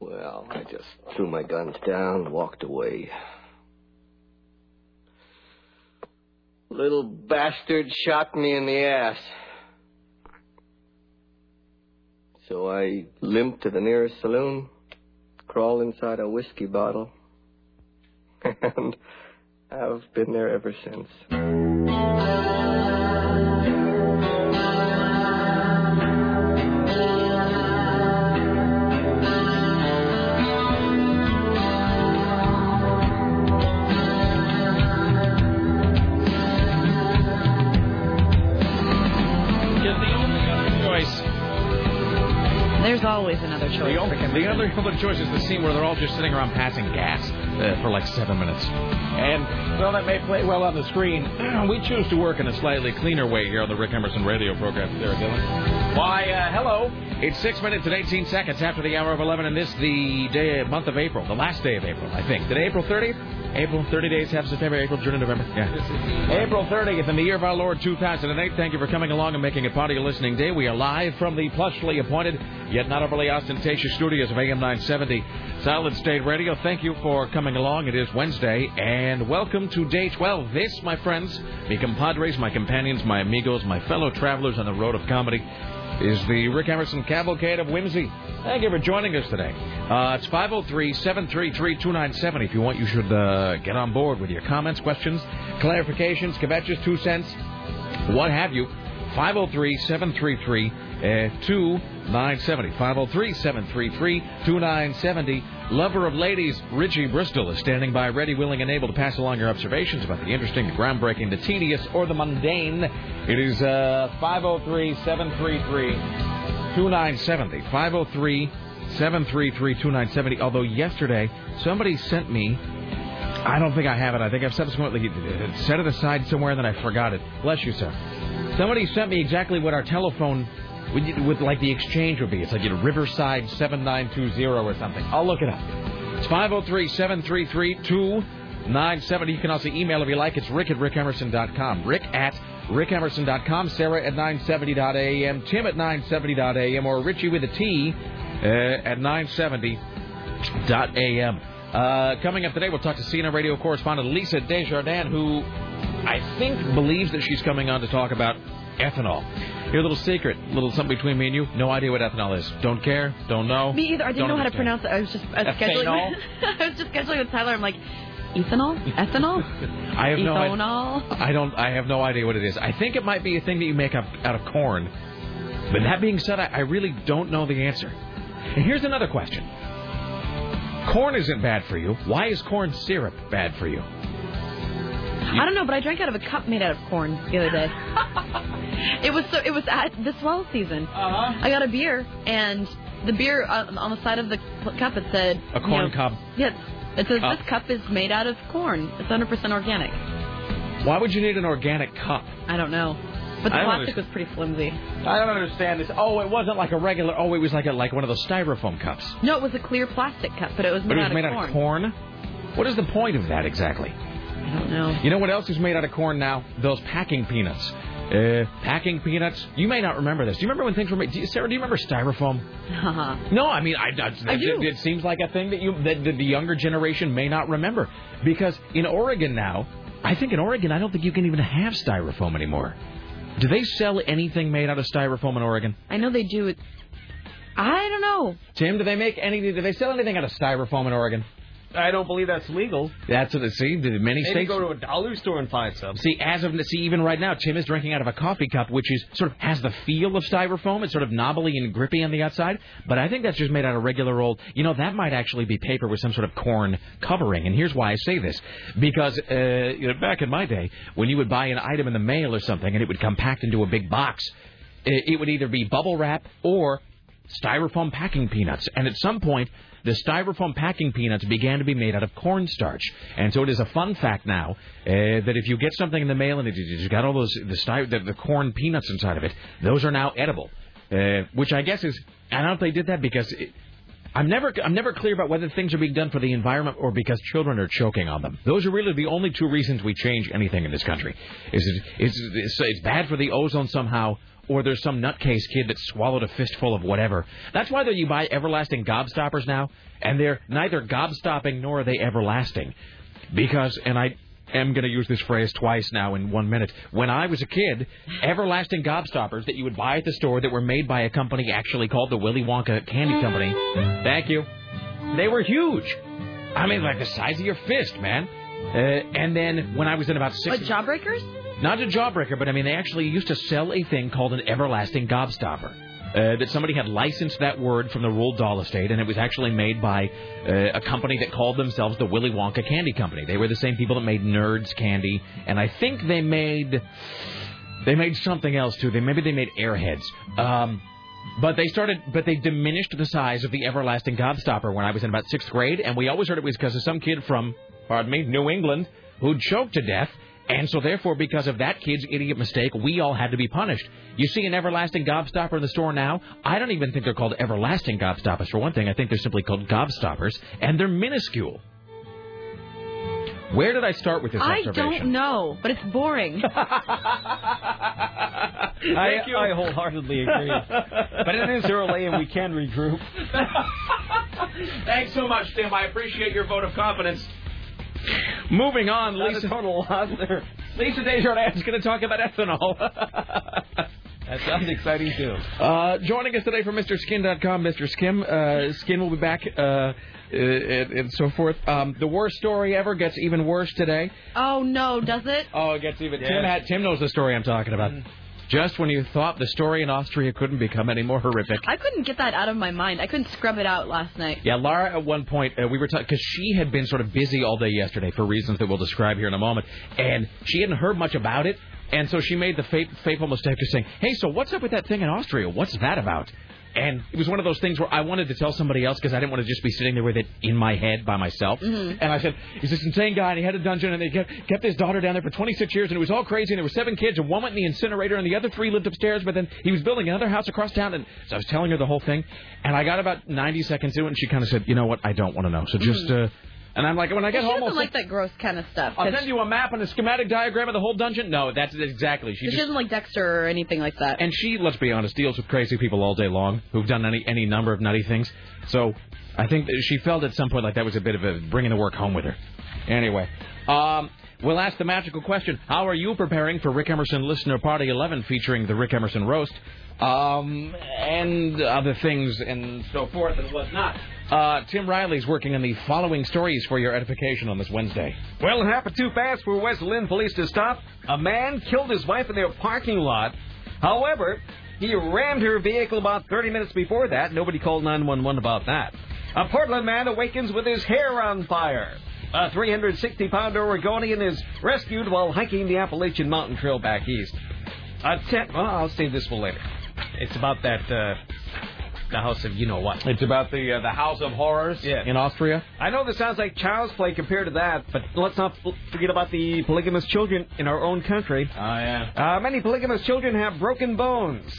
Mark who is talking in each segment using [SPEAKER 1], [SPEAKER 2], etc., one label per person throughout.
[SPEAKER 1] No, I just threw my guns down, walked away. Little bastard shot me in the ass. So I limped to the nearest saloon, crawled inside a whiskey bottle, and I've been there ever since.
[SPEAKER 2] Is the only other choice.
[SPEAKER 3] There's always another choice.
[SPEAKER 2] The only,
[SPEAKER 3] for Kevin.
[SPEAKER 2] the other other choice is the scene where they're all just sitting around passing gas uh, for like seven minutes. And though that may play well on the screen, we choose to work in a slightly cleaner way here on the Rick Emerson radio program. There, Dylan. Why, uh, hello. It's six minutes and 18 seconds after the hour of 11, and this the day, month of April, the last day of April, I think. Today, April 30th? April, 30 days, half September, April, June, and November. Yeah. April 30th in the year of our Lord 2008. Thank you for coming along and making it part of your listening day. We are live from the plushly appointed, yet not overly ostentatious studios of AM 970 Solid State Radio. Thank you for coming along. It is Wednesday, and welcome to day 12. This, my friends, me compadres, my companions, my amigos, my fellow travelers on the road of comedy is the Rick Emerson Cavalcade of Whimsy. Thank you for joining us today. Uh, it's 503-733-2970. If you want, you should uh, get on board with your comments, questions, clarifications, kvetches, two cents, what have you. 503-733-2970. 503-733-2970. Lover of ladies, Richie Bristol is standing by ready, willing, and able to pass along your observations about the interesting, the groundbreaking, the tedious, or the mundane. It is uh, 503 733 2970. 503 733 2970. Although yesterday, somebody sent me. I don't think I have it. I think I've subsequently uh, set it aside somewhere and then I forgot it. Bless you, sir. Somebody sent me exactly what our telephone would, would like the exchange would be. It's like you know, Riverside 7920 or something. I'll look it up. It's 503 733 2970. You can also email if you like. It's rick at rickemerson.com. Rick at rickemerson.com. Sarah at 970.am. Tim at 970.am. Or Richie with a T uh, at 970.am. Uh, coming up today, we'll talk to CNN radio correspondent Lisa Desjardins, who I think believes that she's coming on to talk about ethanol. Your little secret, little something between me and you. No idea what ethanol is. Don't care. Don't know.
[SPEAKER 3] Me either. I didn't
[SPEAKER 2] don't
[SPEAKER 3] know how to
[SPEAKER 2] understand.
[SPEAKER 3] pronounce it. I was just I was
[SPEAKER 2] Ethanol?
[SPEAKER 3] scheduling. I was just scheduling with Tyler. I'm like, ethanol, ethanol,
[SPEAKER 2] I have no idea.
[SPEAKER 3] ethanol.
[SPEAKER 2] I don't. I have no idea what it is. I think it might be a thing that you make up out of corn. But that being said, I, I really don't know the answer. And here's another question: Corn isn't bad for you. Why is corn syrup bad for you?
[SPEAKER 3] I don't know, but I drank out of a cup made out of corn the other day. it was so. It was at the swell season.
[SPEAKER 2] Uh-huh.
[SPEAKER 3] I got a beer, and the beer uh, on on the side of the cl- cup it said
[SPEAKER 2] A corn Oh.
[SPEAKER 3] you know,
[SPEAKER 2] cob.
[SPEAKER 3] Yes, it says
[SPEAKER 2] Cup.
[SPEAKER 3] this cup is made out of corn. It's 100% organic.
[SPEAKER 2] Why would you need an organic cup?
[SPEAKER 3] I don't know, but the
[SPEAKER 2] I don't
[SPEAKER 3] plastic
[SPEAKER 2] under-
[SPEAKER 3] was pretty flimsy.
[SPEAKER 2] I don't understand this. Oh, it wasn't like a regular. Oh, it was like a like one of those styrofoam cups.
[SPEAKER 3] No, it was a clear plastic cup, but it was made,
[SPEAKER 2] But it
[SPEAKER 3] out,
[SPEAKER 2] was made
[SPEAKER 3] of
[SPEAKER 2] out of corn. What is the point of that exactly?
[SPEAKER 3] I don't know.
[SPEAKER 2] You know what else is made out of corn now? Those packing peanuts. Uh, packing peanuts. You may not remember this. Do you remember when things were made? Do you, Sarah, do you remember styrofoam?
[SPEAKER 3] Haha.
[SPEAKER 2] No, I mean, I, I,
[SPEAKER 3] I do.
[SPEAKER 2] It, it seems like a thing that you that the, the younger generation may not remember because in Oregon now, I think in Oregon, I don't think you can even have styrofoam anymore. Do they sell anything made out of styrofoam in Oregon?
[SPEAKER 3] I know they do it. I don't know.
[SPEAKER 2] Tim, do they make any? Do they sell anything out of styrofoam in Oregon?
[SPEAKER 4] I don't believe that's legal.
[SPEAKER 2] That's what it see. the- Many
[SPEAKER 4] Maybe
[SPEAKER 2] states
[SPEAKER 4] go to a dollar store and find some.
[SPEAKER 2] See, as of see, even right now, Tim is drinking out of a coffee cup, which is sort of has the feel of styrofoam. It's sort of knobbly and grippy on the outside, but I think that's just made out of regular old. You know, that might actually be paper with some sort of corn covering. And here's why I say this, because uh, you know, back in my day, when you would buy an item in the mail or something, and it would come packed into a big box, Uh, it, it would either be bubble wrap or styrofoam packing peanuts. And at some point, the styrofoam packing peanuts began to be made out of cornstarch. And so it is a fun fact now uh, that if you get something in the mail and it, it's got all those the, sty- the, the corn peanuts inside of it, those are now edible. Uh, which I guess is I don't know if they did that because it, I'm never I'm never clear about whether things are being done for the environment or because children are choking on them. Those are really the only two reasons we change anything in this country. Is it is it's, it's bad for the ozone somehow, or there's some nutcase kid that swallowed a fistful of whatever. That's why that you buy everlasting gobstoppers now, and they're neither gobstopping nor are they everlasting. Because, and I am going to use this phrase twice now in one minute. When I was a kid, everlasting gobstoppers that you would buy at the store that were made by a company actually called the Willy Wonka Candy Company. Thank you. They were huge. I mean, like the size of your fist, man. Uh, and then when I was in about six,
[SPEAKER 3] What, Jawbreakers?
[SPEAKER 2] not a jawbreaker, but I mean, they actually used to sell a thing called an everlasting gobstopper. Uh, that somebody had licensed that word from the Roald Dahl estate, and it was actually made by uh, a company that called themselves the Willy Wonka Candy Company. They were the same people that made Nerds candy, and I think they made they made something else too. They maybe they made Airheads. Um, but they started, but they diminished the size of the everlasting Gobstopper when I was in about sixth grade, and we always heard it was because of some kid from, pardon me, New England who choked to death. And so, therefore, because of that kid's idiot mistake, we all had to be punished. You see an everlasting gobstopper in the store now? I don't even think they're called everlasting gobstoppers, for one thing. I think they're simply called gobstoppers, and they're minuscule. Where did I start with this
[SPEAKER 3] I
[SPEAKER 2] observation?
[SPEAKER 3] don't know, but it's boring.
[SPEAKER 4] I, I wholeheartedly agree. but it is early and we can regroup.
[SPEAKER 2] Thanks so much, Tim. I appreciate your vote of confidence. Moving on, Lisa.
[SPEAKER 4] total loss there.
[SPEAKER 2] Lisa Desjardins is going to talk about ethanol.
[SPEAKER 4] That sounds exciting too.
[SPEAKER 2] Uh, joining us today from MrSkin.com, Mr. Skim. Uh, Skin will be back, uh, uh, and, and so forth. Um, the worst story ever gets even worse today.
[SPEAKER 3] oh no, does it?
[SPEAKER 2] Oh, it gets even. Tim,
[SPEAKER 4] Yes.
[SPEAKER 2] had, Tim knows the story I'm talking about. Just when you thought the story in Austria couldn't become any more horrific.
[SPEAKER 3] I couldn't get that out of my mind. I couldn't scrub it out last night.
[SPEAKER 2] Yeah, Lara, at one point, uh, we were talking because she had been sort of busy all day yesterday for reasons that we'll describe here in a moment, and she hadn't heard much about it, and so she made the fate, fateful mistake of saying, Hey, so what's up with that thing in Austria? What's that about? And it was one of those things where I wanted to tell somebody else because I didn't want to just be sitting there with it in my head by myself. And I said, "Is this insane guy? And he had a dungeon, and they kept, kept his daughter down there for 26 years, and it was all crazy. And there were seven kids, and one went in the incinerator, and the other three lived upstairs. But then he was building another house across town, and so I was telling her the whole thing. And I got about 90 seconds into it, and she kind of said, "You know what? I don't want to know. So just..." Uh, and I'm like, when I get
[SPEAKER 3] She
[SPEAKER 2] home,
[SPEAKER 3] doesn't
[SPEAKER 2] I'll,
[SPEAKER 3] like that gross kind of stuff.
[SPEAKER 2] I'll
[SPEAKER 3] 'cause
[SPEAKER 2] send you a map and a schematic diagram of the whole dungeon. No, that's exactly. She
[SPEAKER 3] she
[SPEAKER 2] just
[SPEAKER 3] doesn't like Dexter or anything like that.
[SPEAKER 2] and she, let's be honest, deals with crazy people all day long who've done any any number of nutty things. So I think that she felt at some point like that was a bit of a bringing the work home with her. Anyway, um, we'll ask the magical question: How are you preparing for Rick Emerson Listener Party 11 featuring the Rick Emerson roast? Um, and other things and so forth and whatnot. Uh, Tim Riley's working on the following stories for your edification on this Wednesday.
[SPEAKER 4] Well, it happened too fast for West Lynn police to stop. A man killed his wife in their parking lot. However, he rammed her vehicle about 30 minutes before that. Nobody called 911 about that. A Portland man awakens with his hair on fire. A 360 pound Oregonian is rescued while hiking the Appalachian Mountain Trail back east. A ten- well, I'll save this for later. It's about that, uh, the house of you know what.
[SPEAKER 2] It's about the uh, the House of Horrors
[SPEAKER 4] Yeah.
[SPEAKER 2] in Austria.
[SPEAKER 4] I know this sounds like child's play compared to that, but let's not forget about the polygamous children in our own country.
[SPEAKER 2] Oh yeah.
[SPEAKER 4] Uh, many polygamous children have broken bones.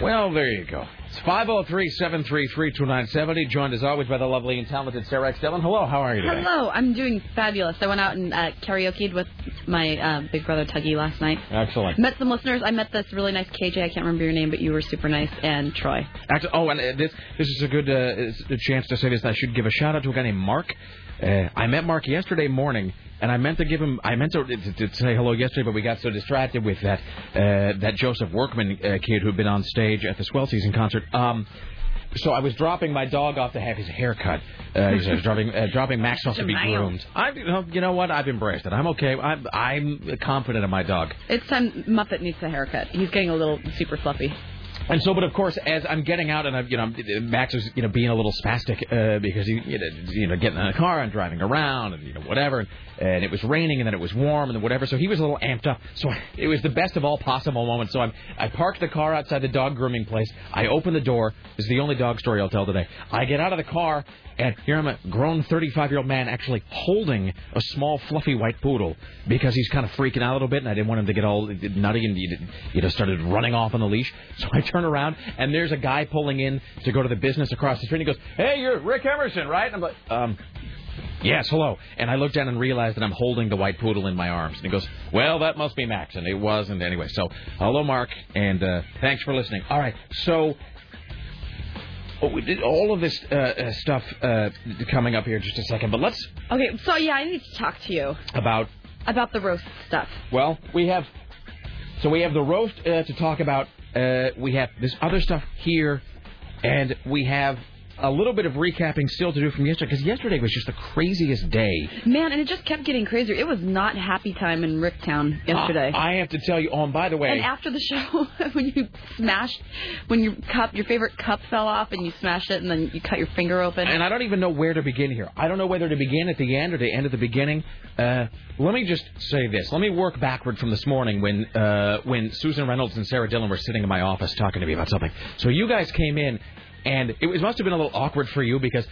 [SPEAKER 2] Well, there you go. It's 503-733-2970, joined as always by the lovely and talented Sarah X. Dillon. Hello, how are you today?
[SPEAKER 3] Hello, I'm doing fabulous. I went out and uh, karaoke'd with my uh, big brother Tuggy last night.
[SPEAKER 2] Excellent.
[SPEAKER 3] Met some listeners. I met this really nice KJ. I can't remember your name, but you were super nice. And Troy.
[SPEAKER 2] Act- oh, and uh, this this is a good uh, is a chance to say this. I should give a shout out to a guy named Mark. Uh, I met Mark yesterday morning, and I meant to give him I meant to, to, to say hello yesterday, but we got so distracted with that uh, that Joseph Workman uh, kid who'd been on stage at the Swell Season concert. Um, so I was dropping my dog off to have his haircut. Uh, so I was dropping uh, dropping Max off to be
[SPEAKER 3] Mild.
[SPEAKER 2] groomed. I you know, you know what? I've embraced it. I'm okay. I'm I'm confident in my dog.
[SPEAKER 3] It's time Muppet needs a haircut. He's getting a little super fluffy.
[SPEAKER 2] And so, but of course, as I'm getting out, and I'm, you know, Max is, you know, being a little spastic uh, because he, you know, you know, getting in the car and driving around and you know whatever, and, and it was raining and then it was warm and then whatever, so he was a little amped up. So I, it was the best of all possible moments. So I'm, I parked the car outside the dog grooming place. I open the door. This is the only dog story I'll tell today. I get out of the car, and here I'm a grown 35 year old man actually holding a small fluffy white poodle because he's kind of freaking out a little bit, and I didn't want him to get all nutty and you know started running off on the leash. So I turn around, and there's a guy pulling in to go to the business across the street. And he goes, "Hey, you're Rick Emerson, right?" And I'm like, "Um, Yes, hello. And I looked down and realized that I'm holding the white poodle in my arms. And he goes, Well, that must be Max. And it wasn't anyway. So, hello, Mark, and uh, thanks for listening. All right, so. Oh, we did all of this uh, uh, stuff uh, coming up here in just a second, but let's
[SPEAKER 3] Okay, so yeah, I need to talk to you
[SPEAKER 2] about
[SPEAKER 3] about the roast stuff.
[SPEAKER 2] well, we have so we have the roast uh, to talk about. Uh, we have this other stuff here, and we have a little bit of recapping still to do from yesterday because yesterday was just the craziest day.
[SPEAKER 3] Man, and it just kept getting crazier. It was not happy time in Ricktown yesterday.
[SPEAKER 2] I have to tell you. Oh, and by the way,
[SPEAKER 3] and after the show, when you smashed, when your cup, your favorite cup fell off, and you smashed it, and then you cut your finger open.
[SPEAKER 2] and I don't even know where to begin here. I don't know whether to begin at the end or to end at the beginning. Uh, let me just say this. Let me work backward from this morning when uh, when Susan Reynolds and Sarah Dillon were sitting in my office talking to me about something. So you guys came in, and it was, must have been a little awkward for you because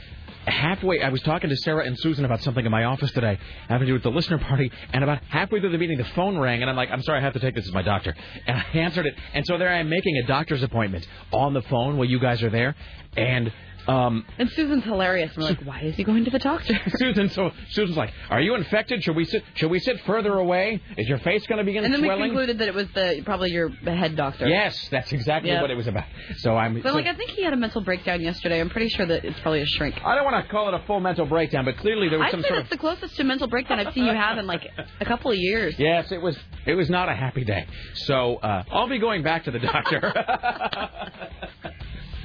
[SPEAKER 2] halfway I was talking to Sarah and Susan about something in my office today, having to do with the listener party, and about halfway through the meeting the phone rang, and I'm like, I'm sorry, I have to take this as my doctor, and I answered it, and so there I am making a doctor's appointment on the phone while you guys are there, and. Um,
[SPEAKER 3] And Susan's hilarious. We're like, why is he going to the doctor?
[SPEAKER 2] Susan, so Susan's like, "Are you infected? Should we sit? Should we sit further away? Is your face going to begin
[SPEAKER 3] And then we
[SPEAKER 2] swelling?"
[SPEAKER 3] concluded that it was the probably your head doctor.
[SPEAKER 2] yes, that's exactly
[SPEAKER 3] Yeah.
[SPEAKER 2] what it was about. So I'm.
[SPEAKER 3] So
[SPEAKER 2] so-
[SPEAKER 3] like, I think he had a mental breakdown yesterday. I'm pretty sure that it's probably a shrink.
[SPEAKER 2] I don't want to call it a full mental breakdown, but clearly there was
[SPEAKER 3] I'd say
[SPEAKER 2] some sort
[SPEAKER 3] that's
[SPEAKER 2] of.
[SPEAKER 3] the closest to mental breakdown I've seen you have in like a couple of years.
[SPEAKER 2] Yes, it was. It was not a happy day. So uh, I'll be going back to the doctor.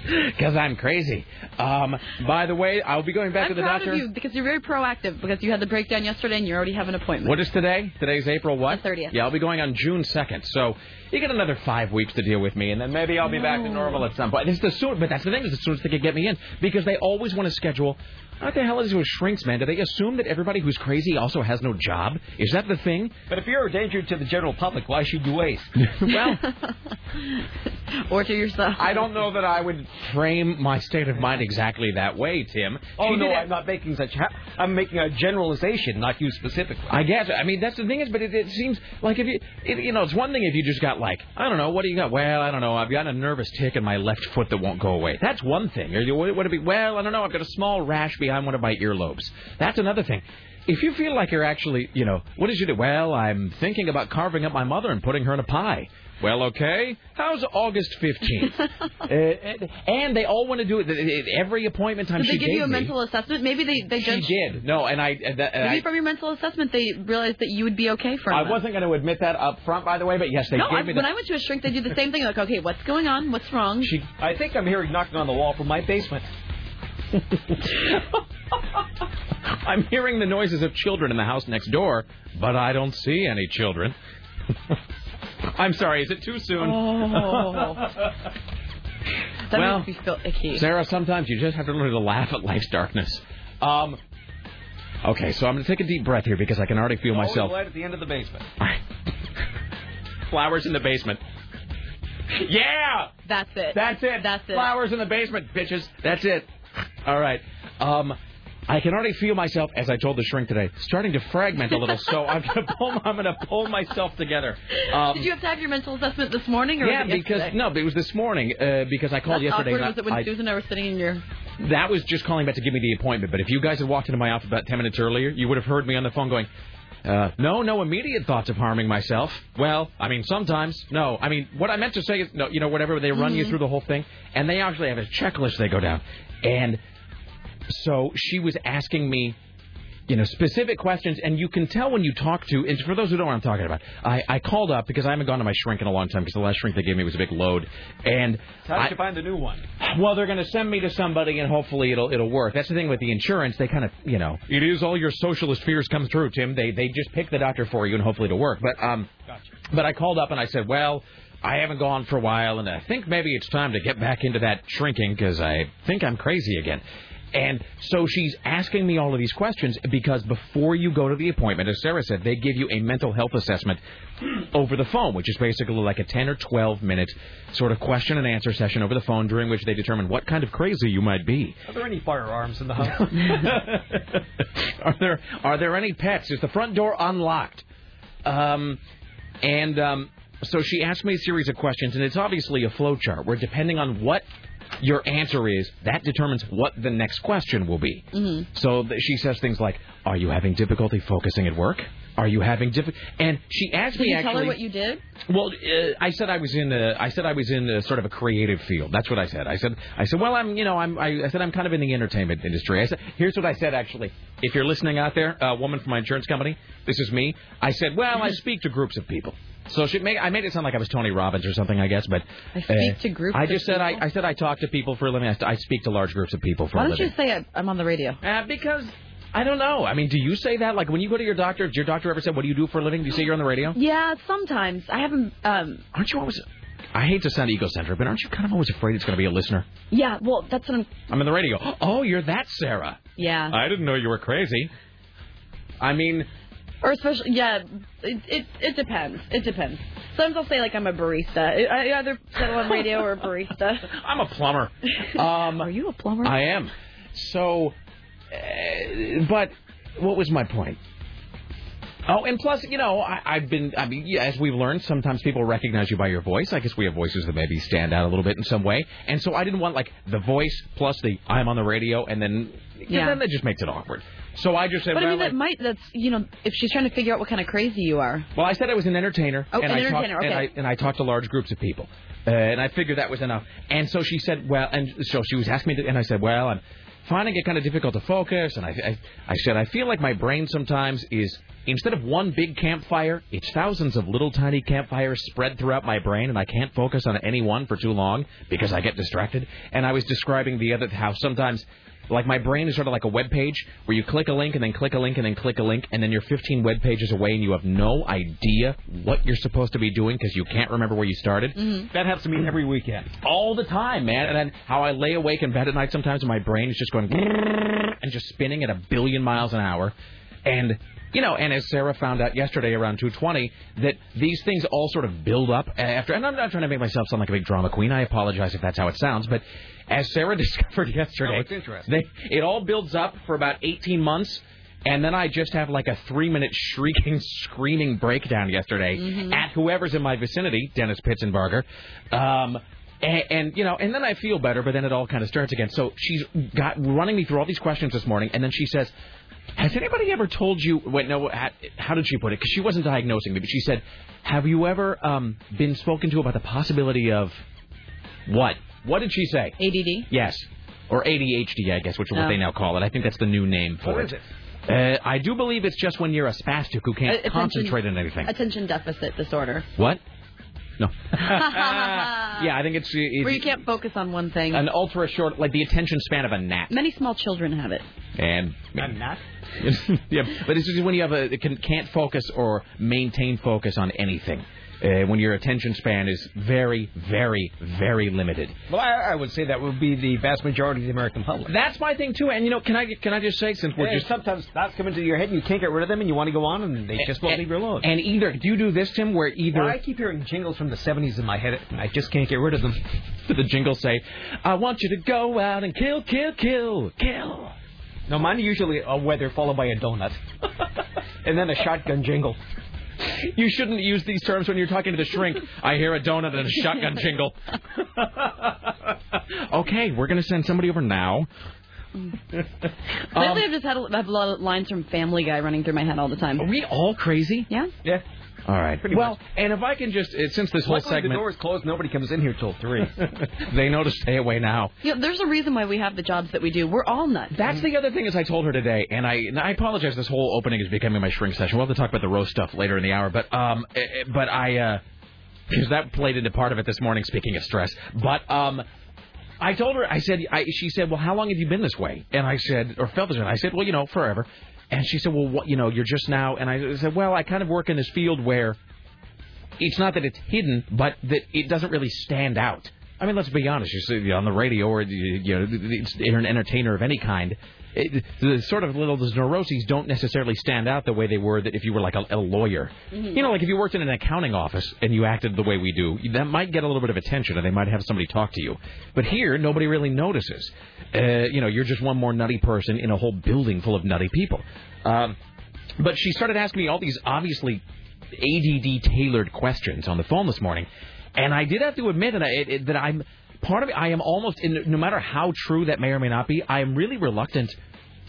[SPEAKER 2] Because I'm crazy. Um, by the way, I'll be going back
[SPEAKER 3] I'm
[SPEAKER 2] to the
[SPEAKER 3] proud
[SPEAKER 2] doctor.
[SPEAKER 3] of you because you're very proactive because you had the breakdown yesterday and you already have an appointment.
[SPEAKER 2] What is today? Today's April what?
[SPEAKER 3] The 30th.
[SPEAKER 2] Yeah, I'll be going on June 2nd. So you get another five weeks to deal with me, and then maybe I'll be back to normal at some point. It's the soon, but that's the thing is, as soon as they can get me in, because they always want to schedule. What the hell is it with shrinks, man? Do they assume that everybody who's crazy also has no job? Is that the thing?
[SPEAKER 4] But if you're a danger to the general public, why should you waste?
[SPEAKER 2] well,
[SPEAKER 3] Or to yourself.
[SPEAKER 2] I don't know that I would frame my state of mind exactly that way, Tim.
[SPEAKER 4] Oh
[SPEAKER 2] She
[SPEAKER 4] no,
[SPEAKER 2] did
[SPEAKER 4] I'm not making such. Ha- I'm making a generalization, not you specifically.
[SPEAKER 2] I guess. I mean, that's the thing is, but it, it seems like if you, it, you know, it's one thing if you just got like, I don't know, what do you got? Well, I don't know, I've got a nervous tick in my left foot that won't go away. That's one thing. Or you, what would it be? Well, I don't know, I've got a small rash behind one of my earlobes. That's another thing. If you feel like you're actually, you know, what did you do? Well, I'm thinking about carving up my mother and putting her in a pie. Well, okay. How's August 15th? uh, and- and they all want to do it. it- it- Every appointment time
[SPEAKER 3] Did
[SPEAKER 2] she
[SPEAKER 3] they give
[SPEAKER 2] gave
[SPEAKER 3] you a
[SPEAKER 2] me,
[SPEAKER 3] mental assessment? Maybe they they
[SPEAKER 2] she
[SPEAKER 3] judged.
[SPEAKER 2] did. No, and I. And that- and
[SPEAKER 3] Maybe
[SPEAKER 2] I
[SPEAKER 3] from your mental assessment they realized that you would be okay for.
[SPEAKER 2] I wasn't going to admit that up front, by the way, but yes, they
[SPEAKER 3] No,
[SPEAKER 2] gave
[SPEAKER 3] I,
[SPEAKER 2] me the.
[SPEAKER 3] when I went to a shrink, they do the same thing. Like, okay, what's going on? What's wrong?
[SPEAKER 2] she,
[SPEAKER 4] I think I'm hearing knocking on the wall from my basement.
[SPEAKER 2] I'm hearing the noises of children in the house next door, but I don't see any children. I'm sorry, is it too soon?
[SPEAKER 3] Oh. that
[SPEAKER 2] Well,
[SPEAKER 3] makes me feel icky.
[SPEAKER 2] Sarah, sometimes you just have to learn to laugh at life's darkness. Um, okay, so I'm going to take a deep breath here because I can already
[SPEAKER 3] Oh,
[SPEAKER 2] feel myself.
[SPEAKER 4] Right at the end of the basement.
[SPEAKER 2] Flowers in the basement. Yeah!
[SPEAKER 3] That's it.
[SPEAKER 2] That's it.
[SPEAKER 3] That's it.
[SPEAKER 2] Flowers in the basement, bitches. That's it. All right. Um, I can already feel myself, as I told the shrink today, starting to fragment a little. So I'm gonna pull. I'm gonna pull myself together. Um,
[SPEAKER 3] Did you have to have your mental assessment this morning? Or
[SPEAKER 2] yeah,
[SPEAKER 3] was it
[SPEAKER 2] because
[SPEAKER 3] yesterday?
[SPEAKER 2] no, but it was this morning uh, because I called
[SPEAKER 3] That's
[SPEAKER 2] yesterday.
[SPEAKER 3] awkward
[SPEAKER 2] and I-
[SPEAKER 3] was it when
[SPEAKER 2] I-
[SPEAKER 3] Susan and I were sitting in your
[SPEAKER 2] that was just calling back to give me the appointment. But if you guys had walked into my office about 10 minutes earlier, you would have heard me on the phone going, uh, no, no immediate thoughts of harming myself. Well, I mean, sometimes. No, I mean, what I meant to say is, no, you know, whatever, they run you through the whole thing. And they actually have a checklist they go down. And so she was asking me you know, specific questions, and you can tell when you talk to. And for those who don't know what I'm talking about, I, I called up because I haven't gone to my shrink in a long time because the last shrink they gave me was a big load, and
[SPEAKER 4] How did
[SPEAKER 2] I-
[SPEAKER 4] you find the new one?
[SPEAKER 2] well, they're going to send me to somebody, and hopefully it'll it'll work. That's the thing with the insurance; they kind of, you know, it is all your socialist fears come true, Tim. They they just pick the doctor for you, and hopefully it'll work. But um, but I called up and I said, well, I haven't gone for a while, and I think maybe it's time to get back into that shrinking because I think I'm crazy again. And so she's asking me all of these questions because before you go to the appointment, as Sarah said, they give you a mental health assessment over the phone, which is basically like a 10 or 12 minute sort of question and answer session over the phone during which they determine what kind of crazy you might be.
[SPEAKER 4] Are there any firearms in the house?
[SPEAKER 2] are there are there any pets? Is the front door unlocked? Um, and um, So she asked me a series of questions, and it's obviously a flow chart where depending on what your answer is, that determines what the next question will be.
[SPEAKER 5] Mm-hmm.
[SPEAKER 2] So th- she says things like, "Are you having difficulty focusing at work? Are you having difficulty?" And she asked
[SPEAKER 3] Did
[SPEAKER 2] me
[SPEAKER 3] you
[SPEAKER 2] actually.
[SPEAKER 3] tell her what you did?
[SPEAKER 2] Well, uh, I said I was in. A, I said I was in a sort of a creative field. That's what I said. I said. I said. Well, I'm. You know, I'm. I, I said I'm kind of in the entertainment industry. I said. Here's what I said actually. If you're listening out there, a woman from my insurance company, this is me. I said. Well,
[SPEAKER 3] Mm-hmm.
[SPEAKER 2] I speak to groups of people. So she made, I made it sound like I was Tony Robbins or something, I guess. But uh,
[SPEAKER 3] I speak to groups
[SPEAKER 2] I
[SPEAKER 3] of
[SPEAKER 2] just said I, I said I talk to people for a living. I, I speak to large groups of people for
[SPEAKER 3] Why
[SPEAKER 2] a
[SPEAKER 3] don't
[SPEAKER 2] living.
[SPEAKER 3] you say it? I'm on the radio?
[SPEAKER 2] Uh, because I don't know. I mean, do you say that? Like when you go to your doctor, did your doctor ever say, "What do you do for a living?" Do you say you're on the radio?
[SPEAKER 3] Yeah, sometimes I haven't. Um,
[SPEAKER 2] Aren't you always? I hate to sound egocentric, but aren't you kind of always afraid it's going to be a listener?
[SPEAKER 3] yeah, well, that's what I'm.
[SPEAKER 2] I'm on the radio. Oh, you're that Sarah.
[SPEAKER 3] Yeah.
[SPEAKER 2] I didn't know you were crazy. I mean,
[SPEAKER 3] Or especially, yeah, it, it it depends. It depends. Sometimes I'll say like I'm a barista. I I either settle on radio or a barista.
[SPEAKER 2] I'm a plumber. Um, Are
[SPEAKER 3] you a plumber?
[SPEAKER 2] I am. So, uh, but what was my point? Oh, and plus, you know, I, I've been, I mean, yeah, as we've learned, sometimes people recognize you by your voice. I guess we have voices that maybe stand out a little bit in some way. And so I didn't want, like, the voice plus the I'm on the radio, and then,
[SPEAKER 3] Yeah.
[SPEAKER 2] yeah. then that just makes it awkward. So I just said,
[SPEAKER 3] But I
[SPEAKER 2] well,
[SPEAKER 3] mean,
[SPEAKER 2] like-
[SPEAKER 3] that might. That's you know, if she's trying to figure out what kind of crazy you are.
[SPEAKER 2] well, I said I was an entertainer,
[SPEAKER 3] Oh,
[SPEAKER 2] and,
[SPEAKER 3] an
[SPEAKER 2] I talked,
[SPEAKER 3] entertainer,
[SPEAKER 2] and,
[SPEAKER 3] okay.
[SPEAKER 2] I, and I talked to large groups of people, uh, and I figured that was enough. And so she said, well, and so she was asking me, to, and I said, well, I'm finding it kind of difficult to focus, and I, I, I said, I feel like my brain sometimes is instead of one big campfire, it's thousands of little tiny campfires spread throughout my brain, and I can't focus on any one for too long because I get distracted. And I was describing the other how sometimes like my brain is sort of like a web page where you click a link and then click a link and then click a link and then you're 15 web pages away and you have no idea what you're supposed to be doing because you can't remember where you started.
[SPEAKER 4] Mm-hmm.
[SPEAKER 2] That happens to me every weekend, all the time, man. And then how I lay awake in bed at night sometimes and my brain is just going and just spinning at a billion miles an hour, and you know, and as Sarah found out yesterday around 2:20, that these things all sort of build up after. And I'm not trying to make myself sound like a big drama queen. I apologize if that's how it sounds, but as Sarah discovered yesterday,
[SPEAKER 4] Oh, it's interesting.
[SPEAKER 2] they, it all builds up for about 18 months, and then I just have like a three minute shrieking, screaming breakdown yesterday at whoever's in my vicinity, Dennis Pitzenbarger. Um, and, and you know, and then I feel better, but then it all kind of starts again. So she's got running me through all these questions this morning, and then she says, "Has anybody ever told you?" Wait, no, how, how did she put it? Because she wasn't diagnosing me, but she said, "Have you ever um, been spoken to about the possibility of what? What did she say?"
[SPEAKER 3] ADD.
[SPEAKER 2] Yes. Or ADHD, I guess, which is what
[SPEAKER 3] Oh.
[SPEAKER 2] they now call it. I think that's the new name for it.
[SPEAKER 3] What is
[SPEAKER 2] Uh, I do believe it's just when you're a spastic who can't
[SPEAKER 3] Uh, Attention-
[SPEAKER 2] concentrate on anything.
[SPEAKER 3] Attention deficit disorder.
[SPEAKER 2] what? No. yeah, I think it's, it's
[SPEAKER 3] Uh, Where you can't focus on one thing.
[SPEAKER 2] an ultra short, like the attention span of a gnat.
[SPEAKER 3] Many small children have it.
[SPEAKER 2] And a gnat. yeah, but it's just when you have a it can, can't focus or maintain focus on anything. Uh, when your attention span is very, very, very limited.
[SPEAKER 4] Well, I, I would say that would be the vast majority of the American public.
[SPEAKER 2] That's my thing too. And you know, can I can I just say since we're
[SPEAKER 4] Yeah,
[SPEAKER 2] just
[SPEAKER 4] sometimes thoughts come into your head and you can't get rid of them and you want to go on and they just won't leave you alone.
[SPEAKER 2] And either do you do this, Tim, where either
[SPEAKER 4] Well, I keep hearing jingles from the 70s in my head and I just can't get rid of them.
[SPEAKER 2] the jingles say, "I want you to go out and kill, kill, kill, kill."
[SPEAKER 4] No, mine are usually
[SPEAKER 2] uh,
[SPEAKER 4] a weather followed by a donut. and then a shotgun jingle.
[SPEAKER 2] You shouldn't use these terms when you're talking to the shrink. I hear a donut and a shotgun jingle. okay, we're gonna send somebody over now. Um,
[SPEAKER 3] Lately, I've just had a, I have a lot of lines from Family Guy running through my head all the time. Are
[SPEAKER 2] we all crazy?
[SPEAKER 3] Yeah.
[SPEAKER 4] Yeah.
[SPEAKER 2] All right. well, and if I can just uh, since this whole
[SPEAKER 4] Luckily, the
[SPEAKER 2] segment
[SPEAKER 4] door is closed. Nobody comes in here till three.
[SPEAKER 2] they know to stay away now.
[SPEAKER 3] You know, there's a reason why we have the jobs that we do. We're all nuts.
[SPEAKER 2] That's the other thing is I told her today, and I and I apologize. This whole opening is becoming my shrink session. We'll have to talk about the roast stuff later in the hour, but um, eh, eh, but I uh, because that played into part of it this morning. Speaking of stress, but um. I told her, I said, I, she said, well, how long have you been this way? And I said, or felt this way. And I said, well, you know, forever. And she said, well, what, you know, you're just now. And I said, well, I kind of work in this field where it's not that it's hidden, but that it doesn't really stand out. I mean, let's be honest. You're sitting on the radio, or you you know, it's- you're an entertainer of any kind. It, the sort of little those neuroses don't necessarily stand out the way they were that if you were like a, a lawyer. You know, like if you worked in an accounting office and you acted the way we do, that might get a little bit of attention, and they might have somebody talk to you. But here, nobody really notices. Uh, you know, you're just one more nutty person in a whole building full of nutty people. Um, but she started asking me all these obviously ADD tailored questions on the phone this morning, and I did have to admit that, I, it, it- that I'm part of it. I am almost, and no matter how true that may or may not be, I am really reluctant.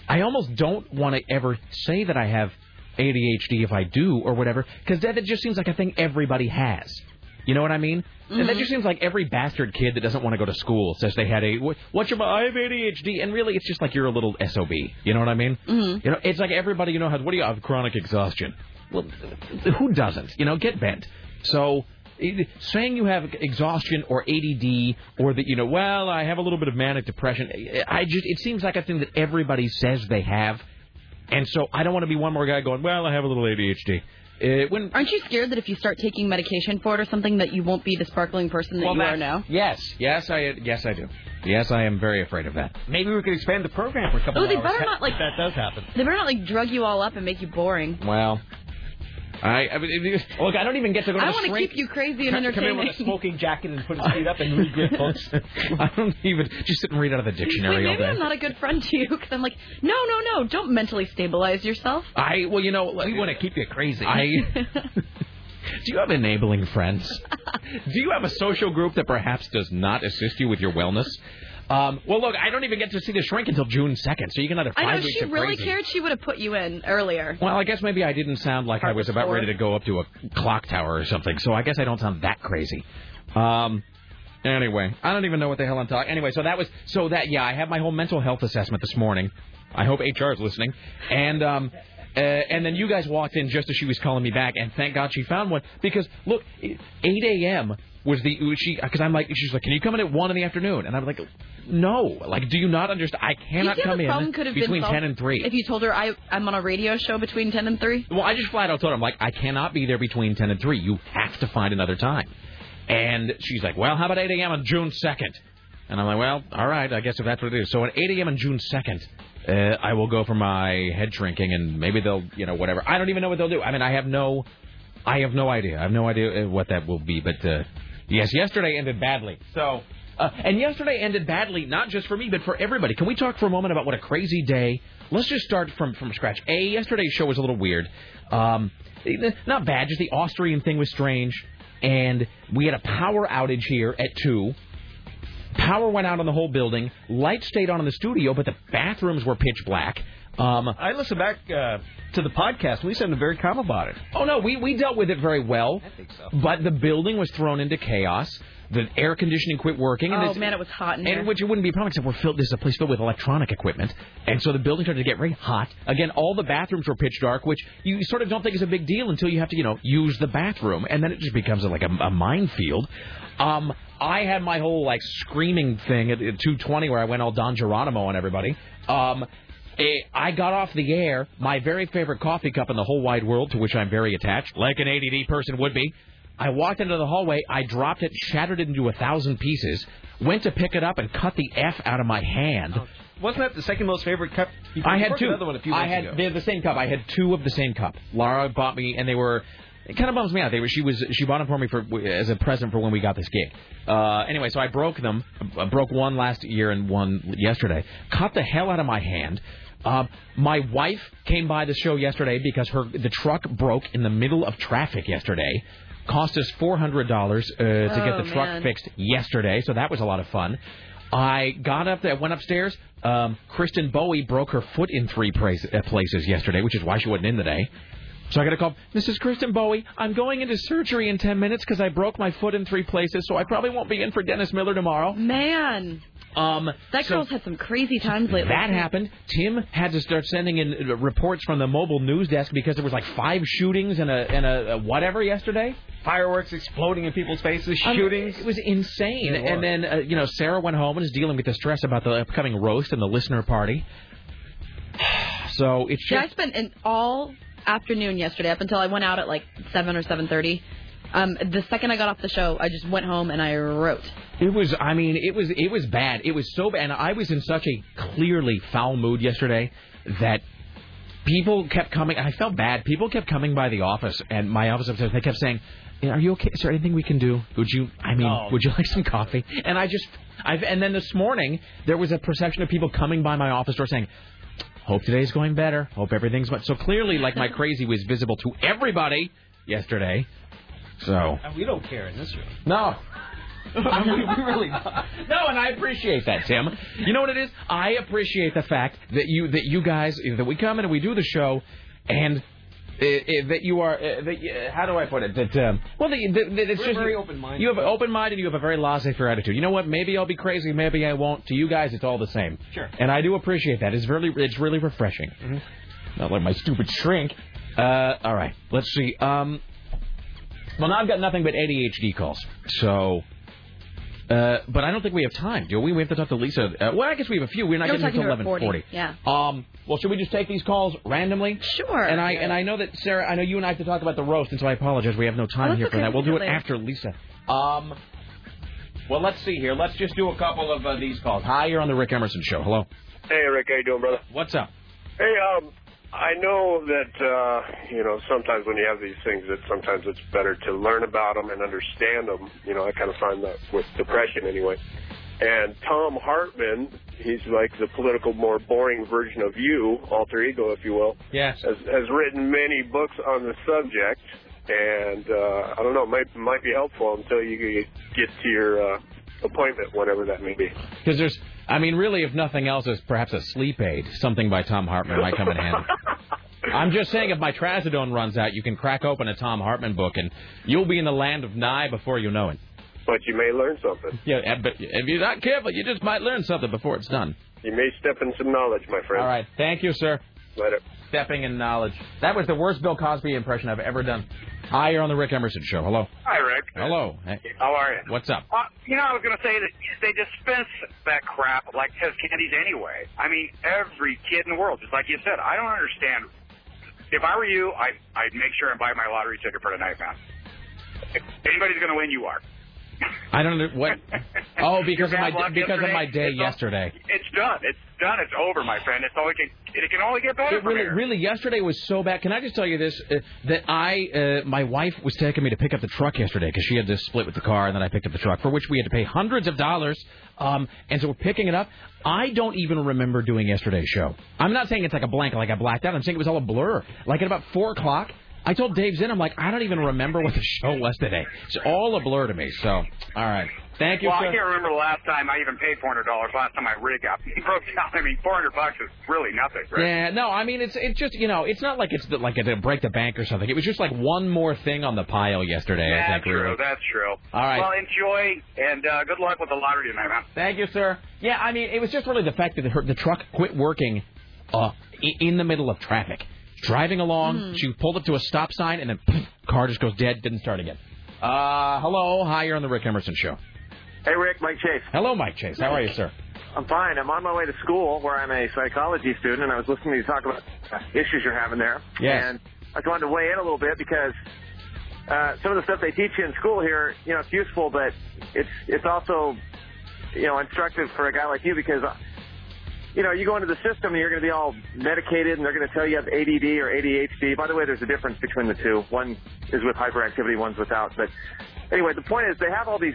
[SPEAKER 2] I almost don't want to ever say that I have ADHD if I do or whatever, because that, that just seems like a thing everybody has. You know what I mean? And that just seems like every bastard kid that doesn't want to go to school says they had a "What- what's your I have ADHD, and really it's just like you're a little sob. You know what I mean?
[SPEAKER 3] Mm-hmm.
[SPEAKER 2] You know, it's like everybody you know has what do you have chronic exhaustion? Well, who doesn't? You know, get bent. So it- saying you have exhaustion or ADD or that you know, well, I have a little bit of manic depression. I just it seems like a thing that everybody says they have, and so I don't want to be one more guy going, well, I have a little ADHD. It, when
[SPEAKER 3] Aren't you scared that if you start taking medication for it or something, that you won't be the sparkling person that
[SPEAKER 2] Well,
[SPEAKER 3] you are
[SPEAKER 2] that's-
[SPEAKER 3] now?
[SPEAKER 2] Yes, yes, I yes I do. Yes, I am very afraid of that.
[SPEAKER 4] Maybe we could expand the program for a couple
[SPEAKER 3] Ooh,
[SPEAKER 4] of
[SPEAKER 3] they
[SPEAKER 4] hours.
[SPEAKER 3] better not, like-
[SPEAKER 4] if that does happen.
[SPEAKER 3] They better not like drug you all up and make you boring.
[SPEAKER 2] Well, I, I mean, if you- look, I don't even get to go to
[SPEAKER 3] I
[SPEAKER 2] the
[SPEAKER 3] want to
[SPEAKER 2] shrink.
[SPEAKER 3] keep you crazy and entertaining.
[SPEAKER 4] smoking jacket and put his feet up and read good books.
[SPEAKER 2] I don't even just sit and read out of the
[SPEAKER 3] Wait,
[SPEAKER 2] dictionary
[SPEAKER 3] maybe
[SPEAKER 2] all
[SPEAKER 3] I'm
[SPEAKER 2] day.
[SPEAKER 3] not a good friend to you because I'm like, no, no, no, don't mentally stabilize yourself.
[SPEAKER 2] I well, you know, we want to keep you crazy. I do you have enabling friends? do you have a social group that perhaps does not assist you with your wellness? Um, well, look, I don't even get to see the shrink until June second, so you can another five
[SPEAKER 3] I know
[SPEAKER 2] weeks
[SPEAKER 3] she
[SPEAKER 2] of
[SPEAKER 3] really
[SPEAKER 2] crazy.
[SPEAKER 3] cared. She would have put you in earlier.
[SPEAKER 2] Well, I guess maybe I didn't sound like I was about
[SPEAKER 3] four.
[SPEAKER 2] ready to go up to a clock tower or something, so I guess I don't sound that crazy. Um, anyway, I don't even know what the hell I'm talking. Anyway, so that was so that yeah, I had my whole mental health assessment this morning. I hope HR is listening, and um, uh, and then you guys walked in just as she was calling me back, and thank God she found one because look, 8 a.m. was the she because I'm like she's like, can you come in at one in the afternoon? And I'm like, no, like do you not understand? I
[SPEAKER 3] Do you
[SPEAKER 2] cannot
[SPEAKER 3] think
[SPEAKER 2] come
[SPEAKER 3] the problem
[SPEAKER 2] in
[SPEAKER 3] could have
[SPEAKER 2] between
[SPEAKER 3] been solved
[SPEAKER 2] ten and three.
[SPEAKER 3] If you told her I, I'm on a radio show between 10 and 3?
[SPEAKER 2] Well, I just flat out told her, I'm like, I cannot be there between 10 and 3. You have to find another time. And she's like, well, how about 8 a.m. on June 2nd? And I'm like, well, all right, I guess if that's what it is. So at 8 a.m. on June 2nd, uh, I will go for my head shrinking and maybe they'll, you know, whatever. I don't even know what they'll do. I mean, I have no, I have no idea. I have no idea uh, what that will be. But uh, yes, yesterday ended badly. So, uh, and yesterday ended badly, not just for me, but for everybody. Can we talk for a moment about what a crazy day? Let's just start from from scratch. A yesterday's show was a little weird. Um, not bad. Just the Austrian thing was strange, and we had a power outage here at two. Power went out on the whole building. Lights stayed on in the studio, but the bathrooms were pitch black. Um,
[SPEAKER 4] I listened back uh, to the podcast. We sounded very calm about it.
[SPEAKER 2] Oh no, we we dealt with it very well. I
[SPEAKER 4] think so.
[SPEAKER 2] But the building was thrown into chaos. The air conditioning quit working. And
[SPEAKER 3] Oh,
[SPEAKER 2] this-
[SPEAKER 3] man, it was hot in here.
[SPEAKER 2] And which it wouldn't be a problem except we're filled. This is a place filled with electronic equipment, and so the building started to get very hot. Again, all the bathrooms were pitch dark, which you sort of don't think is a big deal until you have to, you know, use the bathroom, and then it just becomes like a, a minefield. Um, I had my whole like screaming thing at, at 2:20 where I went all Don Geronimo on everybody. Um, Eh, I got off the air, my very favorite coffee cup in the whole wide world, to which I'm very attached, like an ADD person would be. I walked into the hallway, I dropped it, shattered it into a thousand pieces, went to pick it up, and cut the F out of my hand.
[SPEAKER 4] Wasn't that the second most favorite cup? You
[SPEAKER 2] I had
[SPEAKER 4] worked
[SPEAKER 2] two.
[SPEAKER 4] Another one a few
[SPEAKER 2] I
[SPEAKER 4] months
[SPEAKER 2] had
[SPEAKER 4] ago.
[SPEAKER 2] they're the same cup. I had two of the same cup. Laura bought me, and they were. It kind of bums me out. They were she was she bought them for me for as a present for when we got this gig. Uh, anyway, so I broke them. I broke one last year and one yesterday. Cut the hell out of my hand. Um, my wife came by the show yesterday because her the truck broke in the middle of traffic yesterday. Cost us four hundred dollars uh, to
[SPEAKER 3] Oh,
[SPEAKER 2] get the truck
[SPEAKER 3] man.
[SPEAKER 2] fixed fixed yesterday, so that was a lot of fun. I got up there, went upstairs. Um, Kristen Bowie broke her foot in three place, uh, places yesterday, which is why she wasn't in today. So I got a call, Mrs. Kristen Bowie, I'm going into surgery in 10 minutes because I broke my foot in three places, so I probably won't be in for Dennis Miller tomorrow.
[SPEAKER 3] Man,
[SPEAKER 2] Um,
[SPEAKER 3] that
[SPEAKER 2] so-
[SPEAKER 3] girl's had some crazy times lately.
[SPEAKER 2] that happened. Tim had to start sending in uh, reports from the mobile news desk because there was like five shootings and a and a, a whatever yesterday.
[SPEAKER 4] Fireworks exploding in people's faces,
[SPEAKER 2] I mean,
[SPEAKER 4] shootings.
[SPEAKER 2] It was insane.
[SPEAKER 4] It
[SPEAKER 2] And
[SPEAKER 4] was.
[SPEAKER 2] then uh, you know Sarah went home and is dealing with the stress about the upcoming roast and the listener party. So it's
[SPEAKER 3] Yeah, I
[SPEAKER 2] just
[SPEAKER 3] spent an all afternoon yesterday up until I went out at like 7 or 7.30. Um, the second I got off the show, I just went home and I wrote.
[SPEAKER 2] it was I mean it was it was bad. It was so bad. And I was in such a clearly foul mood yesterday that people kept coming. I felt bad. People kept coming by the office and my office upstairs. They kept saying, "Are you okay? Is there anything we can do? Would you? I mean,
[SPEAKER 4] Oh.
[SPEAKER 2] would you like some coffee?" And I just I've and then this morning there was a procession of people coming by my office door saying. Hope today's going better. Hope everything's much. So clearly, like my crazy was visible to everybody, yesterday. So
[SPEAKER 4] And we don't care in this room.
[SPEAKER 2] no,
[SPEAKER 4] we, we really
[SPEAKER 2] no, and I appreciate that, Tim. You know what it is? I appreciate the fact that you that you guys that we come in and we do the show, and. Uh, uh, that you are, uh, that, uh, how do I put it? That um, well, that, that, that it's
[SPEAKER 4] We're
[SPEAKER 2] just
[SPEAKER 4] very open-minded.
[SPEAKER 2] You have an open mind and you have a very laissez-faire attitude. You know what? Maybe I'll be crazy, maybe I won't. To you guys, it's all the same.
[SPEAKER 4] Sure.
[SPEAKER 2] And I do appreciate that. It's really, it's really refreshing. Not like my stupid shrink. Uh, all right, let's see. Um, well, now I've got nothing but ADHD calls. So, uh, but I don't think we have time, do we? We have to talk to Lisa. Uh, well, I guess we have a few. We're not
[SPEAKER 3] You're
[SPEAKER 2] getting
[SPEAKER 3] talking
[SPEAKER 2] until
[SPEAKER 3] to her at
[SPEAKER 2] eleven
[SPEAKER 3] 40, yeah.
[SPEAKER 2] Um. Well, should we just take these calls randomly?
[SPEAKER 3] Sure.
[SPEAKER 2] And I and I know that Sarah. I know you and I have to talk about the roast, and so I apologize. We have no time
[SPEAKER 3] that's
[SPEAKER 2] here for
[SPEAKER 3] Oh, okay.
[SPEAKER 2] that.
[SPEAKER 3] We
[SPEAKER 2] We'll
[SPEAKER 3] can
[SPEAKER 2] do
[SPEAKER 3] do
[SPEAKER 2] it
[SPEAKER 3] it later.
[SPEAKER 2] after Lisa. Um. Well, let's see here. Let's just do a couple of uh, these calls. Hi, you're on the Rick Emerson show. Hello.
[SPEAKER 6] Hey, Rick, how you doing, brother?
[SPEAKER 2] What's up?
[SPEAKER 6] Hey, um, I know that uh, you know sometimes when you have these things, that sometimes it's better to learn about them and understand them. You know, I kind of find that with depression anyway. And Tom Hartman, he's like the political, more boring version of you, alter ego, if you will,
[SPEAKER 2] Yes.
[SPEAKER 6] has, has written many books on the subject. And uh, I don't know, might might be helpful until you get to your uh, appointment, whatever that may be.
[SPEAKER 2] Because there's, I mean, really, if nothing else, is perhaps a sleep aid. Something by Tom Hartman might come in handy. I'm just saying, if my trazodone runs out, you can crack open a Tom Hartman book, and you'll be in the land of nigh before you know it.
[SPEAKER 6] But you may learn something.
[SPEAKER 2] Yeah, eh, but if you're not careful, you just might learn something before it's done.
[SPEAKER 6] You may step in some knowledge, my friend.
[SPEAKER 2] All right, thank you, sir.
[SPEAKER 6] Later.
[SPEAKER 2] Stepping in knowledge. That was the worst Bill Cosby impression I've ever done. Hi, you're on the Rick Emerson show. Hello.
[SPEAKER 7] Hi, Rick.
[SPEAKER 2] Hello. Hey,
[SPEAKER 7] How are you?
[SPEAKER 2] what's up?
[SPEAKER 7] Uh, you know, I was going to say that they dispense that crap like test candies anyway. I mean, every kid in the world, just like you said, I don't understand. If I were you, I'd, I'd make sure and buy my lottery ticket for tonight, man. If anybody's going to win, you are.
[SPEAKER 2] I don't know what. Oh, because of
[SPEAKER 7] Your
[SPEAKER 2] my
[SPEAKER 7] bad luck
[SPEAKER 2] because of my
[SPEAKER 7] yesterday,
[SPEAKER 2] day
[SPEAKER 7] it's all-
[SPEAKER 2] yesterday.
[SPEAKER 7] It's done. It's done. It's over, my friend. It's all it can. It can only get better
[SPEAKER 2] It
[SPEAKER 7] from
[SPEAKER 2] really,
[SPEAKER 7] here.
[SPEAKER 2] really, yesterday was so bad. Can I just tell you this? Uh, that I, uh, my wife was taking me to pick up the truck yesterday because she had this split with the car, and then I picked up the truck for which we had to pay hundreds of dollars. Um, and so we're picking it up. I don't even remember doing yesterday's show. I'm not saying it's like a blank, like I blacked out. I'm saying it was all a blur. Like at about four o'clock, I told Dave Zinn, I'm like, I don't even remember what the show was today. It's all a blur to me. So, all right, thank you.
[SPEAKER 7] Well, I
[SPEAKER 2] sir.
[SPEAKER 7] can't remember the last time I even paid four hundred dollars. Last time I rigged up, broke down. I mean, four hundred bucks is really nothing, right?
[SPEAKER 2] Yeah, no, I mean it's it's just you know it's not like it's the, like a break the bank or something. It was just like one more thing on the pile yesterday. I
[SPEAKER 7] That's
[SPEAKER 2] think.
[SPEAKER 7] true.
[SPEAKER 2] really.
[SPEAKER 7] That's true.
[SPEAKER 2] All right.
[SPEAKER 7] Well, enjoy and uh, good luck with the lottery tonight, man.
[SPEAKER 2] Thank you, sir. Yeah, I mean, it was just really the fact that the, her- the truck quit working uh, i- in the middle of traffic. Driving along,
[SPEAKER 7] Hmm.
[SPEAKER 2] she pulled up to a stop sign, and then car just goes dead, didn't start again. Uh, hello, hi, you're on the Rick Emerson show.
[SPEAKER 8] Hey, Rick, Mike Chase.
[SPEAKER 2] Hello, Mike Chase. How are you, sir?
[SPEAKER 8] I'm fine. I'm on my way to school where I'm a psychology student, and I was listening to you talk about issues you're having there.
[SPEAKER 2] Yes.
[SPEAKER 8] And I just wanted to weigh in a little bit because uh, some of the stuff they teach you in school here, you know, it's useful, but it's it's also, you know, instructive for a guy like you because, uh, you know, you go into the system and you're going to be all medicated, and they're going to tell you have ADD or ADHD. By the way, there's a difference between the two. One is with hyperactivity, one's without. But anyway, the point is they have all these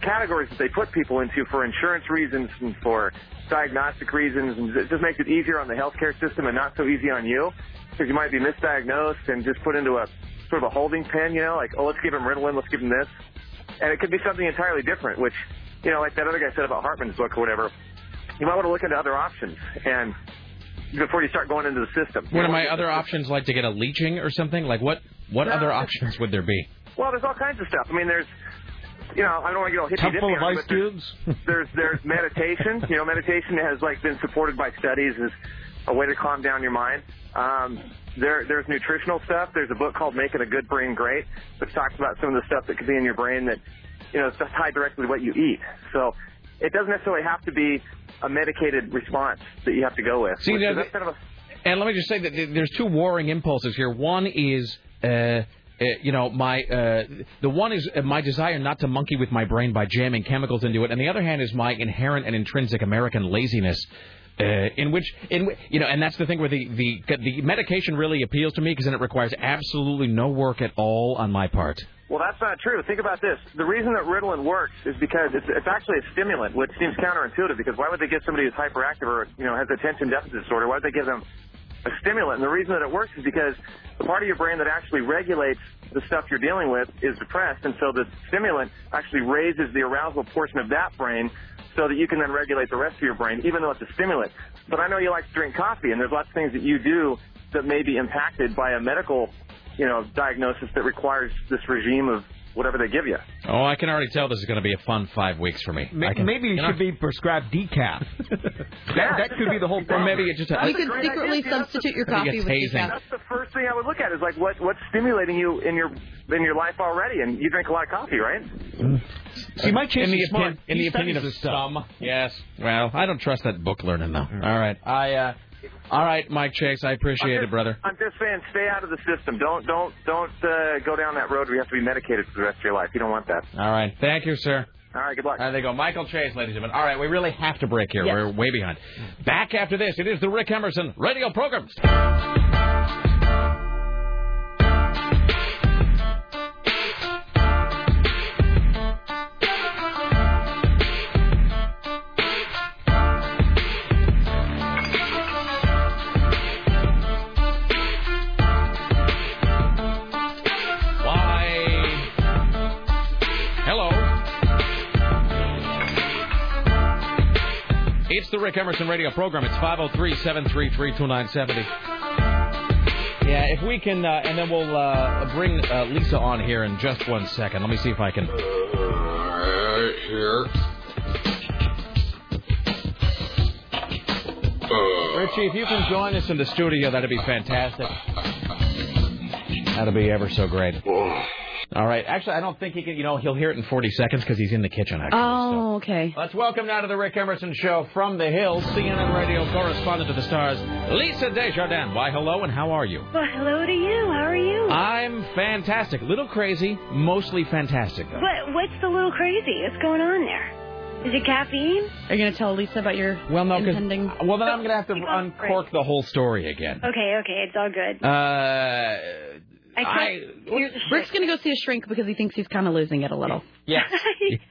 [SPEAKER 8] categories that they put people into for insurance reasons and for diagnostic reasons, and it just makes it easier on the healthcare system and not so easy on you because you might be misdiagnosed and just put into a sort of a holding pen, you know, like, oh, let's give him Ritalin, let's give him this. And it could be something entirely different, which, you know, like that other guy said about Hartman's book or whatever, you might want to look into other options and before you start going into the system.
[SPEAKER 2] What are my other options like to get a leeching or something? Like what? What
[SPEAKER 8] No.
[SPEAKER 2] other options would there be?
[SPEAKER 8] Well, there's all kinds of stuff. I mean, there's, you know, I don't want to get all hippy dippy
[SPEAKER 4] Couple of ice
[SPEAKER 8] there's,
[SPEAKER 4] cubes.
[SPEAKER 8] there's there's meditation. You know, meditation has like been supported by studies as a way to calm down your mind. Um, there there's nutritional stuff. There's a book called Making a Good Brain Great, which talks about some of the stuff that could be in your brain that, you know, it's tied directly to what you eat. So it doesn't necessarily have to be a medicated response that you have to go with.
[SPEAKER 2] See,
[SPEAKER 8] which
[SPEAKER 2] now
[SPEAKER 8] is
[SPEAKER 2] the-
[SPEAKER 8] that's kind of a
[SPEAKER 2] And let me just say that th- there's two warring impulses here. One is, uh, uh, you know, my uh, the one is uh, my desire not to monkey with my brain by jamming chemicals into it, and the other hand is my inherent and intrinsic American laziness. Uh, in which, in whi- you know, and that's the thing where the the the medication really appeals to me because then it requires absolutely no work at all on my part.
[SPEAKER 8] Well, that's not true. Think about this. The reason that Ritalin works is because it's, it's actually a stimulant, which seems counterintuitive. Because why would they give somebody who's hyperactive or you know has attention deficit disorder? Why would they give them a stimulant. And the reason that it works is because the part of your brain that actually regulates the stuff you're dealing with is depressed, and so the stimulant actually raises the arousal portion of that brain so that you can then regulate the rest of your brain, even though it's a stimulant. But I know you like to drink coffee, and there's lots of things that you do that may be impacted by a medical, you know, diagnosis that requires this regime of whatever they give you.
[SPEAKER 2] Oh, I can already tell this is going to be a fun five weeks for me. I can-
[SPEAKER 4] Maybe you should be prescribed decaf. that, that could be the whole
[SPEAKER 2] Or
[SPEAKER 4] problem.
[SPEAKER 2] maybe it just
[SPEAKER 3] You could secretly substitute your
[SPEAKER 2] I
[SPEAKER 3] coffee
[SPEAKER 2] think it's
[SPEAKER 3] with
[SPEAKER 2] hazing.
[SPEAKER 3] decaf.
[SPEAKER 8] That's the first thing I would look at is like what what's stimulating you in your in your life already, and you drink a lot of coffee, right?
[SPEAKER 4] See, Mike Chase
[SPEAKER 2] in the,
[SPEAKER 4] is smart.
[SPEAKER 2] opin- in
[SPEAKER 4] He
[SPEAKER 2] the
[SPEAKER 4] studies
[SPEAKER 2] opinion of
[SPEAKER 4] this stuff.
[SPEAKER 2] some, yes. Well, I don't trust that book learning though. All right, I. Uh, all right, Mike Chase, I appreciate it, brother.
[SPEAKER 8] I'm just saying, stay out of the system. Don't don't don't uh, go down that road where you have to be medicated for the rest of your life. You don't want that.
[SPEAKER 2] All right, thank you, sir.
[SPEAKER 8] All right, good luck.
[SPEAKER 2] All right, they go. Michael Chase, ladies and gentlemen. All right, we really have to break here.
[SPEAKER 3] Yes.
[SPEAKER 2] We're way behind. Back after this, it is the Rick Emerson Radio Program. Why? Hello. It's the Rick Emerson radio program. It's 503 733 2970. Yeah, if we can, uh, and then we'll uh, bring uh, Lisa on here in just one second. Let me see if I can. Richie, if you can join us in the studio, that'd be fantastic. That'd be ever so great. All right. Actually, I don't think he can. You know, he'll hear it in 40 seconds because he's in the kitchen. Actually. so.
[SPEAKER 3] Oh, okay.
[SPEAKER 2] Let's welcome now to the Rick Emerson Show from the Hills, CNN Radio correspondent to the stars, Lisa Desjardins. Why, hello, and how are you?
[SPEAKER 9] Well, hello to you. How are you?
[SPEAKER 2] I'm fantastic. Little crazy, mostly fantastic. Though.
[SPEAKER 9] what, what's the little crazy? What's going on there? Is it caffeine?
[SPEAKER 3] Are you gonna tell Lisa about your
[SPEAKER 2] Well, no, because
[SPEAKER 3] impending?
[SPEAKER 2] well then I'm going to have to
[SPEAKER 9] Keep on
[SPEAKER 2] uncork the whole story again.
[SPEAKER 9] Okay, okay, it's all good.
[SPEAKER 2] Uh,
[SPEAKER 9] I
[SPEAKER 2] I
[SPEAKER 9] can't hear the
[SPEAKER 3] Rick's gonna go see a shrink because he thinks he's kind of losing it a little.
[SPEAKER 2] yes,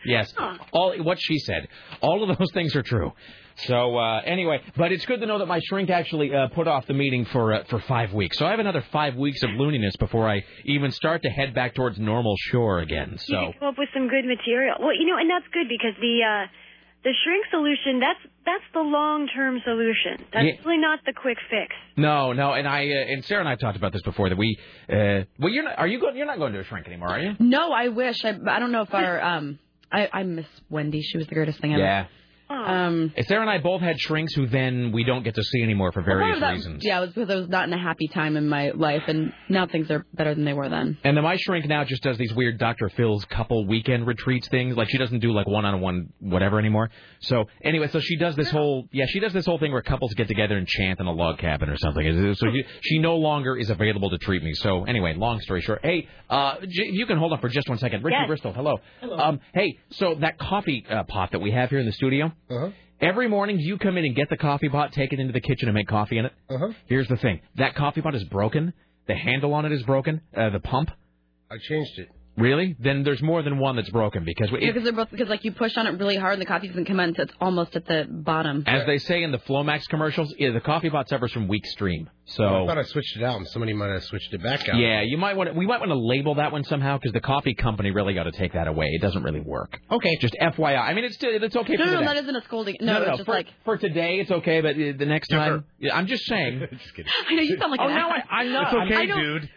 [SPEAKER 2] yes.
[SPEAKER 9] Huh.
[SPEAKER 2] All what she said. All of those things are true. So uh, anyway, but it's good to know that my shrink actually uh, put off the meeting for uh, for five weeks. So I have another five weeks of looniness before I even start to head back towards normal shore again.
[SPEAKER 9] You
[SPEAKER 2] So
[SPEAKER 9] could come up with some good material. Well, you know, and that's good because the uh, the shrink solution that's that's the long term solution. That's
[SPEAKER 2] Yeah.
[SPEAKER 9] really not the quick fix.
[SPEAKER 2] no, no, and I uh, and Sarah and I have talked about this before that we uh, well you're not are you going you're not going to a shrink anymore are you?
[SPEAKER 3] No, I wish. I, I don't know if our um, I, I miss Wendy. She was the greatest thing ever.
[SPEAKER 9] Oh.
[SPEAKER 3] Um.
[SPEAKER 2] And Sarah and I both had shrinks who then we don't get to see anymore for
[SPEAKER 3] part
[SPEAKER 2] various
[SPEAKER 3] of that-
[SPEAKER 2] reasons.
[SPEAKER 3] Yeah, it was because I was not in a happy time in my life, and now things are better than they were then.
[SPEAKER 2] And then my shrink now just does these weird Dr. Phil's couple weekend retreats things. Like she doesn't do like one on one whatever anymore. So anyway, so she does this whole yeah she does this whole thing where couples get together and chant in a log cabin or something. So you, she no longer is available to treat me. So anyway, long story short, hey, uh, J- you can hold on for just one second, Richie
[SPEAKER 9] Yes.
[SPEAKER 2] Bristol. Hello. Hello. Um, hey, so that coffee uh, pot that we have here in the studio.
[SPEAKER 10] Uh-huh.
[SPEAKER 2] Every morning you come in and get the coffee pot, take it into the kitchen and make coffee in it.
[SPEAKER 10] Uh-huh.
[SPEAKER 2] Here's the thing: that coffee pot is broken. The handle on it is broken. Uh, the pump.
[SPEAKER 10] I changed it.
[SPEAKER 2] Really? Then there's more than one that's broken because we,
[SPEAKER 3] Because they're both because like you push on it really hard and the coffee doesn't come out until it's almost at the bottom.
[SPEAKER 2] as they say in the Flomax commercials, yeah, the coffee pot suffers from weak stream.
[SPEAKER 10] I
[SPEAKER 2] So
[SPEAKER 10] thought I switched it out, and somebody might have switched it back out.
[SPEAKER 2] yeah, you might want to, we might want to label that one somehow because the coffee company really got to take that away. It doesn't really work. Okay. Just FYI. I mean, it's it's okay
[SPEAKER 3] No,
[SPEAKER 2] for
[SPEAKER 3] no,
[SPEAKER 2] the
[SPEAKER 3] no, that
[SPEAKER 2] day.
[SPEAKER 3] isn't a scolding. No,
[SPEAKER 2] no,
[SPEAKER 3] it's
[SPEAKER 2] no.
[SPEAKER 3] just
[SPEAKER 2] for,
[SPEAKER 3] like
[SPEAKER 2] for today, it's okay, but uh, the next time, Yeah, I'm just saying.
[SPEAKER 10] Just kidding.
[SPEAKER 3] I know you sound like
[SPEAKER 2] oh
[SPEAKER 3] an
[SPEAKER 2] no, I,
[SPEAKER 3] ass.
[SPEAKER 2] I'm not.
[SPEAKER 3] I
[SPEAKER 2] I'm,
[SPEAKER 3] don't-
[SPEAKER 10] dude.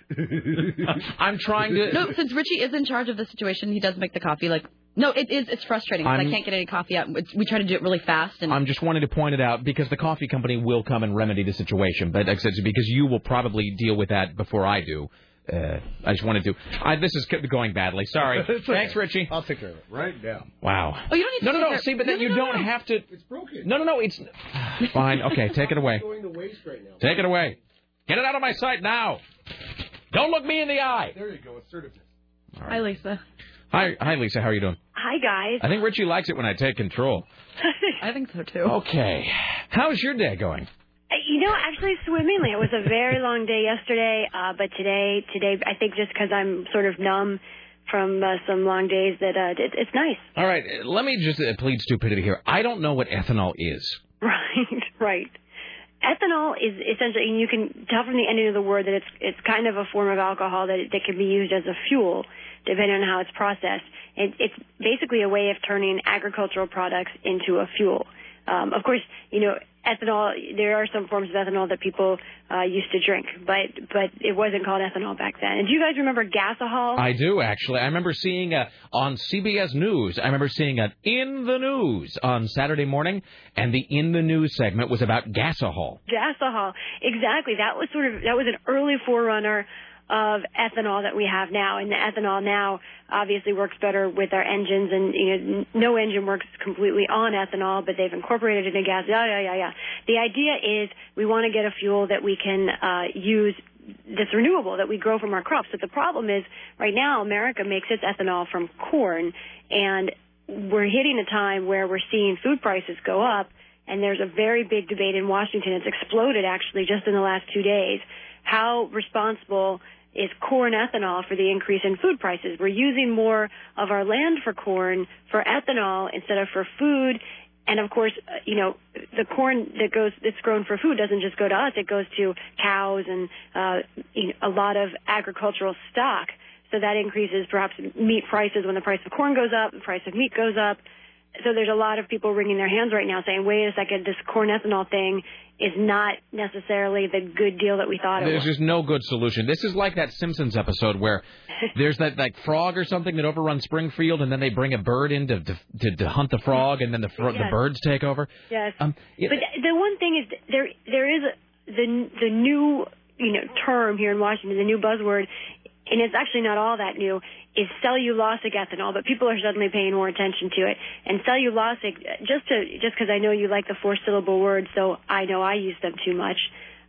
[SPEAKER 2] I'm trying to.
[SPEAKER 3] No, since Richie is in charge of the situation, he does make the coffee. Like, no, it is. It's frustrating. 'cause I
[SPEAKER 2] I'm-
[SPEAKER 3] can't get any coffee out. It's- We try to do it really fast, and
[SPEAKER 2] I'm just wanting to point it out because the coffee company will come and remedy the situation, but like I said, because you will probably deal with that before I do. Uh, I just wanted to. I, this is going badly. Sorry. Thanks, Richie.
[SPEAKER 10] I'll take care of it right now.
[SPEAKER 2] Wow.
[SPEAKER 3] Oh, you don't need to
[SPEAKER 2] No, no,
[SPEAKER 3] take
[SPEAKER 2] no.
[SPEAKER 3] care-
[SPEAKER 2] See, but
[SPEAKER 3] No,
[SPEAKER 2] then
[SPEAKER 3] no,
[SPEAKER 2] you
[SPEAKER 3] no,
[SPEAKER 2] don't
[SPEAKER 3] no.
[SPEAKER 2] have to.
[SPEAKER 10] It's broken.
[SPEAKER 2] No, no, no. It's fine. Okay, take it away.
[SPEAKER 10] It's going to waste right now.
[SPEAKER 2] Take it away. Get it out of my sight now. Don't look me in the eye.
[SPEAKER 10] There you go. Assertiveness.
[SPEAKER 3] Hi, Lisa.
[SPEAKER 2] Hi, hi, Lisa. How are you doing?
[SPEAKER 9] Hi guys.
[SPEAKER 2] I think Richie likes it when I take control.
[SPEAKER 3] I think so too.
[SPEAKER 2] Okay. How's your day going?
[SPEAKER 9] Uh, You know, actually, swimmingly. It was a very long day yesterday, uh, but today, today, I think just because I'm sort of numb from uh, some long days, that uh, it, it's nice.
[SPEAKER 2] All right. uh, Let me just uh, plead stupidity here. I don't know what ethanol is.
[SPEAKER 9] Right, right. ethanol is essentially, and you can tell from the ending of the word that it's it's kind of a form of alcohol that that can be used as a fuel, depending on how it's processed. It, it's basically a way of turning agricultural products into a fuel. Um, of course, you know ethanol. There are some forms of ethanol that people uh, used to drink, but but it wasn't called ethanol back then. And do you guys remember gasohol?
[SPEAKER 2] I do actually. I remember seeing uh, on CBS News. I remember seeing an in the news on Saturday morning, and the in the news segment was about gasohol.
[SPEAKER 9] Gasohol. Exactly. That was sort of that was an early forerunner of ethanol that we have now, and the ethanol now obviously works better with our engines, and you know n- no engine works completely on ethanol, but they've incorporated it in gas. Yeah, yeah, yeah, yeah. The idea is we want to get a fuel that we can uh, use that's renewable that we grow from our crops. But the problem is right now America makes its ethanol from corn, and we're hitting a time where we're seeing food prices go up. And there's a very big debate in Washington. It's exploded actually just in the last two days how responsible is corn ethanol for the increase in food prices? We're using more of our land for corn for ethanol instead of for food. And of course, uh, you know, the corn that goes, that's grown for food doesn't just go to us, it goes to cows and uh, you know, a lot of agricultural stock. So that increases perhaps meat prices when the price of corn goes up, the price of meat goes up. So there's a lot of people wringing their hands right now saying, wait a second, this corn ethanol thing is not necessarily the good deal that we thought it was.
[SPEAKER 2] There's just no good solution. This is like that Simpsons episode where there's that like frog or something that overruns Springfield, and then they bring a bird in to to, to, to hunt the frog, and then the fro- the
[SPEAKER 9] Yes.
[SPEAKER 2] birds take over.
[SPEAKER 9] Yes.
[SPEAKER 2] Um, yeah.
[SPEAKER 9] but th- the one thing is th- there there is the the new you know term here in Washington, the new buzzword, and it's actually not all that new. Is cellulosic ethanol, but people are suddenly paying more attention to it. And cellulosic, just to just because I know you like the four syllable words, so I know I use them too much,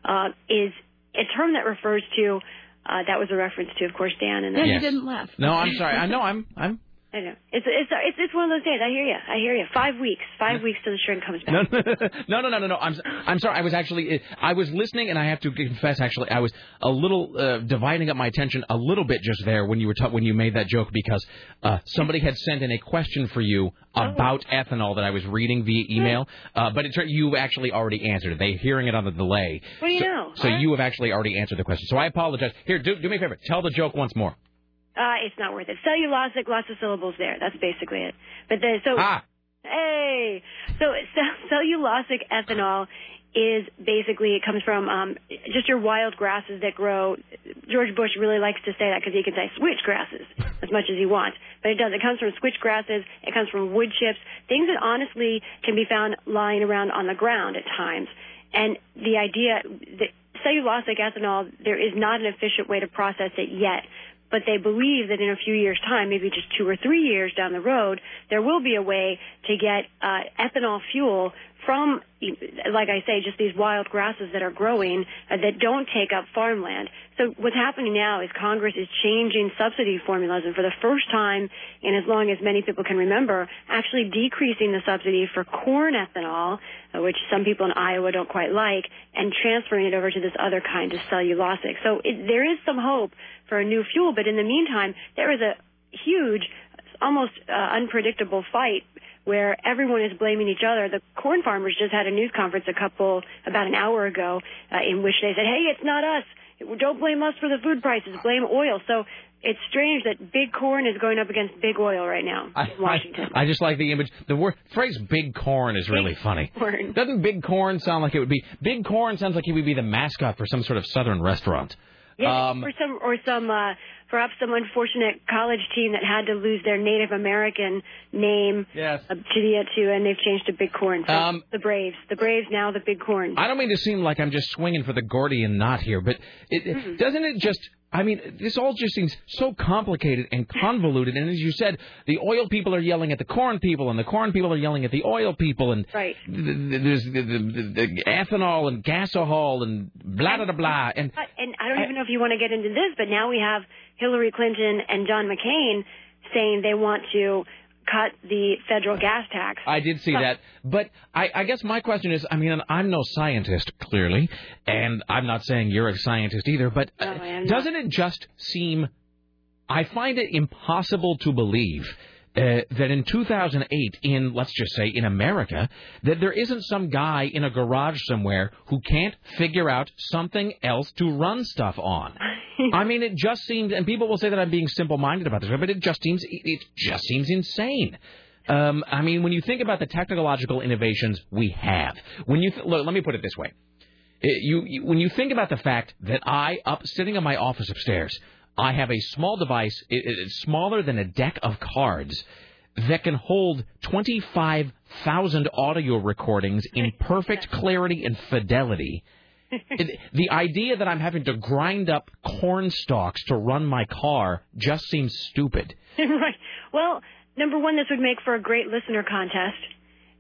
[SPEAKER 9] uh, is a term that refers to. Uh, that was a reference to, of course, Dan. And
[SPEAKER 2] Yes. No, I'm sorry. I know I'm I'm
[SPEAKER 9] I know. It's, it's it's it's one of those days. I hear you. I hear you. Five weeks. Five weeks till the string comes back.
[SPEAKER 2] No, no, no, no, no, no. I'm, s- I'm sorry. I was actually, I was listening, and I have to confess, actually, I was a little uh, dividing up my attention a little bit just there when you were ta- when you made that joke because uh, somebody had sent in a question for you
[SPEAKER 9] Oh.
[SPEAKER 2] about ethanol that I was reading via email, uh, but it turned you actually already answered it. They're hearing it on the delay.
[SPEAKER 9] What do you
[SPEAKER 2] so,
[SPEAKER 9] know?
[SPEAKER 2] So you have actually already answered the question. So I apologize. Here, do, do me a favor. Tell the joke once more.
[SPEAKER 9] Uh, it's not worth it. Cellulosic, lots of syllables there. That's basically it. But the, so,
[SPEAKER 2] Ah.
[SPEAKER 9] hey, so ce- cellulosic ethanol is basically it comes from um, just your wild grasses that grow. George Bush really likes to say that because he can say switch grasses as much as he wants, but it does. It comes from switch grasses. It comes from wood chips, things that honestly can be found lying around on the ground at times. And the idea that cellulosic ethanol, there is not an efficient way to process it yet. But they believe that in a few years' time, maybe just two or three years down the road, there will be a way to get uh, ethanol fuel from, like I say, just these wild grasses that are growing uh, that don't take up farmland. So what's happening now is Congress is changing subsidy formulas, and for the first time in as long as many people can remember, actually decreasing the subsidy for corn ethanol, uh, which some people in Iowa don't quite like, and transferring it over to this other kind of cellulosic. So it, there is some hope for a new fuel, but in the meantime, there is a huge, almost uh, unpredictable fight where everyone is blaming each other. The corn farmers just had a news conference a couple about an hour ago uh, in which they said, "Hey, it's not us. Don't blame us for the food prices. Blame oil." So it's strange that big corn is going up against big oil right now
[SPEAKER 2] I,
[SPEAKER 9] in Washington.
[SPEAKER 2] I, I just like the image. The word phrase "big corn" is really funny.
[SPEAKER 9] corn.
[SPEAKER 2] Doesn't "big corn" sound like it would be? Big corn sounds like he would be the mascot for some sort of southern restaurant.
[SPEAKER 9] Yeah,
[SPEAKER 2] Um,
[SPEAKER 9] or some, or some, uh, perhaps some unfortunate college team that had to lose their Native American name
[SPEAKER 2] Yes.
[SPEAKER 9] uh, to the to, and they've changed to Big Corn. So
[SPEAKER 2] Um,
[SPEAKER 9] the Braves, the Braves now the Big Corn.
[SPEAKER 2] I don't mean to seem like I'm just swinging for the Gordian knot here, but it, it-
[SPEAKER 9] Mm-hmm.
[SPEAKER 2] doesn't it just? I mean, this all just seems so complicated and convoluted. And as you said, the oil people are yelling at the corn people, and the corn people are yelling at the oil people, and
[SPEAKER 9] Right.
[SPEAKER 2] th- th- there's the, the, the, the ethanol and gasohol and blah blah blah. blah. And
[SPEAKER 9] But- and I don't
[SPEAKER 2] I-
[SPEAKER 9] even know if you want to get into this, but now we have Hillary Clinton and John McCain saying they want to cut the federal gas tax.
[SPEAKER 2] I did see that. But I, I guess my question is I mean, and I'm no scientist, clearly, and I'm not saying you're a scientist either, but uh,
[SPEAKER 9] I am not.
[SPEAKER 2] doesn't it just seem. I find it impossible to believe uh, that in 2008, in let's just say in America, that there isn't some guy in a garage somewhere who can't figure out something else to run stuff on. I mean, it just seems, and people will say that I'm being simple-minded about this, but it just seems it just seems insane. Um, I mean, when you think about the technological innovations we have, when you th- look, let me put it this way: it- you, you when you think about the fact that I up sitting in my office upstairs, I have a small device. It, it- it's smaller than a deck of cards that can hold 25,000 audio recordings in perfect clarity and fidelity. It- the idea that I'm having to grind up corn stalks to run my car just seems stupid.
[SPEAKER 9] right. Well, number one, this would make for a great listener contest.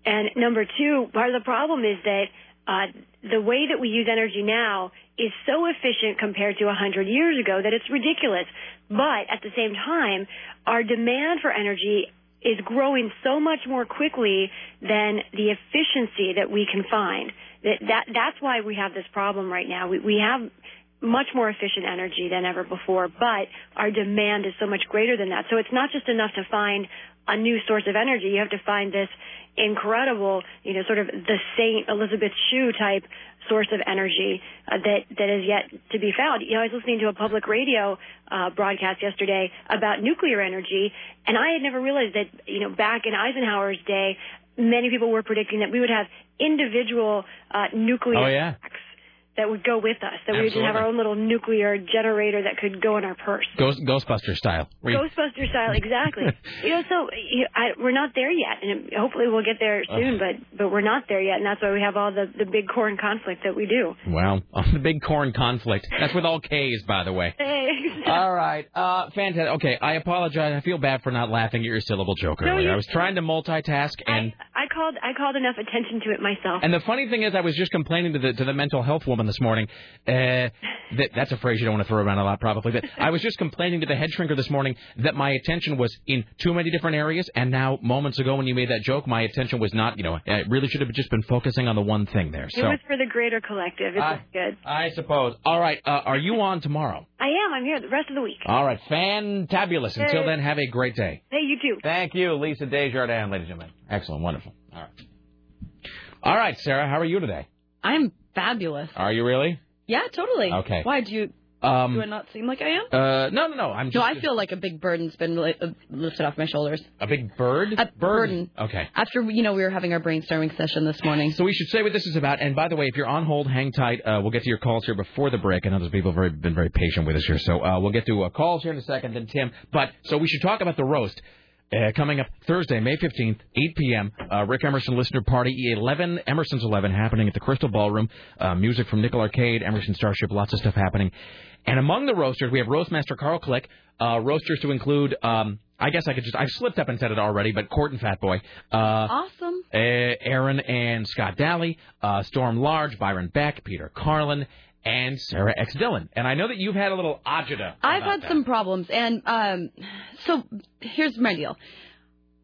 [SPEAKER 9] And number two, part of the problem is that uh, the way that we use energy now is so efficient compared to 100 years ago that it's ridiculous. But at the same time, our demand for energy is growing so much more quickly than the efficiency that we can find. That, that that's why we have this problem right now. We we have much more efficient energy than ever before, but our demand is so much greater than that. So it's not just enough to find a new source of energy. You have to find this incredible, you know, sort of the Saint Elizabeth shoe type source of energy uh, that that is yet to be found. You know, I was listening to a public radio uh, broadcast yesterday about nuclear energy, and I had never realized that you know back in Eisenhower's day, many people were predicting that we would have individual uh, nuclear
[SPEAKER 2] Oh, yeah.
[SPEAKER 9] packs that would go with us. That we would just have
[SPEAKER 2] Absolutely.
[SPEAKER 9] our own little nuclear generator that could go in our purse.
[SPEAKER 2] Ghost, Ghostbuster style. Where you-
[SPEAKER 9] Ghostbuster style, exactly. you know, so you, I, we're not there yet, and hopefully we'll get there soon. But but we're not there yet, and that's why we have all the the big corn conflict that we do.
[SPEAKER 2] Wow. the big corn conflict. That's with all K's, by the way. All right. Uh, fantastic. Okay, I apologize. I feel bad for not laughing at your syllable joke
[SPEAKER 9] No,
[SPEAKER 2] earlier.
[SPEAKER 9] you-
[SPEAKER 2] I was trying to multitask, and
[SPEAKER 9] I called I called enough attention to it myself.
[SPEAKER 2] and the funny thing is, I was just complaining to the to the mental health woman this morning. Uh, that that's a phrase you don't want to throw around a lot, probably. But I was just complaining to the head shrinker this morning that my attention was in too many different areas, and now moments ago when you made that joke, my attention was not. You know, I really should have just been focusing on the one thing there.
[SPEAKER 9] it
[SPEAKER 2] So
[SPEAKER 9] was for the greater collective. It was good.
[SPEAKER 2] I suppose. All right. Uh, are you on tomorrow?
[SPEAKER 9] I am. I'm here the rest of the week.
[SPEAKER 2] All right, fantabulous. Until
[SPEAKER 9] Hey.
[SPEAKER 2] then, have a great day.
[SPEAKER 9] Hey, you too.
[SPEAKER 2] Thank you, Lisa Desjardins, ladies and gentlemen. Excellent, wonderful. All right. All right, Sarah, how are you today?
[SPEAKER 3] I'm fabulous.
[SPEAKER 2] Are you really?
[SPEAKER 3] Yeah, totally.
[SPEAKER 2] Okay.
[SPEAKER 3] Why do you do I
[SPEAKER 2] Um,
[SPEAKER 3] not seem like I am?
[SPEAKER 2] uh, no, no, no. I'm just
[SPEAKER 3] no, I feel like a big burden's been li- uh, lifted off my shoulders.
[SPEAKER 2] a big bird.
[SPEAKER 3] A burden.
[SPEAKER 2] Okay.
[SPEAKER 3] After you know we were having our brainstorming session this morning.
[SPEAKER 2] So we should say what this is about. And by the way, if you're on hold, hang tight. Uh, we'll get to your calls here before the break. I know those people have very, been very patient with us here, so uh, we'll get to uh, calls here in a second. Then Tim. But so we should talk about the roast. Uh, coming up Thursday, May 15th, 8 p.m., uh, Rick Emerson Listener Party, 11, Emerson's 11, happening at the Crystal Ballroom. Uh, music from Nickel Arcade, Emerson Starship, lots of stuff happening. And among the roasters, we have Roastmaster Carl Click, uh, roasters to include, um, I guess I could just, I've slipped up and said it already, but Court and Fatboy. Uh,
[SPEAKER 3] awesome.
[SPEAKER 2] uh, Aaron and Scott Daly, uh, Storm Large, Byron Beck, Peter Carlin, and Sarah X. Dillon. And I know that you've had a little agita.
[SPEAKER 3] I've
[SPEAKER 2] about
[SPEAKER 3] had
[SPEAKER 2] that.
[SPEAKER 3] some problems, and um, so here's my deal.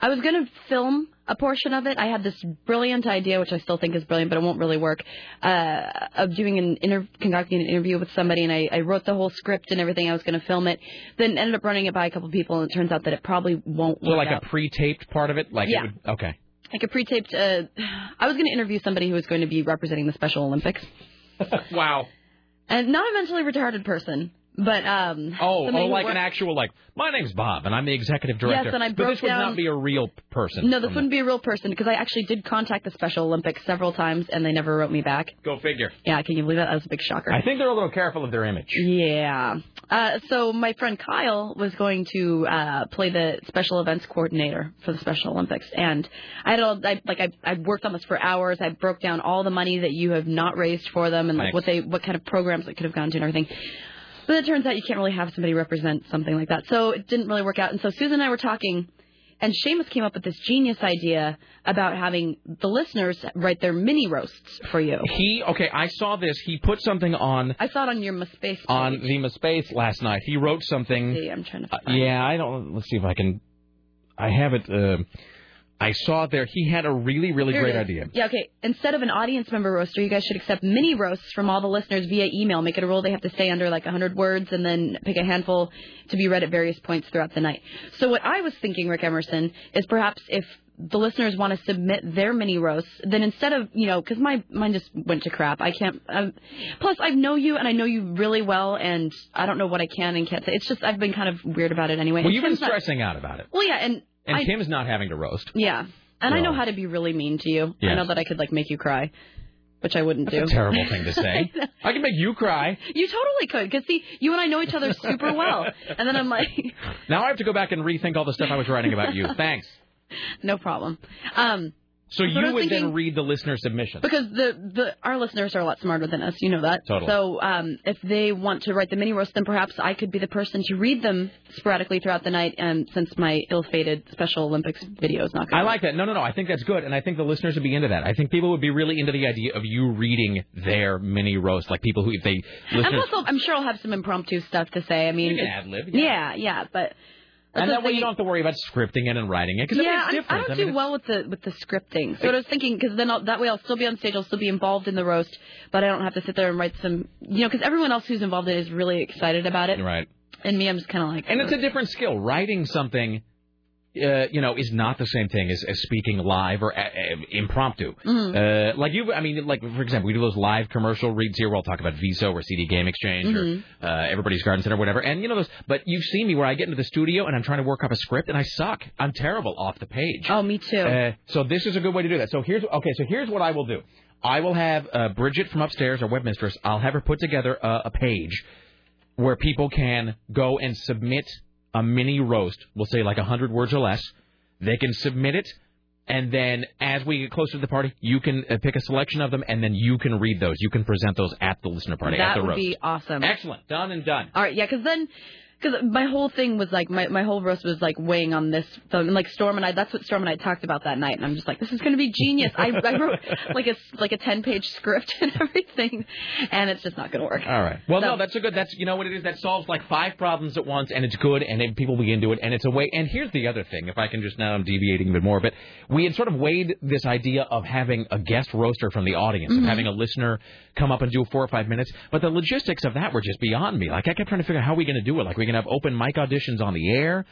[SPEAKER 3] I was going to film a portion of it. I had this brilliant idea, which I still think is brilliant, but it won't really work, uh, of doing an inter- conducting an interview with somebody, and I, I wrote the whole script and everything. I was going to film it, then ended up running it by a couple people, and it turns out that it probably won't
[SPEAKER 2] So
[SPEAKER 3] work
[SPEAKER 2] like
[SPEAKER 3] out.
[SPEAKER 2] a pre-taped part of it, like it
[SPEAKER 3] Yeah.
[SPEAKER 2] would- okay.
[SPEAKER 3] like a pre-taped. Uh, I was going to interview somebody who was going to be representing the Special Olympics,
[SPEAKER 2] wow.
[SPEAKER 3] and not a mentally retarded person, but um.
[SPEAKER 2] Oh,
[SPEAKER 3] somebody
[SPEAKER 2] oh,
[SPEAKER 3] who
[SPEAKER 2] like an
[SPEAKER 3] worked-
[SPEAKER 2] actual like. My name's Bob, and I'm the executive director.
[SPEAKER 3] Yes, and I
[SPEAKER 2] but this
[SPEAKER 3] broke
[SPEAKER 2] would not
[SPEAKER 3] down-
[SPEAKER 2] be a real person.
[SPEAKER 3] No, this
[SPEAKER 2] from the-
[SPEAKER 3] wouldn't be a real person because I actually did contact the Special Olympics several times and they never wrote me back.
[SPEAKER 2] Go figure.
[SPEAKER 3] Yeah, can you believe that? That was a big shocker.
[SPEAKER 2] I think they're a little careful of their image.
[SPEAKER 3] Yeah. Uh, so my friend Kyle was going to uh, play the special events coordinator for the Special Olympics, and I had all I, like I I worked on this for hours. I broke down all the money that you have not raised for them, and like what they what kind of programs it could have gone to and everything. But it turns out you can't really have somebody represent something like that, so it didn't really work out. And so Susan and I were talking. And Seamus came up with this genius idea about having the listeners write their mini roasts for you.
[SPEAKER 2] He okay. I saw this. He put something on
[SPEAKER 3] I saw it on your MySpace.
[SPEAKER 2] on Vima Space last night. He wrote something.
[SPEAKER 3] See, I'm trying to.
[SPEAKER 2] Uh, yeah, I don't. Let's see if I can. I have it. Uh, I saw it there. He had a really, really
[SPEAKER 3] Here it
[SPEAKER 2] great
[SPEAKER 3] is.
[SPEAKER 2] idea.
[SPEAKER 3] Yeah, okay. Instead of an audience member roaster, you guys should accept mini roasts from all the listeners via email. Make it a rule they have to stay under like 100 words and then pick a handful to be read at various points throughout the night. So, what I was thinking, Rick Emerson, is perhaps if the listeners want to submit their mini roasts, then instead of, you know, because my mine just went to crap. I can't. Um, plus, I know you and I know you really well, and I don't know what I can and can't say. It's just I've been kind of weird about it anyway.
[SPEAKER 2] Well,
[SPEAKER 3] And
[SPEAKER 2] you've been
[SPEAKER 3] Tim's not-
[SPEAKER 2] stressing out about it.
[SPEAKER 3] Well, yeah, and
[SPEAKER 2] And
[SPEAKER 3] I,
[SPEAKER 2] Tim's not having to roast.
[SPEAKER 3] yeah. And I
[SPEAKER 2] No.
[SPEAKER 3] know how to be really mean to you. I
[SPEAKER 2] Yes.
[SPEAKER 3] know that I could like make you cry, which I wouldn't
[SPEAKER 2] That's a
[SPEAKER 3] do.
[SPEAKER 2] terrible thing to say. I can make you cry.
[SPEAKER 3] you totally could, because see, you and I know each other super well. And then I'm like,
[SPEAKER 2] Now I have to go back and rethink all the stuff I was writing about you. Thanks.
[SPEAKER 3] no problem. Um,
[SPEAKER 2] So
[SPEAKER 3] That's what I
[SPEAKER 2] you
[SPEAKER 3] was
[SPEAKER 2] would then
[SPEAKER 3] thinking.
[SPEAKER 2] read the listener submission.
[SPEAKER 3] because the the our listeners are a lot smarter than us, you know that.
[SPEAKER 2] Totally.
[SPEAKER 3] So um, if they want to write the mini roast, then perhaps I could be the person to read them sporadically throughout the night. And since my ill-fated Special Olympics video is not
[SPEAKER 2] I
[SPEAKER 3] going,
[SPEAKER 2] like that. No, no, no. I think that's good, and I think the listeners would be into that. I think people would be really into the idea of you reading their mini roast, like people who if they
[SPEAKER 3] and
[SPEAKER 2] listeners.
[SPEAKER 3] plus, I'll- I'm sure I'll have some impromptu stuff to say. I mean,
[SPEAKER 2] You can
[SPEAKER 3] it's-
[SPEAKER 2] ad-lib,
[SPEAKER 3] Yeah, yeah, but. that's
[SPEAKER 2] And
[SPEAKER 3] the
[SPEAKER 2] that way you
[SPEAKER 3] thing.
[SPEAKER 2] don't have to worry about scripting it and writing it because
[SPEAKER 3] yeah,
[SPEAKER 2] it's
[SPEAKER 3] I'm-
[SPEAKER 2] different.
[SPEAKER 3] I don't
[SPEAKER 2] I
[SPEAKER 3] do
[SPEAKER 2] mean,
[SPEAKER 3] well with the with the scripting. So what I was thinking, because then I'll, that way I'll still be on stage, I'll still be involved in the roast, but I don't have to sit there and write some, you know, because everyone else who's involved in it is really excited about it,
[SPEAKER 2] Right.
[SPEAKER 3] and me, I'm just kind of like,
[SPEAKER 2] And it's a different skill. Writing something, uh, you know, is not the same thing as, as speaking live or uh, uh, impromptu.
[SPEAKER 3] Mm-hmm.
[SPEAKER 2] Uh, like you, I mean, like for example, we do those live commercial reads here. where I'll talk about Viso or CD Game Exchange
[SPEAKER 11] Mhm.
[SPEAKER 3] Mm-hmm.
[SPEAKER 2] or uh, Everybody's Garden Center, whatever. And you know those. But you've seen me where I get into the studio and I'm trying to work up a script and I suck. I'm terrible off the page.
[SPEAKER 3] Oh, me too.
[SPEAKER 2] Uh, so this is a good way to do that. So here's okay. So here's what I will do. I will have uh, Bridget from upstairs, our webmistress. I'll have her put together uh, a page where people can go and submit a mini roast. We'll say like 100 words or less. They can submit it, and then as we get closer to the party, you can uh, pick a selection of them, and then you can read those. You can present those at the listener party, at
[SPEAKER 3] that
[SPEAKER 2] the
[SPEAKER 3] would
[SPEAKER 2] roast.
[SPEAKER 3] be awesome.
[SPEAKER 2] Excellent, done and done.
[SPEAKER 3] All right, yeah, because then. Because my whole thing was like my, my whole roast was like weighing on this film, and like Storm and I. That's what Storm and I talked about that night, and I'm just like, this is going to be genius. I, I wrote like a like a ten page script and everything, and it's just not going to work.
[SPEAKER 2] All right. Well,
[SPEAKER 3] So-
[SPEAKER 2] no, that's a good. That's you know what it is. That solves like five problems at once, and it's good, and then people begin to it, and it's a way. And here's the other thing. If I can just now, I'm deviating a bit more, but we had sort of weighed this idea of having a guest roaster from the audience,
[SPEAKER 11] Mhm.
[SPEAKER 2] of having a listener come up and do four or five minutes. But the logistics of that were just beyond me. Like I kept trying to figure out how are we going to do it. Like we can have open mic auditions on the air.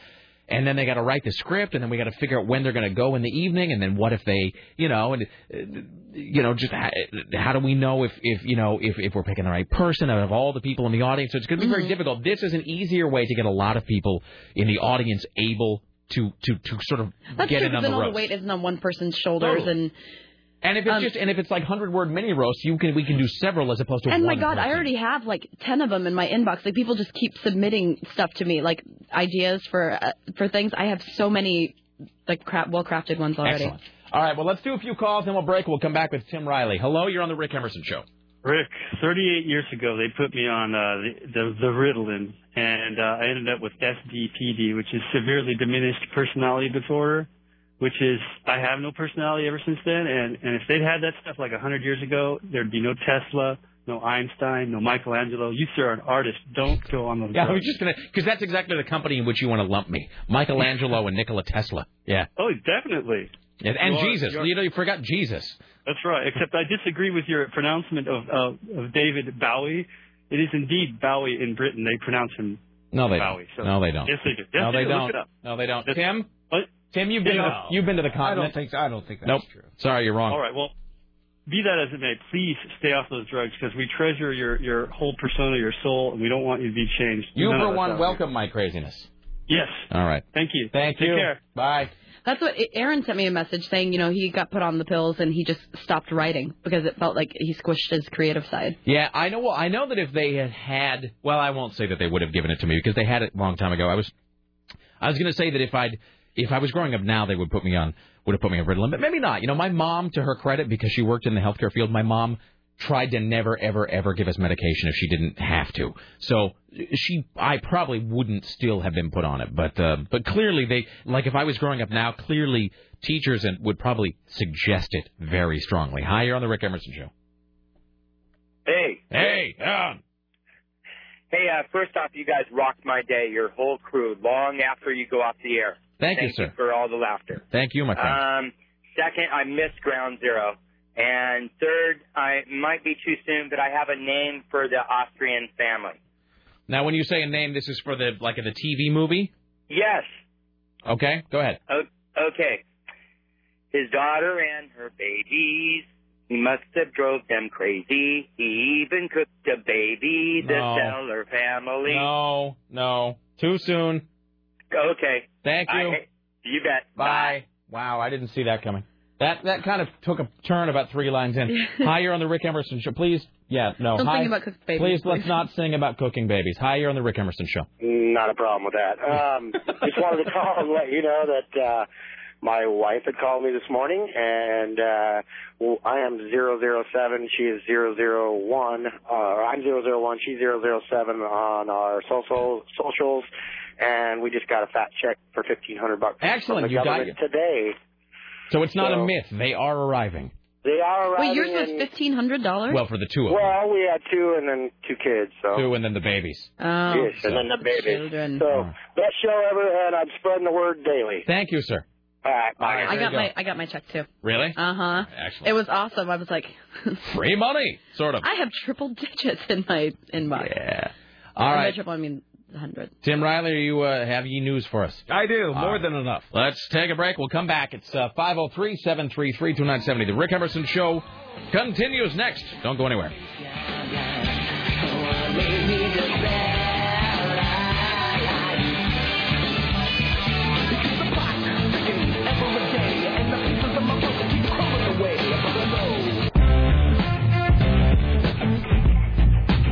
[SPEAKER 2] And then they got to write the script, and then we got to figure out when they're going to go in the evening, and then what if they, you know, and uh, you know, just how, how do we know if, if you know if, if we're picking the right person out of all the people in the audience? So it's going to be
[SPEAKER 3] Mm-hmm.
[SPEAKER 2] very difficult. This is an easier way to get a lot of people in the audience able to to to sort of
[SPEAKER 3] That's
[SPEAKER 2] get
[SPEAKER 3] true,
[SPEAKER 2] in on
[SPEAKER 3] because
[SPEAKER 2] the
[SPEAKER 3] then all
[SPEAKER 2] roast.
[SPEAKER 3] the weight isn't on one person's shoulders,
[SPEAKER 2] Totally.
[SPEAKER 3] and
[SPEAKER 2] and if it's
[SPEAKER 3] um,
[SPEAKER 2] just and if it's like hundred word mini roasts, you can we can do several as opposed to
[SPEAKER 3] and my
[SPEAKER 2] one.
[SPEAKER 3] God, I already have like ten of them in my inbox. Like people just keep submitting stuff to me, like ideas for uh, for things. I have so many like crap, well crafted ones already.
[SPEAKER 2] Excellent. All right, well let's do a few calls, then we'll break. We'll come back with Tim Riley. Hello, you're on the Rick Emerson Show.
[SPEAKER 12] Rick, 38 years ago, they put me on uh, the, the the Ritalin, and uh, I ended up with SDPD, which is severely diminished personality disorder. Which is, I have no personality ever since then. And and if they'd had that stuff like 100 years ago, there'd be no Tesla, no Einstein, no Michelangelo. You sir are an artist. Don't go on those.
[SPEAKER 2] Yeah, I was
[SPEAKER 12] drugs.
[SPEAKER 2] just gonna because that's exactly the company in which you want to lump me, Michelangelo and Nikola Tesla. Yeah,
[SPEAKER 12] Oh, definitely.
[SPEAKER 2] and, and
[SPEAKER 12] You are-
[SPEAKER 2] Jesus.
[SPEAKER 12] you are-
[SPEAKER 2] You know, you forgot Jesus.
[SPEAKER 12] That's right. Except I disagree with your pronouncement of uh, of David Bowie. It is indeed Bowie in Britain. They pronounce him
[SPEAKER 2] No, they
[SPEAKER 12] Bowie.
[SPEAKER 2] don't. No, they don't.
[SPEAKER 12] Yes, they do. Yes,
[SPEAKER 2] No, they
[SPEAKER 12] do.
[SPEAKER 2] don't.
[SPEAKER 12] Look it up.
[SPEAKER 2] No, they don't. Tim,
[SPEAKER 12] What?
[SPEAKER 2] Tim, you've been to the, you've been to the continent.
[SPEAKER 12] so. I don't think
[SPEAKER 2] nope. Sorry, you're wrong.
[SPEAKER 12] All right. Well, be that as it may, please stay off those drugs because we treasure your your whole persona, your soul, and we don't want you to be changed.
[SPEAKER 2] You
[SPEAKER 12] None of
[SPEAKER 2] for
[SPEAKER 12] us out
[SPEAKER 2] one,
[SPEAKER 12] here.
[SPEAKER 2] welcome my craziness.
[SPEAKER 12] Yes.
[SPEAKER 2] All right.
[SPEAKER 12] Thank you.
[SPEAKER 2] Thank
[SPEAKER 12] Take
[SPEAKER 2] you.
[SPEAKER 12] care.
[SPEAKER 2] Bye.
[SPEAKER 3] That's what Aaron sent me a message saying. You know, he got put on the pills and he just stopped writing because it felt like he squished his creative side.
[SPEAKER 2] Yeah, I know. Well, I know that if they had had, well, I won't say that they would have given it to me because they had it a long time ago. I was, I was going to say that if I'd, if I was growing up now, they would put me on, would have put me on Ritalin, but maybe not. You know, my mom, to her credit, because she worked in the healthcare field, my mom tried to never, ever, ever give us medication if she didn't have to. So she, I probably wouldn't still have been put on it, but, uh, but clearly they, like if I was growing up now, clearly teachers and would probably suggest it very strongly. Hi, you're on the Rick Emerson show.
[SPEAKER 13] Hey.
[SPEAKER 2] Hey, Alan.
[SPEAKER 13] Hey, uh, first off, you guys rocked my day, your whole crew, long after you go off the air.
[SPEAKER 2] Thank you, sir.
[SPEAKER 7] for all the laughter.
[SPEAKER 2] Thank you, my friend.
[SPEAKER 14] Uh,
[SPEAKER 7] Um, second, I missed Ground Zero. And third, I it might be too soon, but I have a name for the Austrian family.
[SPEAKER 2] now, when you say a name, this is for the like the TV movie.
[SPEAKER 7] Yes.
[SPEAKER 2] Okay, go ahead.
[SPEAKER 7] O- okay. His daughter and her babies. He must have drove them crazy. He even cooked a baby. The
[SPEAKER 2] No.
[SPEAKER 7] Seller family.
[SPEAKER 2] No, no, too soon.
[SPEAKER 7] Okay.
[SPEAKER 2] Thank
[SPEAKER 7] I-
[SPEAKER 2] you.
[SPEAKER 7] you bet.
[SPEAKER 2] Bye. Wow, I didn't see that coming. That that kind of took a turn about three lines in. Hi, you're on the Rick Emerson show. Please, yeah, no.
[SPEAKER 14] Don't
[SPEAKER 2] hi,
[SPEAKER 14] sing about cooked babies,
[SPEAKER 2] Please, let's
[SPEAKER 14] please.
[SPEAKER 2] not sing about cooking babies. Hi, you're on the Rick Emerson show.
[SPEAKER 14] Not a problem with that. Um, just wanted to call and let you know that uh, my wife had called me this morning, and uh, well, I am zero zero seven. She is zero zero one. Uh, I'm zero zero one. She's zero zero seven on our social socials, and we just got a fat check for fifteen hundred bucks.
[SPEAKER 2] Excellent,
[SPEAKER 14] from the
[SPEAKER 2] you got
[SPEAKER 14] government
[SPEAKER 2] it.
[SPEAKER 14] today.
[SPEAKER 2] So it's not a
[SPEAKER 14] So-
[SPEAKER 2] myth. They are arriving.
[SPEAKER 14] They are
[SPEAKER 3] Wait, yours
[SPEAKER 14] arriving
[SPEAKER 3] was
[SPEAKER 14] in-
[SPEAKER 3] fifteen hundred dollars.
[SPEAKER 2] Well, for the two of them,
[SPEAKER 14] Well, we had two, and then two kids. So
[SPEAKER 2] two and then the babies.
[SPEAKER 3] Oh,
[SPEAKER 14] yes, and then the baby. So best show ever, and I'm spreading the word daily.
[SPEAKER 2] Thank you, sir.
[SPEAKER 14] All right, bye.
[SPEAKER 3] I got my I got my check too.
[SPEAKER 2] Really?
[SPEAKER 3] Uh huh.
[SPEAKER 2] Excellent.
[SPEAKER 3] It was awesome. I was like,
[SPEAKER 2] Free money, sort of.
[SPEAKER 3] I have triple digits in my inbox.
[SPEAKER 2] Yeah. All
[SPEAKER 3] By
[SPEAKER 2] right.
[SPEAKER 3] triple, I mean hundred.
[SPEAKER 2] Tim Riley, are you uh, have ye news for us?
[SPEAKER 4] I do,
[SPEAKER 2] more
[SPEAKER 4] than enough.
[SPEAKER 2] Let's take a break. We'll come back. It's uh, 503 733 2970. The Rick Emerson Show continues next. Don't go anywhere.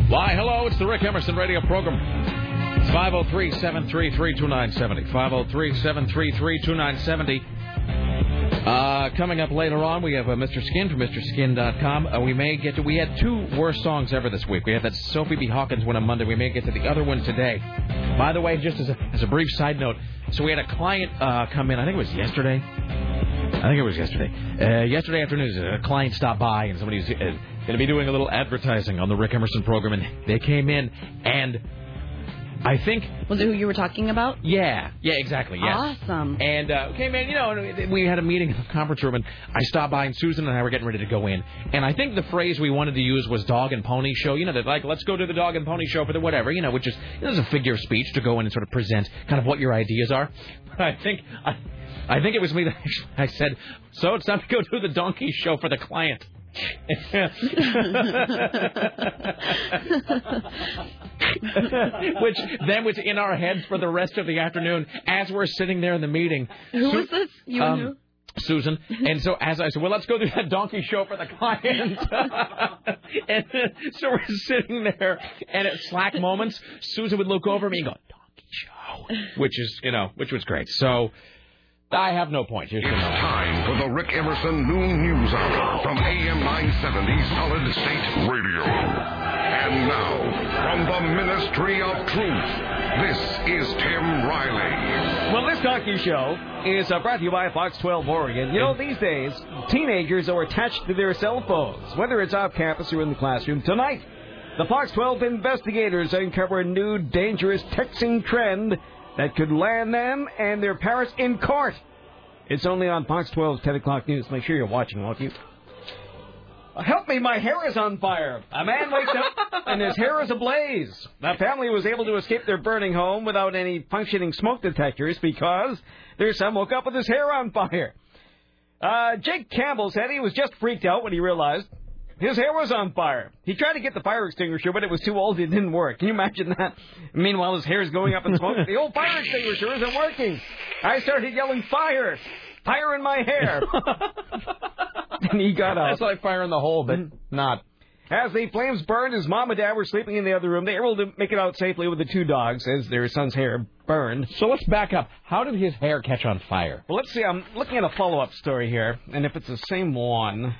[SPEAKER 2] Why, hello, it's the Rick Emerson radio program. It's 503 733 2970. 503 733 2970. Uh, Coming up later on, we have uh, Mr. Skin from MrSkin.com. Uh, we may get to, we had two worst songs ever this week. We had that Sophie B. Hawkins one on Monday. We may get to the other one today. By the way, just as a, as a brief side note, so we had a client uh, come in, I think it was yesterday. I think it was yesterday. Uh, yesterday afternoon, a client stopped by and somebody was uh, going to be doing a little advertising on the Rick Emerson program, and they came in and I think
[SPEAKER 3] Was it who you were talking about?
[SPEAKER 2] yeah, yeah, exactly, yes.
[SPEAKER 3] Awesome.
[SPEAKER 2] And uh, okay, man, you know, and we had a meeting in the conference room, and I stopped by, and Susan and I were getting ready to go in, and I think the phrase we wanted to use was "dog and pony show." You know, they're like, "Let's go to the dog and pony show for the whatever," you know, which is this is a figure of speech to go in and sort of present kind of what your ideas are. But I think I, I think it was me that actually, I said, "So it's time to go to the donkey show for the client." which then was in our heads for the rest of the afternoon as we're sitting there in the meeting. um,
[SPEAKER 3] Who was this? You and who?
[SPEAKER 2] Susan. And so as I said, well, let's go do that donkey show for the client. and so we're sitting there, and at slack moments, Susan would look over at me and go, donkey show, which is, you know, which was great. So I have no point. Here's the
[SPEAKER 11] It's time for the Rick Emerson Noon News Hour from AM 970 Solid State Radio. And now, from the Ministry of Truth, this is Tim Riley.
[SPEAKER 4] Well, this docu show is uh, brought to you by Fox 12 Oregon. You know, these days, teenagers are attached to their cell phones, whether it's off campus or in the classroom. Tonight, the Fox 12 investigators uncover a new dangerous texting trend that could land them and their parents in court. It's only on Fox 12's 10 o'clock news. Make sure you're watching, won't you? Help me, my hair is on fire. A man wakes up and his hair is ablaze. The family was able to escape their burning home without any functioning smoke detectors because their son woke up with his hair on fire. Uh, Jake Campbell said he was just freaked out when he realized his hair was on fire. He tried to get the fire extinguisher, but it was too old. It didn't work. Can you imagine that? Meanwhile, his hair is going up in smoke. the old fire extinguisher isn't working. I started yelling, fire! Fire in my hair! and he got out. That's
[SPEAKER 2] like fire in the hole, but not.
[SPEAKER 4] As the flames burned, his mom and dad were sleeping in the other room. They were able to make it out safely with the two dogs as their son's hair burned.
[SPEAKER 2] So let's back up. How did his hair catch on fire?
[SPEAKER 4] Well, let's see. I'm looking at a follow up story here, and if it's the same one.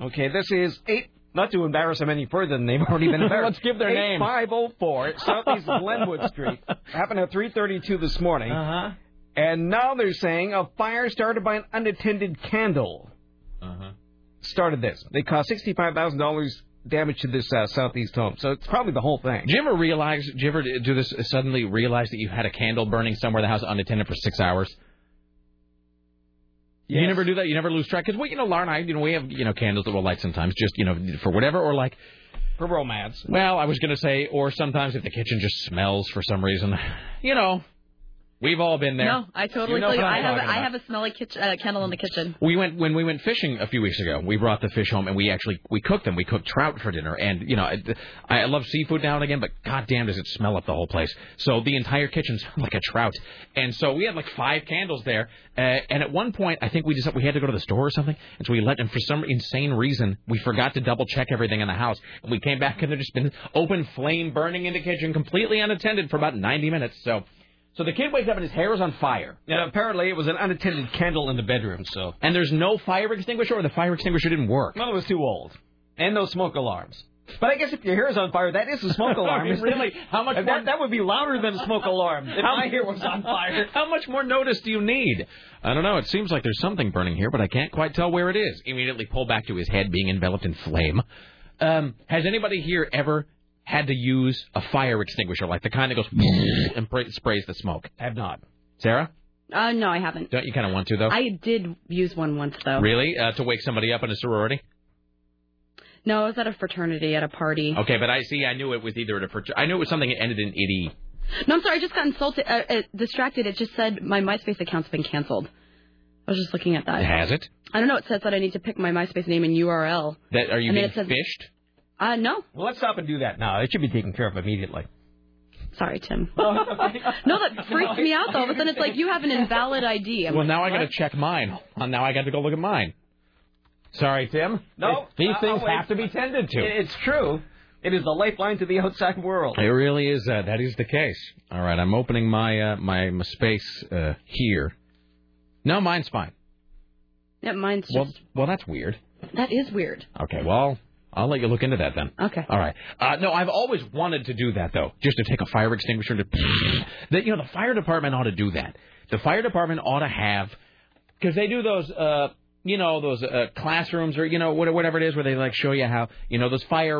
[SPEAKER 4] Okay, this is eight. Not to embarrass them any further than they've already been embarrassed.
[SPEAKER 2] Let's give their name.
[SPEAKER 4] 504 Southeast Glenwood Street. Happened at 3:32 this morning.
[SPEAKER 2] Uh-huh.
[SPEAKER 4] And now they're saying a fire started by an
[SPEAKER 2] Uh-huh.
[SPEAKER 4] unattended candle. started this. They cost sixty-five thousand dollars damage to this uh, southeast home. So it's probably the whole thing.
[SPEAKER 2] Did you ever realize? Did you ever do this? Suddenly realize that you had a candle burning somewhere in the house unattended for six hours. You never do that. You never lose track because we, you know, Laura and I, you know, we have you know candles that we'll light sometimes, just you know, for whatever, or like
[SPEAKER 4] for romance.
[SPEAKER 2] Well, I was gonna say, or sometimes if the kitchen just smells for some reason, you know, we've all been there.
[SPEAKER 3] No, I totally
[SPEAKER 2] You know
[SPEAKER 3] feel you.
[SPEAKER 2] what I'm
[SPEAKER 3] I have
[SPEAKER 2] talking
[SPEAKER 3] a, I
[SPEAKER 2] about.
[SPEAKER 3] have a smelly kitchen, uh, candle in the kitchen.
[SPEAKER 2] We went when we went fishing a few weeks ago. We brought the fish home and we actually we cooked them. We cooked trout for dinner, and you know I, I love seafood now and again, but goddamn does it smell up the whole place. So the entire kitchen smelled like a trout, and so we had like five candles there. Uh, and at one point, I think we just we had to go to the store or something, and so we let and for some insane reason we forgot to double check everything in the house, and we came back and there just been open flame burning in the kitchen, completely unattended for about 90 minutes. So. So the kid wakes up and his hair is on fire.
[SPEAKER 4] Yeah, apparently it was an unattended candle in the bedroom. So
[SPEAKER 2] and there's no fire extinguisher, or the fire extinguisher didn't work.
[SPEAKER 4] Well, it was too old, and no smoke alarms. But I guess if your hair is on fire, that is a smoke alarm.
[SPEAKER 2] I mean, really, how much
[SPEAKER 4] that,
[SPEAKER 2] more-
[SPEAKER 4] that would be louder than a smoke alarm if my hair was on fire.
[SPEAKER 2] How much more notice do you need? I don't know. It seems like there's something burning here, but I can't quite tell where it is. Immediately pull back to his head, being enveloped in flame. Um, has anybody here ever had to use a fire extinguisher, like the kind that goes and pra- sprays the smoke?
[SPEAKER 4] Have not.
[SPEAKER 2] Sarah,
[SPEAKER 3] Uh, no, I haven't.
[SPEAKER 2] don't you kind of want to though?
[SPEAKER 3] I did use one once though.
[SPEAKER 2] Really, uh, to wake somebody up in a sorority?
[SPEAKER 3] No, I was at a fraternity at a party.
[SPEAKER 2] Okay, but I see. I knew it was either a. I knew it was something that ended in E itty.
[SPEAKER 3] No, I'm sorry. I just got insulted, uh, uh, distracted. It just said my MySpace account's been canceled. I was just looking at that.
[SPEAKER 2] Has it?
[SPEAKER 3] I don't know. It says that I need to pick my MySpace name and URL.
[SPEAKER 2] That are you
[SPEAKER 3] And then
[SPEAKER 2] being
[SPEAKER 3] it says-
[SPEAKER 2] fished?
[SPEAKER 3] Uh, no.
[SPEAKER 4] Well, let's stop and do that now. It should be taken care of immediately.
[SPEAKER 3] Sorry, Tim. No, that freaks me out though. But then it's like you have an invalid ID. I'm
[SPEAKER 2] Well,
[SPEAKER 3] like,
[SPEAKER 2] now I got
[SPEAKER 3] what?
[SPEAKER 2] to check mine. Well, now I got to go look at mine. Sorry, Tim.
[SPEAKER 4] No, uh,
[SPEAKER 2] these
[SPEAKER 4] I'll-
[SPEAKER 2] things
[SPEAKER 4] I'll wait.
[SPEAKER 2] have to be tended to.
[SPEAKER 4] It- It's true. It is the lifeline to the outside world.
[SPEAKER 2] It really is. Uh, that is the case. All right, I'm opening my uh, my, my space uh, here. No, mine's fine.
[SPEAKER 3] Yeah, mine's just
[SPEAKER 2] Well, well, that's weird.
[SPEAKER 3] that is weird.
[SPEAKER 2] Okay, well, I'll let you look into that then.
[SPEAKER 3] Okay.
[SPEAKER 2] All right. Uh, no, I've always wanted to do that though, just to take a fire extinguisher and to. that you know, the fire department ought to do that. The fire department ought to have, because they do those, uh, you know, those uh, classrooms or you know what- whatever it is where they like show you how you know those fire,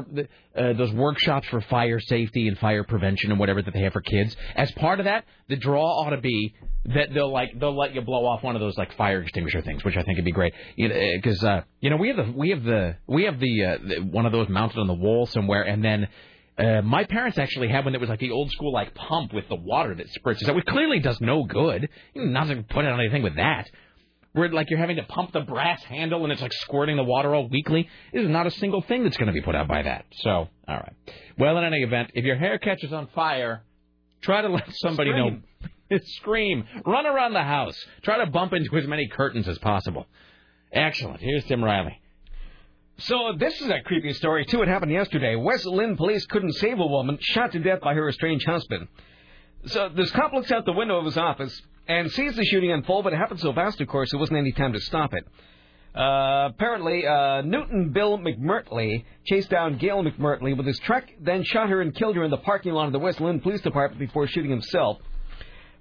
[SPEAKER 2] uh, those workshops for fire safety and fire prevention and whatever that they have for kids. As part of that, the draw ought to be that they'll like they'll let you blow off one of those like fire extinguisher things, which I think would be great. You know, because uh, you know we have the we have the we have the, uh, the one of those mounted on the wall somewhere, and then. Uh, my parents actually had one that was like the old school like pump with the water that spritzes out, which clearly does no good. You're not going to put on anything with that. Where like you're having to pump the brass handle and it's like squirting the water all weekly. There's not a single thing that's going to be put out by that. So, all right. Well, in any event, if your hair catches on fire, try to let somebody know. Scream. Run around the house. Try to bump into as many curtains as possible. Excellent. Here's Tim Riley.
[SPEAKER 4] So this is a creepy story too. It happened yesterday. West Lynn police couldn't save a woman shot to death by her estranged husband. So this cop looks out the window of his office and sees the shooting unfold, but it happened so fast, of course, there wasn't any time to stop it. Uh, apparently, uh, Newton Bill McMurtley chased down Gail McMurtley with his truck, then shot her and killed her in the parking lot of the West Lynn Police Department before shooting himself.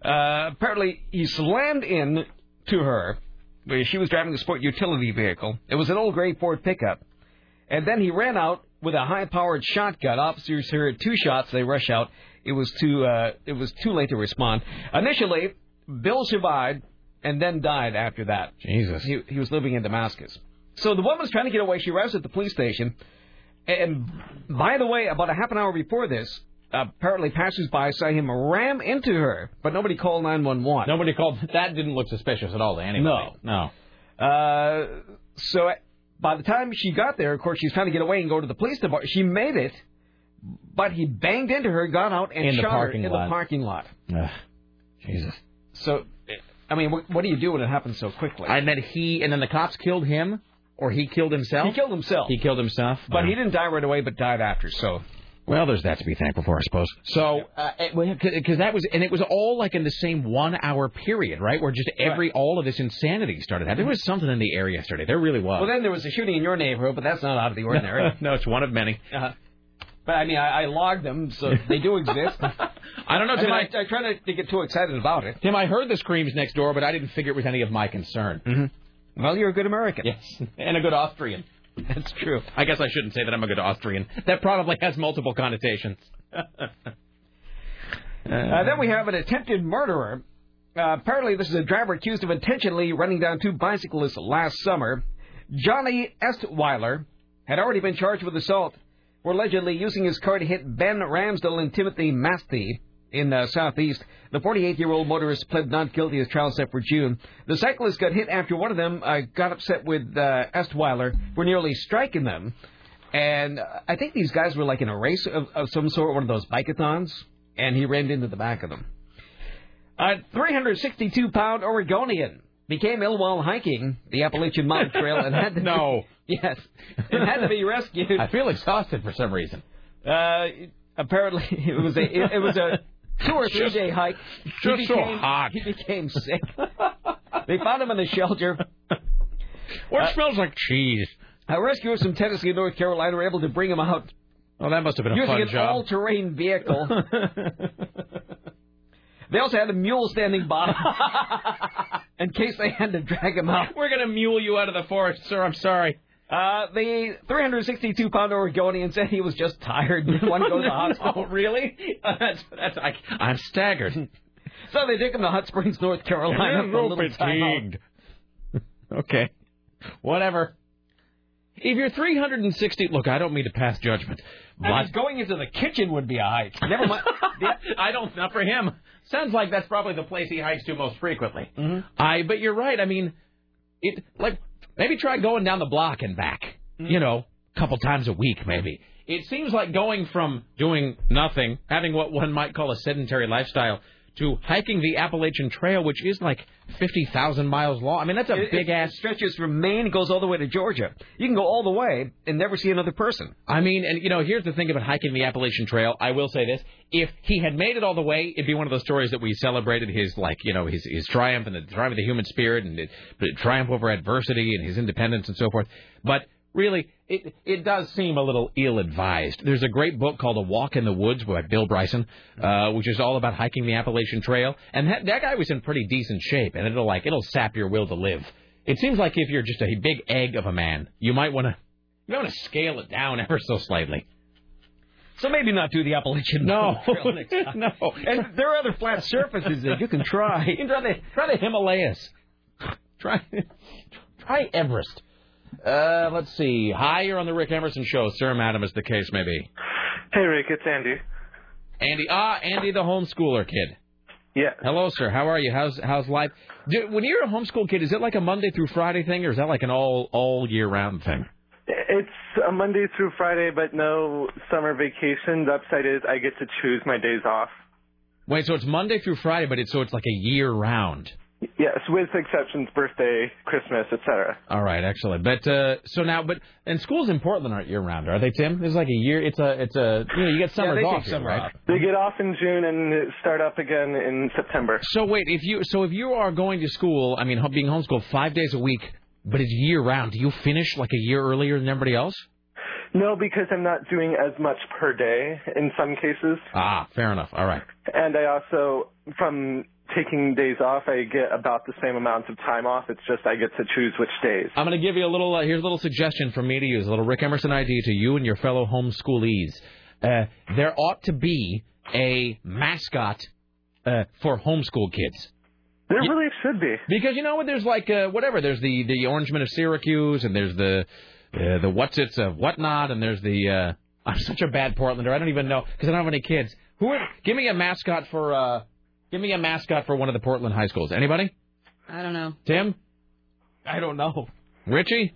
[SPEAKER 4] Uh, apparently, he slammed in to her. where She was driving a sport utility vehicle. It was an old gray Ford pickup. And then he ran out with a high-powered shotgun. Officers heard two shots. They rush out. It was too uh, it was too late to respond. Initially, Bill survived and then died after that.
[SPEAKER 2] Jesus.
[SPEAKER 4] He, he was living in Damascus. So the woman's trying to get away. She arrives at the police station. And by the way, about a half an hour before this, apparently passersby saw him ram into her, but nobody called 911.
[SPEAKER 2] Nobody called. That didn't look suspicious at all to anybody. No.
[SPEAKER 4] No. Uh, so by the time she got there, of course, she's trying to get away and go to the police department. She made it, but he banged into her, got out, and
[SPEAKER 2] In the
[SPEAKER 4] shot her
[SPEAKER 2] parking
[SPEAKER 4] in
[SPEAKER 2] lot.
[SPEAKER 4] the parking lot.
[SPEAKER 2] Ugh. Jesus.
[SPEAKER 4] So, I mean, what, what do you do when it happens so quickly?
[SPEAKER 2] And then he and then the cops killed him, or he killed himself. He
[SPEAKER 4] killed himself.
[SPEAKER 2] He killed himself.
[SPEAKER 4] But he didn't die right away, but died after. So.
[SPEAKER 2] Well, there's that to be thankful for, I suppose. So, uh, because that was, and it was all like in the same one-hour period, right? Where just every all of this insanity started. There was something in the air yesterday. There really was.
[SPEAKER 4] Well, then there was a shooting in your neighborhood, but that's not out of the ordinary.
[SPEAKER 2] no, it's one of many.
[SPEAKER 4] uh, but I mean, I, I logged them, so they do exist.
[SPEAKER 2] I don't know.
[SPEAKER 4] I,
[SPEAKER 2] Tim,
[SPEAKER 4] mean,
[SPEAKER 2] I,
[SPEAKER 4] I, I try not to get too excited about it.
[SPEAKER 2] Tim, I heard the screams next door, but I didn't figure it was any of my concern.
[SPEAKER 4] Well, Mm-hmm. you're a good American.
[SPEAKER 2] Yes, and a good Austrian.
[SPEAKER 15] That's true.
[SPEAKER 2] I guess I shouldn't say that I'm a good Austrian. That probably has multiple connotations.
[SPEAKER 4] Uh, then we have an attempted murderer. Uh, apparently, this is a driver accused of intentionally running down two bicyclists last summer. Johnny Estweiler had already been charged with assault for allegedly using his car to hit Ben Ramsdell and Timothy Masty in uh, Southeast. The 48-year-old motorist pled not guilty as trial set for June. The cyclist got hit after one of them uh, got upset with uh, Estweiler for nearly striking them. And uh, I think these guys were like in a race of, of some sort, one of those bikeathons, and he rammed into the back of them. A 362 pound Oregonian became ill while hiking the Appalachian Mountain Trail and had to
[SPEAKER 2] No.
[SPEAKER 4] yes, and had to be rescued.
[SPEAKER 2] I feel exhausted for some reason.
[SPEAKER 4] Uh, apparently, it was a it, it was a two or three day hike. He
[SPEAKER 2] just so hot.
[SPEAKER 4] He became sick. they found him in a shelter. Uh,
[SPEAKER 2] What smells like cheese?
[SPEAKER 4] A rescuers from Tennessee and North Carolina were able to bring him out.
[SPEAKER 2] Oh, that must have been a
[SPEAKER 4] using
[SPEAKER 2] fun
[SPEAKER 4] an
[SPEAKER 2] job.
[SPEAKER 4] all-terrain vehicle. they also had a mule standing by in case they had to drag him out.
[SPEAKER 2] We're gonna mule you out of the forest, sir. I'm sorry.
[SPEAKER 4] Uh, the 362-pound Oregonian said he was just tired. Didn't want to go to the hospital.
[SPEAKER 2] Oh, really? that's, that's, I, I'm staggered.
[SPEAKER 4] So they took him to Hot Springs, North Carolina.
[SPEAKER 2] I'm
[SPEAKER 4] for a little time out.
[SPEAKER 2] fatigued. okay. Whatever. If you're 360, look, I don't mean to pass judgment, but
[SPEAKER 4] I mean, going into the kitchen would be a hike. Never mind.
[SPEAKER 2] I don't. Not for him. Sounds like that's probably the place he hikes to most frequently. Mm-hmm. I. But you're right. I mean, it like maybe try going down the block and back. Mm. You know, a couple times a week maybe. It seems like going from doing nothing, having what one might call a sedentary lifestyle, to hiking the Appalachian Trail, which is like fifty thousand miles long. I mean, that's a
[SPEAKER 4] It-
[SPEAKER 2] big
[SPEAKER 4] it
[SPEAKER 2] ass
[SPEAKER 4] stretches from Maine, goes all the way to Georgia. You can go all the way and never see another person.
[SPEAKER 2] I mean, and you know, here's the thing about hiking the Appalachian Trail. I will say this: if he had made it all the way, it'd be one of those stories that we celebrated his, like, you know, his his triumph and the triumph of the human spirit and the the triumph over adversity and his independence and so forth. But really, it it does seem a little ill-advised. There's a great book called A Walk in the Woods by Bill Bryson, uh, which is all about hiking the Appalachian Trail, and that that guy was in pretty decent shape, and it'll like it'll sap your will to live. It seems like if you're just a big egg of a man, you might want to. You want to scale it down ever so slightly.
[SPEAKER 4] So maybe not do the Appalachian.
[SPEAKER 2] No,
[SPEAKER 4] Trail next time.
[SPEAKER 2] no.
[SPEAKER 4] And there are other flat surfaces that you can try.
[SPEAKER 2] You can try the try the Himalayas. Try try Everest. Uh, let's see. Hi, you're on the Rick Emerson show. Sir, madam, as the case may be.
[SPEAKER 1] Hey, Rick, it's Andy.
[SPEAKER 2] Andy, ah, Andy, the homeschooler kid.
[SPEAKER 1] Yeah.
[SPEAKER 2] Hello, sir. How are you? How's how's life? Do, when you're a homeschool kid, is it like a Monday through Friday thing, or is that like an all all year round thing?
[SPEAKER 1] It's a Monday through Friday, but no summer vacation. The upside is I get to choose my days off.
[SPEAKER 2] Wait, so it's Monday through Friday, but it's so it's like a year round.
[SPEAKER 1] Yes, with exceptions, birthday, Christmas, etc.
[SPEAKER 2] All right, excellent. But uh, so now, but and schools in Portland aren't year round, are they, Tim? It's like a year. It's a it's a you know you get summers off here, right?
[SPEAKER 1] They get off in June and start up again in September.
[SPEAKER 2] So wait, if you so if you are going to school, I mean ho- being homeschooled five days a week, but it's year round. Do you finish like a year earlier than everybody else?
[SPEAKER 1] No, because I'm not doing as much per day in some cases.
[SPEAKER 2] Ah, fair enough. All right.
[SPEAKER 1] And I also, from taking days off, I get about the same amount of time off. It's just I get to choose which days.
[SPEAKER 2] I'm going to give you a little. Uh, here's a little suggestion from me to use a little Rick Emerson idea to you and your fellow homeschoolees. Uh, there ought to be a mascot uh, for homeschool kids.
[SPEAKER 1] There really should be.
[SPEAKER 2] Because you know what? There's like uh, whatever. There's the the Orangeman of Syracuse, and there's the uh, the what's it's of whatnot, and there's the uh, I'm such a bad Portlander. I don't even know because I don't have any kids. Who are? Give me a mascot for uh, give me a mascot for one of the Portland high schools. Anybody?
[SPEAKER 3] I don't know.
[SPEAKER 2] Tim?
[SPEAKER 4] I don't know.
[SPEAKER 2] Richie?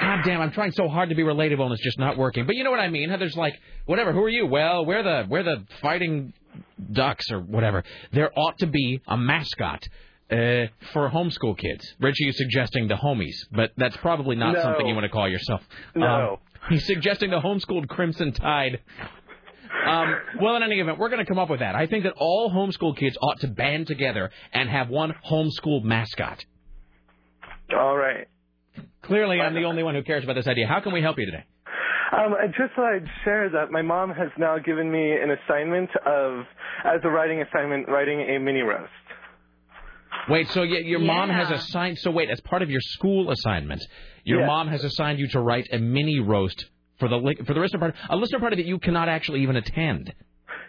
[SPEAKER 2] God damn, I'm trying so hard to be relatable and it's just not working. But you know what I mean? How there's like whatever, who are you? Well, we're the we're the fighting ducks or whatever. There ought to be a mascot. Uh, for homeschool kids, Richie is suggesting the homies, but that's probably not
[SPEAKER 1] No.
[SPEAKER 2] something you want to call yourself.
[SPEAKER 1] No.
[SPEAKER 2] Um, he's suggesting the homeschooled Crimson Tide. Um, well, in any event, we're going to come up with that. I think that all homeschool kids ought to band together and have one homeschool mascot.
[SPEAKER 1] All right.
[SPEAKER 2] Clearly, I'm the only one who cares about this idea. How can we help you today?
[SPEAKER 1] Um, I just thought I'd share that my mom has now given me an assignment of, as a writing assignment, writing a mini roast.
[SPEAKER 2] Wait, so y your mom
[SPEAKER 1] Yeah.
[SPEAKER 2] has assigned. So wait, as part of your school assignment, Your mom has assigned you to write a mini roast for the li- for the listener party, a listener party that you cannot actually even attend.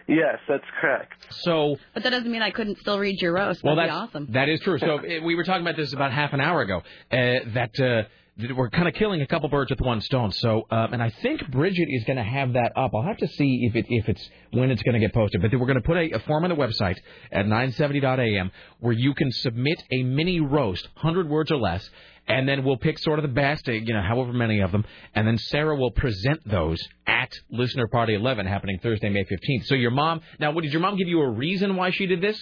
[SPEAKER 1] Yes, that's correct.
[SPEAKER 2] So
[SPEAKER 3] But that doesn't mean I couldn't still read your roast.
[SPEAKER 2] well,
[SPEAKER 3] That'd
[SPEAKER 2] that's
[SPEAKER 3] be awesome.
[SPEAKER 2] That is true. So eh, we were talking about this about half an hour ago. Uh, that uh, that we're kind of killing a couple birds with one stone. So, um, and I think Bridget is going to have that up. I'll have to see if it if it's when it's going to get posted. But then we're going to put a, a form on the website at 970.am where you can submit a mini roast, hundred words or less. And then we'll pick sort of the best, eh, you know, however many of them, and then Sarah will present those at Listener Party 11 happening Thursday, May 15th. So your mom, now, what did your mom give you a reason why she did this?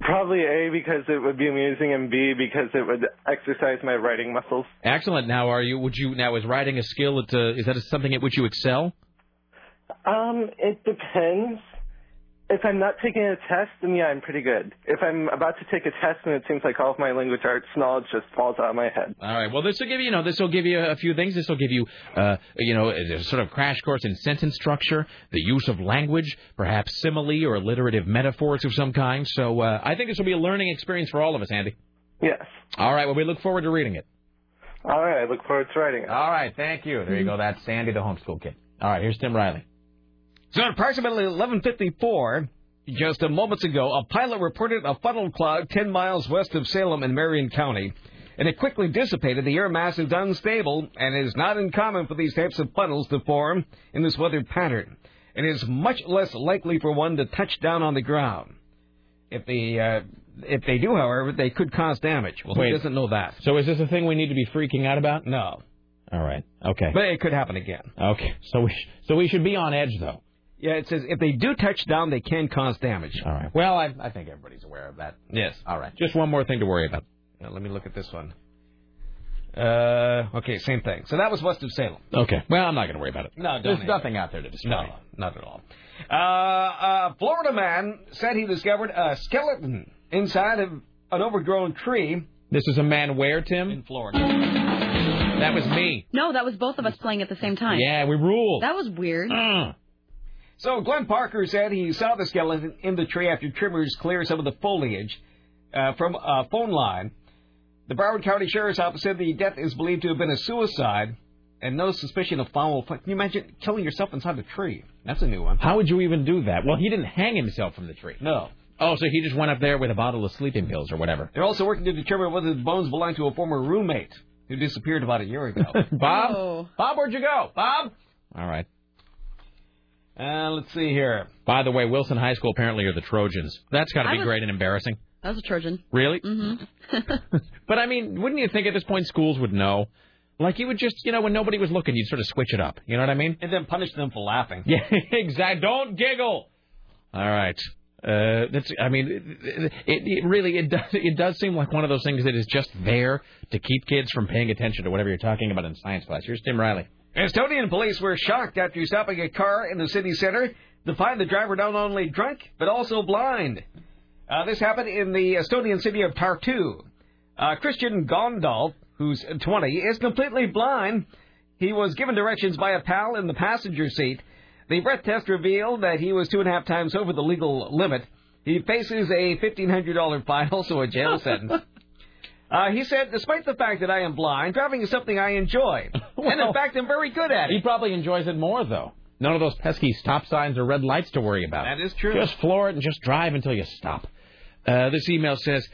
[SPEAKER 1] Probably A because it would be amusing, and B because it would exercise my writing muscles.
[SPEAKER 2] Excellent. Now, are you? Would you now is writing a skill? At, uh, is that something at which you excel?
[SPEAKER 1] Um, it depends. If I'm not taking a test, then yeah, I'm pretty good. If I'm about to take a test and it seems like all of my language arts knowledge just falls out of my head.
[SPEAKER 2] All right. Well, this will give you, you know, this will give you a few things. This will give you, uh, you know, a sort of crash course in sentence structure, the use of language, perhaps simile or alliterative metaphors of some kind. So uh, I think this will be a learning experience for all of us, Andy.
[SPEAKER 1] Yes.
[SPEAKER 2] All right. Well, we look forward to reading it.
[SPEAKER 1] All right, I look forward to writing.
[SPEAKER 2] All right. Thank you. There you go. That's Sandy, the homeschool kid. All right. Here's Tim Riley.
[SPEAKER 4] So at approximately 11:54, just a moments ago, a pilot reported a funnel cloud 10 miles west of Salem in Marion County, and it quickly dissipated. The air mass is unstable and is not uncommon for these types of funnels to form in this weather pattern. It is much less likely for one to touch down on the ground. If they uh, if they do, however, they could cause damage. Well,
[SPEAKER 2] Wait.
[SPEAKER 4] who doesn't know that?
[SPEAKER 2] So is this a thing we need to be freaking out about?
[SPEAKER 4] No.
[SPEAKER 2] All right. Okay.
[SPEAKER 4] But it could happen again.
[SPEAKER 2] Okay. So we so we should be on edge though.
[SPEAKER 4] Yeah, it says if they do touch down, they can cause damage.
[SPEAKER 2] All right. Well, I, I think everybody's aware of that.
[SPEAKER 4] Yes.
[SPEAKER 2] All right. Just one more thing to worry about.
[SPEAKER 4] Now, let me look at this one. Uh, okay, same thing. So that was west of Salem.
[SPEAKER 2] Okay. Well, I'm not going to worry about it.
[SPEAKER 4] No, don't
[SPEAKER 2] There's
[SPEAKER 4] either.
[SPEAKER 2] nothing out there to destroy.
[SPEAKER 4] No, not at all. Uh, a Florida man said he discovered a skeleton inside of an overgrown tree.
[SPEAKER 2] This is a man where, Tim?
[SPEAKER 4] In Florida.
[SPEAKER 2] That was me.
[SPEAKER 3] No, that was both of us playing at the same time.
[SPEAKER 2] Yeah, Mm. we rule.
[SPEAKER 3] That was weird.
[SPEAKER 4] Hmm. So Glenn Parker said he saw the skeleton in the tree after trimmers clear some of the foliage uh, from a phone line. The Broward County Sheriff's Office said the death is believed to have been a suicide and no suspicion of foul play. Can you imagine killing yourself inside a tree? That's a new one.
[SPEAKER 2] How would you even do that? Well, he didn't hang himself from the tree.
[SPEAKER 4] No.
[SPEAKER 2] Oh, so he just went up there with a bottle of sleeping pills or whatever.
[SPEAKER 4] They're also working to determine whether the bones belong to a former roommate who disappeared about a year ago.
[SPEAKER 2] Bob?
[SPEAKER 4] Bob, where'd you go? Bob?
[SPEAKER 2] All right.
[SPEAKER 4] Uh, let's see here.
[SPEAKER 2] By the way, Wilson High School apparently are the Trojans. That's got to
[SPEAKER 3] I
[SPEAKER 2] be
[SPEAKER 3] was-
[SPEAKER 2] great and embarrassing.
[SPEAKER 3] That was a Trojan.
[SPEAKER 2] Really?
[SPEAKER 3] Mm-hmm.
[SPEAKER 2] But I mean, wouldn't you think at this point schools would know? Like you would just, you know, when nobody was looking, you'd sort of switch it up. You know what I mean?
[SPEAKER 4] And then punish them for laughing.
[SPEAKER 2] Yeah, exactly. Don't giggle. All right. Uh, that's. I mean, it, it, it really it does it does seem like one of those things that is just there to keep kids from paying attention to whatever you're talking about in science class. Here's Tim Riley.
[SPEAKER 4] Estonian police were shocked after stopping a car in the city center to find the driver not only drunk, but also blind. Uh, this happened in the Estonian city of Tartu. Uh, Christian Gondal, who's 20, is completely blind. He was given directions by a pal in the passenger seat. The breath test revealed that he was two and a half times over the legal limit. He faces a $1,500 fine, also a jail sentence. Uh, he said, despite the fact that I am blind, driving is something I enjoy. and in fact, I'm very good at it.
[SPEAKER 2] He probably enjoys it more though. None of those pesky stop signs or red lights to worry about.
[SPEAKER 4] That is true.
[SPEAKER 2] Just floor it and just drive until you stop. Uh, this email says,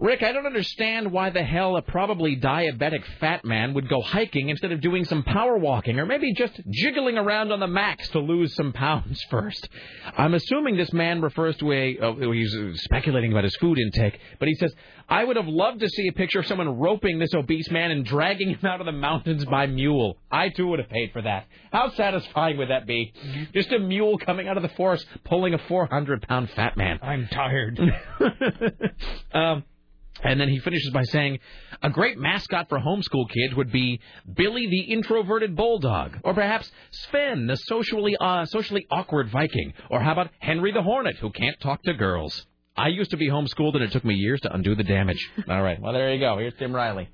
[SPEAKER 2] Rick, I don't understand why the hell a probably diabetic fat man would go hiking instead of doing some power walking or maybe just jiggling around on the max to lose some pounds first. I'm assuming this man refers to a, oh, he's uh, speculating about his food intake, but he says, I would have loved to see a picture of someone roping this obese man and dragging him out of the mountains by mule. I too would have paid for that. How satisfying would that be? Just a mule coming out of the forest pulling a 400 pound fat man.
[SPEAKER 4] I'm tired.
[SPEAKER 2] um, and then he finishes by saying, a great mascot for homeschool kids would be Billy the introverted bulldog, or perhaps Sven the socially uh, socially awkward Viking, or how about Henry the Hornet who can't talk to girls. I used to be homeschooled and it took me years to undo the damage. All right, well there you go. Here's Tim Riley.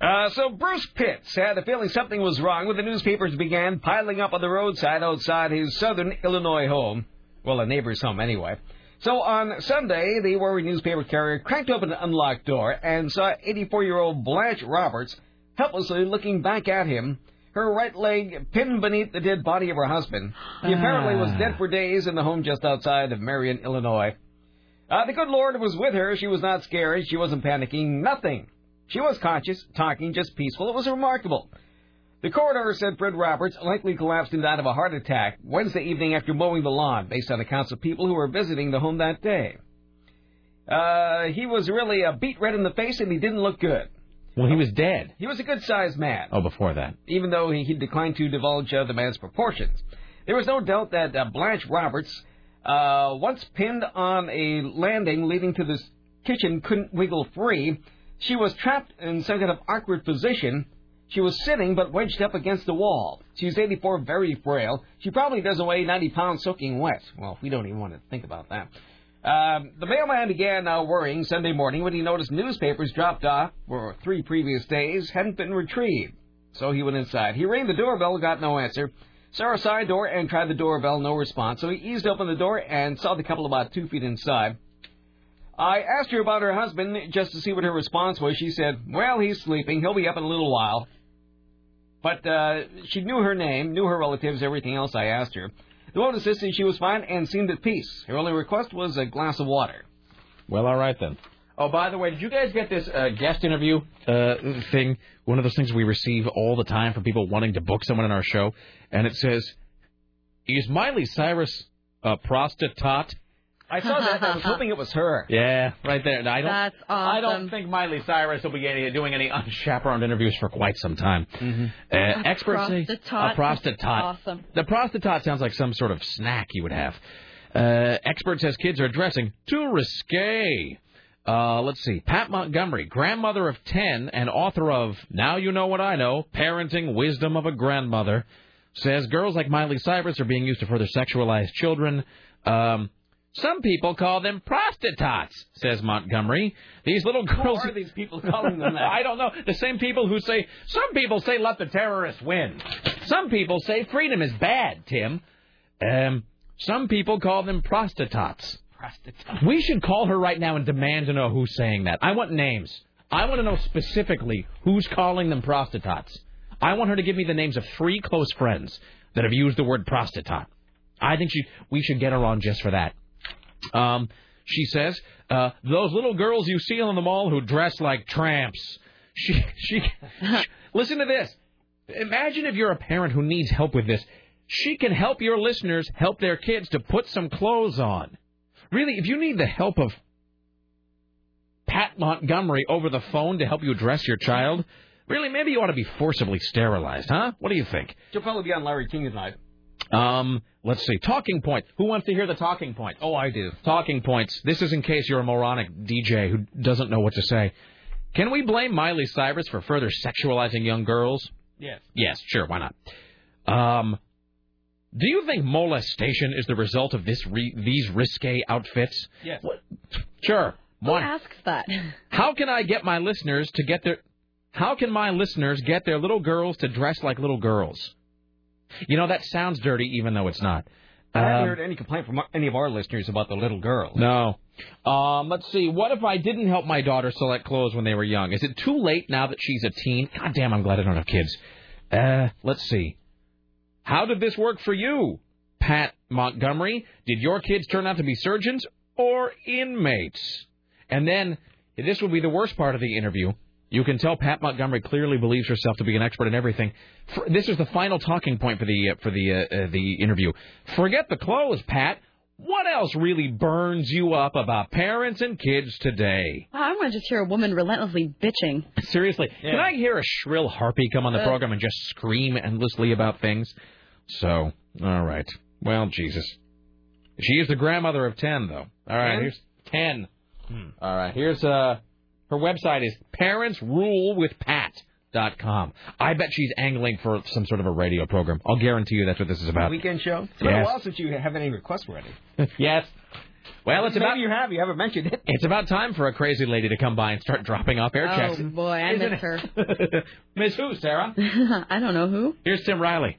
[SPEAKER 4] Uh, so Bruce Pitts had a feeling something was wrong when the newspapers began piling up on the roadside outside his southern Illinois home. Well, a neighbor's home, anyway. So on Sunday, the Warwick newspaper carrier cracked open an unlocked door and saw 84-year-old Blanche Roberts helplessly looking back at him, her right leg pinned beneath the dead body of her husband. He apparently was dead for days in the home just outside of Marion, Illinois. Uh, the good Lord was with her. She was not scared. She wasn't panicking. Nothing. She was conscious, talking, just peaceful. It was remarkable. The coroner said Fred Roberts likely collapsed and died of a heart attack Wednesday evening after mowing the lawn, based on accounts of people who were visiting the home that day. Uh, he was really uh, beat red in the face and he didn't look good.
[SPEAKER 2] Well, he was dead.
[SPEAKER 4] He was a good sized man,
[SPEAKER 2] Oh, before that.
[SPEAKER 4] even though he, he declined to divulge uh, the man's proportions. There was no doubt that uh, Blanche Roberts, uh, once pinned on a landing leading to this kitchen, couldn't wiggle free. She was trapped in some kind of awkward position. She was sitting but wedged up against the wall. She's 84, very frail. She probably doesn't weigh 90 pounds soaking wet. Well, we don't even want to think about that. Um, the mailman began uh, worrying Sunday morning when he noticed newspapers dropped off for three previous days hadn't been retrieved. So he went inside. He rang the doorbell, got no answer. Saw a side door and tried the doorbell, no response. So he eased open the door and saw the couple about two feet inside. I asked her about her husband just to see what her response was. She said, Well, he's sleeping. He'll be up in a little while. But uh, she knew her name, knew her relatives, everything else I asked her. The woman insisted she was fine and seemed at peace. Her only request was a glass of water.
[SPEAKER 2] Well, all right then. Oh, by the way, did you guys get this uh, guest interview uh, thing? One of those things we receive all the time from people wanting to book someone on our show, and it says, "Is Miley Cyrus a prostitute?"
[SPEAKER 4] I saw that. I was hoping it was her.
[SPEAKER 2] Yeah, right there. I don't.
[SPEAKER 3] That's
[SPEAKER 2] I don't
[SPEAKER 3] awesome.
[SPEAKER 2] think Miley Cyrus will be any, doing any unchaperoned interviews for quite some time.
[SPEAKER 4] Mm-hmm.
[SPEAKER 2] Uh, experts say
[SPEAKER 3] prostitute.
[SPEAKER 2] a prostitute.
[SPEAKER 3] Awesome.
[SPEAKER 2] The prostitute sounds like some sort of snack you would have. Uh, expert says kids are dressing too risque. Uh, let's see. Pat Montgomery, grandmother of 10 and author of Now You Know What I Know Parenting Wisdom of a Grandmother, says girls like Miley Cyrus are being used to further sexualize children. Um, some people call them prostitutes, says Montgomery. These little girls.
[SPEAKER 4] are these people calling them that?
[SPEAKER 2] I don't know. The same people who say, some people say let the terrorists win. Some people say freedom is bad, Tim. Um, some people call them prostitutes. We should call her right now and demand to know who's saying that. I want names. I want to know specifically who's calling them prostitutes. I want her to give me the names of three close friends that have used the word prostitute. I think she, we should get her on just for that. Um, she says, uh, "Those little girls you see on the mall who dress like tramps." She, she, listen to this. Imagine if you're a parent who needs help with this. She can help your listeners help their kids to put some clothes on. Really, if you need the help of Pat Montgomery over the phone to help you dress your child, really, maybe you ought to be forcibly sterilized, huh? What do you think?
[SPEAKER 4] She'll probably be on Larry King tonight.
[SPEAKER 2] Um, let's see. Talking point. Who wants to hear the talking point? Oh, I do. Talking points. This is in case you're a moronic DJ who doesn't know what to say. Can we blame Miley Cyrus for further sexualizing young girls?
[SPEAKER 4] Yes.
[SPEAKER 2] Yes, sure, why not? Um, do you think molestation is the result of this re- these risque outfits?
[SPEAKER 4] Yes.
[SPEAKER 2] Sure.
[SPEAKER 3] Who
[SPEAKER 2] One.
[SPEAKER 3] asks that?
[SPEAKER 2] How can I get my listeners to get their How can my listeners get their little girls to dress like little girls? You know that sounds dirty even though it's not.
[SPEAKER 4] I haven't
[SPEAKER 2] Um,
[SPEAKER 4] heard any complaint from any of our listeners about the little girl.
[SPEAKER 2] No. Um, let's see. What if I didn't help my daughter select clothes when they were young? Is it too late now that she's a teen? God damn, I'm glad I don't have kids. Uh, let's see. How did this work for you, Pat Montgomery? Did your kids turn out to be surgeons or inmates? And then, this will be the worst part of the interview. You can tell Pat Montgomery clearly believes herself to be an expert in everything. For, this is the final talking point for the uh, for the uh, uh, the interview. Forget the clothes, Pat. What else really burns you up about parents and kids today?
[SPEAKER 3] Wow, I want to just hear a woman relentlessly bitching.
[SPEAKER 2] Seriously, can I hear a shrill harpy come on the
[SPEAKER 3] Uh.
[SPEAKER 2] program and just scream endlessly about things? So, all right. Well, Jesus. She is the grandmother of 10, though. All right,
[SPEAKER 4] Ten? Hmm.
[SPEAKER 2] here's 10. All right, here's uh her website is parentsrulewithpat.com. I bet she's angling for some sort of a radio program. I'll guarantee you that's what this is about.
[SPEAKER 4] Weekend show? It's been
[SPEAKER 2] Yes.
[SPEAKER 4] a while since you have any requests ready.
[SPEAKER 2] yes. Well, it's
[SPEAKER 4] Maybe
[SPEAKER 2] about
[SPEAKER 4] you have. You haven't mentioned it.
[SPEAKER 2] it's about time for a crazy lady to come by and start dropping off air checks.
[SPEAKER 3] Oh boy, I
[SPEAKER 2] Isn't
[SPEAKER 3] miss her.
[SPEAKER 2] Miss who, Sarah?
[SPEAKER 3] I don't know who.
[SPEAKER 2] Here's Tim Riley.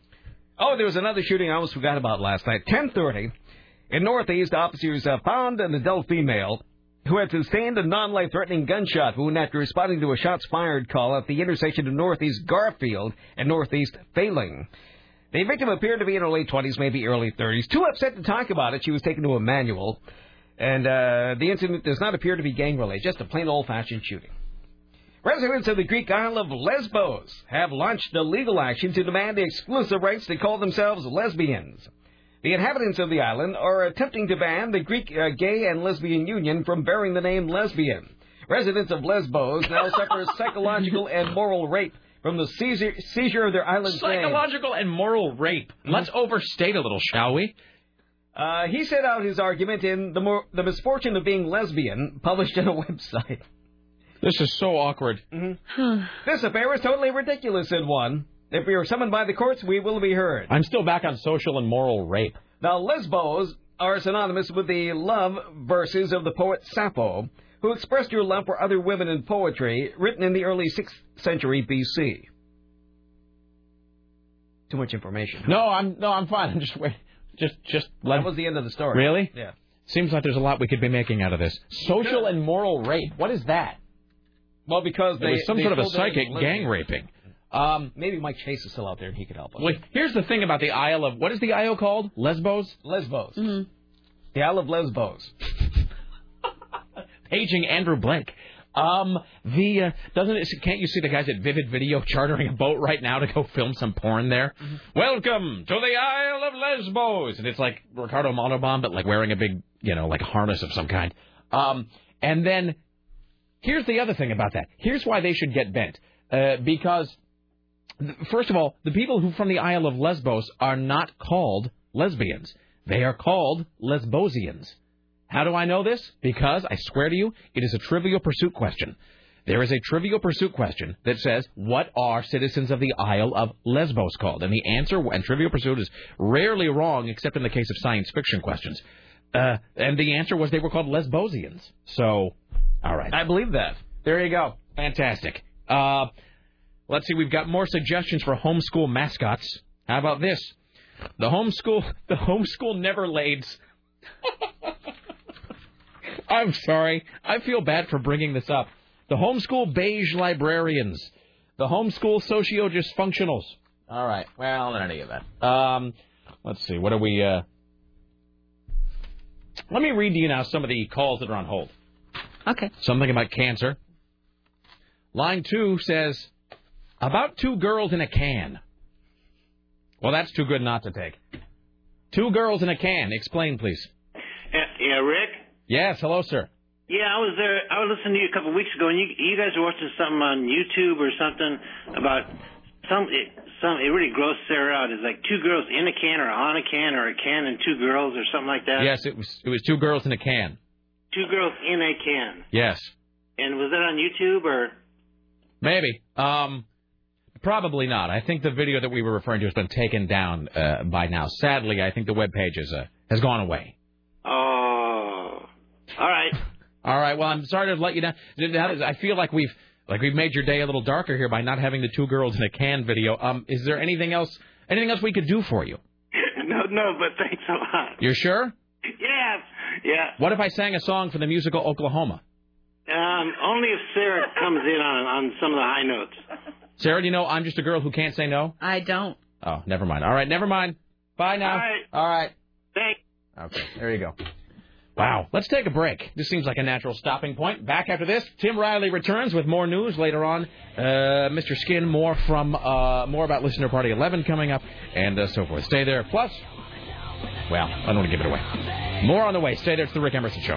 [SPEAKER 4] Oh, there was another shooting I almost forgot about last night. 10:30. In Northeast, officers uh, found an adult female who had sustained a non-life-threatening gunshot wound after responding to a shots fired call at the intersection of Northeast Garfield and Northeast Failing. The victim appeared to be in her late 20s, maybe early 30s. Too upset to talk about it, she was taken to a manual, and uh, the incident does not appear to be gang-related, just a plain old-fashioned shooting. Residents of the Greek isle of Lesbos have launched a legal action to demand the exclusive rights to call themselves lesbians. The inhabitants of the island are attempting to ban the Greek uh, Gay and Lesbian Union from bearing the name lesbian. Residents of Lesbos now suffer psychological and moral rape from the seizure, seizure of their island's name.
[SPEAKER 2] Psychological and moral rape. Let's overstate a little, shall we?
[SPEAKER 4] Uh, he set out his argument in the, Mor- the misfortune of being lesbian, published in a website. Mm-hmm.
[SPEAKER 15] This is so awkward.
[SPEAKER 4] this affair is totally ridiculous, said one. If we are summoned by the courts, we will be heard.
[SPEAKER 2] I'm still back on social and moral rape.
[SPEAKER 4] Now, Lesbos are synonymous with the love verses of the poet Sappho, who expressed her love for other women in poetry written in the early 6th century BC. Too much information.
[SPEAKER 2] No, I'm no, I'm fine. I'm just wait. Just just let.
[SPEAKER 4] That was the end of the story.
[SPEAKER 2] Really?
[SPEAKER 4] Yeah.
[SPEAKER 2] Seems like there's a lot we could be making out of this. Social and moral rape. What is that?
[SPEAKER 4] Well, because
[SPEAKER 2] It was some sort of a psychic gang raping. Um,
[SPEAKER 4] maybe Mike Chase is still out there and he could help us.
[SPEAKER 2] Wait, here's the thing about the Isle of what is the Isle called? Lesbos. Mm-hmm.
[SPEAKER 4] Lesbos. The Isle of Lesbos.
[SPEAKER 2] Paging Andrew Blank. Um, the uh, doesn't it, can't you see the guys at Vivid Video chartering a boat right now to go film some porn there?
[SPEAKER 4] Mm-hmm.
[SPEAKER 2] Welcome to the Isle of Lesbos, and it's like Ricardo Montalban, but like wearing a big, you know, like harness of some kind. Um, and then here's the other thing about that. Here's why they should get bent. Uh, because, th- first of all, the people who from the Isle of Lesbos are not called lesbians. They are called Lesbosians. How do I know this? Because, I swear to you, it is a trivial pursuit question. There is a trivial pursuit question that says, What are citizens of the Isle of Lesbos called? And the answer, and trivial pursuit is rarely wrong except in the case of science fiction questions. Uh, and the answer was they were called Lesbosians. So, all right. I
[SPEAKER 4] believe that.
[SPEAKER 2] There you go. Fantastic. Uh, let's see. We've got more suggestions for homeschool mascots. How about this? The homeschool, the homeschool never lades. I'm sorry. I feel bad for bringing this up. The homeschool beige librarians. The homeschool socio dysfunctionals. All right. Well, in any event, um, let's see. What are we? Uh... Let me read to you now some of the calls that are on hold.
[SPEAKER 3] Okay.
[SPEAKER 2] Something about cancer. Line two says, about two girls in a can. Well, that's too good not to take. Two girls in a can. Explain, please.
[SPEAKER 14] Yeah, Eh, yeah, Rick.
[SPEAKER 2] Yes. Hello, sir.
[SPEAKER 14] Yeah, I was there. I was listening to you a couple of weeks ago, and you you guys were watching something on YouTube or something about some it, some. It really grossed Sarah out. It's like two girls in a can or on a can or a can and two girls or something like that.
[SPEAKER 2] Yes, it was. It was two girls in a can.
[SPEAKER 14] Two girls in a can.
[SPEAKER 2] Yes.
[SPEAKER 14] And was that on YouTube or?
[SPEAKER 2] Maybe. Um, probably not. I think the video that we were referring to has been taken down uh, by now. Sadly, I think the web page is, uh, has gone away.
[SPEAKER 14] Oh. All right.
[SPEAKER 2] All right. Well, I'm sorry to let you down. Now that- I feel like we've like we've made your day a little darker here by not having the two girls in a can video. Um, is there anything else? Anything else we could do for you?
[SPEAKER 14] no, no, but thanks a lot.
[SPEAKER 2] You're sure?
[SPEAKER 14] Yeah, yeah.
[SPEAKER 2] What if I sang a song for the musical Oklahoma?
[SPEAKER 14] Um, only if Sarah comes in on on some of the high notes.
[SPEAKER 2] Sarah, do you know I'm just a girl who can't say no?
[SPEAKER 3] I don't.
[SPEAKER 2] Oh, never mind. All right, never mind. Bye now.
[SPEAKER 3] All right.
[SPEAKER 2] All right.
[SPEAKER 14] Thanks.
[SPEAKER 2] Okay, there you go. Wow, let's take a break. This seems like a natural stopping point. Back after this, Tim Riley returns with more news later on. Uh, Mr. Skin, more from uh, more about Listener Party 11 coming up, and uh, so forth. Stay there. Plus, well, I don't want to give it away. More on the way. Stay there. It's the Rick Emerson Show.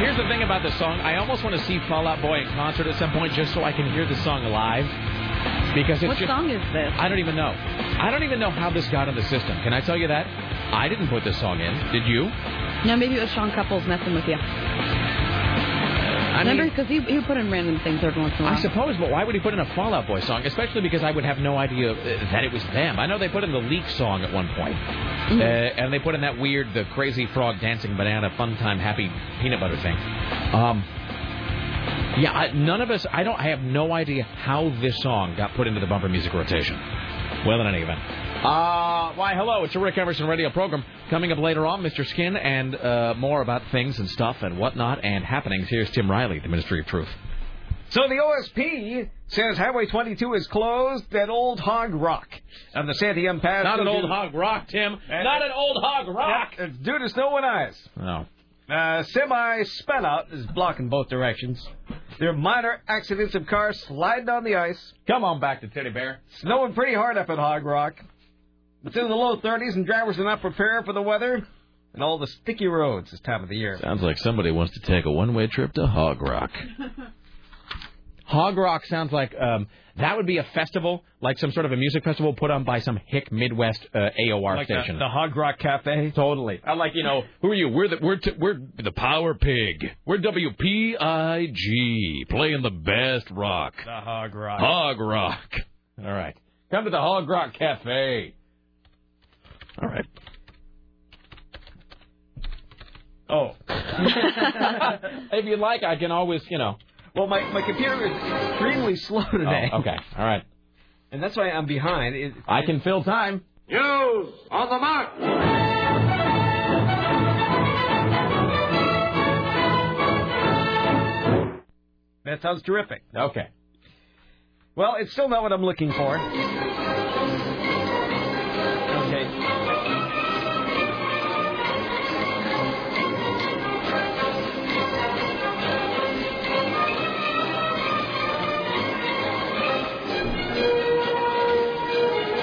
[SPEAKER 2] Here's the thing about this song. I almost want to see Fallout Boy in concert at some point just so I can hear the song live. Because it's
[SPEAKER 3] What
[SPEAKER 2] just,
[SPEAKER 3] song is this?
[SPEAKER 2] I don't even know. I don't even know how this got in the system. Can I tell you that? I didn't put this song in. Did you?
[SPEAKER 3] No, maybe it was Sean Couples messing with you.
[SPEAKER 2] I
[SPEAKER 3] Remember,
[SPEAKER 2] mean,
[SPEAKER 3] because he he would put in random things every once in a while.
[SPEAKER 2] I suppose, but why would he put in a Fallout Boy song? Especially because I would have no idea uh, that it was them. I know they put in the Leak song at one point,
[SPEAKER 3] Mm-hmm.
[SPEAKER 2] uh, and they put in that weird, the crazy frog dancing banana, fun time, happy peanut butter thing. Um, yeah, I, none of us. I don't. I have no idea how this song got put into the bumper music rotation. Well, in any event, uh, why? Hello, it's a Rick Emerson radio program. Coming up later on, Mr. Skin, and uh, more about things and stuff and whatnot and happenings. Here's Tim Riley, the Ministry of Truth.
[SPEAKER 4] So the OSP says Highway 22 is closed at Old Hog Rock on the Santee Pass.
[SPEAKER 2] Not an old hog rock, Tim. Not an old hog rock.
[SPEAKER 4] It's due to snow and ice.
[SPEAKER 2] No.
[SPEAKER 4] Uh, semi spun out is blocking both directions. There are minor accidents of cars sliding on the ice.
[SPEAKER 2] Come on back to Teddy Bear.
[SPEAKER 4] Snowing pretty hard up at Hog Rock. It's in the low 30s, and drivers are not prepared for the weather and all the sticky roads this time of the year.
[SPEAKER 2] Sounds like somebody wants to take a one-way trip to Hog Rock. Hog Rock sounds like um, that would be a festival, like some sort of a music festival put on by some hick Midwest uh, AOR
[SPEAKER 4] Like the-
[SPEAKER 2] station.
[SPEAKER 4] the Hog Rock Cafe.
[SPEAKER 2] Totally. I like you know who are you? We're the we're t- we're the Power Pig. We're WPIG playing the best rock.
[SPEAKER 4] The Hog Rock.
[SPEAKER 2] Hog Rock. All right. Come to the Hog Rock Cafe. All right. Oh. if you'd like, I can always, you know.
[SPEAKER 4] Well, my, my computer is extremely slow today.
[SPEAKER 2] Oh, okay. All right.
[SPEAKER 4] And that's why I'm behind. It,
[SPEAKER 2] I can fill time.
[SPEAKER 13] News on the mark.
[SPEAKER 4] That sounds terrific.
[SPEAKER 2] Okay.
[SPEAKER 4] Well, it's still not what I'm looking for. Okay.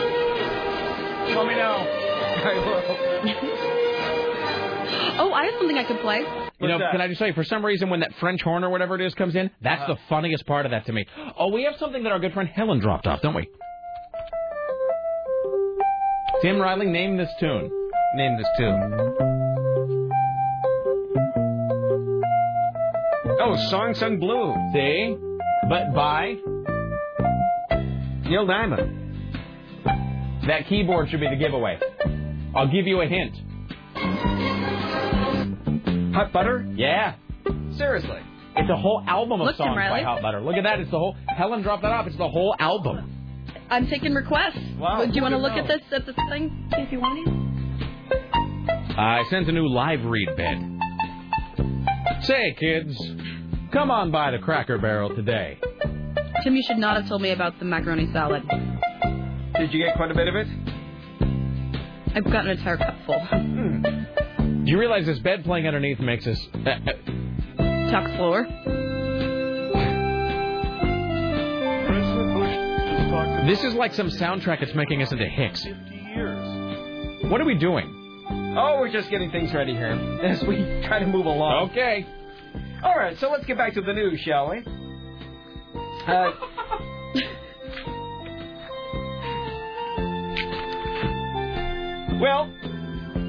[SPEAKER 4] Let me know.
[SPEAKER 3] oh, I have something I could play.
[SPEAKER 2] You know, can I just say, for some reason, when that French horn or whatever it is comes in, that's
[SPEAKER 4] Uh-huh.
[SPEAKER 2] the funniest part of that to me. Oh, we have something that our good friend Helen dropped off, don't we? Tim Riley, name this tune.
[SPEAKER 4] Name this tune. Oh, Song Sung Blue.
[SPEAKER 2] See? But by?
[SPEAKER 4] Neil Diamond.
[SPEAKER 2] That keyboard should be the giveaway. I'll give you a hint.
[SPEAKER 4] Hot butter?
[SPEAKER 2] Yeah.
[SPEAKER 4] Seriously.
[SPEAKER 2] It's a whole album of
[SPEAKER 3] Look, Tim
[SPEAKER 2] songs by
[SPEAKER 3] Riley.
[SPEAKER 2] Hot Butter. Look at that. It's the whole. Helen dropped that off. It's the whole album.
[SPEAKER 3] I'm taking requests.
[SPEAKER 2] Wow,
[SPEAKER 3] Do you want to
[SPEAKER 2] good
[SPEAKER 3] look
[SPEAKER 2] to
[SPEAKER 3] at
[SPEAKER 2] know.
[SPEAKER 3] this at this thing? See if you want to.
[SPEAKER 2] I sent a new live read bed. Say, kids, come on by the Cracker Barrel today.
[SPEAKER 3] Tim, you should not have told me about the macaroni salad.
[SPEAKER 4] Did you get quite a bit of it?
[SPEAKER 3] I've got an entire cup full.
[SPEAKER 2] Do you realize this bed playing underneath makes us. Uh, uh,
[SPEAKER 3] Chuck floor.
[SPEAKER 2] uh, this is like some soundtrack that's making us into hicks. What are we doing?
[SPEAKER 4] Oh, we're just getting things ready here as we try to move along.
[SPEAKER 2] Okay.
[SPEAKER 4] All right, so let's get back to the news, shall we? Uh, well,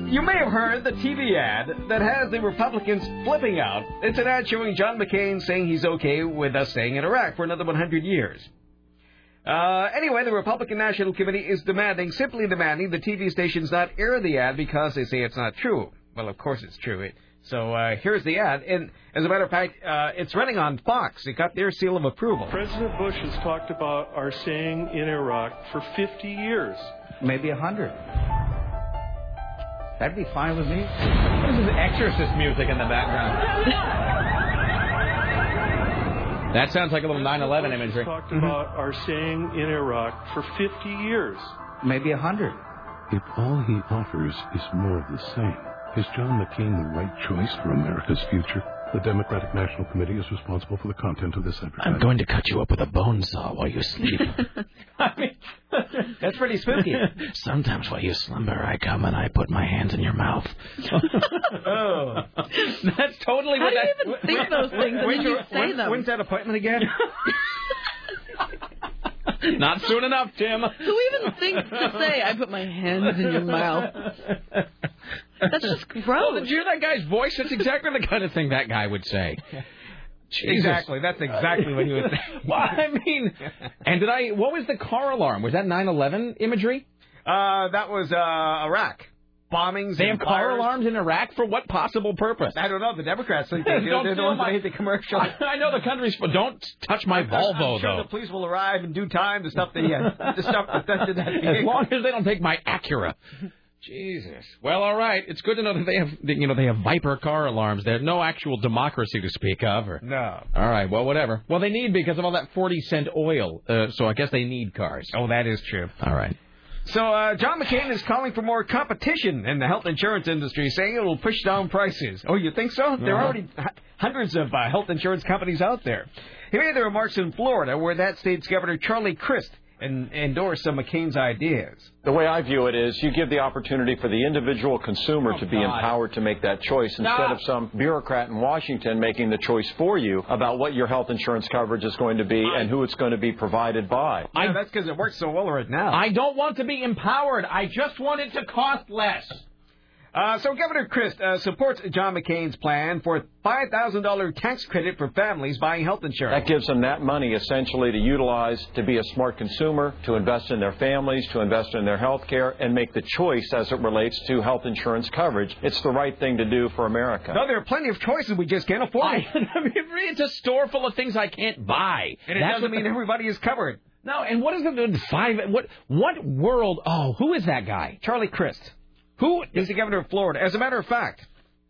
[SPEAKER 4] you may have heard the TV ad that has the Republicans flipping out. It's an ad showing John McCain saying he's okay with us staying in Iraq for another 100 years. Uh, anyway, the Republican National Committee is demanding, simply demanding, the TV stations not air the ad because they say it's not true. Well, of course it's true. It- so uh, here's the ad, and as a matter of fact, uh, it's running on Fox. It got their seal of approval.
[SPEAKER 16] President Bush has talked about our staying in Iraq for 50 years.
[SPEAKER 17] Maybe a hundred. That'd be fine with me.
[SPEAKER 2] This is exorcist music in the background. That sounds like a little 9 11 imagery.
[SPEAKER 16] Talked about our staying in Iraq for 50 years.
[SPEAKER 17] Maybe a hundred.
[SPEAKER 18] If all he offers is more of the same, is John McCain the right choice for America's future? The Democratic National Committee is responsible for the content of this advertisement.
[SPEAKER 2] I'm going to cut you up with a bone saw while you sleep.
[SPEAKER 4] That's pretty spooky.
[SPEAKER 2] Sometimes while you slumber, I come and I put my hands in your mouth.
[SPEAKER 4] oh.
[SPEAKER 2] That's totally
[SPEAKER 4] How
[SPEAKER 2] what
[SPEAKER 4] do you
[SPEAKER 2] that.
[SPEAKER 4] even think those things and then you say them? When's that appointment again?
[SPEAKER 2] Not soon enough, Tim.
[SPEAKER 3] Who even thinks to say, I put my hands in your mouth? That's just gross.
[SPEAKER 2] Well, did you hear that guy's voice? That's exactly the kind of thing that guy would say. Jesus.
[SPEAKER 4] Exactly. That's exactly what he was saying.
[SPEAKER 2] well, I mean, and did I? What was the car alarm? Was that 9/11 imagery?
[SPEAKER 4] Uh, that was uh, Iraq bombings.
[SPEAKER 2] They
[SPEAKER 4] and
[SPEAKER 2] have car
[SPEAKER 4] fires.
[SPEAKER 2] alarms in Iraq for what possible purpose?
[SPEAKER 4] I don't know. The Democrats think they
[SPEAKER 2] Don't
[SPEAKER 4] do. They're the
[SPEAKER 2] steal
[SPEAKER 4] ones that
[SPEAKER 2] my-
[SPEAKER 4] hate the commercial.
[SPEAKER 2] I know the country's. But don't touch my
[SPEAKER 4] I'm- I'm
[SPEAKER 2] Volvo
[SPEAKER 4] sure
[SPEAKER 2] though.
[SPEAKER 4] the police will arrive in due time to stop the uh, to stop the theft of that
[SPEAKER 2] as
[SPEAKER 4] vehicle.
[SPEAKER 2] long as they don't take my Acura. Jesus. Well, all right. It's good to know that they have, that, you know, they have Viper car alarms. They have no actual democracy to speak of. Or...
[SPEAKER 4] No.
[SPEAKER 2] All right. Well, whatever. Well, they need because of all that forty cent oil. Uh, so I guess they need cars.
[SPEAKER 4] Oh, that is true.
[SPEAKER 2] All right.
[SPEAKER 4] So uh, John McCain is calling for more competition in the health insurance industry, saying it will push down prices. Oh, you think so? There are
[SPEAKER 2] Uh-huh.
[SPEAKER 4] already h- hundreds of uh, health insurance companies out there. He made the remarks in Florida, where that state's governor Charlie Crist en- endorsed some of McCain's ideas.
[SPEAKER 19] The way I view it is you give the opportunity for the individual
[SPEAKER 2] Oh,
[SPEAKER 19] consumer to be
[SPEAKER 4] God.
[SPEAKER 19] empowered to make that choice instead
[SPEAKER 4] Stop.
[SPEAKER 19] of some bureaucrat in Washington making the choice for you about what your health insurance coverage is going to be and who it's going to be provided by.
[SPEAKER 4] yeah, that's because it works so well right now.
[SPEAKER 2] I don't want to be empowered. I just want it to cost less.
[SPEAKER 4] Uh, so Governor Christ uh, supports John McCain's plan for $5,000 tax credit for families buying health insurance.
[SPEAKER 19] That gives them that money essentially to utilize to be a smart consumer, to invest in their families, to invest in their health care, and make the choice as it relates to health insurance coverage. It's the right thing to do for America.
[SPEAKER 4] No, there are plenty of choices we just can't afford.
[SPEAKER 2] I mean, it's a store full of things I can't buy.
[SPEAKER 4] And it
[SPEAKER 2] That's
[SPEAKER 4] doesn't
[SPEAKER 2] what
[SPEAKER 4] mean
[SPEAKER 2] the-
[SPEAKER 4] everybody is covered.
[SPEAKER 2] No, and what is it doing? Five? What? What world? Oh, who is that guy?
[SPEAKER 4] Charlie Crist. Who is the governor of Florida? As a matter of fact,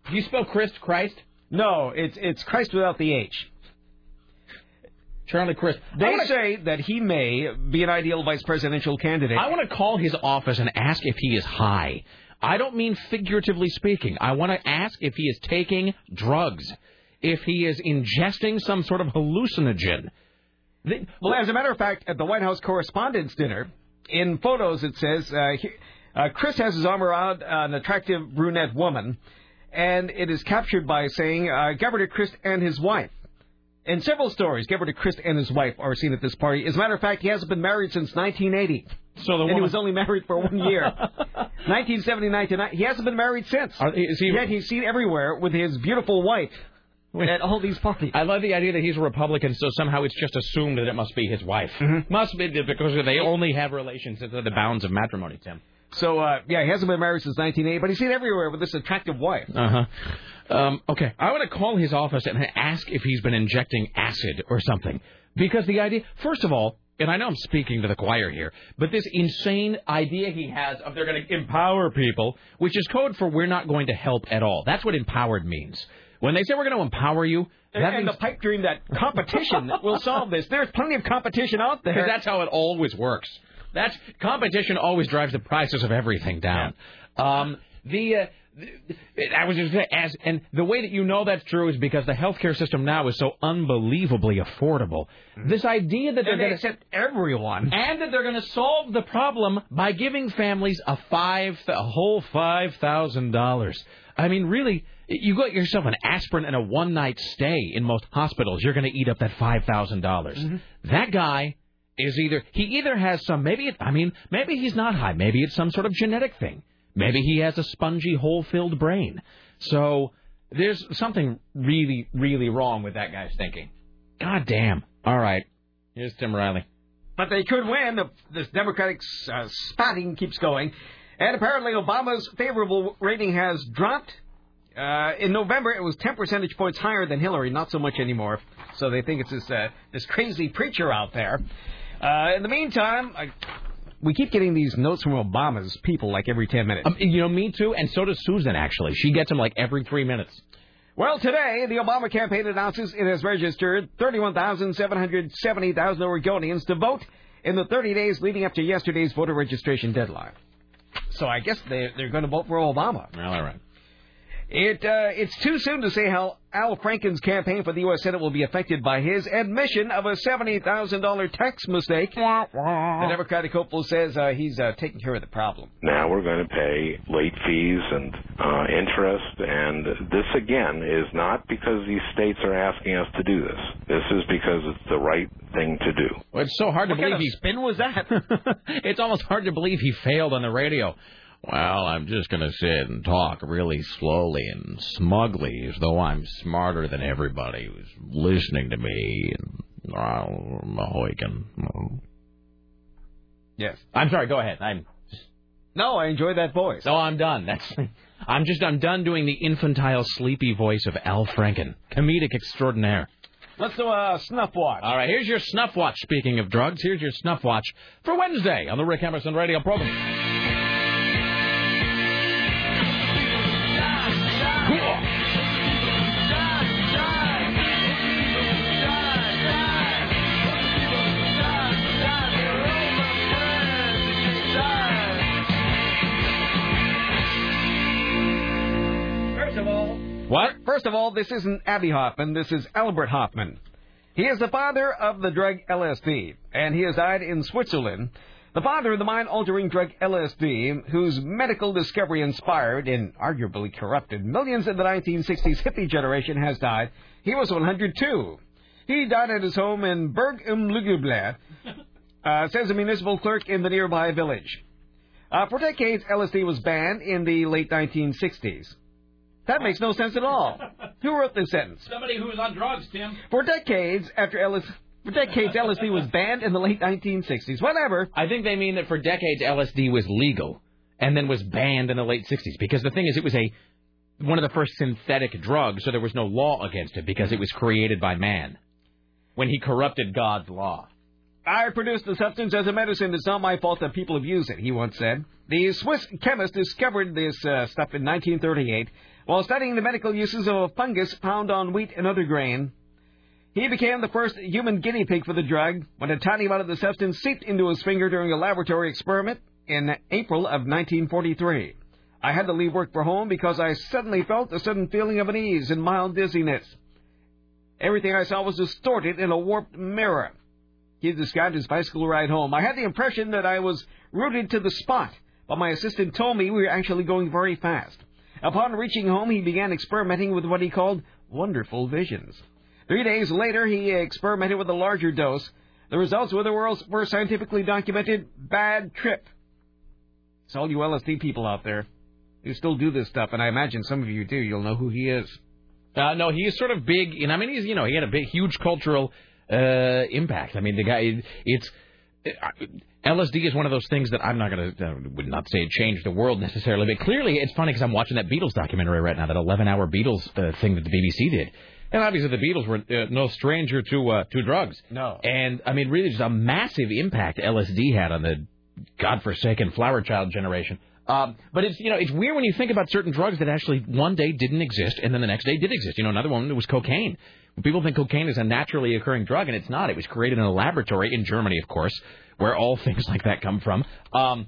[SPEAKER 2] do you spell Christ Christ?
[SPEAKER 4] No, it's it's Christ without the H.
[SPEAKER 2] Charlie Crist.
[SPEAKER 4] They say that he may be an ideal vice presidential candidate.
[SPEAKER 2] I want to call his office and ask if he is high. I don't mean figuratively speaking. I want to ask if he is taking drugs, if he is ingesting some sort of hallucinogen. The-
[SPEAKER 4] Well, as a matter of fact, at the White House Correspondents' Dinner, in photos it says uh, he, uh, Chris has his arm around uh, an attractive brunette woman, and it is captured by saying uh, Governor Chris and his wife. In several stories, Governor Chris and his wife are seen at this party. As a matter of fact, he hasn't been married since 1980.
[SPEAKER 2] So
[SPEAKER 4] and
[SPEAKER 2] the
[SPEAKER 4] he
[SPEAKER 2] woman-
[SPEAKER 4] was only married for one year, 1979 to ni- He hasn't been married since.
[SPEAKER 2] Are- is he-
[SPEAKER 4] Yet he's seen everywhere with his beautiful wife. at all these parties.
[SPEAKER 2] I love the idea that he's a Republican, so somehow it's just assumed that it must be his wife.
[SPEAKER 4] Mm-hmm.
[SPEAKER 2] Must be because they only have relations within the bounds of matrimony, Tim.
[SPEAKER 4] So uh, yeah, he hasn't been married since 1980, but he's seen everywhere with this attractive wife.
[SPEAKER 2] Uh huh. Um, okay, I want to call his office and ask if he's been injecting acid or something. Because the idea, first of all, and I know I'm speaking to the choir here, but this insane idea he has of they're going to empower people, which is code for we're not going to help at all. That's what empowered means. When they say we're going to empower you, that
[SPEAKER 4] And, and
[SPEAKER 2] means
[SPEAKER 4] the pipe dream that competition will solve this. There's plenty of competition out there.
[SPEAKER 2] Because that's how it always works. That's competition always drives the prices of everything down. Um, the uh, th- I was just gonna ask, and the way that you know that's true is because the healthcare system now is so unbelievably affordable. This idea that
[SPEAKER 4] Mm-hmm.
[SPEAKER 2] they're
[SPEAKER 4] And they
[SPEAKER 2] going
[SPEAKER 4] accept everyone,
[SPEAKER 2] and that they're going to solve the problem by giving families a five a whole five thousand dollars. I mean, really, you got yourself an aspirin and a one night stay in most hospitals. You're going to eat up that five dollars. That guy is either he either has some maybe it, I mean maybe he's not high. Maybe it's some sort of genetic thing. Maybe he has a spongy hole filled brain. So there's something really really wrong with that guy's thinking. God damn. All right. Here's Tim Riley.
[SPEAKER 4] but they could win if this Democratic uh, spotting keeps going. And apparently, Obama's favorable rating has dropped. Uh, in November, it was 10 percentage points higher than Hillary. Not so much anymore. So they think it's this uh, this crazy preacher out there. Uh, in the meantime, I, we keep getting these notes from Obama's people like every 10 minutes.
[SPEAKER 2] Um, you know, me too, and so does Susan. Actually, she gets them like every three minutes.
[SPEAKER 4] Well, today, the Obama campaign announces it has registered 31,770,000 Oregonians to vote in the 30 days leading up to yesterday's voter registration deadline. So I guess they, they're going to vote for Obama.
[SPEAKER 2] Well, all right.
[SPEAKER 4] It uh, It's too soon to say how Al Franken's campaign for the U.S. Senate will be affected by his admission of a $70,000 tax mistake. The Democratic hopeful says uh, he's uh, taking care of the problem.
[SPEAKER 20] Now we're going to pay late fees and uh, interest, and this again is not because these states are asking us to do this. This is because it's the right thing to do.
[SPEAKER 2] Well, it's so hard to
[SPEAKER 20] What
[SPEAKER 2] believe
[SPEAKER 20] kind of
[SPEAKER 2] he spin was that. it's almost hard to believe he failed on the radio.
[SPEAKER 21] Well, I'm just going to sit and talk really slowly and smugly as though I'm smarter than everybody who's listening to me. And, oh, Mahoikin.
[SPEAKER 4] Yes.
[SPEAKER 2] I'm sorry. Go ahead. I'm.
[SPEAKER 4] No, I enjoy that voice.
[SPEAKER 2] No, I'm done. That's. I'm just. I'm done doing the infantile, sleepy voice of Al Franken, comedic extraordinaire.
[SPEAKER 4] Let's do a Uh, snuff watch.
[SPEAKER 2] All right. Here's your snuff watch. Speaking of drugs, here's your snuff watch for Wednesday on the Rick Emerson Radio Program.
[SPEAKER 4] First of all,
[SPEAKER 2] What?
[SPEAKER 4] First of all, this isn't Abby Hoffman. This is Albert Hoffman. He is the father of the drug LSD, and he has died in Switzerland. The father of the mind altering drug LSD, whose medical discovery inspired and arguably corrupted millions in the 1960s hippie generation, has died. He was 102. He died at his home in Berg im Lugeblatt, uh, says a municipal clerk in the nearby village. Uh, for decades, LSD was banned in the late 1960s. That makes no sense at all. Who wrote this sentence?
[SPEAKER 15] Somebody who was on drugs, Tim.
[SPEAKER 4] For decades after LS, for decades LSD was banned in the late 1960s. Whatever.
[SPEAKER 2] I think they mean that for decades LSD was legal and then was banned in the late 60s because the thing is it was a one of the first synthetic drugs so there was no law against it because it was created by man when he corrupted God's law.
[SPEAKER 4] I produced the substance as a medicine. It's not my fault that people abuse it, he once said. The Swiss chemist discovered this uh, stuff in 1938 while studying the medical uses of a fungus found on wheat and other grain. He became the first human guinea pig for the drug when a tiny amount of the substance seeped into his finger during a laboratory experiment in April of 1943. I had to leave work for home because I suddenly felt a sudden feeling of unease and mild dizziness. Everything I saw was distorted in a warped mirror. He described his bicycle ride home. I had the impression that I was rooted to the spot, but my assistant told me we were actually going very fast. Upon reaching home, he began experimenting with what he called wonderful visions. Three days later, he experimented with a larger dose. The results were the world's first scientifically documented bad trip. It's all you LSD people out there who still do this stuff, and I imagine some of you do. You'll know who he is.
[SPEAKER 2] Uh, no, he is sort of big, and I mean, he's you know he had a big, huge cultural uh, impact. I mean, the guy, it's LSD is one of those things that I'm not gonna I would not say it changed the world necessarily, but clearly it's funny because I'm watching that Beatles documentary right now, that 11-hour Beatles uh, thing that the BBC did, and obviously the Beatles were uh, no stranger to uh, to drugs.
[SPEAKER 4] No,
[SPEAKER 2] and I mean, really, just a massive impact LSD had on the godforsaken flower child generation. Um, but it's you know it's weird when you think about certain drugs that actually one day didn't exist and then the next day did exist. You know, another one was cocaine. People think cocaine is a naturally occurring drug, and it's not. It was created in a laboratory in Germany, of course, where all things like that come from. Um,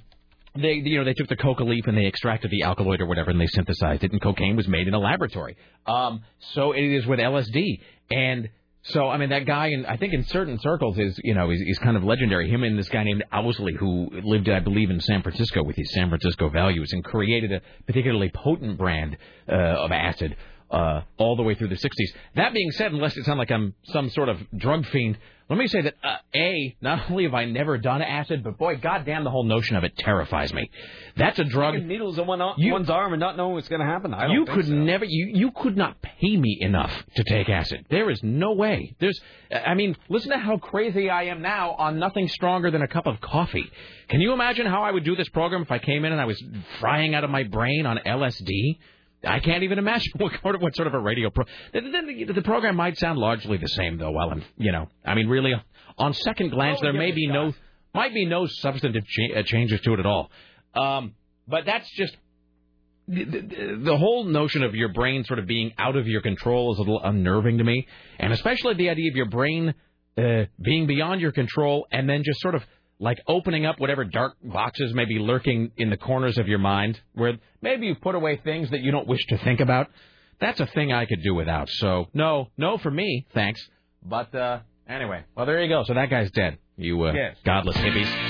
[SPEAKER 2] they you know they took the coca leaf and they extracted the alkaloid or whatever and they synthesized it, and cocaine was made in a laboratory. Um, so it is with LSD, and so I mean that guy, in, I think in certain circles is you know is, is kind of legendary. Him and this guy named Owsley, who lived I believe in San Francisco with his San Francisco values, and created a particularly potent brand uh, of acid uh, all the way through the 60s. That being said, unless it sounds like I'm some sort of drug fiend, let me say that uh, a not only have I never done acid, but boy, goddamn, the whole notion of it terrifies me. That's a drug.
[SPEAKER 4] Needles in one,
[SPEAKER 2] You-
[SPEAKER 4] one's arm and not knowing what's going to happen. I don't
[SPEAKER 2] you
[SPEAKER 4] think
[SPEAKER 2] could
[SPEAKER 4] so.
[SPEAKER 2] never you, you could not pay me enough to take acid there is no way there's i mean listen to how crazy i am now on nothing stronger than a cup of coffee can you imagine how i would do this program if i came in and i was frying out of my brain on lsd I can't even imagine what sort of, what sort of a radio pro. Then the, the program might sound largely the same, though. While I'm, you know, I mean, really, on second glance, there may be no, might be no substantive cha- uh, changes to it at all. Um, but that's just the- the the whole notion of your brain sort of being out of your control is a little unnerving to me, and especially the idea of your brain uh, being beyond your control and then just sort of like opening up whatever dark boxes may be lurking in the corners of your mind, where maybe you've put away things that you don't wish to think about. That's a thing I could do without. So no, no for me, thanks. But uh, anyway, well there you go. So that guy's dead. You uh,
[SPEAKER 15] Yes.
[SPEAKER 2] godless hippies.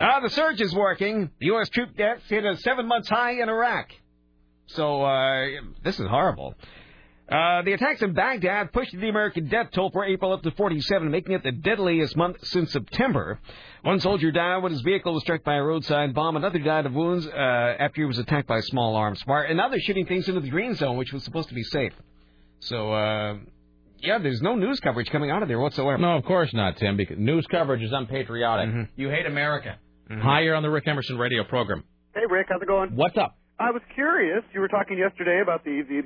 [SPEAKER 4] Ah, the surge is working. The U.S. troop deaths hit a seven months high in Iraq. So uh, this is horrible. Uh, the attacks in Baghdad pushed the American death toll for April up to 47, making it the deadliest month since September. One soldier died when his vehicle was struck by a roadside bomb. Another died of wounds uh, after he was attacked by a small arms fire. And now they're shooting things into the green zone, which was supposed to be safe. So, uh, yeah, there's no news coverage coming out of there whatsoever.
[SPEAKER 15] No, of course not, Tim. Because news coverage is unpatriotic. You hate America.
[SPEAKER 6] Mm-hmm.
[SPEAKER 15] Higher on the Rick Emerson radio program.
[SPEAKER 6] Hey, Rick, how's it going?
[SPEAKER 15] What's up?
[SPEAKER 6] I was curious. You were talking yesterday about the the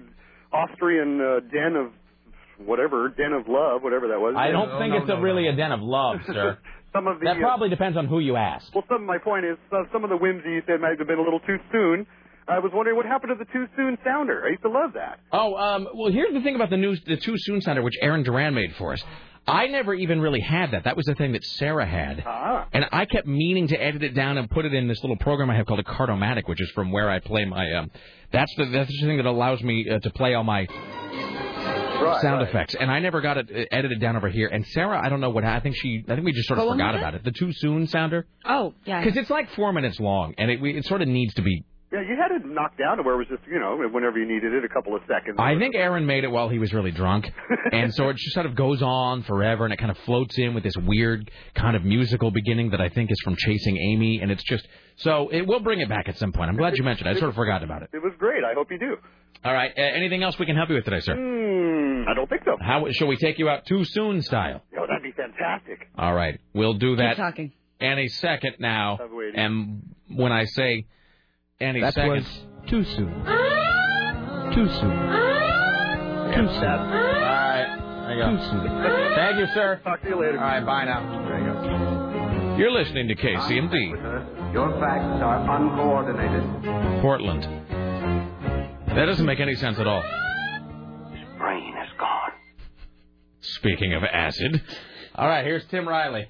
[SPEAKER 6] Austrian uh, den of whatever, den of love, whatever that was.
[SPEAKER 15] I don't think it's a, really a den of love, sir.
[SPEAKER 6] Some of the uh,
[SPEAKER 15] that probably depends on who you ask.
[SPEAKER 6] Well, some. My point is, uh, some of the whimsies that might have been a little too soon. I was wondering what happened to the too soon sounder. I used to love that.
[SPEAKER 2] Oh, um, well, here's the thing about the news, the Too Soon Sounder, which Aaron Duran made for us. I never even really had that. That was the thing that Sarah had.
[SPEAKER 6] Ah.
[SPEAKER 2] And I kept meaning to edit it down and put it in this little program I have called a Cardomatic, which is from where I play my. Um, that's the that's the thing that allows me uh, to play all my sound effects. And I never got it uh, edited down over here. And Sarah, I don't know what I think she. I think we just sort of
[SPEAKER 3] What one
[SPEAKER 2] forgot
[SPEAKER 3] was it?
[SPEAKER 2] about it. The Too Soon Sounder,
[SPEAKER 3] Oh, yeah.
[SPEAKER 2] because it's like four minutes long, and it we, it sort of needs to be
[SPEAKER 6] Yeah, you had it knocked down to where it was just you know whenever you needed it, a couple of seconds.
[SPEAKER 2] I think Aaron made it while he was really drunk, and so it just sort of goes on forever, and it kind of floats in with this weird kind of musical beginning that I think is from Chasing Amy, and it's just so it will bring it back at some point. I'm glad you mentioned. it. I sort of forgot about it.
[SPEAKER 6] It was great. I hope you do.
[SPEAKER 2] All right, uh, anything else we can help you with today, sir?
[SPEAKER 6] Hmm, I don't think so.
[SPEAKER 2] How shall we take you out too soon, style?
[SPEAKER 6] Oh, that'd be fantastic.
[SPEAKER 2] All right, we'll do that
[SPEAKER 3] talking.
[SPEAKER 2] any second now,
[SPEAKER 6] I'm waiting.
[SPEAKER 2] and when I say any
[SPEAKER 17] That
[SPEAKER 2] second,
[SPEAKER 17] was too soon. Too soon. Too soon.
[SPEAKER 15] All right. There you go. Thank you, sir. Talk to you later. All right, bye now. There you go.
[SPEAKER 2] You're listening to KCMD,
[SPEAKER 7] Your facts are uncoordinated.
[SPEAKER 2] Portland. That doesn't make any sense at all.
[SPEAKER 7] Brain is gone.
[SPEAKER 2] Speaking of acid.
[SPEAKER 15] All right, here's Tim Riley.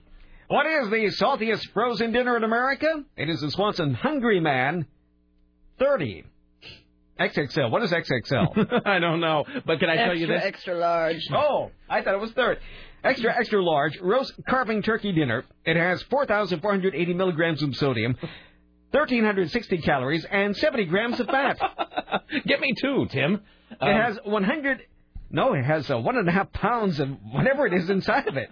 [SPEAKER 4] What is the saltiest frozen dinner in America? It is the Swanson Hungry Man 30. XXL. What is XXL?
[SPEAKER 2] I don't know, but can I
[SPEAKER 4] tell you
[SPEAKER 3] extra,
[SPEAKER 4] this?
[SPEAKER 3] extra large.
[SPEAKER 4] Oh, I thought it was third. Extra, extra large roast carving turkey dinner. It has 4,480 milligrams of sodium, 1,360 calories, and 70 grams of fat.
[SPEAKER 2] Get me two, Tim. Um,
[SPEAKER 15] Um.
[SPEAKER 4] it has 100. No, it has uh, one and a half pounds of whatever it is inside of it.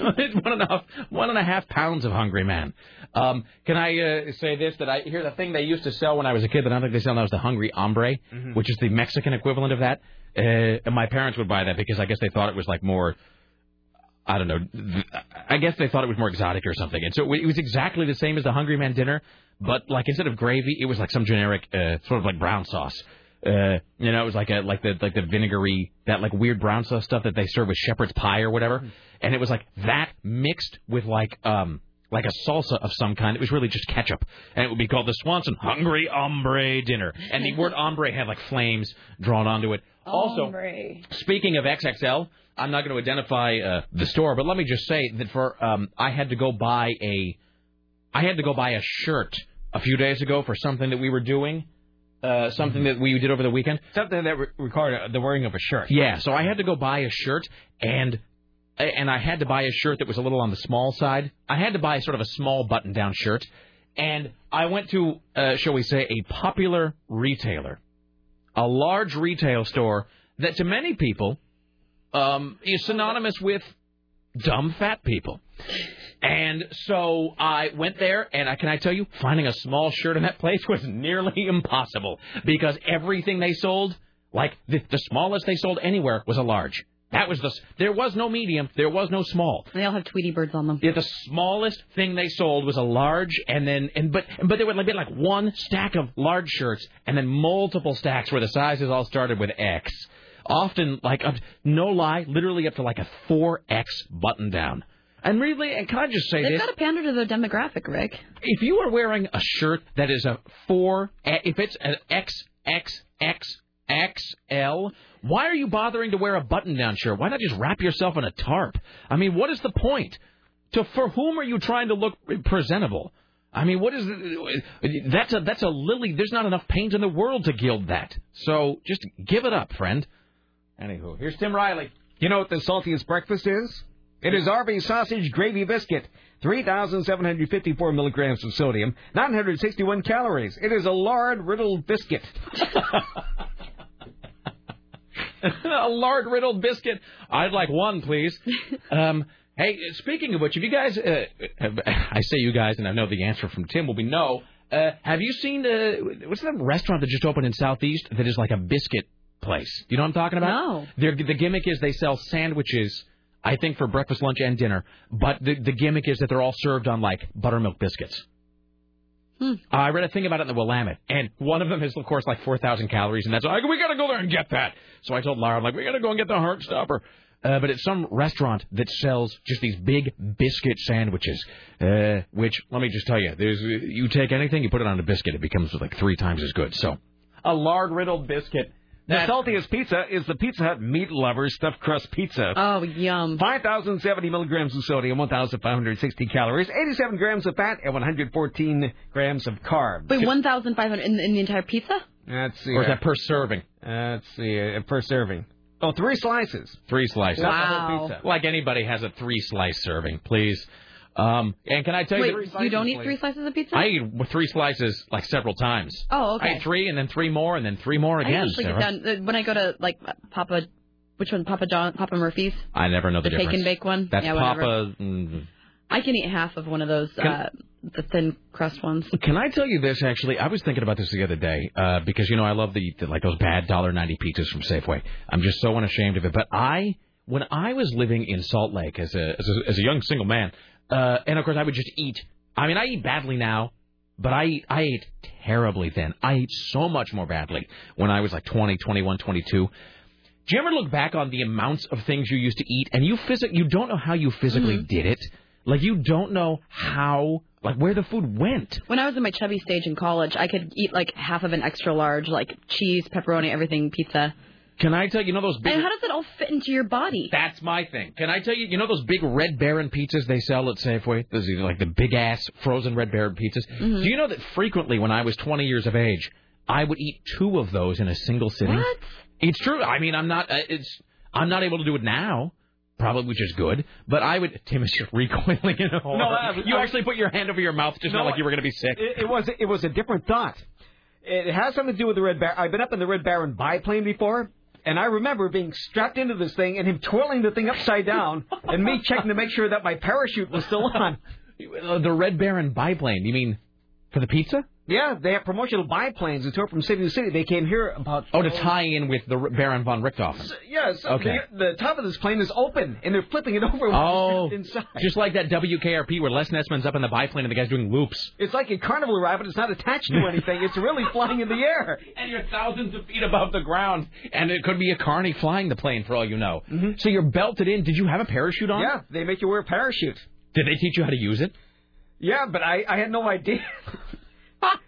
[SPEAKER 2] one and a half, one and a half pounds of Hungry Man. Um, can I uh, say this? That I hear the thing they used to sell when I was a kid that I don't think they sell now is the Hungry Hombre,
[SPEAKER 4] Mm-hmm.
[SPEAKER 15] Mhm.
[SPEAKER 2] which is the Mexican equivalent of that. Uh, and my parents would buy that because I guess they thought it was like more. I don't know. th- I guess they thought it was more exotic or something, and so it was exactly the same as the Hungry Man dinner, but like instead of gravy, it was like some generic uh, sort of like brown sauce. Uh, you know, it was like a like the like the vinegary that like weird brown sauce stuff that they serve with shepherd's pie or whatever, and it was like that mixed with like um like a salsa of some kind. It was really just ketchup, and it would be called the Swanson Hungry Hombre Dinner, and the word hombre had like flames drawn onto it. Also, Speaking of XXL, I'm not going to identify uh, the store, but let me just say that for um, I had to go buy a I had to go buy a shirt a few days ago for something that we were doing, uh, something that we did over the weekend.
[SPEAKER 4] Mm-hmm. Something that re- required the wearing of a shirt.
[SPEAKER 2] Yeah, so I had to go buy a shirt and and I had to buy a shirt that was a little on the small side. I had to buy sort of a small button-down shirt, and I went to uh, shall we say a popular retailer, a large retail store that to many people um, is synonymous with dumb fat people. And so I went there, and I, can I tell you, finding a small shirt in that place was nearly impossible because everything they sold, like the, the smallest they sold anywhere, was a large. That was the s- there was no medium, there was no small.
[SPEAKER 3] They all have Tweety birds on them.
[SPEAKER 2] Yeah, the smallest thing they sold was a large, and then and but but there would like be like one stack of large shirts, and then multiple stacks where the sizes all started with X. Often like up, no lie, literally up to like a four X button down. And really, and can I just say
[SPEAKER 3] They've
[SPEAKER 2] this?
[SPEAKER 3] got to pander to their demographic, Rick.
[SPEAKER 2] If you are wearing a shirt that is a four, if it's an X X X X L, why are you bothering to wear a button-down shirt? Why not just wrap yourself in a tarp? I mean, what is the point? To for whom are you trying to look presentable? I mean, what is that's a that's a lily. There's not enough paint in the world to gild that. So just give it up, friend. Anywho, here's Tim Riley.
[SPEAKER 4] You know what the saltiest breakfast is? It is Arby's sausage gravy biscuit. 3,754 milligrams of sodium, 961 calories. It is a lard riddled biscuit.
[SPEAKER 2] a lard riddled biscuit. I'd like one, please. Um, hey, speaking of which, if you guys, uh, I say you guys, and I know the answer from Tim will be no. Uh, have you seen uh, what's that restaurant that just opened in Southeast that is like a biscuit place? You know what I'm talking about?
[SPEAKER 3] No.
[SPEAKER 2] Their, the gimmick is they sell sandwiches. I think for breakfast, lunch, and dinner. But the the gimmick is that they're all served on like buttermilk biscuits. Uh, I read a thing about it in the Willamette, and one of them is, of course, like 4,000 calories, and that's like, we gotta go there and get that. So I told Laura, I'm like, we gotta go and get the heart stopper. Uh, but it's some restaurant that sells just these big biscuit sandwiches, uh, which, let me just tell you, there's you take anything, you put it on a biscuit, it becomes like three times as good. So a lard riddled biscuit.
[SPEAKER 4] The saltiest pizza is the Pizza Hut meat lover stuffed crust pizza.
[SPEAKER 3] Oh, yum.
[SPEAKER 4] 5,070 milligrams of sodium, 1,560 calories, 87 grams of fat, and 114 grams of carbs.
[SPEAKER 3] Wait, 1,500 in, in the entire pizza?
[SPEAKER 4] Let's see.
[SPEAKER 2] Or is that per serving?
[SPEAKER 4] Let's see. Uh, per serving. Oh, three slices.
[SPEAKER 2] Three slices.
[SPEAKER 4] Not the whole Wow. pizza.
[SPEAKER 2] Like anybody has a three slice serving, please. Um, and can I tell
[SPEAKER 3] Wait,
[SPEAKER 2] you?
[SPEAKER 3] you don't eat three slices of pizza?
[SPEAKER 2] I eat three slices like several times.
[SPEAKER 3] Oh, okay.
[SPEAKER 2] I eat three and then three more and then three more
[SPEAKER 3] I
[SPEAKER 2] again.
[SPEAKER 3] usually get
[SPEAKER 2] Sarah.
[SPEAKER 3] done uh, when I go to like Papa, which one? Papa John, Papa Murphy's.
[SPEAKER 2] I never know the,
[SPEAKER 3] The take
[SPEAKER 2] difference.
[SPEAKER 3] and bake one?
[SPEAKER 2] That's
[SPEAKER 3] Yeah, whatever.
[SPEAKER 2] Papa. mm.
[SPEAKER 3] I can eat half of one of those, uh, the thin crust ones.
[SPEAKER 2] Can I tell you this? Actually, I was thinking about this the other day uh, because you know I love the, the like those bad dollar ninety pizzas from Safeway. I'm just so unashamed of it. But I, when I was living in Salt Lake as a as a, as a young single man, uh, and of course I would just eat. I mean, I eat badly now, but I eat I ate terribly then. I ate so much more badly when I was like 20, 21, 22. Do you ever look back on the amounts of things you used to eat and you physic you don't know how you physically did it? Like you don't know how like where the food went.
[SPEAKER 3] When I was in my chubby stage in college, I could eat like half of an extra large, like cheese, pepperoni, everything pizza.
[SPEAKER 2] Can I tell you, you know those big
[SPEAKER 3] And how does it all fit into your body?
[SPEAKER 2] That's my thing. Can I tell you, you know those big Red Baron pizzas they sell at Safeway? Those are like the big ass frozen Red Baron pizzas.
[SPEAKER 3] Mhm.
[SPEAKER 2] Do you know that frequently when I was 20 years of age, I would eat two of those in a single sitting? What? It's true. I mean, I'm not. Uh, it's I'm not able to do it now. Probably, which is good, but I would. Tim is just recoiling in a horror.
[SPEAKER 4] I-
[SPEAKER 2] you
[SPEAKER 4] I-
[SPEAKER 2] actually put your hand over your mouth, just
[SPEAKER 4] No,
[SPEAKER 2] not like you were going to be sick.
[SPEAKER 4] It, it was it was a different thought. It has something to do with the Red Baron. I've been up in the Red Baron biplane before, and I remember being strapped into this thing and him twirling the thing upside down, and me checking to make sure that my parachute was still on.
[SPEAKER 2] Uh, the Red Baron biplane. You mean for the pizza?
[SPEAKER 4] Yeah, they have promotional biplanes that tour from city to city. They came here about
[SPEAKER 2] Oh, to tie in with the R- Baron von Richthofen.
[SPEAKER 4] Yes.
[SPEAKER 2] Okay.
[SPEAKER 4] The, the top of this plane is open, and they're flipping it over.
[SPEAKER 2] Oh,
[SPEAKER 4] inside.
[SPEAKER 2] just like that WKRP where Les Nessman's up in the biplane and the guy's doing loops.
[SPEAKER 4] It's like a carnival ride, but it's not attached to anything. It's really flying in the air.
[SPEAKER 2] And you're thousands of feet above the ground. And it could be a carny flying the plane for all you know. So you're belted in. Did you have a parachute on?
[SPEAKER 4] Mm-hmm. Yeah, they make you wear a parachute.
[SPEAKER 2] Did they teach you how to use it?
[SPEAKER 4] Yeah, but I, I had no idea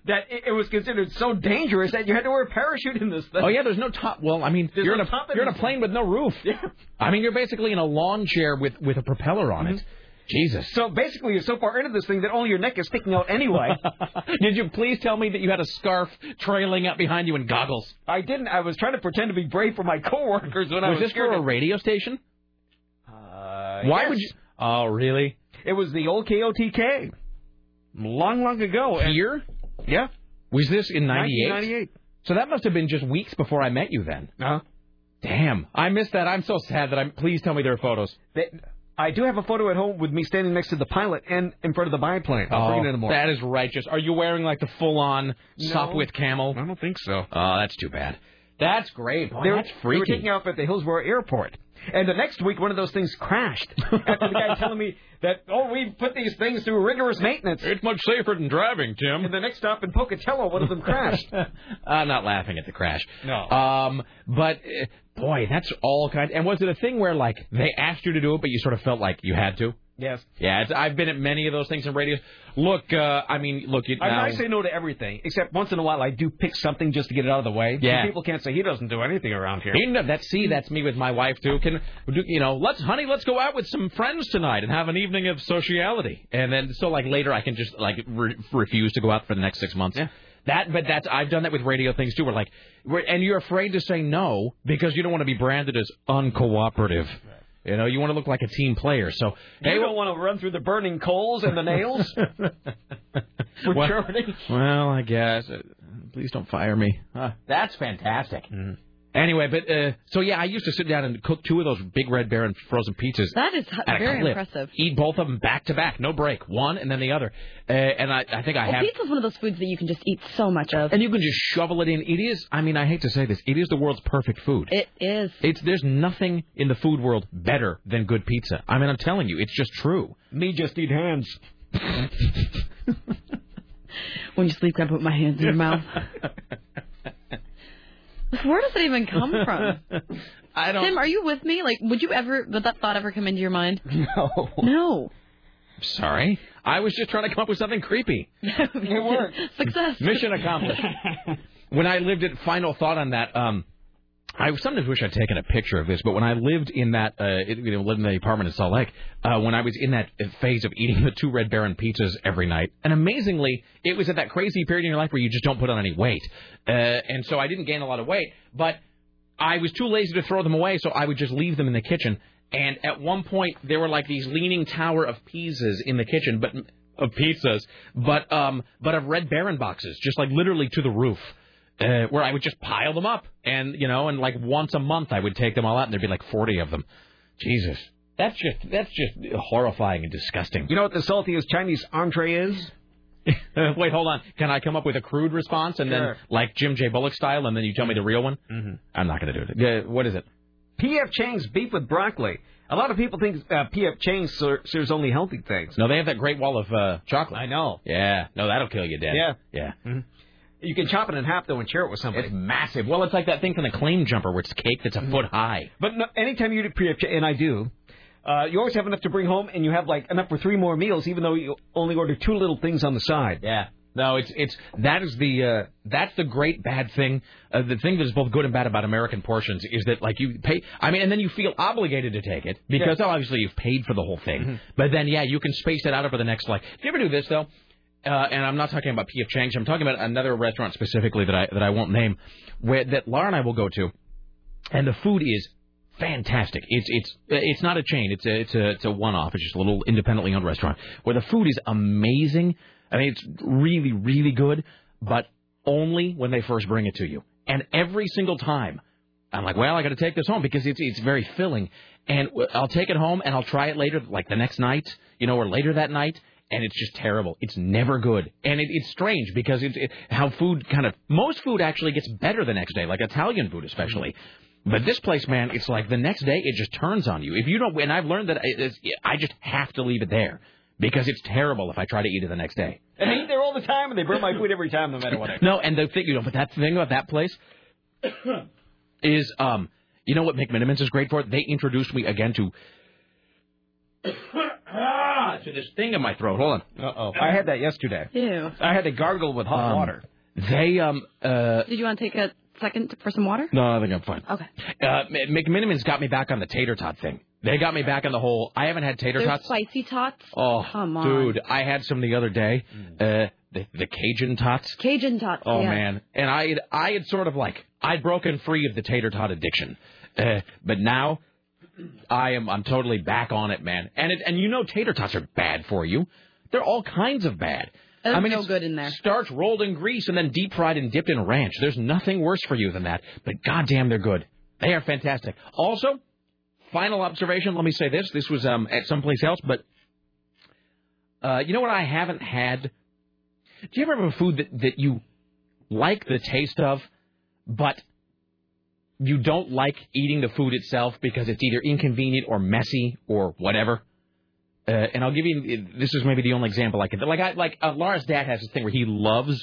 [SPEAKER 4] that it, it was considered so dangerous that you had to wear a parachute in this thing.
[SPEAKER 2] Oh yeah, there's no top. Well, I mean,
[SPEAKER 4] There's
[SPEAKER 2] you're
[SPEAKER 4] no
[SPEAKER 2] in a
[SPEAKER 4] top in
[SPEAKER 2] you're in a
[SPEAKER 4] this
[SPEAKER 2] plane with no roof. Yeah. I mean, you're basically in a lawn chair with with a propeller on it.
[SPEAKER 4] Mm-hmm.
[SPEAKER 2] Jesus.
[SPEAKER 4] So basically, you're so far into this thing that only your neck is sticking out anyway.
[SPEAKER 2] Did you please tell me that you had a scarf trailing up behind you and goggles?
[SPEAKER 4] I didn't. I was trying to pretend to be brave for my coworkers when I was
[SPEAKER 2] was this for
[SPEAKER 4] scared
[SPEAKER 2] a
[SPEAKER 4] of-
[SPEAKER 2] radio station?
[SPEAKER 4] Uh,
[SPEAKER 2] Why
[SPEAKER 4] yes.
[SPEAKER 2] would you? Oh, really?
[SPEAKER 4] It was the old KOTK. Long, long ago. and-
[SPEAKER 2] Here?
[SPEAKER 4] Yeah.
[SPEAKER 2] Was this in 98?
[SPEAKER 4] 1998.
[SPEAKER 2] So that must have been just weeks before I met you then.
[SPEAKER 4] Uh-huh.
[SPEAKER 2] Damn, I missed that. I'm so sad that I'm. Please tell me there are photos.
[SPEAKER 4] They- I do have a photo at home with me standing next to the pilot and in front of the biplane. I'll bring it in tomorrow.
[SPEAKER 2] Oh, that is righteous. Are you wearing like the full-on Sopwith camel? I
[SPEAKER 4] don't think so.
[SPEAKER 2] Oh, that's too bad. That's great. Boy,
[SPEAKER 4] they were,
[SPEAKER 2] that's
[SPEAKER 4] Oh, They were
[SPEAKER 2] freaky.
[SPEAKER 4] taking off at the Hillsborough Airport. And the next week, one of those things crashed. After the guy telling me that, oh, we put these things through rigorous maintenance.
[SPEAKER 2] It's much safer than driving, Tim.
[SPEAKER 4] And the next stop in Pocatello, one of them crashed.
[SPEAKER 2] I'm not laughing at the crash.
[SPEAKER 4] No.
[SPEAKER 2] Um, but uh, boy, that's all kind. And was it a thing where like they asked you to do it, but you sort of felt like you had to?
[SPEAKER 4] yes.
[SPEAKER 2] Yeah, it's, I've been at many of those things in radio. Look, uh, I mean, look. It, uh,
[SPEAKER 4] I, mean,
[SPEAKER 2] now,
[SPEAKER 4] I say no to everything, except once in a while I do pick something just to get it out of the way. So
[SPEAKER 2] Yeah.
[SPEAKER 4] People can't say he doesn't do anything around here.
[SPEAKER 2] Even if that's see, that's me with my wife too. Can do- you know? Let's, honey, let's go out with some friends tonight and have an evening of sociality. And then, so like later, I can just like re- refuse to go out for the next six months. That, but that's I've done that with radio things too. We're like, we're, and you're afraid to say no because you don't want to be branded as uncooperative. You know, you want to look like a team player. So
[SPEAKER 4] They don't want to run through the burning coals and the nails. For
[SPEAKER 2] Well-
[SPEAKER 4] Germany.
[SPEAKER 2] Well, I guess. Uh, Please don't fire me. Huh.
[SPEAKER 15] That's fantastic.
[SPEAKER 2] Anyway, but uh, so yeah, I used to sit down and cook two of those big red Baron frozen pizzas.
[SPEAKER 3] That is
[SPEAKER 2] at a
[SPEAKER 3] very
[SPEAKER 2] clip.
[SPEAKER 3] impressive.
[SPEAKER 2] Eat both of them back to back, no break, one and then the other. Uh, and I, I think I
[SPEAKER 3] well,
[SPEAKER 2] have.
[SPEAKER 3] pizza's one of those foods that you can just eat so much of.
[SPEAKER 2] And you can just shovel it in. It is. I mean, I hate to say this. It is the world's perfect food.
[SPEAKER 3] It is.
[SPEAKER 2] It's there's nothing in the food world better than good pizza. I mean, I'm telling you, it's just true.
[SPEAKER 4] Me just eat hands.
[SPEAKER 3] When you sleep, I put my hands in your mouth. Like, Where does it even come from?
[SPEAKER 2] I don't.
[SPEAKER 3] Tim, are you with me? Like, would you ever? Would that thought ever come into your mind?
[SPEAKER 2] No.
[SPEAKER 3] No.
[SPEAKER 2] Sorry. I was just trying to come up with something creepy.
[SPEAKER 3] it
[SPEAKER 4] worked.
[SPEAKER 3] Success.
[SPEAKER 2] Mission accomplished. when I lived in final thought on that, um, I sometimes wish I'd taken a picture of this, but when I lived in that, uh, it, you know, lived in the apartment in Salt Lake, uh, when I was in that phase of eating the two Red Baron pizzas every night, and amazingly, it was at that crazy period in your life where you just don't put on any weight, uh, and so I didn't gain a lot of weight, but I was too lazy to throw them away, so I would just leave them in the kitchen. And at one point, there were like these leaning tower of pizzas in the kitchen, but of pizzas, but um, but of Red Baron boxes, just like literally to the roof, uh, where I would just pile them up, and you know, and like once a month, I would take them all out, and there'd be like forty of them. Jesus, that's just that's just horrifying and disgusting.
[SPEAKER 4] You know what the saltiest Chinese entree is?
[SPEAKER 2] Wait, hold on. Can I come up with a crude response and then
[SPEAKER 4] Sure.
[SPEAKER 2] like Jim J. Bullock style, and then you tell me the real one? Mm-hmm. I'm not gonna do it. Uh, what is it?
[SPEAKER 4] P.F. Chang's beef with broccoli. A lot of people think uh, P.F. Chang ser- serves only healthy things.
[SPEAKER 2] No, they have that great wall of uh, chocolate. I
[SPEAKER 4] know.
[SPEAKER 2] Yeah. No, that'll kill you, Dad.
[SPEAKER 4] Yeah. Mm-hmm.
[SPEAKER 2] Yeah.
[SPEAKER 4] You can chop it in half though and share it with somebody.
[SPEAKER 2] It's massive. Well, it's like that thing from the claim jumper where it's cake that's a foot high.
[SPEAKER 4] Mm. But no, anytime you do pre and I do, uh, you always have enough to bring home, and you have like enough for three more meals, even though you only order two little things on the side.
[SPEAKER 2] Yeah. No, it's it's that is the uh, that's the great bad thing. Uh, the thing that is both good and bad about American portions is that like you pay. I mean, and then you feel obligated to take it because
[SPEAKER 15] Yeah.
[SPEAKER 2] obviously you've paid for the whole thing. But then yeah, you can space it out over the next like. Do you ever do this though? Uh, and I'm not talking about P.F. Chang's. I'm talking about another restaurant specifically that I that I won't name, where that Laura and I will go to, and the food is fantastic. It's it's uh, it's not a chain. It's a it's a it's a one off. It's just a little independently owned restaurant where the food is amazing. I mean, it's really really good, but only when they first bring it to you. And every single time, I'm like, well, I got to take this home because it's it's very filling. And w- I'll take it home and I'll try it later, like the next night, you know, or later that night. And it's just terrible. It's never good, and it, it's strange because it's it, how food kind of most food actually gets better the next day, like Italian food especially. But this place, man, it's like the next day it just turns on you. If you don't, and I've learned that I, it's, I just have to leave it there because it's terrible if I try to eat it the next day.
[SPEAKER 4] And I eat there all the time, and they burn my food every time, no matter what. I do.
[SPEAKER 2] No, and the thing, you know, but that thing about that place is, um, you know what McMinimins is great for? They introduced me again to ah, to this thing in my throat. Hold on.
[SPEAKER 4] Uh oh. I had that yesterday.
[SPEAKER 3] Ew.
[SPEAKER 4] I had to gargle with hot
[SPEAKER 2] Um,
[SPEAKER 4] water.
[SPEAKER 2] They um uh
[SPEAKER 3] Did you want to take a second for some water?
[SPEAKER 2] no, I think I'm fine.
[SPEAKER 3] Okay.
[SPEAKER 2] Uh, M- McMinimins got me back on the tater tot thing. They got me back on the whole. I haven't had tater
[SPEAKER 3] They're
[SPEAKER 2] tots.
[SPEAKER 3] spicy tots.
[SPEAKER 2] Oh,
[SPEAKER 3] Come on.
[SPEAKER 2] dude, I had some the other day.
[SPEAKER 4] Mm.
[SPEAKER 2] Uh, the, the Cajun tots.
[SPEAKER 3] Cajun tots.
[SPEAKER 2] Oh
[SPEAKER 3] yeah.
[SPEAKER 2] man, and I had, I had sort of like I'd broken free of the tater tot addiction, uh, but now I am I'm totally back on it, man. And it, and you know tater tots are bad for you. They're all kinds of bad.
[SPEAKER 3] There's
[SPEAKER 2] I mean,
[SPEAKER 3] no
[SPEAKER 2] it's
[SPEAKER 3] good in there.
[SPEAKER 2] Starch rolled in grease and then deep fried and dipped in ranch. There's nothing worse for you than that. But goddamn, they're good. They are fantastic. Also, final observation. Let me say this. This was um, at someplace else, but uh, you know what I haven't had? Do you ever have a food that, that you like the taste of, but you don't like eating the food itself because it's either inconvenient or messy or whatever? Uh, and I'll give you this is maybe the only example I can like. I like uh, Laura's dad has this thing where he loves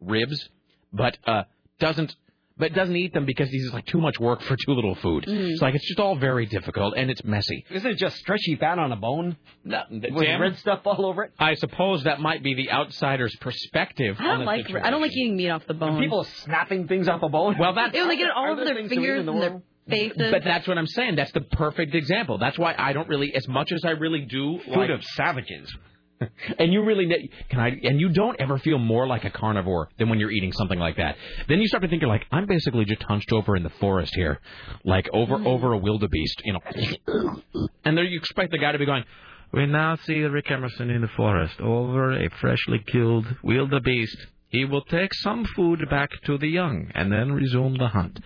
[SPEAKER 2] ribs, but uh, doesn't but doesn't eat them because he's just like too much work for too little food.
[SPEAKER 4] Mhm.
[SPEAKER 2] It's like it's just all very difficult and it's messy.
[SPEAKER 4] Isn't it just stretchy fat on a bone?
[SPEAKER 2] No,
[SPEAKER 4] with
[SPEAKER 2] Tim?
[SPEAKER 4] red stuff all over it.
[SPEAKER 2] I suppose that might be the outsider's perspective.
[SPEAKER 3] I
[SPEAKER 2] on
[SPEAKER 3] don't
[SPEAKER 2] the
[SPEAKER 3] like
[SPEAKER 2] situation.
[SPEAKER 3] I don't like eating meat off the bone.
[SPEAKER 2] people
[SPEAKER 4] snapping things off a bone.
[SPEAKER 2] Well, that's
[SPEAKER 3] Ew, they get it all
[SPEAKER 4] Are
[SPEAKER 3] over
[SPEAKER 4] there
[SPEAKER 3] their
[SPEAKER 4] things to eat
[SPEAKER 3] fingers
[SPEAKER 4] in the
[SPEAKER 3] and their
[SPEAKER 4] world?
[SPEAKER 3] faces.
[SPEAKER 2] But that's what I'm saying. That's the perfect example. That's why I don't really, as much as I really do like
[SPEAKER 4] of savages.
[SPEAKER 2] and you really ne- can I and you don't ever feel more like a carnivore than when you're eating something like that. Then you start to think you're like I'm basically just hunched over in the forest here, like over
[SPEAKER 3] Mm.
[SPEAKER 2] over a wildebeest, you know. and there you expect the guy to be going,
[SPEAKER 8] We now see Rick Emerson in the forest over a freshly killed wildebeest. He will take some food back to the young and then resume the hunt.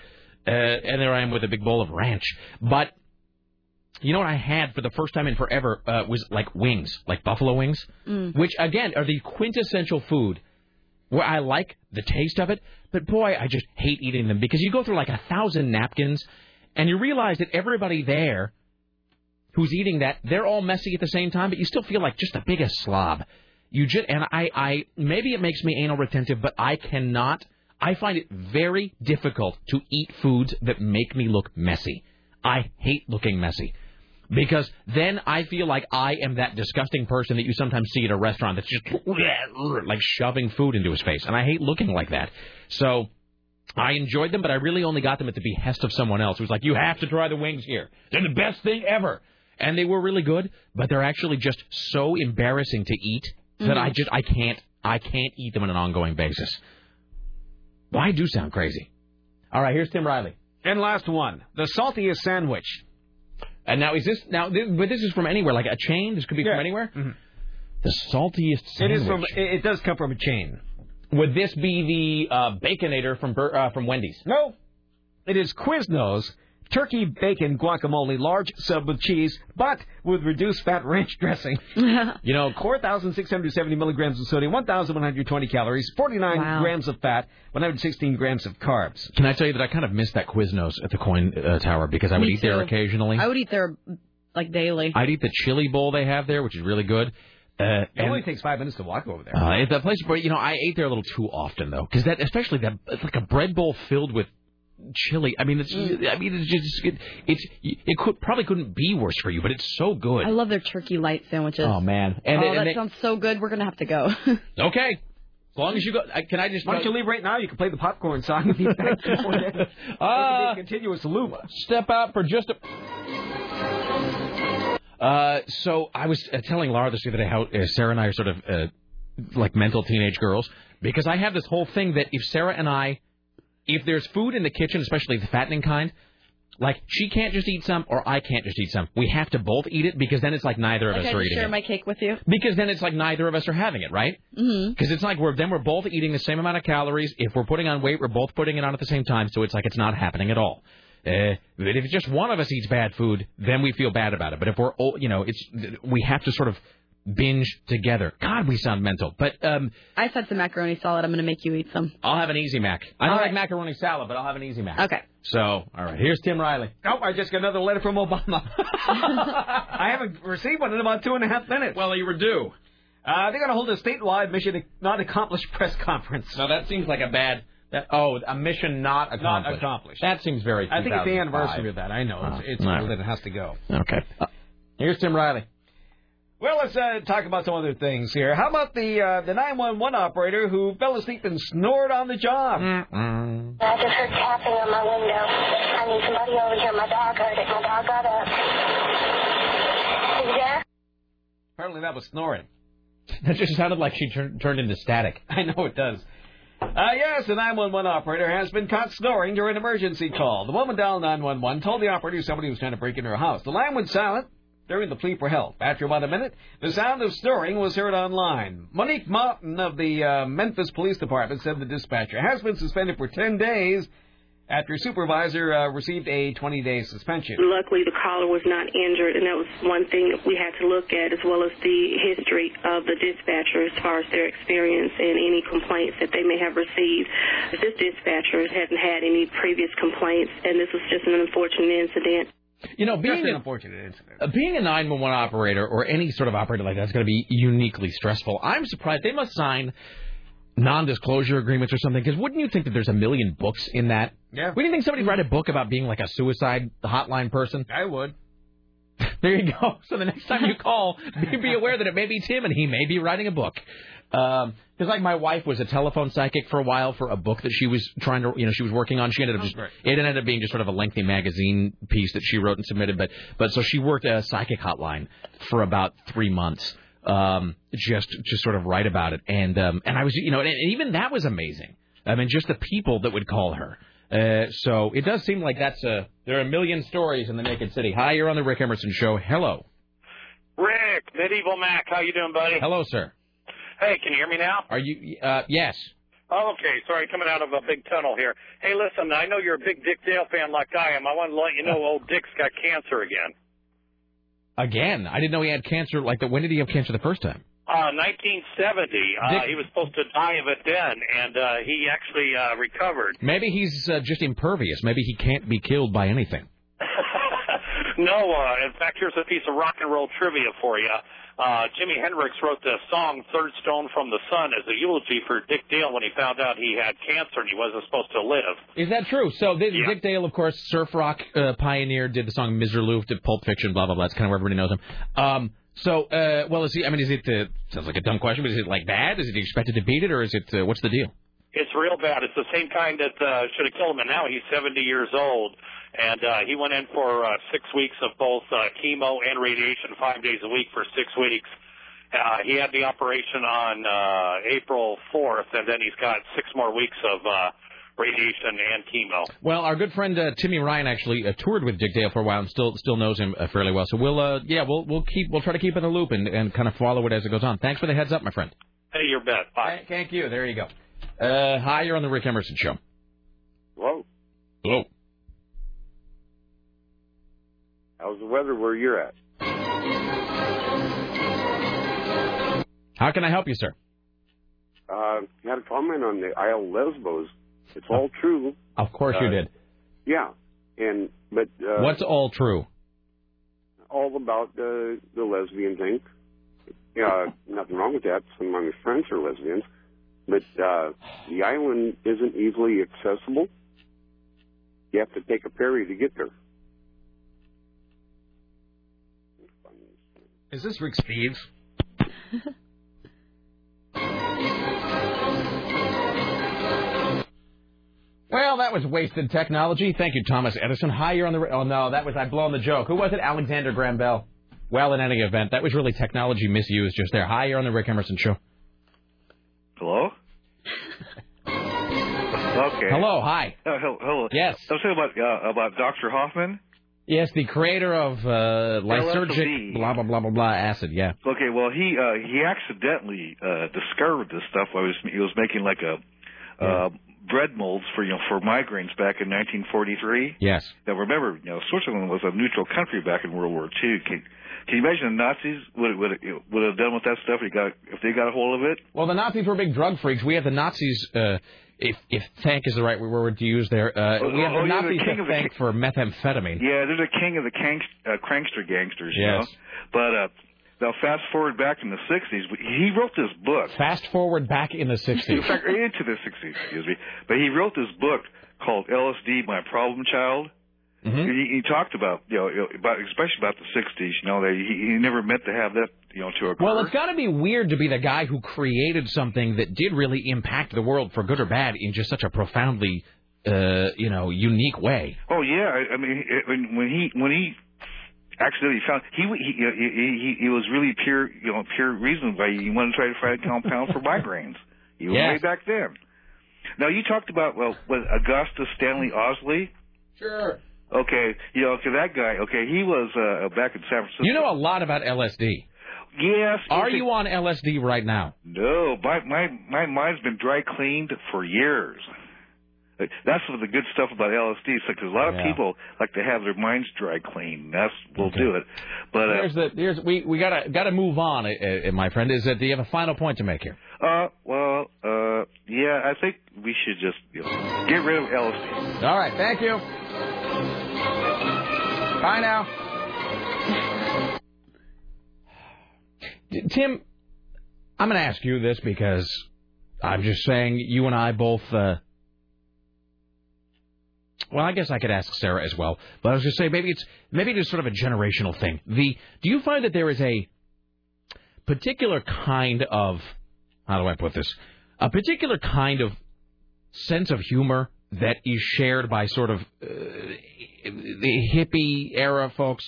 [SPEAKER 2] uh, and there I am with a big bowl of ranch. But you know what I had for the first time in forever uh, was like wings, like buffalo wings, which again are the quintessential food where I like the taste of it, but boy, I just hate eating them because you go through like a thousand napkins and you realize that everybody there who's eating that, they're all messy at the same time, but you still feel like just the biggest slob. You just and I, I maybe it makes me anal retentive, but I cannot. I find it very difficult to eat foods that make me look messy. I hate looking messy because then I feel like I am that disgusting person that you sometimes see at a restaurant that's just like shoving food into his face, and I hate looking like that. So I enjoyed them, but I really only got them at the behest of someone else who was like, "You have to try the wings here. They're the best thing ever." And they were really good, but they're actually just so embarrassing to eat that
[SPEAKER 8] Mhm.
[SPEAKER 4] Mm-hmm.
[SPEAKER 2] I just I can't I can't eat them on an ongoing basis. Why I do sound crazy? All right, here's Tim Riley.
[SPEAKER 4] And last one, the saltiest sandwich.
[SPEAKER 2] And now is this now? This, but this is from anywhere, like a chain. This could be from anywhere. The saltiest
[SPEAKER 4] Mm-hmm. It
[SPEAKER 2] sandwich.
[SPEAKER 4] is from. It it does come from a chain.
[SPEAKER 2] Would this be the uh, Baconator from Bur- uh, from Wendy's?
[SPEAKER 4] No, it is Quiznos turkey bacon guacamole, large sub with cheese, but with reduced fat ranch dressing. you know, 4,670 milligrams of sodium, 1,120 calories, 49 grams of fat, 116 grams of carbs.
[SPEAKER 2] Can I tell you that I kind of missed that Quiznos at the Coin uh, Tower because I would
[SPEAKER 3] Me
[SPEAKER 2] eat there
[SPEAKER 3] too.
[SPEAKER 2] occasionally.
[SPEAKER 3] I would eat there like daily.
[SPEAKER 2] I'd eat the chili bowl they have there, which is really good. Uh,
[SPEAKER 4] It only
[SPEAKER 2] and
[SPEAKER 4] takes five minutes to walk over there.
[SPEAKER 2] uh, it's that place, but you know, I ate there a little too often though, because that, especially that, it's like a bread bowl filled with chili. I mean, it's,
[SPEAKER 4] Mm.
[SPEAKER 2] I mean, it's just, it, it's, it could probably couldn't be worse for you, but it's so good.
[SPEAKER 3] I love their turkey light sandwiches.
[SPEAKER 2] Oh, man. And
[SPEAKER 3] And,
[SPEAKER 2] it- and
[SPEAKER 3] that
[SPEAKER 2] it-
[SPEAKER 3] sounds so good. We're gonna have to go.
[SPEAKER 2] Okay. As long as you go, I- can I just?
[SPEAKER 4] Why don't you leave right now? You can play the popcorn song and eat that before then.
[SPEAKER 2] Uh,
[SPEAKER 4] continuous loop.
[SPEAKER 2] Step out for just a. Uh, so I was uh, telling Laura this the other day how uh, Sarah and I are sort of uh, like mental teenage girls because I have this whole thing that if Sarah and I, if there's food in the kitchen, especially the fattening kind, like she can't just eat some or I can't just eat some. We have to both eat it because then it's like neither of
[SPEAKER 3] like
[SPEAKER 2] us
[SPEAKER 3] I
[SPEAKER 2] are
[SPEAKER 3] just
[SPEAKER 2] eating
[SPEAKER 3] share
[SPEAKER 2] it.
[SPEAKER 3] my cake with you.
[SPEAKER 2] Because then it's like neither of us are having it, right?
[SPEAKER 3] hmm
[SPEAKER 2] Because it's like we're then we're both eating the same amount of calories. If we're putting on weight, we're both putting it on at the same time. So it's like it's not happening at all. Uh, but if just one of us eats bad food, then we feel bad about it. But if we're all, you know, it's we have to sort of binge together. God, we sound mental. But um,
[SPEAKER 3] I said some macaroni salad. I'm gonna make you eat some.
[SPEAKER 2] I'll have an easy mac. I don't
[SPEAKER 3] All
[SPEAKER 2] like
[SPEAKER 3] right.
[SPEAKER 2] macaroni salad, but I'll have an easy mac.
[SPEAKER 3] Okay.
[SPEAKER 2] So all right, here's Tim Riley.
[SPEAKER 4] Oh, I just got another letter from Obama. I haven't received one in about two and a half minutes.
[SPEAKER 2] Well, you were due.
[SPEAKER 4] Uh, they're going to hold a statewide mission not accomplished press conference.
[SPEAKER 2] Now that seems like a bad. That, oh, a mission not accomplished.
[SPEAKER 4] Not accomplished.
[SPEAKER 2] That seems very.
[SPEAKER 4] I think it's the
[SPEAKER 2] 2005.
[SPEAKER 4] anniversary of that. I know.
[SPEAKER 2] Oh,
[SPEAKER 4] It's, it's
[SPEAKER 2] all right.
[SPEAKER 4] that it has to go.
[SPEAKER 2] Okay. Here's Tim Riley.
[SPEAKER 4] Well, let's uh, talk about some other things here. How about the uh, the 911 operator who fell asleep and snored on the job?
[SPEAKER 10] I just heard tapping on my window. I need somebody over here. My dog heard it. My dog got up. Is there?
[SPEAKER 4] Apparently, that was snoring.
[SPEAKER 2] That just sounded like she turned turned into static.
[SPEAKER 4] I know it does. Uh, yes, the 911 operator has been caught snoring during an emergency call. The woman dialed 911 told the operator somebody was trying to break into her house. The line went silent during the plea for help. After about a minute, the sound of snoring was heard online. Monique Martin of the uh, Memphis Police Department said the dispatcher has been suspended for 10 days after supervisor uh, received a 20-day suspension.
[SPEAKER 22] Luckily, the caller was not injured, and that was one thing we had to look at, as well as the history of the dispatcher as far as their experience and any complaints that they may have received. This dispatcher hadn't had any previous complaints, and this was just an unfortunate incident.
[SPEAKER 2] You know, being
[SPEAKER 4] an
[SPEAKER 2] a,
[SPEAKER 4] unfortunate incident.
[SPEAKER 2] uh, being a 911 operator or any sort of operator like that's going to be uniquely stressful. I'm surprised they must sign non-disclosure agreements or something because wouldn't you think that there's a million books in that?
[SPEAKER 4] Yeah.
[SPEAKER 2] Wouldn't you think somebody write a book about being like a suicide hotline person?
[SPEAKER 4] I would.
[SPEAKER 2] There you go. So the next time you call, be, be aware that it may be Tim and he may be writing a book. Because Um, like my wife was a telephone psychic for a while for a book that she was trying to, you know, she was working on. She ended up just,
[SPEAKER 4] great.
[SPEAKER 2] it ended up being just sort of a lengthy magazine piece that she wrote and submitted. But but so she worked a psychic hotline for about three months. um, just just sort of write about it. And um, and I was you know and, and even that was amazing. I mean, just the people that would call her. Uh, so it does seem like that's a there are a million stories in the Naked City. Hi, you're on the Rick Emerson Show. Hello,
[SPEAKER 7] Rick, Medieval Mac, how you doing, buddy?
[SPEAKER 2] hello, sir.
[SPEAKER 7] Hey, can you hear me now?
[SPEAKER 2] Are you? Uh, yes.
[SPEAKER 7] Oh, okay. Sorry, coming out of a big tunnel here. Hey, listen, I know you're a big Dick Dale fan like I am. I wanted to let you know old Dick's got cancer again.
[SPEAKER 2] Again, I didn't know he had cancer. Like, the, when did he have cancer the first time?
[SPEAKER 7] Uh, 1970. Uh, he was supposed to die of it then, and uh, he actually uh, recovered.
[SPEAKER 2] Maybe he's uh, just impervious. Maybe he can't be killed by anything.
[SPEAKER 7] No, uh, in fact, here's a piece of rock and roll trivia for you. Uh, Jimi Hendrix wrote the song Third Stone from the Sun as a eulogy for Dick Dale when he found out he had cancer and he wasn't supposed to live.
[SPEAKER 2] Is that true? So this, Dick Dale, of course, surf rock uh, pioneer, did the song "Miserloof," did Pulp Fiction, blah blah blah. That's kind of where everybody knows him. Um, so, uh, well, is he? I mean, is it? Uh, sounds like a dumb question, but is it like bad? Is it expected to beat it, or is it? Uh, what's the deal?
[SPEAKER 7] It's real bad. It's the same kind that uh, should have killed him, and now he's 70 years old. And uh, he went in for uh, six weeks of both uh, chemo and radiation, five days a week for six weeks. Uh, he had the operation on uh, April 4th, and then he's got six more weeks of uh, radiation and chemo.
[SPEAKER 2] Well, our good friend uh, Timmy Ryan actually uh, toured with Dick Dale for a while and still still knows him uh, fairly well. So we'll uh, yeah we'll we'll keep we'll try to keep in the loop and, and kind of follow it as it goes on. Thanks for the heads up, my friend.
[SPEAKER 7] Hey, your bet. Bye.
[SPEAKER 2] Thank you. There you go. Uh, hi, you're on the Rick Emerson Show.
[SPEAKER 23] Hello.
[SPEAKER 2] Hello.
[SPEAKER 23] How's the weather where you're at?
[SPEAKER 2] How can I help you, sir?
[SPEAKER 23] Uh, you had a comment on the Isle of Lesbos. It's all true.
[SPEAKER 2] Of course you did.
[SPEAKER 23] Yeah. And but uh,
[SPEAKER 2] What's all true?
[SPEAKER 23] all about the the lesbian thing. Yeah, nothing wrong with that. Some of my friends are lesbians, but uh, the island isn't easily accessible. You have to take a ferry to get there.
[SPEAKER 24] Is this Rick Steves?
[SPEAKER 2] Well, that was wasted technology. Thank you, Thomas Edison. Hi, you're on the. ra- Oh no, that was I blown the joke. Who was it? Alexander Graham Bell. Well, in any event, that was really technology misuse just there. Hi, you're on the Rick Emerson Show.
[SPEAKER 12] Hello? okay.
[SPEAKER 2] Hello, hi.
[SPEAKER 12] Uh, hel- hello.
[SPEAKER 2] Yes.
[SPEAKER 12] I was talking about uh, about Dr. Hoffman.
[SPEAKER 2] Yes, the creator of uh, lysergic
[SPEAKER 12] LSD.
[SPEAKER 2] blah blah blah blah blah acid. Yeah.
[SPEAKER 12] Okay, well he uh, he accidentally uh, discovered this stuff. while he was he was making like a uh, bread molds for you know for migraines back in 1943.
[SPEAKER 2] Yes.
[SPEAKER 12] Now remember, you know Switzerland was a neutral country back in World War II. Can, can you imagine the Nazis would would would have done with that stuff? If they got if they got a hold of it.
[SPEAKER 2] Well, the Nazis were big drug freaks. We have the Nazis. Uh, if if thank is the right word to use there, uh,
[SPEAKER 12] Oh,
[SPEAKER 2] we have
[SPEAKER 12] oh,
[SPEAKER 2] the
[SPEAKER 12] yeah, the
[SPEAKER 2] Nazis
[SPEAKER 12] king
[SPEAKER 2] to
[SPEAKER 12] of the
[SPEAKER 2] thank for methamphetamine.
[SPEAKER 12] Yeah, they're the king of the kangs- uh, prankster gangsters, you
[SPEAKER 2] Yes.
[SPEAKER 12] know. But uh, now fast forward back in the 60s, he wrote this book.
[SPEAKER 2] Fast forward back in the
[SPEAKER 12] In
[SPEAKER 2] 60s.
[SPEAKER 12] fact, into the 60s, excuse me. But he wrote this book called LSD, My Problem Child.
[SPEAKER 2] Mm-hmm.
[SPEAKER 12] He, he talked about, you know, about, especially about the 60s, you know, that he, he never meant to have that, you know, to occur.
[SPEAKER 2] Well, it's got to be weird to be the guy who created something that did really impact the world for good or bad in just such a profoundly, uh, you know, unique way.
[SPEAKER 12] Oh yeah, I, I mean, it, when, when he when he accidentally found he he he, he, he was really pure you know pure reason why he wanted to try to find a compound for migraines. He was
[SPEAKER 25] Yes.
[SPEAKER 12] way back then. Now you talked about well, was Augustus Stanley Osley?
[SPEAKER 2] Sure.
[SPEAKER 12] Okay, you know, okay, that guy. Okay, he was uh, back in San Francisco.
[SPEAKER 2] You know a lot about LSD.
[SPEAKER 12] Yes.
[SPEAKER 2] Are
[SPEAKER 12] it's a-
[SPEAKER 2] you on LSD right now?
[SPEAKER 12] No, my my my mind's been dry cleaned for years. Like, That's what the good stuff about LSD is because a lot of
[SPEAKER 2] Yeah.
[SPEAKER 12] people like to have their minds dry cleaned. That's will
[SPEAKER 2] Okay.
[SPEAKER 12] do it. But uh,
[SPEAKER 2] here's the here's we we gotta gotta move on, uh, uh, my friend. Is that do you have a final point to make here?
[SPEAKER 12] uh, well, uh, yeah, I think we should just you know, get rid of LSD.
[SPEAKER 2] All right, thank you. Bye now. D- Tim, I'm going to ask you this because I'm just saying you and I both. Uh, well, I guess I could ask Sarah as well, but I was going to say maybe it's maybe it is sort of a generational thing. The do you find that there is a particular kind of how do I put this? A particular kind of sense of humor that is shared by sort of uh, the hippie era folks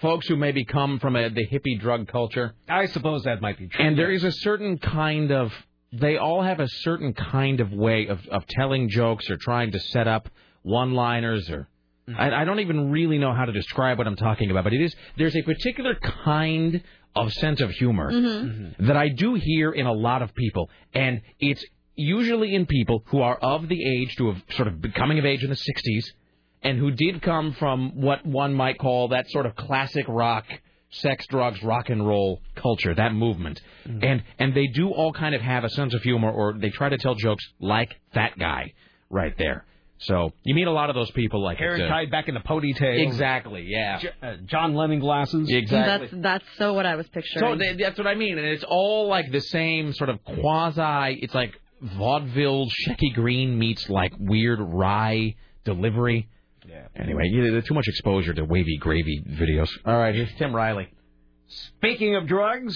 [SPEAKER 2] folks who maybe come from a, the hippie drug culture.
[SPEAKER 4] I suppose that might be true.
[SPEAKER 2] And there is a certain kind of they all have a certain kind of way of, of telling jokes or trying to set up one liners or I, I don't even really know how to describe what I'm talking about, but it is there's a particular kind of sense of humor that I do hear in a lot of people, and it's usually in people who are of the age to have sort of becoming of age in the 60s, and who did come from what one might call that sort of classic rock, sex, drugs, rock and roll culture, that movement,
[SPEAKER 4] Mm-hmm.
[SPEAKER 2] and and they do all kind of have a sense of humor, or they try to tell jokes like that guy right there. So you meet a lot of those people like
[SPEAKER 4] Hair
[SPEAKER 2] at, uh,
[SPEAKER 4] tied back in the ponytail.
[SPEAKER 2] Exactly. Yeah.
[SPEAKER 4] J- uh, John Lennon glasses.
[SPEAKER 2] Exactly.
[SPEAKER 3] That's that's so what I was picturing.
[SPEAKER 2] So th- that's what I mean, and it's all like the same sort of quasi. It's like vaudeville Shecky Green meets like weird rye delivery. Yeah. Anyway, you, there's too much exposure to wavy gravy videos. All right, here's Tim Riley.
[SPEAKER 4] Speaking of drugs,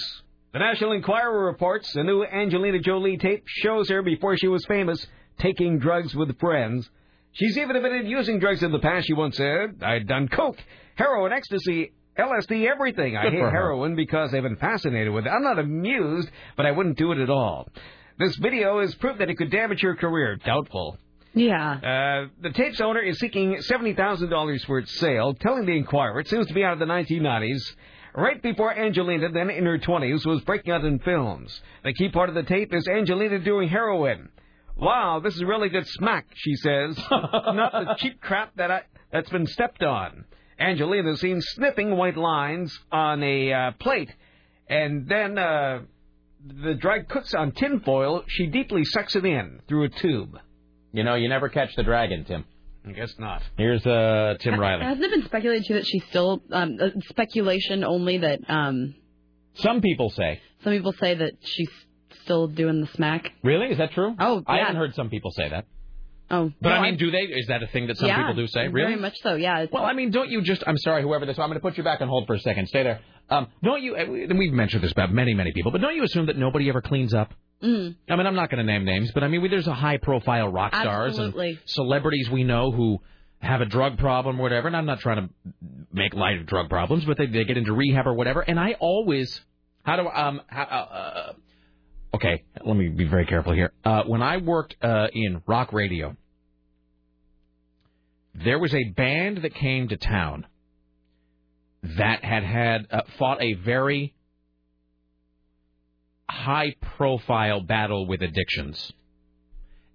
[SPEAKER 4] the National Enquirer reports the new Angelina Jolie tape shows her before she was famous taking drugs with friends. She's even admitted using drugs in the past. She once said, "I'd done coke, heroin, ecstasy." LSD, everything. I
[SPEAKER 26] Good
[SPEAKER 4] hate
[SPEAKER 26] for her.
[SPEAKER 4] heroin because I've been fascinated with it. I'm not amused, but I wouldn't do it at all. This video is proof that it could damage your career. Doubtful.
[SPEAKER 3] Yeah.
[SPEAKER 4] Uh, the tape's owner is seeking $70,000 for its sale, telling the Inquirer it seems to be out of the 1990s, right before Angelina, then in her 20s, was breaking out in films. The key part of the tape is Angelina doing heroin. Wow, this is really good smack, she says. Not the cheap crap that I, that's been stepped on. Angelina is seen sniffing white lines on a uh, plate, and then uh, the drug cooks on tin foil. She deeply sucks it in through a tube.
[SPEAKER 2] You know, you never catch the dragon, Tim.
[SPEAKER 4] I guess not.
[SPEAKER 2] Here's uh, Tim Riley.
[SPEAKER 3] Hasn't it been speculated too that she's still um, uh, speculation only that um,
[SPEAKER 2] Some people say.
[SPEAKER 3] some people say that she's still doing the smack.
[SPEAKER 2] Really? Is that true?
[SPEAKER 3] Oh,
[SPEAKER 2] I
[SPEAKER 3] yeah.
[SPEAKER 2] haven't heard some people say that.
[SPEAKER 3] Oh,
[SPEAKER 2] But
[SPEAKER 3] no,
[SPEAKER 2] I mean, do they? Is that a thing that some
[SPEAKER 3] yeah,
[SPEAKER 2] people do say?
[SPEAKER 3] very
[SPEAKER 2] Really?
[SPEAKER 3] much so. Yeah. it's-
[SPEAKER 2] Well, I mean, don't you just? I'm sorry, whoever this. I'm going to put you back on hold for a second. Stay there. Um, don't you? And we've mentioned this about many, many people, but don't you assume that nobody ever cleans up?
[SPEAKER 3] Mm.
[SPEAKER 2] I mean, I'm not going to name names, but I mean, we, there's a high-profile rock stars
[SPEAKER 3] Absolutely.
[SPEAKER 2] and celebrities we know who have a drug problem or whatever. And I'm not trying to make light of drug problems, but they they get into rehab or whatever. And I always, how do I- um, how, uh, uh, okay, let me be very careful here. Uh, when I worked uh, in rock radio, there was a band that came to town that had had uh, fought a very high profile battle with addictions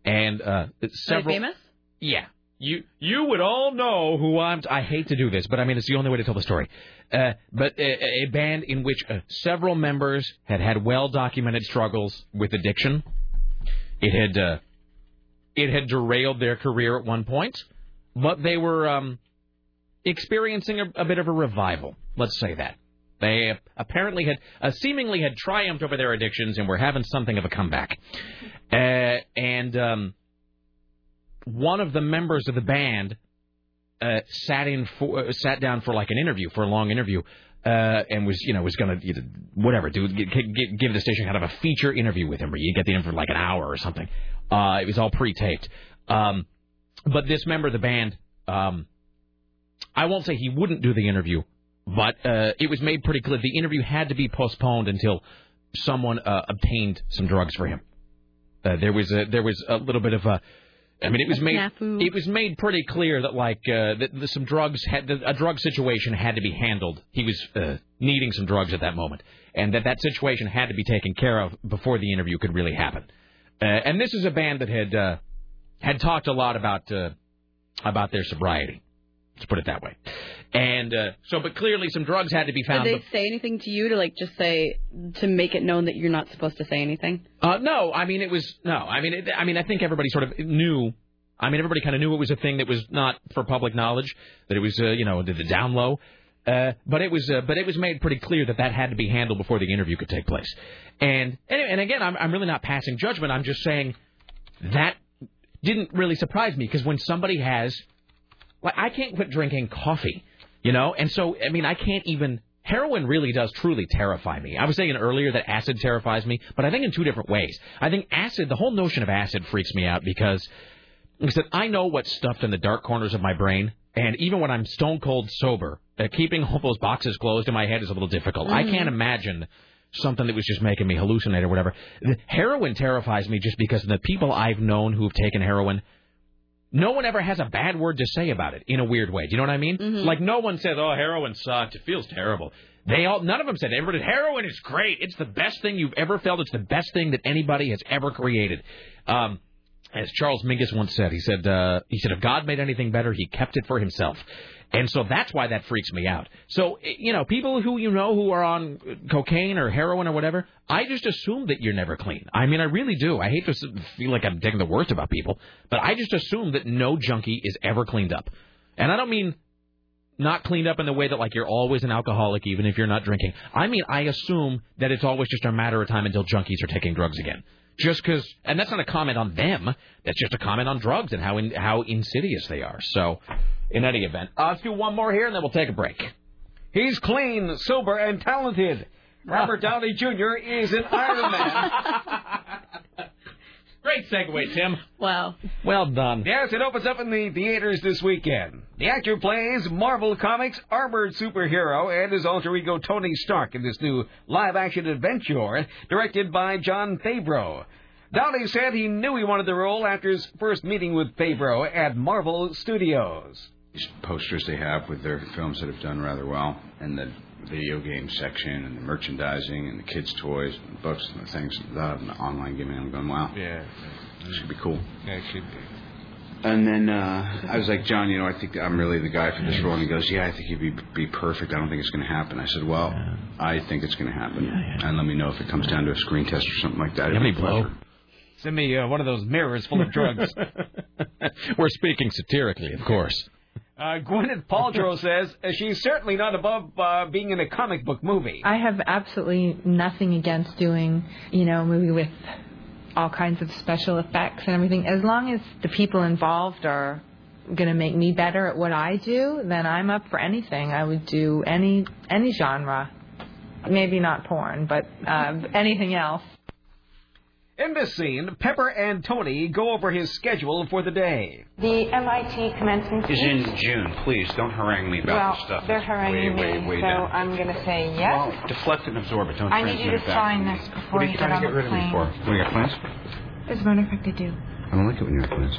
[SPEAKER 2] and uh several
[SPEAKER 3] famous?
[SPEAKER 2] yeah you you would all know who I'm t- I hate to do this but I mean it's the only way to tell the story uh but a, a band in which uh, several members had had well documented struggles with addiction it had uh, it had derailed their career at one point but they were um experiencing a, a bit of a revival. Let's say that they apparently had uh, seemingly had triumphed over their addictions and were having something of a comeback. Uh, and um, one of the members of the band uh, sat in for uh, sat down for like an interview for a long interview. Uh, and was you know was gonna you know, whatever do g- g- give the station kind of a feature interview with him where you get the in for like an hour or something. Uh, it was all pre-taped. Um, but this member of the band um, I won't say he wouldn't do the interview, but uh, it was made pretty clear the interview had to be postponed until someone uh, obtained some drugs for him. Uh, there was a there was a little bit of a. I mean, it was
[SPEAKER 3] A
[SPEAKER 2] made
[SPEAKER 3] snafu.
[SPEAKER 2] it was made pretty clear that like uh, that, that some drugs had that a drug situation had to be handled. He was uh, needing some drugs at that moment, and that that situation had to be taken care of before the interview could really happen. Uh, and this is a band that had uh, had talked a lot about uh, about their sobriety. Let's put it that way. And uh, so, but clearly, some drugs had to be
[SPEAKER 3] Did
[SPEAKER 2] found.
[SPEAKER 3] they say anything to you to like just say to make it known that you're not supposed to say anything?
[SPEAKER 2] Uh, no, I mean it was no. I mean, it, I mean, I think everybody sort of knew. I mean, everybody kind of knew it was a thing that was not for public knowledge. That it was, uh, you know, the, the down low. Uh, but it was, uh, but it was made pretty clear that that had to be handled before the interview could take place. And and, and again, I'm, I'm really not passing judgment. I'm just saying that didn't really surprise me because when somebody has, like, I can't quit drinking coffee, you know, and so I mean, I can't even. Heroin really does truly terrify me. I was saying earlier that acid terrifies me, but I think in two different ways. I think acid, the whole notion of acid freaks me out because except I know what's stuffed in the dark corners of my brain, and even when I'm stone cold sober, uh, keeping all those boxes closed in my head is a little difficult. I
[SPEAKER 15] Mhm.
[SPEAKER 2] can't imagine something that was just making me hallucinate or whatever. The heroin terrifies me just because the people I've known who've taken heroin, no one ever has a bad word to say about it in a weird way. Do you know what I mean? Like no one says, "Oh, heroin sucked. It feels terrible." They all, none of them said. Everybody, heroin is great. It's the best thing you've ever felt. It's the best thing that anybody has ever created. Um, as Charles Mingus once said, he said, uh, he said, if God made anything better, he kept it for himself. And so that's why that freaks me out. So, i- you know, people who you know who are on uh, cocaine or heroin or whatever, I just assume that you're never clean. I mean, I really do. I hate to s- feel like I'm taking the worst about people, but I just assume that no junkie is ever cleaned up. And I don't mean not cleaned up in the way that like you're always an alcoholic even if you're not drinking. I mean, I assume that it's always just a matter of time until junkies are taking drugs again. Just because, and that's not a comment on them. That's just a comment on drugs and how in, how insidious they are. So, in any event, uh, let's do one more here and then we'll take a break.
[SPEAKER 4] He's clean, sober, and talented. Robert Downey Jr. is an Iron Man.
[SPEAKER 2] Great segue, Tim.
[SPEAKER 3] Wow.
[SPEAKER 2] Well done.
[SPEAKER 4] Yes, it opens up in the theaters this weekend. The actor plays Marvel Comics' armored superhero and his alter ego Tony Stark in this new live-action adventure directed by John Favreau. Downey said he knew he wanted the role after his first meeting with Favreau at Marvel Studios.
[SPEAKER 26] these posters they have with their films that have done rather well, and the video game section, and the merchandising, and the kids' toys, and books, and the things that I have in the online gaming. I'm going, wow.
[SPEAKER 4] Yeah.
[SPEAKER 26] This could be cool.
[SPEAKER 4] Yeah, it should be.
[SPEAKER 26] And then uh, I was like, John, you know, I think I'm really the guy for this role. And he goes, Yeah, I think you'd be, be perfect. I don't think it's going to happen. I said, Well, I think it's going to happen. And let me know if it comes down to a screen test or something like that.
[SPEAKER 2] You have any blow?
[SPEAKER 4] Send me uh, one of those mirrors full of drugs.
[SPEAKER 2] We're speaking satirically, of course.
[SPEAKER 4] Uh, Gwyneth Paltrow says uh, she's certainly not above uh, being in a comic book movie.
[SPEAKER 27] I have absolutely nothing against doing, you know, a movie with all kinds of special effects and everything. As long as the people involved are going to make me better at what I do, then I'm up for anything. I would do any any genre. Maybe not porn, but uh, anything else.
[SPEAKER 4] In this scene, Pepper and Tony go over his schedule for the day.
[SPEAKER 27] The MIT commencement
[SPEAKER 26] Is in June. Please don't harangue me about this stuff. It's way, way, way down.
[SPEAKER 27] I'm going to say yes.
[SPEAKER 26] Deflect and absorb it. Don't
[SPEAKER 27] I
[SPEAKER 26] transmit
[SPEAKER 27] need you to
[SPEAKER 26] it back.
[SPEAKER 27] sign this before
[SPEAKER 26] What are you
[SPEAKER 27] you get
[SPEAKER 26] trying to
[SPEAKER 27] on
[SPEAKER 26] get
[SPEAKER 27] the
[SPEAKER 26] rid of me
[SPEAKER 27] plane.
[SPEAKER 26] for? What, you got plans?
[SPEAKER 27] As a matter of fact, I do.
[SPEAKER 26] I don't like it when you have plans.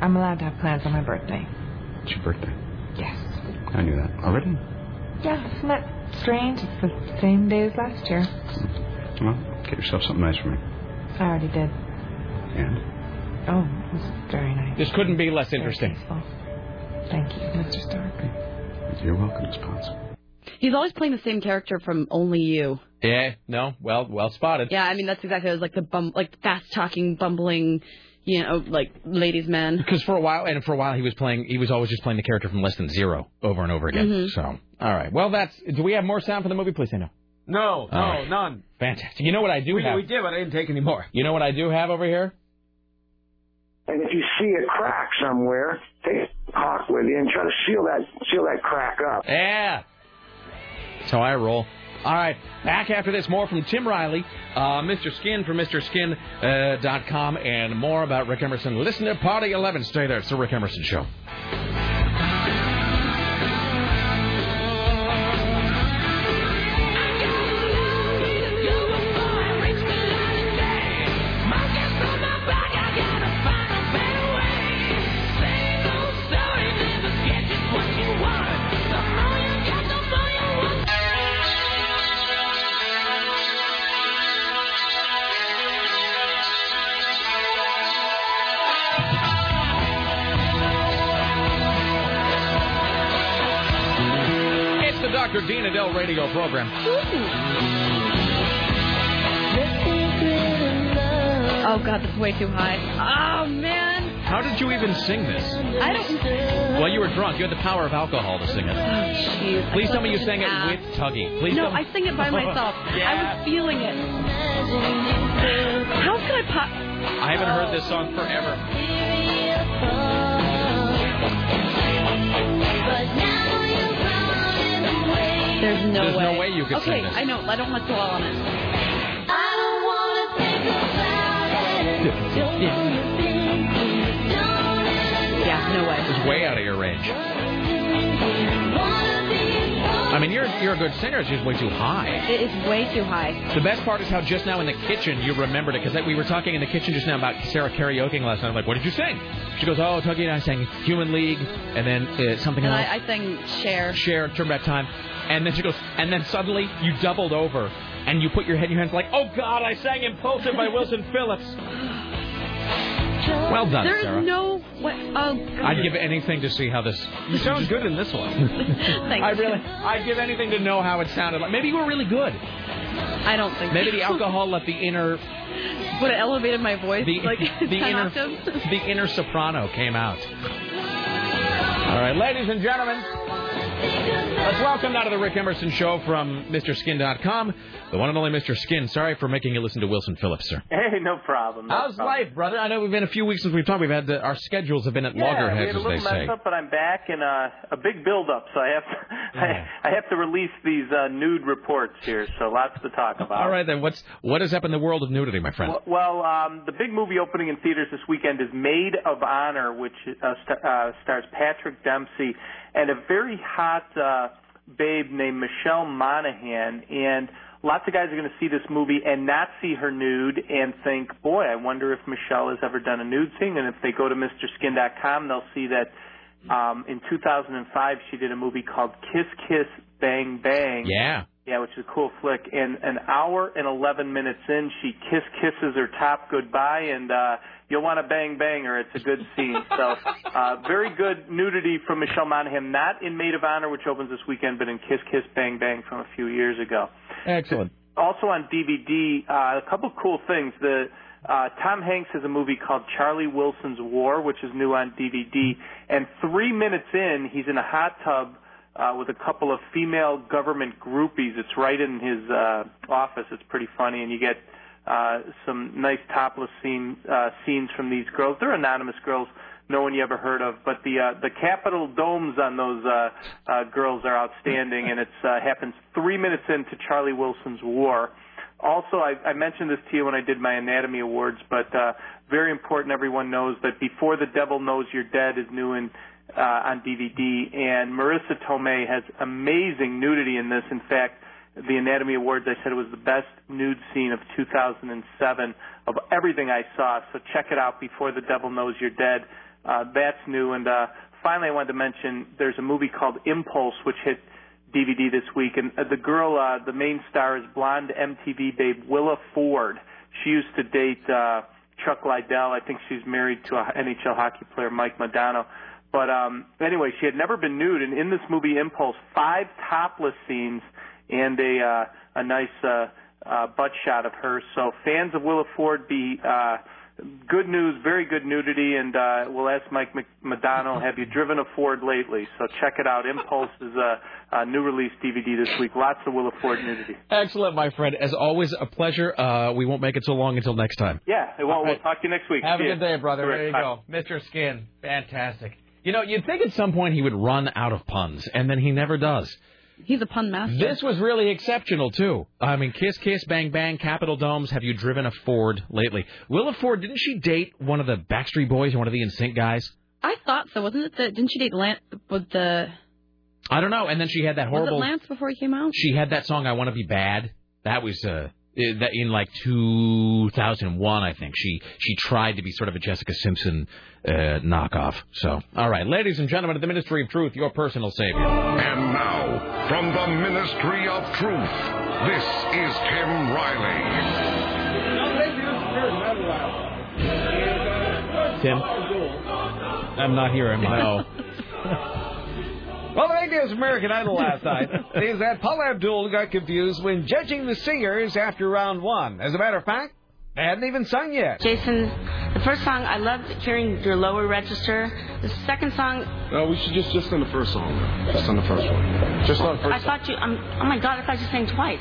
[SPEAKER 27] I'm allowed to have plans on my birthday.
[SPEAKER 26] It's your birthday.
[SPEAKER 27] Yes.
[SPEAKER 26] I knew that already.
[SPEAKER 27] Yeah, isn't that strange? It's the same day as last year.
[SPEAKER 26] Well, get yourself something nice for me.
[SPEAKER 27] I already did.
[SPEAKER 26] And?
[SPEAKER 27] Oh, it was very nice.
[SPEAKER 2] This couldn't be less interesting.
[SPEAKER 27] Thank you, Mr. Stark.
[SPEAKER 26] You're welcome, Miss Potts.
[SPEAKER 3] He's always playing the same character from Only You.
[SPEAKER 2] Yeah, no, well, well spotted.
[SPEAKER 3] Yeah, I mean that's exactly it was like the bum, like fast talking, bumbling, you know, like ladies' man.
[SPEAKER 2] Because for a while, Oh, and for a while, he was playing. He was always just playing the character from Less Than Zero over and over again.
[SPEAKER 3] Mhm.
[SPEAKER 2] So, all right. Well, that's. Do we have more sound for the movie? Please say no.
[SPEAKER 4] No, no,
[SPEAKER 2] All right.
[SPEAKER 4] none.
[SPEAKER 2] Fantastic. You know what I Oh. do
[SPEAKER 4] we,
[SPEAKER 2] have?
[SPEAKER 4] we did, but I didn't take any more.
[SPEAKER 2] You know what I do have over here?
[SPEAKER 1] And if you see a crack somewhere, take a cock with you and try to seal that seal that crack up.
[SPEAKER 2] Yeah. That's how I roll. All right, back after this, more from Tim Riley, uh, Mr. Skin from MrSkin.com, uh, dot com, and more about Rick Emerson. Listen to Party 11. Stay there. It's the Rick Emerson Show. It's the Dr. Dean Adele radio program.
[SPEAKER 3] Oh god, that's way too high. Oh man,
[SPEAKER 2] How did you even sing this?
[SPEAKER 3] I don't.
[SPEAKER 2] Well, you were drunk. You had the power of alcohol to sing
[SPEAKER 3] Oh
[SPEAKER 2] it.
[SPEAKER 3] jeez. I
[SPEAKER 2] Please
[SPEAKER 3] feel
[SPEAKER 2] tell me you
[SPEAKER 3] like
[SPEAKER 2] sang it
[SPEAKER 3] an ass.
[SPEAKER 2] with Tuggy. Please
[SPEAKER 3] no,
[SPEAKER 2] tell me.
[SPEAKER 3] I sing it by myself. I was feeling it. How could I pop?
[SPEAKER 2] I haven't heard this song forever.
[SPEAKER 3] There's no
[SPEAKER 2] There's
[SPEAKER 3] way.
[SPEAKER 2] no way you could sing
[SPEAKER 3] okay,
[SPEAKER 2] this.
[SPEAKER 3] I know. I don't want to dwell on it. Yeah, no way.
[SPEAKER 2] It's way out of your range. I mean, your your good singer is just way too high.
[SPEAKER 3] It is way too high.
[SPEAKER 2] The best part is how just now in the kitchen you remembered it because we were talking in the kitchen just now about Sarah karaokeing last night. I'm like, what did you sing? She goes, oh, Tuggy and I sang Human League and then uh, something
[SPEAKER 3] And
[SPEAKER 2] else.
[SPEAKER 3] I, I sang share.
[SPEAKER 2] Share, turn back time. And then she goes, and then suddenly you doubled over and you put your head in your hands like, oh God, I sang Impulsive by Wilson Phillips. Well done,
[SPEAKER 3] There is
[SPEAKER 2] Sarah.
[SPEAKER 3] no way. Oh, God.
[SPEAKER 2] I'd give anything to see how this. You sound good in this one.
[SPEAKER 3] Thanks.
[SPEAKER 2] I really, I'd give anything to know how it sounded like. Maybe you were really good.
[SPEAKER 3] I don't think.
[SPEAKER 2] Maybe
[SPEAKER 3] so.
[SPEAKER 2] the alcohol let the inner,
[SPEAKER 3] Would it elevated my voice
[SPEAKER 2] the
[SPEAKER 3] like
[SPEAKER 2] the
[SPEAKER 3] 10
[SPEAKER 2] inner,
[SPEAKER 3] octaves?
[SPEAKER 2] the inner soprano came out. All right, ladies and gentlemen, let's welcome now to the Rick Emerson Show from MrSkin.com, the one and only Mr. Skin. Sorry for making you listen to Wilson Phillips, sir.
[SPEAKER 13] Hey, no problem. no
[SPEAKER 2] How's
[SPEAKER 13] problem.
[SPEAKER 2] life, brother? I know we've been a few weeks since we've talked. We've had the, our schedules have been at
[SPEAKER 13] Yeah, we had
[SPEAKER 2] loggerheads,
[SPEAKER 13] a
[SPEAKER 2] as
[SPEAKER 13] little
[SPEAKER 2] they say.
[SPEAKER 13] mess up, but I'm back and uh, a big build up, so I have to, I, I have to release these uh, nude reports here. So lots to talk about.
[SPEAKER 2] All right, then what's what is up in the world of nudity, my friend?
[SPEAKER 13] Well, um, the big movie opening in theaters this weekend is Maid of Honor, which uh, st- uh, stars Patrick Dempsey and a very hot uh, babe named Michelle Monaghan. And lots of guys are going to see this movie and not see her nude and think, boy, I wonder if Michelle has ever done a nude scene. And if they go to MrSkin.com, they'll see that um, in 2005 she did a movie called Kiss Kiss Bang Bang.
[SPEAKER 2] Yeah.
[SPEAKER 13] Yeah, which is a cool flick. And an hour and 11 minutes in, she kiss kisses her top goodbye, and uh, you'll want to bang bang her. It's a good scene. so, uh, very good nudity from Michelle Monaghan, not in Maid of Honor, which opens this weekend, but in Kiss Kiss Bang Bang from a few years ago.
[SPEAKER 2] Excellent.
[SPEAKER 13] Also on DVD, uh, a couple cool things. The uh, Tom Hanks has a movie called Charlie Wilson's War, which is new on DVD. And three minutes in, he's in a hot tub uh, with a couple of female government groupies. It's right in his uh, office. It's pretty funny, and you get uh, some nice topless scene, uh, scenes from these girls. They're anonymous girls, no one you ever heard of, but the uh, the Capitol domes on those uh, uh, girls are outstanding, and it uh, happens three minutes into Charlie Wilson's War. Also, I, I mentioned this to you when I did my anatomy awards, but uh, very important everyone knows that Before the Devil Knows You're Dead is new and uh, on DVD, and Marissa Tomei has amazing nudity in this. In fact, the Anatomy Awards, I said it was the best nude scene of 2007 of everything I saw. So check it out before the devil knows you're dead. Uh, that's new. And uh, finally, I wanted to mention there's a movie called Impulse, which hit DVD this week, and uh, the girl, uh, the main star, is blonde MTV babe Willa Ford. She used to date uh, Chuck Liddell. I think she's married to a NHL hockey player, Mike Modano. But um, anyway, she had never been nude, and in this movie, Impulse, five topless scenes and a uh, a nice uh, uh, butt shot of her. So fans of Willa Ford, be uh, good news, very good nudity, and uh, we'll ask Mike Mc- Madonna, have you driven a Ford lately? So check it out. Impulse is a, a new release DVD this week. Lots of Willa Ford nudity.
[SPEAKER 2] Excellent, my friend. As always, a pleasure. Uh, we won't make it so long until next time.
[SPEAKER 13] Yeah, well,
[SPEAKER 2] All
[SPEAKER 13] we'll
[SPEAKER 2] right.
[SPEAKER 13] talk to you next week.
[SPEAKER 2] Have a
[SPEAKER 13] See
[SPEAKER 2] good
[SPEAKER 13] you.
[SPEAKER 2] day, brother.
[SPEAKER 13] Correct.
[SPEAKER 2] There you
[SPEAKER 13] Bye.
[SPEAKER 2] go. Mr. Skin, fantastic. You know, you'd think at some point he would run out of puns, and then he never does.
[SPEAKER 3] He's a pun master.
[SPEAKER 2] This was really exceptional, too. I mean, Kiss Kiss, Bang Bang, Capital Domes, have you driven a Ford lately? Willa Ford, didn't she date one of the Backstreet Boys or one of the NSYNC guys?
[SPEAKER 3] I thought so. Wasn't it the? Didn't she date Lance with the?
[SPEAKER 2] I don't know. And then she had that horrible...
[SPEAKER 3] Was it Lance before he came out?
[SPEAKER 2] She had that song "I Want to Be Bad." That was uh, in- that in like 2001, I think. She she tried to be sort of a Jessica Simpson uh, knockoff. So, all right, ladies and gentlemen of the Ministry of Truth, your personal savior.
[SPEAKER 14] And now, from the Ministry of Truth, this is Tim Riley.
[SPEAKER 2] Tim, I'm not here. Am I? No.
[SPEAKER 4] Well, the big news from American Idol last night is that Paula Abdul got confused when judging the singers after round one. As a matter of fact, they hadn't even sung yet.
[SPEAKER 16] Jason, the first song I loved hearing your lower register. The second song,
[SPEAKER 13] No, we should just just on the first song.
[SPEAKER 26] Just on the first one. Just on the
[SPEAKER 16] I
[SPEAKER 26] first.
[SPEAKER 16] thought you. Um, oh my God, I thought you sang twice.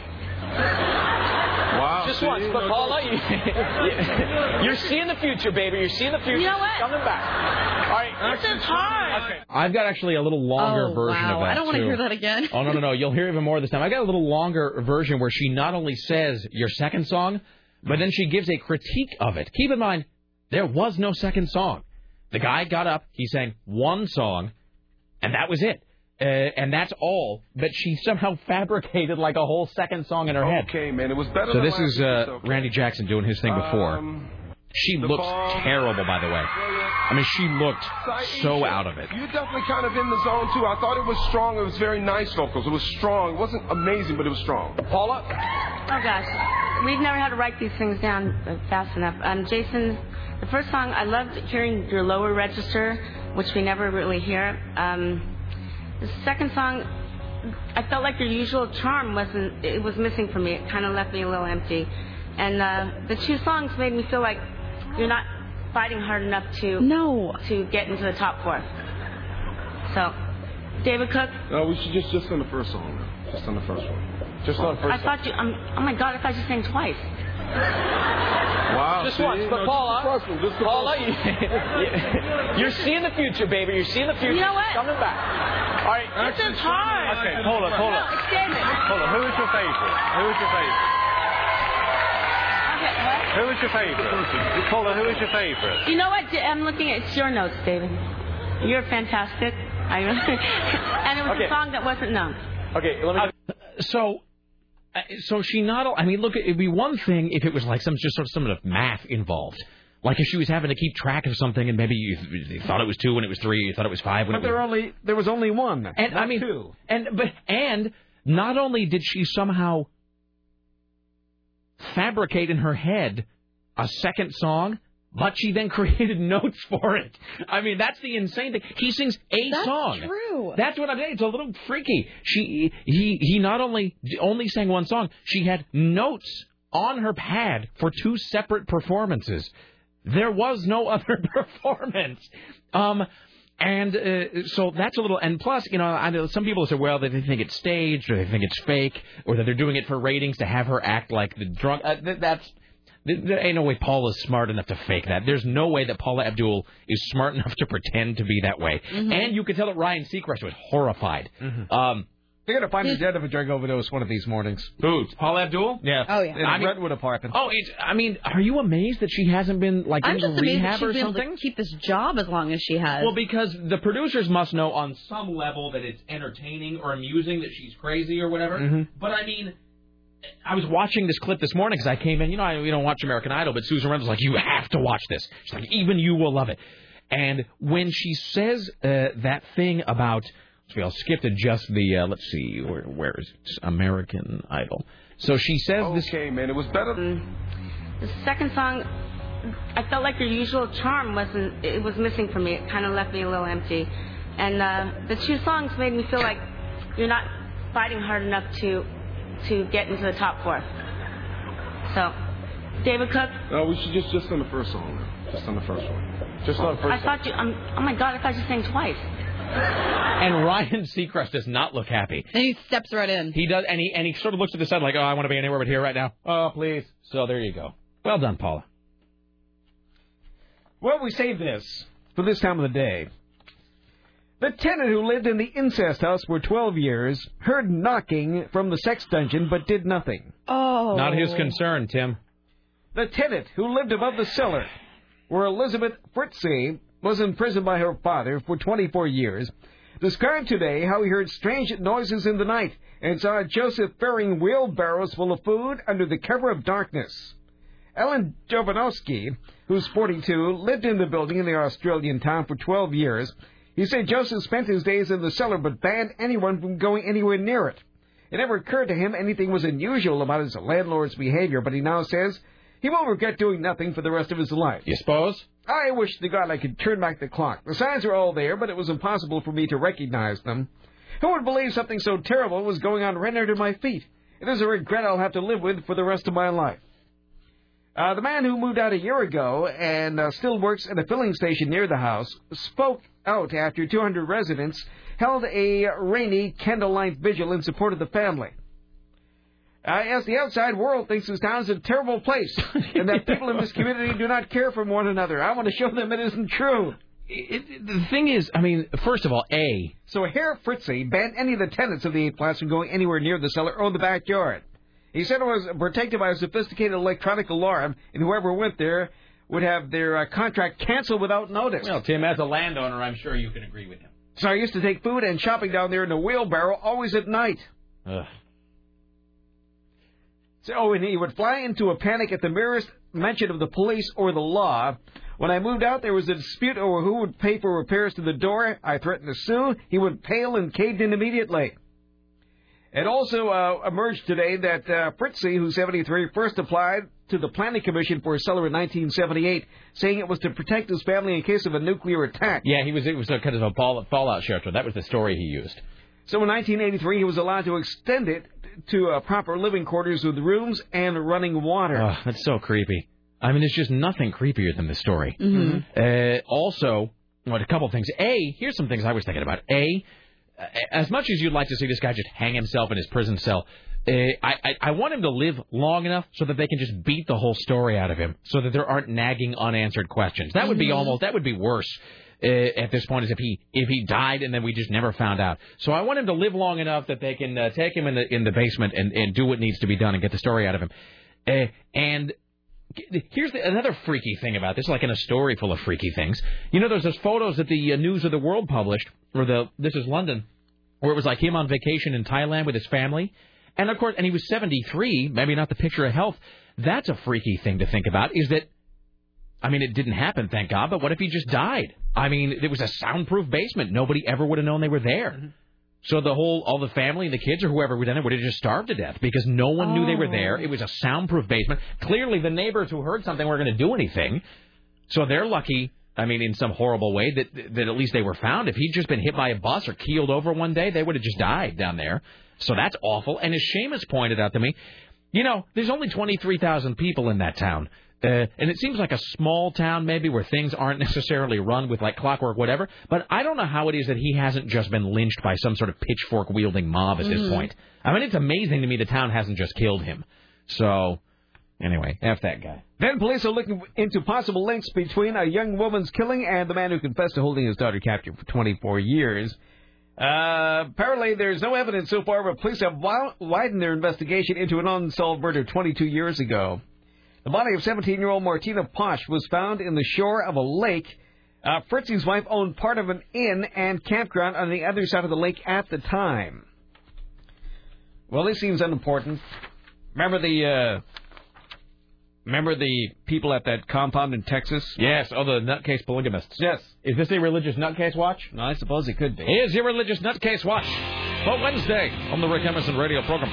[SPEAKER 26] Wow.
[SPEAKER 16] Just once, but
[SPEAKER 23] Paula, you, you're seeing the future, baby. You're seeing the future.
[SPEAKER 16] You know what?
[SPEAKER 23] Coming back. All right.
[SPEAKER 16] This is hard.
[SPEAKER 23] Okay.
[SPEAKER 2] I've got actually a little longer
[SPEAKER 16] Oh,
[SPEAKER 2] version
[SPEAKER 16] wow.
[SPEAKER 2] of that.
[SPEAKER 16] I don't wanna
[SPEAKER 2] too.
[SPEAKER 16] hear that again.
[SPEAKER 2] oh no no no! You'll hear even more this time. I got a little longer version where she not only says your second song, but then she gives a critique of it. Keep in mind, there was no second song. The guy got up, he sang one song, and that was it. uh, and that's all. But she somehow fabricated like a whole second song in her head.
[SPEAKER 14] Okay, man, it was better.
[SPEAKER 2] So
[SPEAKER 14] than
[SPEAKER 2] this
[SPEAKER 14] last
[SPEAKER 2] is
[SPEAKER 14] week's,
[SPEAKER 2] uh,
[SPEAKER 14] okay?
[SPEAKER 2] Randy Jackson doing his thing before.
[SPEAKER 14] Um,
[SPEAKER 2] she
[SPEAKER 14] the
[SPEAKER 2] looks
[SPEAKER 14] bomb.
[SPEAKER 2] terrible, by the way. I mean, she looked so
[SPEAKER 14] Saisha,
[SPEAKER 2] out of it.
[SPEAKER 14] You're definitely kind of in the zone too. I thought it was strong. It was very nice vocals. It was strong. It wasn't amazing, but it was strong. Paula,
[SPEAKER 16] Oh gosh, we've never had to write these things down uh, fast enough. Um, Jason, the first song I loved hearing your lower register, which we never really hear. Um, the second song, I felt like your usual charm wasn't. It was missing for me. It kind of left me a little empty. And uh, the two songs made me feel like you're not fighting hard enough to
[SPEAKER 3] no
[SPEAKER 16] to get into the top four. So, David Cook,
[SPEAKER 14] no, we should just just on the first song. now. Just on the first one. Just on the
[SPEAKER 16] I
[SPEAKER 14] first. song.
[SPEAKER 16] thought you. Um, oh my God, I thought you sang twice.
[SPEAKER 14] Wow.
[SPEAKER 23] Just
[SPEAKER 14] see?
[SPEAKER 23] once,
[SPEAKER 14] No,
[SPEAKER 23] but
[SPEAKER 14] just
[SPEAKER 23] Paula,
[SPEAKER 14] the first one, just the
[SPEAKER 23] Paula,
[SPEAKER 14] first one.
[SPEAKER 23] you, you're seeing the future, baby. You're seeing the future.
[SPEAKER 16] You know what?
[SPEAKER 23] Coming back. All right.
[SPEAKER 16] This is hard.
[SPEAKER 23] Okay, hold on, hold on.
[SPEAKER 16] No, it's David.
[SPEAKER 23] Hold on. Who is your favorite? Who is your favorite?
[SPEAKER 16] Okay, what?
[SPEAKER 23] Who is your favorite? Paula, who is your favorite?
[SPEAKER 16] You know what? I'm looking at your notes, David. You're fantastic. I really, and it was
[SPEAKER 2] Okay.
[SPEAKER 16] a song that wasn't known.
[SPEAKER 2] Okay, let me. so, uh, so she not. al- I mean, look, it'd be one thing if it was like some just sort of some of math involved. Like if she was having to keep track of something, and maybe you, you thought it was two when it was three, you thought it was five when
[SPEAKER 4] But
[SPEAKER 2] it
[SPEAKER 4] there
[SPEAKER 2] was.
[SPEAKER 4] only there was only one.
[SPEAKER 2] And I mean, and but and not only did she somehow fabricate in her head a second song, but she then created notes for it. I mean, that's the insane thing. He sings a
[SPEAKER 17] That's
[SPEAKER 2] song.
[SPEAKER 17] true.
[SPEAKER 2] That's what I'm saying. It's a little freaky. She he he not only only sang one song, she had notes on her pad for two separate performances. There was no other performance. Um and uh, so that's a little and plus, you know, I know some people say well they think it's staged or they think it's fake or that they're doing it for ratings to have her act like the drunk uh, th- that's there- there ain't no way Paula's smart enough to fake that. There's no way that Paula Abdul is smart enough to pretend to be that way. And you could tell that Ryan Seacrest was horrified. Um,
[SPEAKER 4] They're gonna find me dead of a drug overdose one of these mornings.
[SPEAKER 2] Who? Paula Abdul?
[SPEAKER 4] Yeah.
[SPEAKER 2] Oh, yeah.
[SPEAKER 4] In
[SPEAKER 2] I
[SPEAKER 4] a
[SPEAKER 2] mean-
[SPEAKER 4] Redwood apartment.
[SPEAKER 2] oh, it's. I mean, are you amazed that she hasn't been like
[SPEAKER 3] I'm
[SPEAKER 2] into
[SPEAKER 3] just amazed that
[SPEAKER 2] rehab
[SPEAKER 3] she's
[SPEAKER 2] or
[SPEAKER 3] been able
[SPEAKER 2] something?
[SPEAKER 3] to keep this job as long as she has.
[SPEAKER 2] Well, because the producers must know on some level that it's entertaining or amusing that she's crazy or whatever.
[SPEAKER 4] Mm-hmm.
[SPEAKER 17] Mhm.
[SPEAKER 2] But I mean, I was watching this clip this morning because I came in. You know, I, we don't watch American Idol, but Susan Randall's like, you have to watch this. She's like, even you will love it. And when she says uh, that thing about, so I'll skip to just the, uh, let's see, where, where is it? American Idol. So she says this.
[SPEAKER 14] Okay, man, it was better.
[SPEAKER 16] The second song, I felt like your usual charm wasn't. It was missing for me. It kind of left me a little empty. And uh, the two songs made me feel like you're not fighting hard enough to to get into the top four. So, David Cook,
[SPEAKER 14] No, we should just just on the first song. now. Just on the first one. Just on the first.
[SPEAKER 16] I thought you. Um, oh my God, I thought you sang twice.
[SPEAKER 2] And Ryan Seacrest does not look happy.
[SPEAKER 3] And he steps right in.
[SPEAKER 2] He does, and he and he sort of looks to the side like, "Oh, I want to be anywhere but here right now." Oh, please. So there you go. Well done, Paula.
[SPEAKER 4] Well, we save this for this time of the day. The tenant who lived in the incest house for 12 years heard knocking from the sex dungeon but did nothing.
[SPEAKER 3] Oh.
[SPEAKER 2] Not his concern, Tim.
[SPEAKER 4] The tenant who lived above the cellar, where Elizabeth Fritze was imprisoned by her father for 24 years, described today how he heard strange noises in the night and saw Joseph ferrying wheelbarrows full of food under the cover of darkness. Ellen Jovanovsky, who's 42, lived in the building in the Australian town for 12 years. He said Joseph spent his days in the cellar but banned anyone from going anywhere near it. It never occurred to him anything was unusual about his landlord's behavior, but he now says he will regret doing nothing for the rest of his life.
[SPEAKER 2] You suppose?
[SPEAKER 4] I wish to God I could turn back the clock. The signs were all there, but it was impossible for me to recognize them. Who would believe something so terrible was going on right under my feet? It is a regret I'll have to live with for the rest of my life. Uh, the man who moved out a year ago and uh, still works at a filling station near the house spoke out after 200 residents held a rainy candlelight vigil in support of the family. Uh, yes, the outside world thinks this town is a terrible place and that people in this community do not care for one another. I want to show them it isn't true.
[SPEAKER 2] the thing is, I mean, first of all, A.
[SPEAKER 4] So Herr Fritze banned any of the tenants of the eighth flats from going anywhere near the cellar or the backyard. He said it was protected by a sophisticated electronic alarm, and whoever went there would have their uh, contract canceled without notice.
[SPEAKER 2] Well, Tim, as a landowner, I'm sure you can agree with him.
[SPEAKER 4] So I used to take food and shopping down there in a wheelbarrow always at night.
[SPEAKER 2] Ugh.
[SPEAKER 4] So, oh, and he would fly into a panic at the merest mention of the police or the law. When I moved out, there was a dispute over who would pay for repairs to the door. I threatened to sue. He went pale and caved in immediately. It also uh, emerged today that uh, Fritzy, who's 73, first applied to the Planning Commission for a cellar in 1978, saying it was to protect his family in case of a nuclear attack.
[SPEAKER 2] Yeah, he was it was a kind of a fall, fallout shelter. That was the story he used.
[SPEAKER 4] So in 1983, he was allowed to extend it to uh, proper living quarters with rooms and running water.
[SPEAKER 2] Ugh, that's so creepy. I mean, there's just nothing creepier than this story.
[SPEAKER 17] Mhm.
[SPEAKER 2] Uh, also, well, a couple things. A, here's some things I was thinking about. A, uh, as much as you'd like to see this guy just hang himself in his prison cell, uh, I, I I want him to live long enough so that they can just beat the whole story out of him, so that there aren't nagging unanswered questions. That would be
[SPEAKER 15] Mhm.
[SPEAKER 2] almost that would be worse. Uh, at this point, is if he if he died and then we just never found out. So I want him to live long enough that they can uh, take him in the in the basement and, and do what needs to be done and get the story out of him. Uh, and Here's the, another freaky thing about this, like in a story full of freaky things. You know, there's those photos that the uh, News of the World published, or the This is London, where it was like him on vacation in Thailand with his family, and of course, and he was 73, maybe not the picture of health. That's a freaky thing to think about. Is that, I mean, it didn't happen, thank God. But what if he just died? I mean, it was a soundproof basement. Nobody ever would have known they were there. So the whole, all the family, the kids, or whoever was in there would have just starved to death because no one knew they were there. It was a soundproof basement. Clearly, the neighbors who heard something weren't going to do anything. So they're lucky. I mean, in some horrible way that that at least they were found. If he'd just been hit by a bus or keeled over one day, they would have just died down there. So that's awful. And as Seamus pointed out to me, you know, there's only 23,000 people in that town. Uh, and it seems like a small town, maybe, where things aren't necessarily run with like clockwork, whatever. But I don't know how it is that he hasn't just been lynched by some sort of pitchfork wielding mob at this
[SPEAKER 15] Mhm.
[SPEAKER 2] point. I mean, it's amazing to me the town hasn't just killed him. So, anyway, F that guy.
[SPEAKER 4] Then police are looking into possible links between a young woman's killing and the man who confessed to holding his daughter captive for 24 years. Uh, apparently, there's no evidence so far, but police have wi- widened their investigation into an unsolved murder 22 years ago. The body of 17-year-old Martina Posh was found in the shore of a lake. Uh, Fritzy's wife owned part of an inn and campground on the other side of the lake at the time. Well, this seems unimportant. Remember the uh, Remember the people at that compound in Texas?
[SPEAKER 2] Yes, oh, the nutcase polygamists.
[SPEAKER 4] Yes.
[SPEAKER 2] Is this a religious nutcase watch?
[SPEAKER 4] No, I suppose it could be.
[SPEAKER 2] Here's your religious nutcase watch for Wednesday on the Rick Emerson radio program.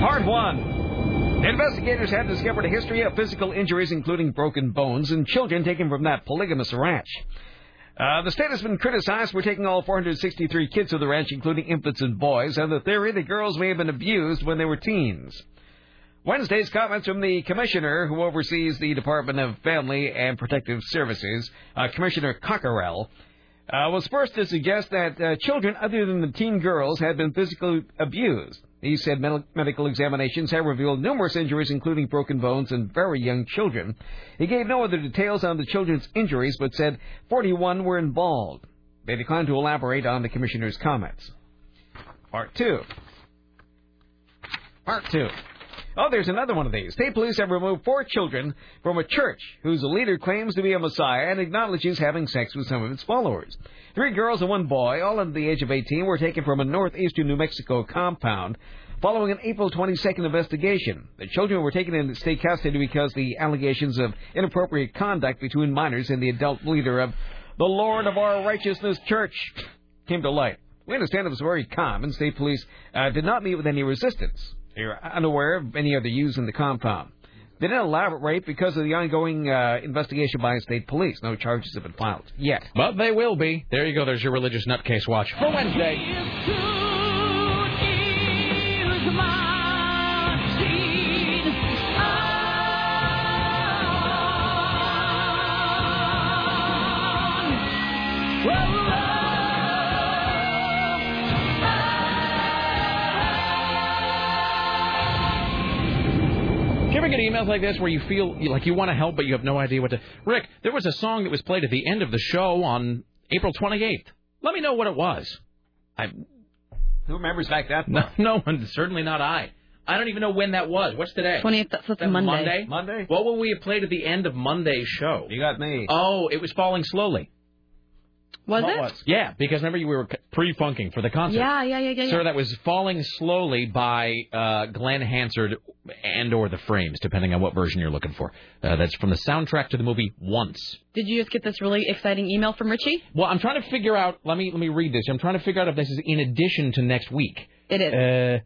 [SPEAKER 4] Part one. Investigators have discovered a history of physical injuries, including broken bones, and children taken from that polygamous ranch. Uh, the state has been criticized for taking all 463 kids to the ranch, including infants and boys, and the theory the girls may have been abused when they were teens. Wednesday's comments from the commissioner who oversees the Department of Family and Protective Services, uh, Commissioner Cockerell, uh, was first to suggest that uh, children other than the teen girls had been physically abused. He said med- medical examinations have revealed numerous injuries, including broken bones in very young children. He gave no other details on the children's injuries, but said 41 were involved. They declined to elaborate on the commissioner's comments. Part 2. Part 2. Oh, there's another one of these. State police have removed four children from a church whose leader claims to be a messiah and acknowledges having sex with some of its followers. Three girls and one boy, all under the age of 18, were taken from a northeastern New Mexico compound following an April 22nd investigation. The children were taken into state custody because the allegations of inappropriate conduct between minors and the adult leader of the Lord of Our Righteousness Church came to light. We understand it was very calm, and state police uh, did not meet with any resistance. They were unaware of any other use in the compound. They didn't elaborate because of the ongoing uh, investigation by state police. No charges have been filed yet.
[SPEAKER 2] But they will be. There you go. There's your religious nutcase watch for Wednesday. ever get emails like this where you feel like you want to help but you have no idea what to? Rick, there was a song that was played at the end of the show on April 28th. Let me know what it was. I
[SPEAKER 4] Who remembers back that?
[SPEAKER 2] no, no one, certainly not I. I don't even know when that was. What's today?
[SPEAKER 3] 20th, that's- that's
[SPEAKER 2] That Monday.
[SPEAKER 3] Monday.
[SPEAKER 2] Monday. What would we have played at the end of Monday's show? You got me. Oh, it was falling slowly.
[SPEAKER 3] Was
[SPEAKER 2] What
[SPEAKER 3] it?
[SPEAKER 2] Yeah, because remember you we were pre-funking for the concert.
[SPEAKER 3] Yeah, yeah, yeah, yeah, yeah.
[SPEAKER 2] Sir, that was falling slowly by uh, Glenn Hansard and or the Frames, depending on what version you're looking for. Uh, that's from the soundtrack to the movie Once.
[SPEAKER 3] Did you just get this really exciting email from Richie?
[SPEAKER 2] Well, I'm trying to figure out. Let me let me read this. I'm trying to figure out if this is in addition to next week.
[SPEAKER 3] It is.
[SPEAKER 2] Uh,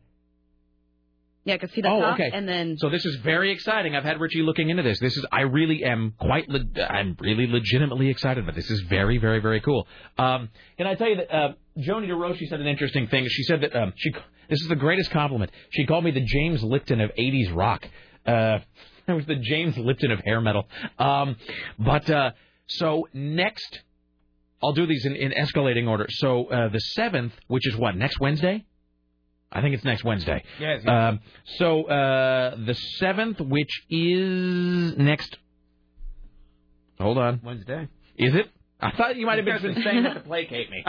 [SPEAKER 3] Yeah, I could see the
[SPEAKER 2] oh,
[SPEAKER 3] top,
[SPEAKER 2] okay.
[SPEAKER 3] and then
[SPEAKER 2] So this is very exciting. I've had Richie looking into this. This is I really am quite le- I'm really legitimately excited about this. This is very very very cool. Um, and I tell you that uh, Joni DeRoche said an interesting thing. She said that um, she this is the greatest compliment. She called me the James Lipton of '80s rock. Uh, I was the James Lipton of hair metal. Um, but uh, so next, I'll do these in, in escalating order. So uh, the seventh, which is what next Wednesday. I think it's next Wednesday.
[SPEAKER 4] Yes, yes.
[SPEAKER 2] Um, so uh, the seventh, which is next. Hold on.
[SPEAKER 4] Wednesday.
[SPEAKER 2] Is it? I thought you might have
[SPEAKER 4] You guys
[SPEAKER 2] been
[SPEAKER 4] been saying that to placate me.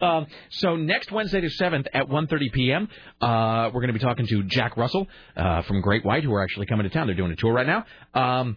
[SPEAKER 2] um, so next Wednesday the seventh at 1:30 p.m. Uh, we're going to be talking to Jack Russell uh, from Great White, who are actually coming to town. They're doing a tour right now, um,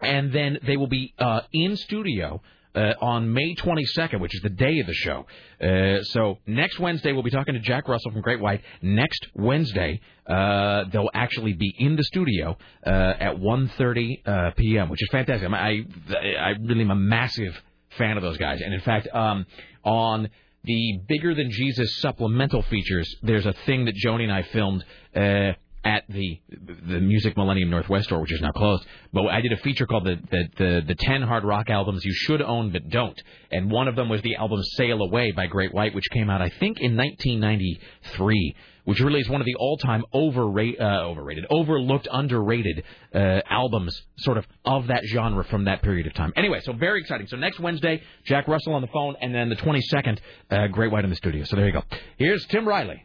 [SPEAKER 2] and then they will be uh, in studio. Uh, on May 22nd, which is the day of the show. Uh, so next Wednesday, we'll be talking to Jack Russell from Great White. Next Wednesday, uh, they'll actually be in the studio uh, at 1.30 uh, p.m., which is fantastic. I'm- I, I really am a massive fan of those guys. And in fact, um, on the Bigger Than Jesus supplemental features, there's a thing that Joni and I filmed uh, at the the Music Millennium Northwest store, which is now closed. But I did a feature called the, the the the ten hard rock albums you should own but don't, and one of them was the album Sail Away by Great White, which came out I think in 1993. Which really is one of the all-time overrate, uh, overrated, overlooked, underrated uh, albums, sort of of that genre from that period of time. Anyway, so very exciting. So next Wednesday, Jack Russell on the phone, and then the 22nd, uh, Great White in the studio. So there you go. Here's Tim Riley.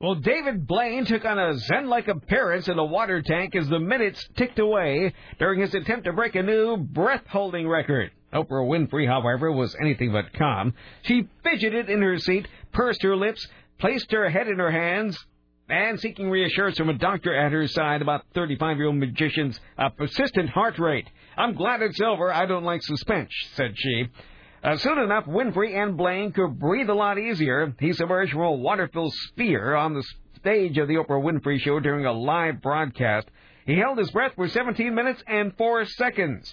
[SPEAKER 4] Well, David Blaine took on a zen like appearance in a water tank as the minutes ticked away during his attempt to break a new breath holding record. Oprah Winfrey, however, was anything but calm. She fidgeted in her seat, pursed her lips, placed her head in her hands, and seeking reassurance from a doctor at her side about 35 year old magician's uh, persistent heart rate. I'm glad it's over. I don't like suspense, said she. Uh, soon enough, Winfrey and Blaine could breathe a lot easier. He submerged from a water filled sphere on the stage of the Oprah Winfrey Show during a live broadcast. He held his breath for 17 minutes and 4 seconds.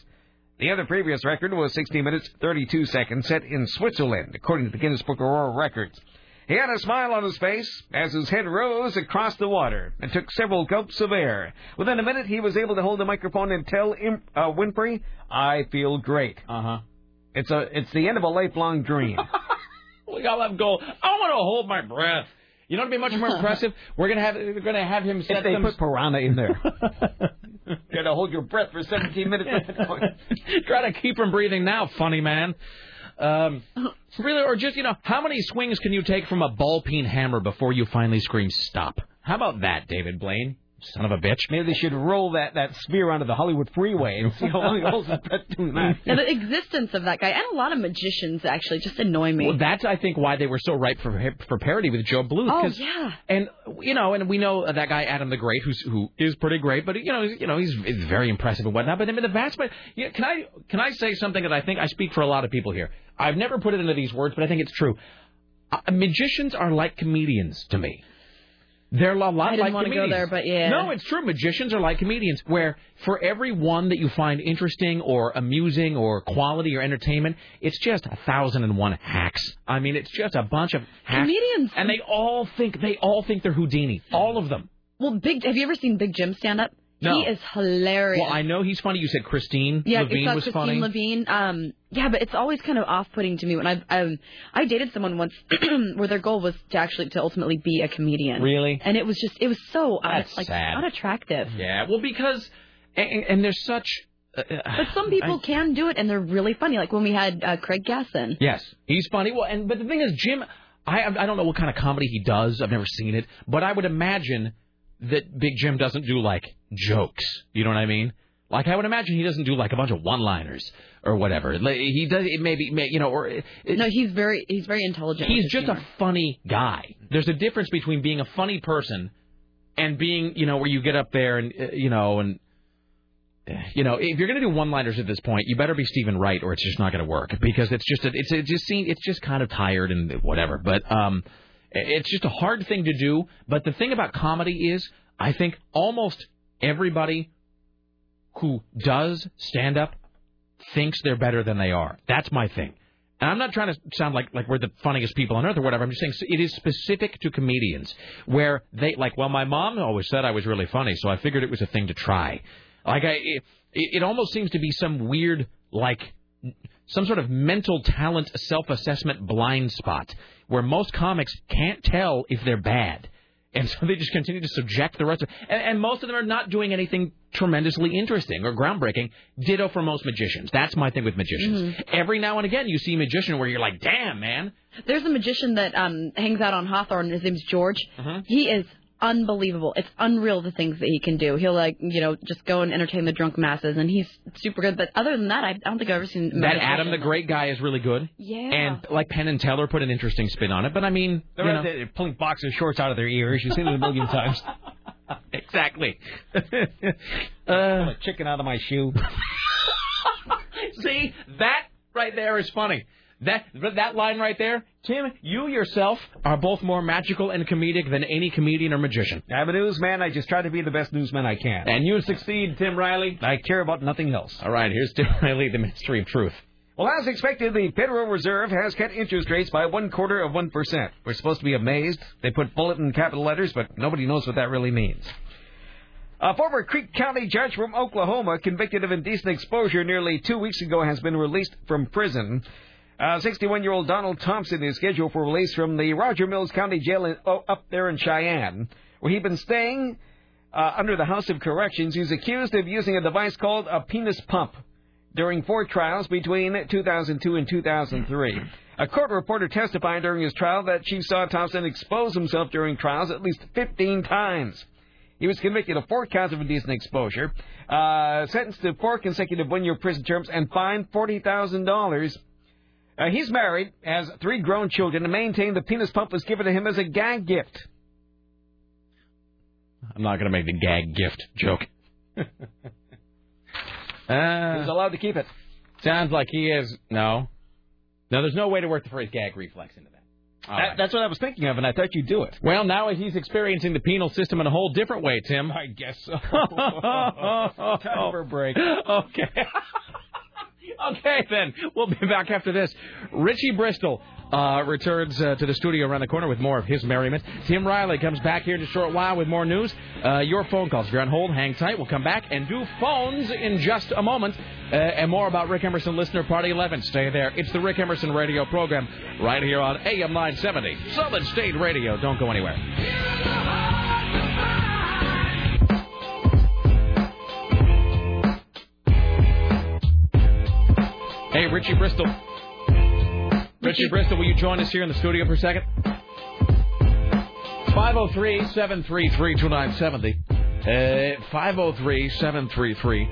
[SPEAKER 4] The other previous record was 16 minutes 32 seconds, set in Switzerland, according to the Guinness Book of World Records. He had a smile on his face as his head rose across the water and took several gulps of air. Within a minute, he was able to hold the microphone and tell Im- uh, Winfrey, "I feel great." Uh huh. It's a it's the end of a lifelong dream.
[SPEAKER 2] We got that goal. I want to hold my breath. You know what'd be much more impressive? We're gonna have we're gonna have him set
[SPEAKER 4] if they
[SPEAKER 2] some
[SPEAKER 4] put piranha in there, you gotta hold your breath for 17 minutes.
[SPEAKER 2] Try to keep from breathing now, funny man. Um, really, or just you know, how many swings can you take from a ball peen hammer before you finally scream stop? How about that, David Blaine? Son of a bitch.
[SPEAKER 4] Maybe they should roll that that sphere onto the Hollywood freeway and see how long it holds his breath doing that.
[SPEAKER 3] Now, the existence of that guy and a lot of magicians actually just annoy me.
[SPEAKER 2] Well, that's I think why they were so ripe for for parody with Joe Bluth.
[SPEAKER 3] Oh,
[SPEAKER 2] 'cause-
[SPEAKER 3] yeah.
[SPEAKER 2] And you know, and we know that guy Adam the Great, who's who is pretty great, but you know, you know, he's, he's very impressive and whatnot. But I mean, the vast majority. Yeah, can I can I say something that I think I speak for a lot of people here? I've never put it into these words, but I think it's true. Uh, magicians are like comedians to me. They're a lot
[SPEAKER 3] I didn't
[SPEAKER 2] like
[SPEAKER 3] wanna go
[SPEAKER 2] comedians.
[SPEAKER 3] there, but yeah.
[SPEAKER 2] No, it's true. Magicians are like comedians, where for every one that you find interesting or amusing or quality or entertainment, it's just a thousand and one hacks. I mean, it's just a bunch of hacks.
[SPEAKER 3] Comedians.
[SPEAKER 2] and they all think they all think they're Houdini. All of them.
[SPEAKER 3] Well, Big. Have you ever seen Big Jim stand up?
[SPEAKER 2] No.
[SPEAKER 3] He is hilarious.
[SPEAKER 2] Well, I know he's funny. You said Christine
[SPEAKER 3] yeah,
[SPEAKER 2] Levine
[SPEAKER 3] it's
[SPEAKER 2] was
[SPEAKER 3] Christine
[SPEAKER 2] funny.
[SPEAKER 3] Levine. Um, yeah, but it's always kind of off-putting to me when I've um, I dated someone once where their goal was to actually to ultimately be a comedian.
[SPEAKER 2] Really?
[SPEAKER 3] And it was just it was so un-
[SPEAKER 2] That's
[SPEAKER 3] like
[SPEAKER 2] sad.
[SPEAKER 3] unattractive.
[SPEAKER 2] Yeah, well, because and, and there's such. Uh,
[SPEAKER 3] But some people can do it and they're really funny. Like when we had uh, Craig Gasson.
[SPEAKER 2] Yes, he's funny. Well, and but the thing is, Jim, I I don't know what kind of comedy he does. I've never seen it, but I would imagine that Big Jim doesn't do like jokes. You know what I mean? Like I would imagine he doesn't do like a bunch of one-liners or whatever. Like, He does it maybe may- you know or it,
[SPEAKER 3] No, he's very he's very intelligent.
[SPEAKER 2] he's
[SPEAKER 3] with his
[SPEAKER 2] just
[SPEAKER 3] humor.
[SPEAKER 2] a funny guy. There's a difference between being a funny person and being, you know, where you get up there and, uh, you know, and, uh, you know, if you're going to do one-liners at this point, you better be Stephen Wright, or it's just not going to work because it's just a, it's it just seem it's just kind of tired and whatever. But um, it's just a hard thing to do. But the thing about comedy is, I think almost everybody who does stand up thinks they're better than they are. That's my thing. And I'm not trying to sound like like we're the funniest people on earth or whatever. I'm just saying it is specific to comedians where they like. Well, my mom always said I was really funny, so I figured it was a thing to try. Like I, it, it almost seems to be some weird like some sort of mental talent self-assessment blind spot where most comics can't tell if they're bad. And so they just continue to subject the rest of and, and most of them are not doing anything tremendously interesting or groundbreaking. Ditto for most magicians. That's my thing with magicians. Every now and again you see a magician where you're like, damn man.
[SPEAKER 3] There's a magician that um, hangs out on Hawthorne. His name's George.
[SPEAKER 2] Mm-hmm.
[SPEAKER 3] He is unbelievable. It's unreal the things that he can do. He'll like you know just go and entertain the drunk masses, and he's super good. But other than that, I don't think I've ever seen
[SPEAKER 2] That Adam the Great guy is really good.
[SPEAKER 3] Yeah.
[SPEAKER 2] And like Penn and Teller put an interesting spin on it. But I mean
[SPEAKER 21] They're
[SPEAKER 2] you
[SPEAKER 21] out
[SPEAKER 2] know.
[SPEAKER 21] there pulling boxer shorts out of their ears. You've seen it a million times.
[SPEAKER 2] Exactly.
[SPEAKER 21] uh, chicken out of my shoe.
[SPEAKER 2] See, that right there is funny. That that line right there, Tim, you yourself are both more magical and comedic than any comedian or magician.
[SPEAKER 21] I'm a newsman. I just try to be the best newsman I can.
[SPEAKER 2] And you succeed, Tim Riley.
[SPEAKER 21] I care about nothing else.
[SPEAKER 2] All right, here's Tim Riley, the mystery of truth.
[SPEAKER 4] Well, as expected, the Federal Reserve has cut interest rates by one quarter of 1%. We're supposed to be amazed. They put bullet in capital letters, but nobody knows what that really means. A former Creek County judge from Oklahoma, convicted of indecent exposure nearly two weeks ago, has been released from prison. 61 year old Donald Thompson is scheduled for release from the Roger Mills County Jail in, oh, up there in Cheyenne, where he'd been staying uh, under the House of Corrections. He's accused of using a device called a penis pump during four trials between 2002 and 2003. A court reporter testified during his trial that she saw Thompson expose himself during trials at least 15 times. He was convicted of four counts of indecent exposure, uh, sentenced to four consecutive one-year prison terms, and fined forty thousand dollars. Uh, he's married, has three grown children, and maintained the penis pump was given to him as a gag gift.
[SPEAKER 2] I'm not going to make the gag gift joke.
[SPEAKER 21] Ah.
[SPEAKER 2] Uh,
[SPEAKER 4] He's allowed to keep it.
[SPEAKER 2] Sounds like he is. No. No, there's no way to work the phrase gag reflex into that. All right.
[SPEAKER 4] That's what I was thinking of, and I thought you'd do it.
[SPEAKER 2] Well, now he's experiencing the penal system in a whole different way, Tim.
[SPEAKER 21] I guess so.
[SPEAKER 2] Time
[SPEAKER 21] for a break.
[SPEAKER 2] Okay. okay, then. We'll be back after this. Richie Bristol uh, returns uh, to the studio around the corner with more of his merriment. Tim Riley comes back here in a short while with more news. Uh, your phone calls. If you're on hold, hang tight. We'll come back and do phones in just a moment. Uh, and more about Rick Emerson Listener Party 11. Stay there. It's the Rick Emerson Radio Program right here on AM 970. Solid State Radio. Don't go anywhere. Hey, Richie Bristol. Richie Bristol, will you join us here in the studio for a second? 503 733 oh. 2970. 503 733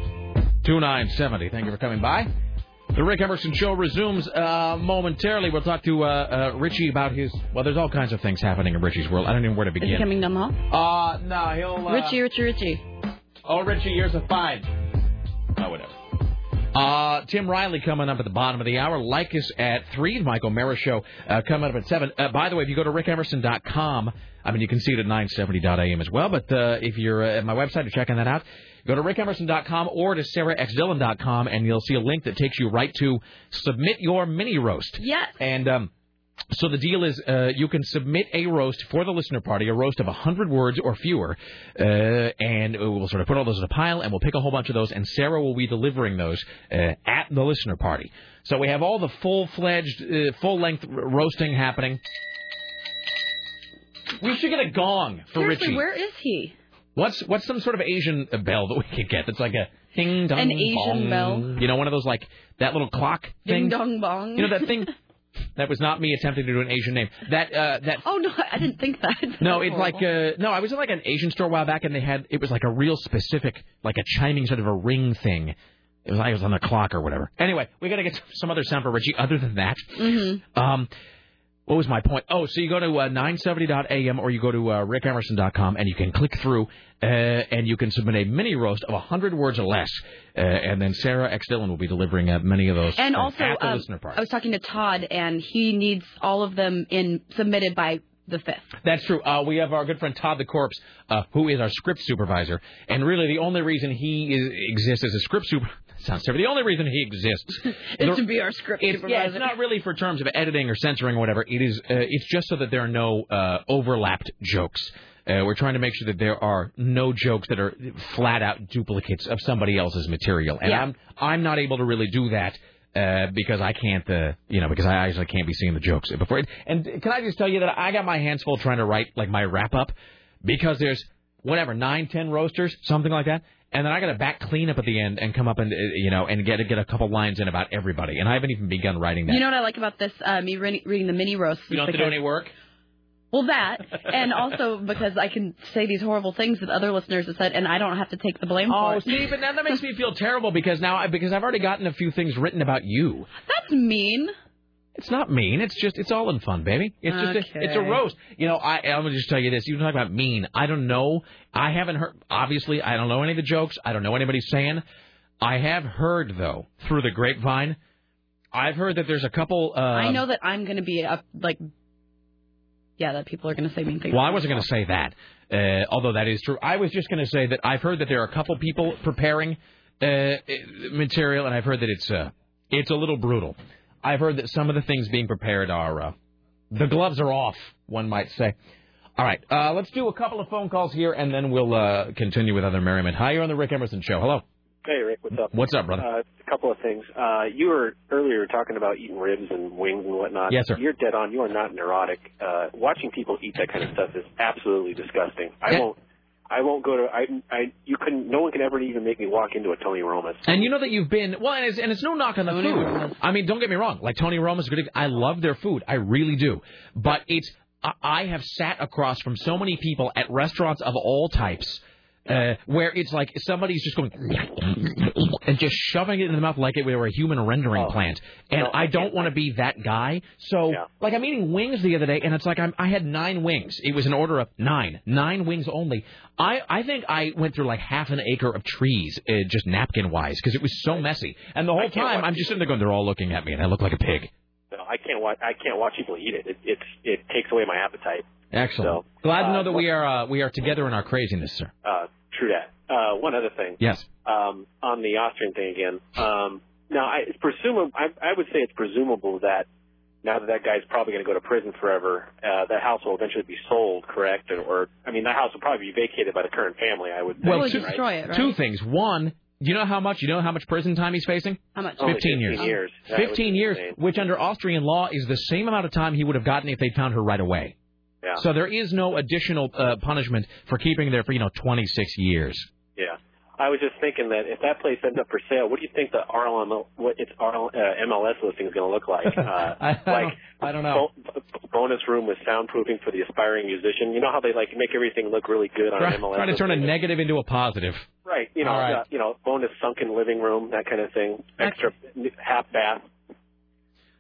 [SPEAKER 2] 2970. oh. Thank you for coming by. The Rick Emerson Show resumes uh, momentarily. We'll talk to uh, uh, Richie about his. Well, there's all kinds of things happening in Richie's world. I don't even know where to
[SPEAKER 3] Is he
[SPEAKER 2] begin.
[SPEAKER 3] coming down the hall?
[SPEAKER 2] Uh, no, he'll. uh,
[SPEAKER 3] Richie, Richie, Richie.
[SPEAKER 2] Oh, Richie, here's a fine. Oh, whatever. Uh, Tim Riley coming up at the bottom of the hour. Like us at 3. Michael Mara Show uh, coming up at 7. Uh, by the way, if you go to rickemerson.com, I mean, you can see it at 970.am as well. But uh, if you're uh, at my website, you're checking that out. Go to rickemerson.com or to sarahxdillon.com, and you'll see a link that takes you right to submit your mini roast.
[SPEAKER 3] Yes.
[SPEAKER 2] And um, so the deal is uh, you can submit a roast for the listener party, a roast of 100 words or fewer, uh, and we'll sort of put all those in a pile, and we'll pick a whole bunch of those, and Sarah will be delivering those uh, at the listener party. So we have all the full-fledged, uh, full-length r- roasting happening. We should get a gong for
[SPEAKER 3] Seriously,
[SPEAKER 2] Richie.
[SPEAKER 3] where is he?
[SPEAKER 2] What's what's some sort of Asian uh, bell that we could get that's like a ding dong
[SPEAKER 3] An Asian
[SPEAKER 2] bong.
[SPEAKER 3] bell.
[SPEAKER 2] You know, one of those like that little clock
[SPEAKER 3] Ding
[SPEAKER 2] thing.
[SPEAKER 3] dong bong.
[SPEAKER 2] You know that thing That was not me attempting to do an Asian name. That uh, that.
[SPEAKER 3] Oh no, I didn't think that.
[SPEAKER 2] No, it's like uh no. I was in like an Asian store a while back, and they had it was like a real specific, like a chiming sort of a ring thing. It was like it was on the clock or whatever. Anyway, we got to get some other sound for Richie other than that.
[SPEAKER 3] Mm-hmm.
[SPEAKER 2] Um, what was my point? Oh, so you go to uh, 970.am or you go to uh, rickemerson.com and you can click through uh, and you can submit a mini roast of 100 words or less. Uh, and then Sarah X. Dillon will be delivering uh, many of those
[SPEAKER 3] And
[SPEAKER 2] uh,
[SPEAKER 3] also,
[SPEAKER 2] at the
[SPEAKER 3] um,
[SPEAKER 2] listener part.
[SPEAKER 3] I was talking to Todd, and he needs all of them in submitted by the fifth.
[SPEAKER 2] That's true. Uh, we have our good friend Todd the Corpse, uh, who is our script supervisor, and really the only reason he is, exists as a script super sounds terrible. The only reason he exists
[SPEAKER 3] It
[SPEAKER 2] the-
[SPEAKER 3] should be our script
[SPEAKER 2] it's, yeah, it's
[SPEAKER 3] supervisor.
[SPEAKER 2] not really for terms of editing or censoring or whatever. It is. Uh, it's just so that there are no uh, overlapped jokes. Uh, we're trying to make sure that there are no jokes that are flat out duplicates of somebody else's material, and
[SPEAKER 3] Yeah.
[SPEAKER 2] I'm I'm not able to really do that. Uh, because I can't, uh, you know, because I actually can't be seeing the jokes before. It, and can I just tell you that I got my hands full trying to write like my wrap up, because there's whatever nine, ten roasters, something like that, and then I got to back clean up at the end and come up and uh, you know and get get a couple lines in about everybody, and I haven't even begun writing that.
[SPEAKER 3] You know what I like about this? Uh, me re- reading the mini roast.
[SPEAKER 2] You don't have to do any work.
[SPEAKER 3] Well, that, and also because I can say these horrible things that other listeners have said, and I don't have to take the blame for
[SPEAKER 2] Oh,
[SPEAKER 3] it.
[SPEAKER 2] see, but now that makes me feel terrible because now I, because I've already gotten a few things written about you.
[SPEAKER 3] That's mean.
[SPEAKER 2] It's not mean. It's just it's all in fun, baby. It's just a,
[SPEAKER 3] Okay.
[SPEAKER 2] it's a roast. You know, I I'm gonna just tell you this. You talk about mean. I don't know. I haven't heard. Obviously, I don't know any of the jokes. I don't know what anybody's saying. I have heard though through the grapevine. I've heard that there's a couple. Uh,
[SPEAKER 3] I know that I'm going to be up, like, yeah, that people are going to say mean things.
[SPEAKER 2] Well, I wasn't going to say that, uh, although that is true. I was just going to say that I've heard that there are a couple people preparing uh, uh, material, and I've heard that it's uh, it's a little brutal. I've heard that some of the things being prepared are uh, the gloves are off, one might say. All right, uh, let's do a couple of phone calls here, and then we'll uh, continue with other merriment. Hi, you're on the Rick Emerson Show. Hello.
[SPEAKER 6] Hey, Rick, what's up?
[SPEAKER 2] What's up, brother?
[SPEAKER 6] Uh, a couple of things. Uh, you were earlier talking about eating ribs and wings and whatnot.
[SPEAKER 2] Yes, sir.
[SPEAKER 6] You're dead on. You are not neurotic. Uh, watching people eat that kind of stuff is absolutely disgusting. I
[SPEAKER 2] Yeah.
[SPEAKER 6] won't. I won't go to. I. I. You couldn't. No one can ever even make me walk into a Tony Roma's.
[SPEAKER 2] And you know that you've been well, and it's, and it's no knock on the food. I mean, don't get me wrong. Like Tony Roma's good. I love their food. I really do. But it's I- I have sat across from so many people at restaurants of all types. Uh, where it's like somebody's just going and just shoving it in the mouth like it were a human rendering plant, and
[SPEAKER 18] No,
[SPEAKER 2] Oh, I don't want to be that guy. So, like, I'm eating wings the other day, and it's like I'm, I had nine wings. It was an order of nine, nine wings only. I, I think I went through like half an acre of trees, uh, just napkin wise, because it was so messy. And the whole time, I'm just sitting there going, they're all looking at me, and I look like a pig.
[SPEAKER 6] No, I can't watch. I can't watch people eat it. It. It's. It takes away my appetite.
[SPEAKER 2] Excellent. Glad to know that we are uh, we are together in our craziness, sir.
[SPEAKER 6] Uh, true that. Uh, one other thing.
[SPEAKER 2] Yes.
[SPEAKER 6] um, on the Austrian thing again. Um, now, I, it's presumable. I, I would say it's presumable that now that that guy's probably going to go to prison forever, uh, that house will eventually be sold, correct? Or, or I mean, that house will probably be vacated by the current family. I would.
[SPEAKER 2] Well,
[SPEAKER 6] think,
[SPEAKER 2] two, two things. One, you know how much you know how much prison time he's facing?
[SPEAKER 3] How much?
[SPEAKER 6] Only
[SPEAKER 2] 15 years.
[SPEAKER 6] 15 years. That was
[SPEAKER 2] 15 years, which under Austrian law is the same amount of time he would have gotten if they found her right away.
[SPEAKER 6] Yeah.
[SPEAKER 2] So there is no additional uh, punishment for keeping her there for you know 26 years.
[SPEAKER 6] Yeah. I was just thinking that if that place ends up for sale, what do you think the RLM, what its RL, uh, MLS listing is going to look like? Uh,
[SPEAKER 2] I, I
[SPEAKER 6] like
[SPEAKER 2] don't, I don't know.
[SPEAKER 6] bo- bo- bonus room with soundproofing for the aspiring musician. You know how they like make everything look really good on
[SPEAKER 2] Try,
[SPEAKER 6] an MLS.
[SPEAKER 2] trying to turn a
[SPEAKER 6] listing?
[SPEAKER 2] negative into a positive.
[SPEAKER 6] Right. You know,
[SPEAKER 2] All right.
[SPEAKER 6] uh, you know, bonus sunken living room, that kind of thing. Extra half bath.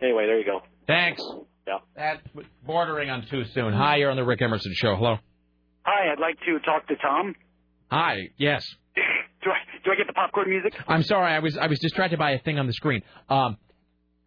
[SPEAKER 6] Anyway, there you go.
[SPEAKER 2] Thanks.
[SPEAKER 6] Yeah.
[SPEAKER 2] That's bordering on too soon. Hi, you're on the Rick Emerson show. Hello.
[SPEAKER 19] Hi, I'd like to talk to Tom.
[SPEAKER 2] Hi. Yes.
[SPEAKER 19] Do I do I get the popcorn music?
[SPEAKER 2] I'm sorry. I was I was distracted by a thing on the screen. Um,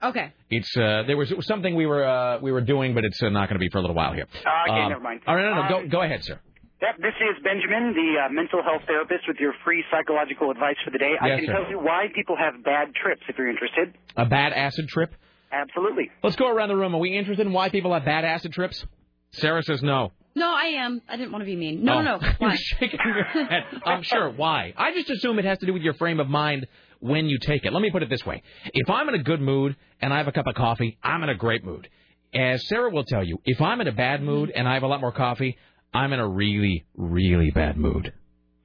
[SPEAKER 3] Okay.
[SPEAKER 2] It's uh, there was, it was something we were uh, we were doing, but it's uh, not going to be for a little while here.
[SPEAKER 19] Uh, Okay, never mind.
[SPEAKER 2] All right, no, no,
[SPEAKER 19] Um,
[SPEAKER 2] go go ahead, sir.
[SPEAKER 19] That, this is Benjamin, the uh, mental health therapist, with your free psychological advice for the day. I
[SPEAKER 2] Yes,
[SPEAKER 19] can
[SPEAKER 2] sir.
[SPEAKER 19] tell you why people have bad trips if you're interested.
[SPEAKER 2] A bad acid trip.
[SPEAKER 19] Absolutely.
[SPEAKER 2] Let's go around the room. Are we interested in why people have bad acid trips? Sarah says no.
[SPEAKER 3] No, I am. I didn't want to be mean. No,
[SPEAKER 2] Oh.
[SPEAKER 3] no, no. Why?
[SPEAKER 2] shaking your head. I'm sure. Why? I just assume it has to do with your frame of mind when you take it. Let me put it this way: if I'm in a good mood and I have a cup of coffee, I'm in a great mood. As Sarah will tell you, if I'm in a bad mood and I have a lot more coffee, I'm in a really, really bad mood.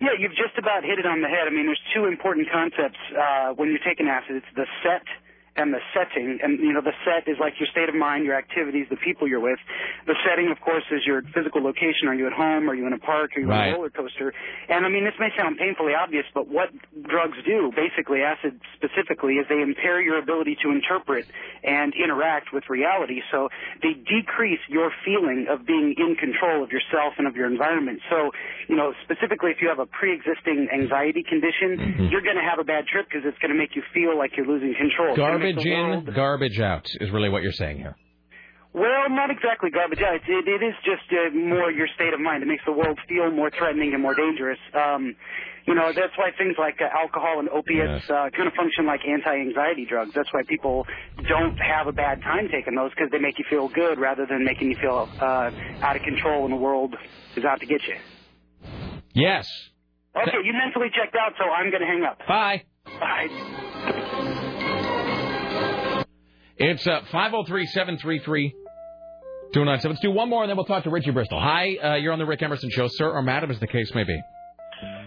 [SPEAKER 19] Yeah, you've just about hit it on the head. I mean, there's two important concepts uh, when you're taking acid. It's the set and the setting. And you know, the set is like your state of mind, your activities, the people you're with. The setting, of course, is your physical location. Are you at home? Are you in a park? Are you on a
[SPEAKER 14] Right.
[SPEAKER 19] roller coaster? And I mean, this may sound painfully obvious, but what drugs do, basically acid specifically, is they impair your ability to interpret and interact with reality. So they decrease your feeling of being in control of yourself and of your environment. So, you know, specifically if you have a pre-existing anxiety condition, you're going to have a bad trip because it's going to make you feel like you're losing control. It's gonna make the
[SPEAKER 2] Garbage
[SPEAKER 19] world-
[SPEAKER 2] in, garbage out is really what you're saying here.
[SPEAKER 19] well, not exactly garbage out. It's- It, it is just uh, more your state of mind. It makes the world feel more threatening and more dangerous. Um, you know, that's why things like uh, alcohol and opiates uh, kind of function like anti-anxiety drugs. That's why people don't have a bad time taking those because they make you feel good rather than making you feel uh, out of control and the world is out to get you.
[SPEAKER 2] Yes.
[SPEAKER 19] Okay, you mentally checked out, so I'm going to hang up.
[SPEAKER 2] Bye.
[SPEAKER 19] Bye.
[SPEAKER 2] It's uh, 503-733-297. Let's do one more, and then we'll talk to Richie Bristol. Hi, uh, you're on the Rick Emerson Show, sir or madam, as the case may be.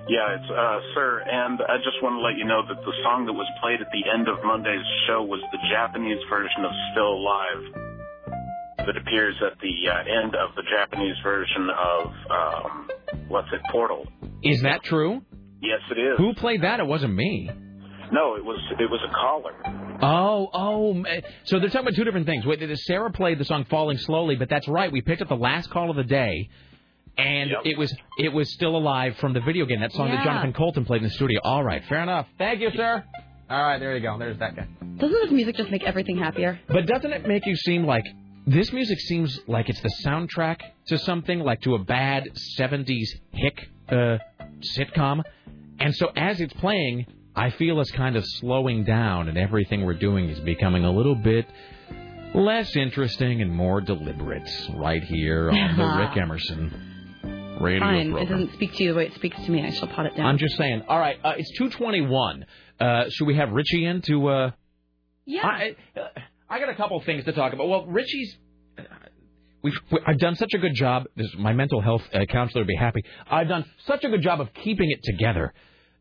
[SPEAKER 7] Yeah, it's uh, Sir, and I just want to let you know that the song that was played at the end of Monday's show was the Japanese version of Still Alive that appears at the uh, end of the Japanese version of, um, what's it, Portal.
[SPEAKER 2] Is that true?
[SPEAKER 7] Yes, it is.
[SPEAKER 2] Who played that? It wasn't me.
[SPEAKER 7] No, it was it was a caller.
[SPEAKER 2] Oh, oh. ma- So they're talking about two different things. Wait, did- Sarah played the song "Falling Slowly," but that's right. We picked up the last call of the day, and it was it was still alive from the video game. That song
[SPEAKER 28] Yeah.
[SPEAKER 2] that Jonathan Colton played in the studio. All right, fair enough. Thank you, sir. All right, there you go. There's that guy.
[SPEAKER 3] Doesn't this music just make everything happier?
[SPEAKER 2] But doesn't it make you seem like this music seems like it's the soundtrack to something, like to a bad 70s hick uh, sitcom? And so as it's playing, I feel us kind of slowing down, and everything we're doing is becoming a little bit less interesting and more deliberate right here on the Rick Emerson radio
[SPEAKER 3] Fine,
[SPEAKER 2] program.
[SPEAKER 3] it doesn't speak to you the way it speaks to me. I shall pot it down.
[SPEAKER 2] I'm just saying. All right, uh, it's 221. Uh, should we have Richie in to. Uh,
[SPEAKER 3] yeah.
[SPEAKER 2] I, uh, I got a couple things to talk about. Well, Richie's. We've, we, I've done such a good job. This, my mental health uh, counselor would be happy. I've done such a good job of keeping it together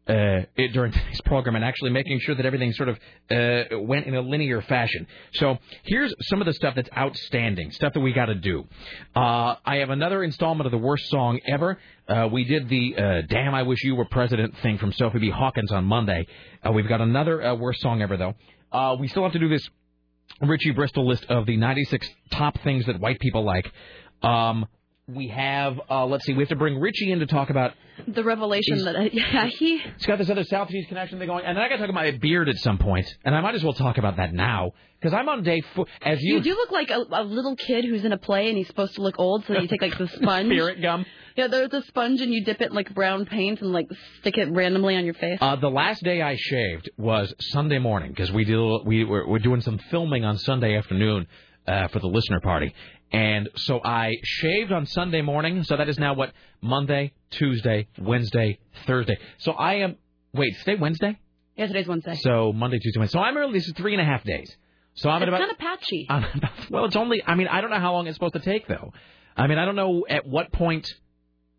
[SPEAKER 2] uh, it, during today's program and actually making sure that everything sort of uh, went in a linear fashion. So here's some of the stuff that's outstanding, stuff that we got to do. Uh, I have another installment of the worst song ever. Uh, we did the uh, "Damn, I Wish You Were President" thing from Sophie B. Hawkins on Monday. Uh, we've got another uh, worst song ever though. Uh, we still have to do this Richie Bristol list of the 96 top things that white people like. Um, we have, uh, let's see, we have to bring Richie in to talk about.
[SPEAKER 3] The revelation
[SPEAKER 2] He's-
[SPEAKER 3] that I, yeah, he
[SPEAKER 2] He's got this other Southeast connection thing going, and then I got to talk about my beard at some point, and I might as well talk about that now because I'm on day four. As you,
[SPEAKER 3] you do look like a, a little kid who's in a play and he's supposed to look old, so that you take like the sponge.
[SPEAKER 2] Spirit gum.
[SPEAKER 3] Yeah, there's a sponge and you dip it in like brown paint and like stick it randomly on your face.
[SPEAKER 2] Uh, the last day I shaved was Sunday morning because we did a- we were, we're doing some filming on Sunday afternoon uh, for the listener party, and so I shaved on Sunday morning. So that is now what Monday, Tuesday, Wednesday, Thursday. So I am wait, today Wednesday.
[SPEAKER 3] Yeah, today's Wednesday.
[SPEAKER 2] So Monday, Tuesday, Wednesday. So I'm really this is three and a half days. So I'm at
[SPEAKER 3] it's
[SPEAKER 2] about Uh,
[SPEAKER 3] kind of patchy.
[SPEAKER 2] I'm about- Um, well, it's only. I mean, I don't know how long it's supposed to take though. I mean, I don't know at what point.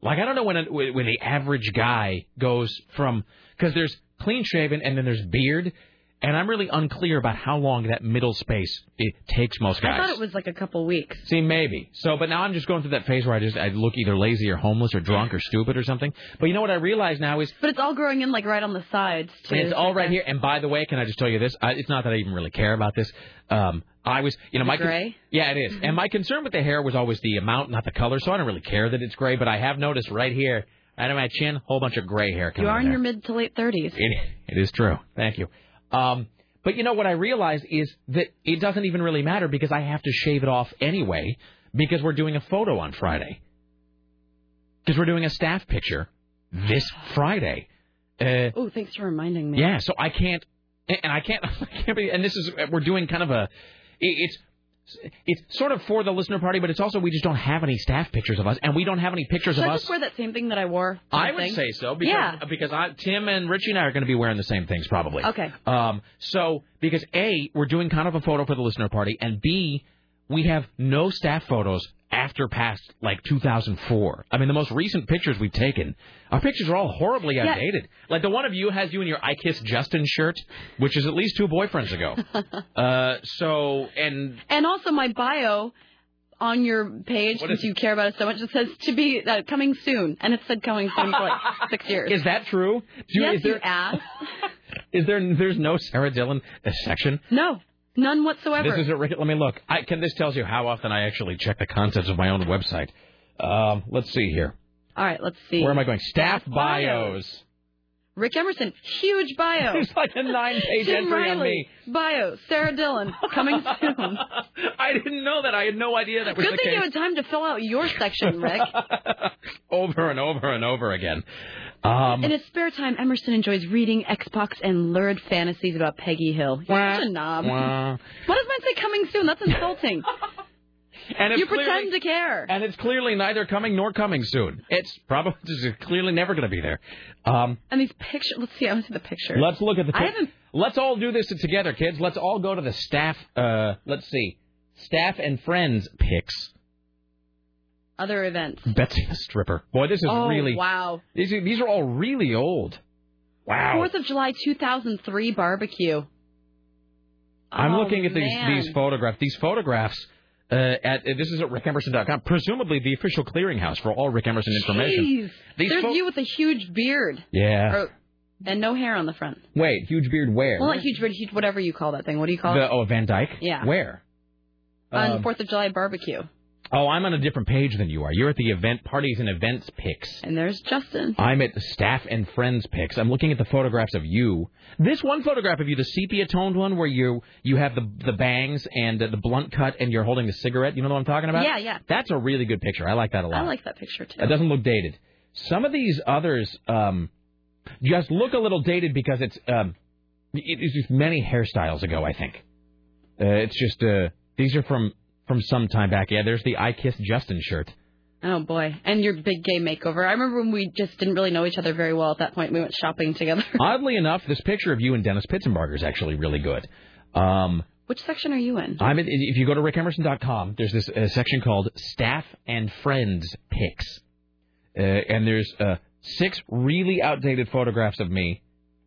[SPEAKER 2] Like, I don't know when a, when the average guy goes from because there's clean shaven and then there's beard, and I'm really unclear about how long that middle space it takes most
[SPEAKER 3] I
[SPEAKER 2] guys.
[SPEAKER 3] thought it was like a couple weeks.
[SPEAKER 2] See, maybe. So, but now I'm just going through that phase where I just I look either lazy or homeless or drunk or stupid or something. But you know what I realize now is
[SPEAKER 3] But it's all growing in like right on the sides too.
[SPEAKER 2] and it's all right here. And by the way, can I just tell you this? I, it's not that I even really care about this. Um, I was, you know,
[SPEAKER 3] Is it
[SPEAKER 2] my con-
[SPEAKER 3] gray? Mm-hmm.
[SPEAKER 2] yeah, it is. And my concern with the hair was always the amount, not the color. So I don't really care that it's gray. But I have noticed right here, right on my chin, whole bunch of gray hair coming.
[SPEAKER 3] you are in
[SPEAKER 2] there.
[SPEAKER 3] your mid to late 30s.
[SPEAKER 2] It, it is true. Thank you. Um, but you know what I realized is that it doesn't even really matter because I have to shave it off anyway because we're doing a photo on Friday. Because we're doing a staff picture this Friday. Uh,
[SPEAKER 3] oh, thanks for reminding me.
[SPEAKER 2] Yeah, so I can't, and I can't, I can't be, and this is uh, we're doing kind of a, it- it's. It's sort of for the listener party, but it's also we just don't have any staff pictures of us, and we don't have any pictures
[SPEAKER 3] Should
[SPEAKER 2] of
[SPEAKER 3] I
[SPEAKER 2] us.
[SPEAKER 3] just wear that same thing that I wore? to
[SPEAKER 2] I
[SPEAKER 3] the
[SPEAKER 2] would
[SPEAKER 3] thing?
[SPEAKER 2] say so because
[SPEAKER 3] yeah.
[SPEAKER 2] because I, Tim and Richie and I are going to be wearing the same things probably.
[SPEAKER 3] Okay.
[SPEAKER 2] Um. So because a we're doing kind of a photo for the listener party, and b we have no staff photos after past like 2004. I mean, the most recent pictures we've taken, our pictures are all horribly
[SPEAKER 15] Yeah.
[SPEAKER 2] outdated. Like the one of you has you in your "I Kiss Justin" shirt, which is at least two boyfriends ago. uh, so and
[SPEAKER 3] And also my bio on your page, since you care about it so much, it says to be uh, coming soon, and it said coming soon for like six years.
[SPEAKER 2] is that true? Do,
[SPEAKER 3] yes,
[SPEAKER 2] is there
[SPEAKER 3] you ass.
[SPEAKER 2] is there there's no Sarah Dillon uh, section?
[SPEAKER 3] No, none whatsoever.
[SPEAKER 2] This is a Ricket. Let me look. I can. This tells you how often I actually check the contents of my own website. Um, let's see here.
[SPEAKER 3] All right, let's see.
[SPEAKER 2] Where am I going? Staff
[SPEAKER 3] bios.
[SPEAKER 2] bios.
[SPEAKER 3] Rick Emerson, huge bio.
[SPEAKER 2] There's like a nine-page
[SPEAKER 3] Jim
[SPEAKER 2] entry on
[SPEAKER 3] Riley,
[SPEAKER 2] me.
[SPEAKER 3] Bio, Sarah Dillon, coming soon.
[SPEAKER 2] I didn't know that. I had no idea that was
[SPEAKER 3] Good
[SPEAKER 2] the
[SPEAKER 3] thing you
[SPEAKER 2] case.
[SPEAKER 3] had time to fill out your section, Rick.
[SPEAKER 2] Over and over and over again. Um,
[SPEAKER 3] In his spare time, Emerson enjoys reading Xbox and lurid fantasies about Peggy Hill. You're such a knob.
[SPEAKER 2] wah.
[SPEAKER 3] What does mine say coming soon? That's insulting.
[SPEAKER 2] And it's
[SPEAKER 3] you
[SPEAKER 2] clearly-
[SPEAKER 3] pretend to care.
[SPEAKER 2] and it's clearly neither coming nor coming soon. It's probably it's clearly never going to be there. Um,
[SPEAKER 3] And these pictures. Let's see. I want to see the picture.
[SPEAKER 2] Let's look at the.
[SPEAKER 3] I haven't.
[SPEAKER 2] Let's all do this together, kids. Let's all go to the staff. Uh, let's see, staff and friends picks.
[SPEAKER 3] Other events.
[SPEAKER 2] Betsy the stripper. Boy, this is
[SPEAKER 3] oh,
[SPEAKER 2] really.
[SPEAKER 3] wow.
[SPEAKER 2] These are, these are all really old. Wow.
[SPEAKER 3] Fourth of July, 2003 barbecue.
[SPEAKER 2] I'm
[SPEAKER 3] Oh,
[SPEAKER 2] looking at these
[SPEAKER 3] man.
[SPEAKER 2] these photographs. These photographs. Uh, at uh, this is at rickemerson.com, presumably the official clearinghouse for all Rick Emerson information.
[SPEAKER 3] Jeez.
[SPEAKER 2] These
[SPEAKER 3] There's
[SPEAKER 2] fo-
[SPEAKER 3] you with a huge beard.
[SPEAKER 2] Yeah.
[SPEAKER 3] Or- and no hair on the front.
[SPEAKER 2] Wait, huge beard where?
[SPEAKER 3] Well, not huge beard, huge whatever you call that thing. What do you call
[SPEAKER 2] the,
[SPEAKER 3] it?
[SPEAKER 2] oh, Van Dyke.
[SPEAKER 3] Yeah.
[SPEAKER 2] Where?
[SPEAKER 3] on
[SPEAKER 2] um,
[SPEAKER 3] Fourth of July barbecue.
[SPEAKER 2] Oh, I'm on a different page than you are. You're at the event parties and events picks.
[SPEAKER 3] And there's Justin.
[SPEAKER 2] I'm at the staff and friends pics. I'm looking at the photographs of you. This one photograph of you, the sepia toned one, where you you have the the bangs and uh, the blunt cut, and you're holding the cigarette. You know what I'm talking about?
[SPEAKER 3] Yeah, yeah.
[SPEAKER 2] That's a really good picture. I like that a lot.
[SPEAKER 3] I like that picture too.
[SPEAKER 2] It doesn't look dated. Some of these others um, just look a little dated because it's um, it- it's just many hairstyles ago. I think uh, it's just uh, these are from from some time back. Yeah, there's the I Kiss Justin shirt.
[SPEAKER 3] Oh boy. And your big gay makeover. I remember when we just didn't really know each other very well at that point. We went shopping together.
[SPEAKER 2] Oddly enough, this picture of you and Dennis Pitzenbarger is actually really good. Um,
[SPEAKER 3] Which section are you in?
[SPEAKER 2] I'm at, if you go to rickemerson.com, there's this uh, section called Staff and Friends Pics, uh, and there's uh, six really outdated photographs of me.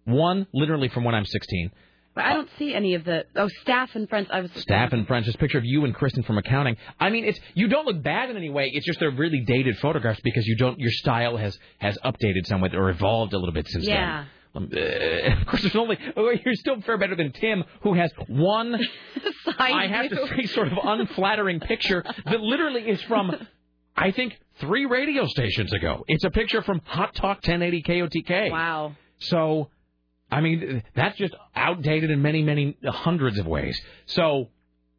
[SPEAKER 2] One literally from when I'm 16.
[SPEAKER 3] But I don't see any of the oh staff and friends. I was
[SPEAKER 2] Staff and friends. This picture of you and Kristen from accounting. I mean, it's you don't look bad in any way. It's just they're really dated photographs because you don't your style has has updated somewhat or evolved a little bit since
[SPEAKER 3] Yeah.
[SPEAKER 2] then. Um, uh, of course, there's only oh, you're still far better than Tim, who has one. I have to say, sort of unflattering picture that literally is from, I think, three radio stations ago. It's a picture from Hot Talk 1080 KOTK.
[SPEAKER 3] Wow.
[SPEAKER 2] So, I mean, that's just outdated in many, many hundreds of ways. So,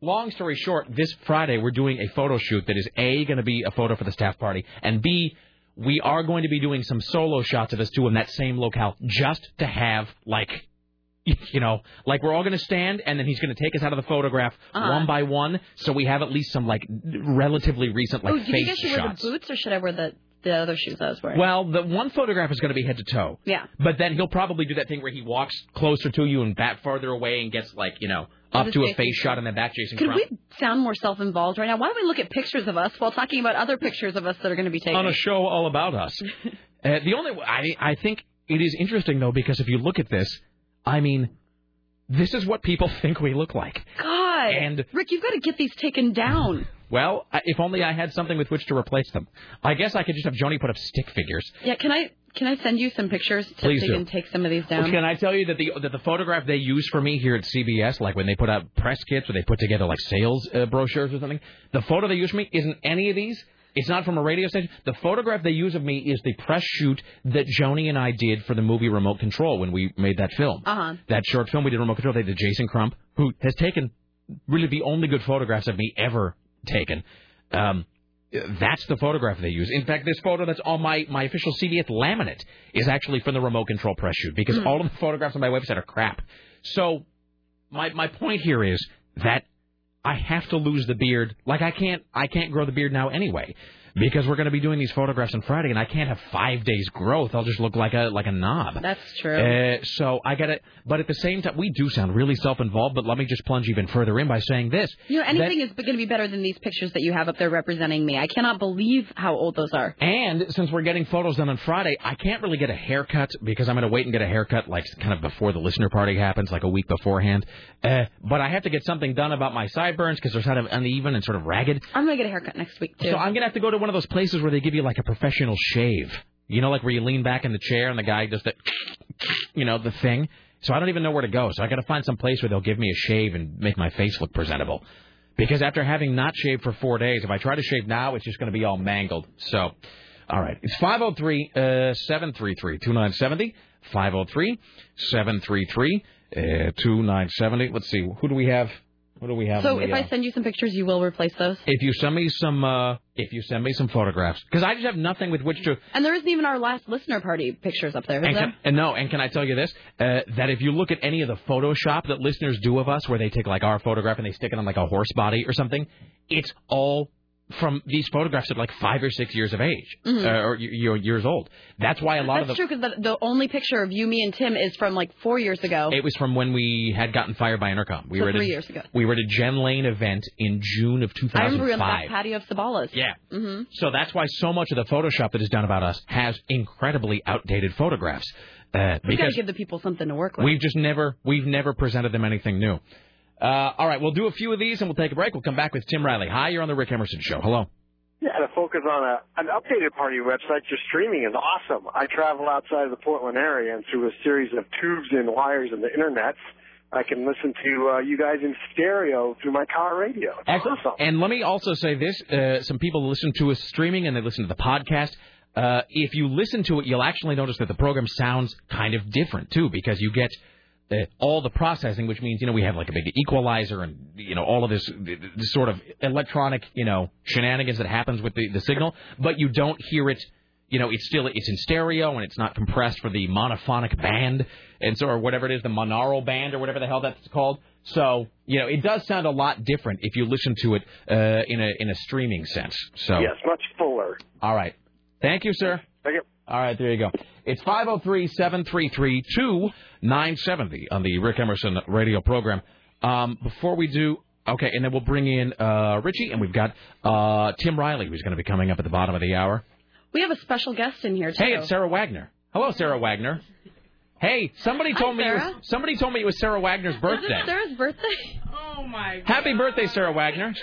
[SPEAKER 2] long story short, this Friday we're doing a photo shoot that is A, going to be a photo for the staff party, and B, we are going to be doing some solo shots of us two in that same locale just to have, like, you know, like we're all going to stand, and then he's going to take us out of the photograph
[SPEAKER 3] Uh-huh.
[SPEAKER 2] one by one, so we have at least some like relatively recent like
[SPEAKER 3] oh, do you think I
[SPEAKER 2] face
[SPEAKER 3] should wear
[SPEAKER 2] shots.
[SPEAKER 3] the boots or should I wear the the other shoes I was wearing?
[SPEAKER 2] Well, the one photograph is going to be head to toe,
[SPEAKER 3] yeah.
[SPEAKER 2] but then he'll probably do that thing where he walks closer to you and back farther away and gets like you know
[SPEAKER 3] Oh,
[SPEAKER 2] up
[SPEAKER 3] this
[SPEAKER 2] to a
[SPEAKER 3] Jason
[SPEAKER 2] face shot and then back Jason.
[SPEAKER 3] Could
[SPEAKER 2] Crump.
[SPEAKER 3] we sound more self-involved right now? Why don't we look at pictures of us while talking about other pictures of us that are going to be taken?
[SPEAKER 2] on a show all about us. uh, the only I I think it is interesting though because if you look at this, I mean, this is what people think we look like.
[SPEAKER 3] God.
[SPEAKER 2] And-
[SPEAKER 3] Rick, you've got to get these taken down.
[SPEAKER 2] Well, I- if only I had something with which to replace them. I guess I could just have Joni put up stick figures.
[SPEAKER 3] yeah. Can I can I send you some pictures to,
[SPEAKER 2] Please
[SPEAKER 3] so you
[SPEAKER 2] do.
[SPEAKER 3] can take some of these down?
[SPEAKER 2] Can I tell you that the that the photograph they use for me here at CBS, like when they put out press kits or they put together like sales uh, brochures or something, the photo they use for me isn't any of these. It's not from a radio station. The photograph they use of me is the press shoot that Joni and I did for the movie Remote Control when we made that film.
[SPEAKER 3] Uh-huh.
[SPEAKER 2] That short film we did Remote Control, they did Jason Crump, who has taken really the only good photographs of me ever taken. Um, that's the photograph they use. In fact, this photo that's on my, my official CBS laminate is actually from the remote control press shoot because
[SPEAKER 15] Hmm.
[SPEAKER 2] all of the photographs on my website are crap. So my my point here is that I have to lose the beard. Like I can't I can't grow the beard now anyway. because we're going to be doing these photographs on Friday, and I can't have five days growth. I'll just look like a like a knob.
[SPEAKER 3] That's true.
[SPEAKER 2] Uh, so I got to. But at the same time, we do sound really self-involved. But let me just plunge even further in by saying this.
[SPEAKER 3] you know,
[SPEAKER 2] that-
[SPEAKER 3] anything is going to be better than these pictures that you have up there representing me. I cannot believe how old those are.
[SPEAKER 2] And since we're getting photos done on Friday, I can't really get a haircut because I'm going to wait and get a haircut like kind of before the listener party happens, like a week beforehand. Uh, but I have to get something done about my sideburns because they're kind of uneven and sort of ragged.
[SPEAKER 3] I'm going to get a haircut next week, too.
[SPEAKER 2] So I'm going to have to go to one of those places where they give you like a professional shave. You know, like where you lean back in the chair and the guy does that, you know, the thing. So I don't even know where to go. So I got to find some place where they'll give me a shave and make my face look presentable. Because after having not shaved for four days, if I try to shave now, it's just going to be all mangled. So, all right. It's 503 733 2970. 503 733 uh, 2970. Let's see. Who do we have? What do we have?
[SPEAKER 3] So
[SPEAKER 2] on the,
[SPEAKER 3] if
[SPEAKER 2] uh,
[SPEAKER 3] I send you some pictures, you will replace those?
[SPEAKER 2] if you send me some, uh, if you send me some photographs, because I just have nothing with which to.
[SPEAKER 3] And there isn't even our last listener party pictures up there, is
[SPEAKER 2] And,
[SPEAKER 3] there?
[SPEAKER 2] can, and no, and can I tell you this? Uh, that if you look at any of the Photoshop that listeners do of us, where they take like our photograph and they stick it on like a horse body or something, it's all from these photographs at like five or six years of age
[SPEAKER 3] Mhm.
[SPEAKER 2] uh, or y- you know, years old. That's why a lot
[SPEAKER 3] That's
[SPEAKER 2] of the
[SPEAKER 3] true because the, the only picture of you, me, and Tim is from like four years ago.
[SPEAKER 2] It was from when we had gotten fired by Intercom. We
[SPEAKER 3] So
[SPEAKER 2] were at a-
[SPEAKER 3] three years ago.
[SPEAKER 2] We were at a Jen Lane event in June of
[SPEAKER 3] I remember we were on the
[SPEAKER 2] 2005.
[SPEAKER 3] back patio of Sabalas.
[SPEAKER 2] Yeah.
[SPEAKER 3] hmm
[SPEAKER 2] So that's why so much of the Photoshop that is done about us has incredibly outdated photographs. Uh,
[SPEAKER 3] We gotta
[SPEAKER 2] because
[SPEAKER 3] give the people something to work with.
[SPEAKER 2] we've just never we've never presented them anything new. Uh, all right, we'll do a few of these and we'll take a break. We'll come back with Tim Riley. Hi, you're on the Rick Emerson Show. Hello.
[SPEAKER 14] Yeah, to focus on a, an updated part of your website, your streaming is awesome. I travel outside of the Portland area, and through a series of tubes and wires and the internets, I can listen to uh, you guys in stereo through my car radio. It's
[SPEAKER 2] Excellent. And let me also say this: uh, some people listen to us streaming and they listen to the podcast. Uh, if you listen to it, you'll actually notice that the program sounds kind of different too, because you get uh, all the processing, which means you know we have like a big equalizer and you know all of this, this sort of electronic you know shenanigans that happens with the, the signal, but you don't hear it. You know, it's still it's in stereo and it's not compressed for the monophonic band and so or whatever it is, the monaural band or whatever the hell that's called. So you know, it does sound a lot different if you listen to it uh, in a in a streaming sense. So
[SPEAKER 14] Yes, much fuller.
[SPEAKER 2] all right. Thank you, sir.
[SPEAKER 14] Thank you.
[SPEAKER 2] All right, there you go. It's 503-733-2970 on the Rick Emerson radio program. Um, before we do, okay, and then we'll bring in uh, Richie, and we've got uh, Tim Riley, who's going to be coming up at the bottom of the hour.
[SPEAKER 3] We have a special guest in here too.
[SPEAKER 2] Hey, it's Sarah Wagner. Hello, Sarah Wagner. Hey, somebody
[SPEAKER 3] Hi,
[SPEAKER 2] told me it was-
[SPEAKER 3] Sarah.
[SPEAKER 2] somebody told me it was Sarah Wagner's
[SPEAKER 3] Is
[SPEAKER 2] birthday.
[SPEAKER 3] it Sarah's birthday? Oh my
[SPEAKER 2] Happy birthday, Sarah Wagner.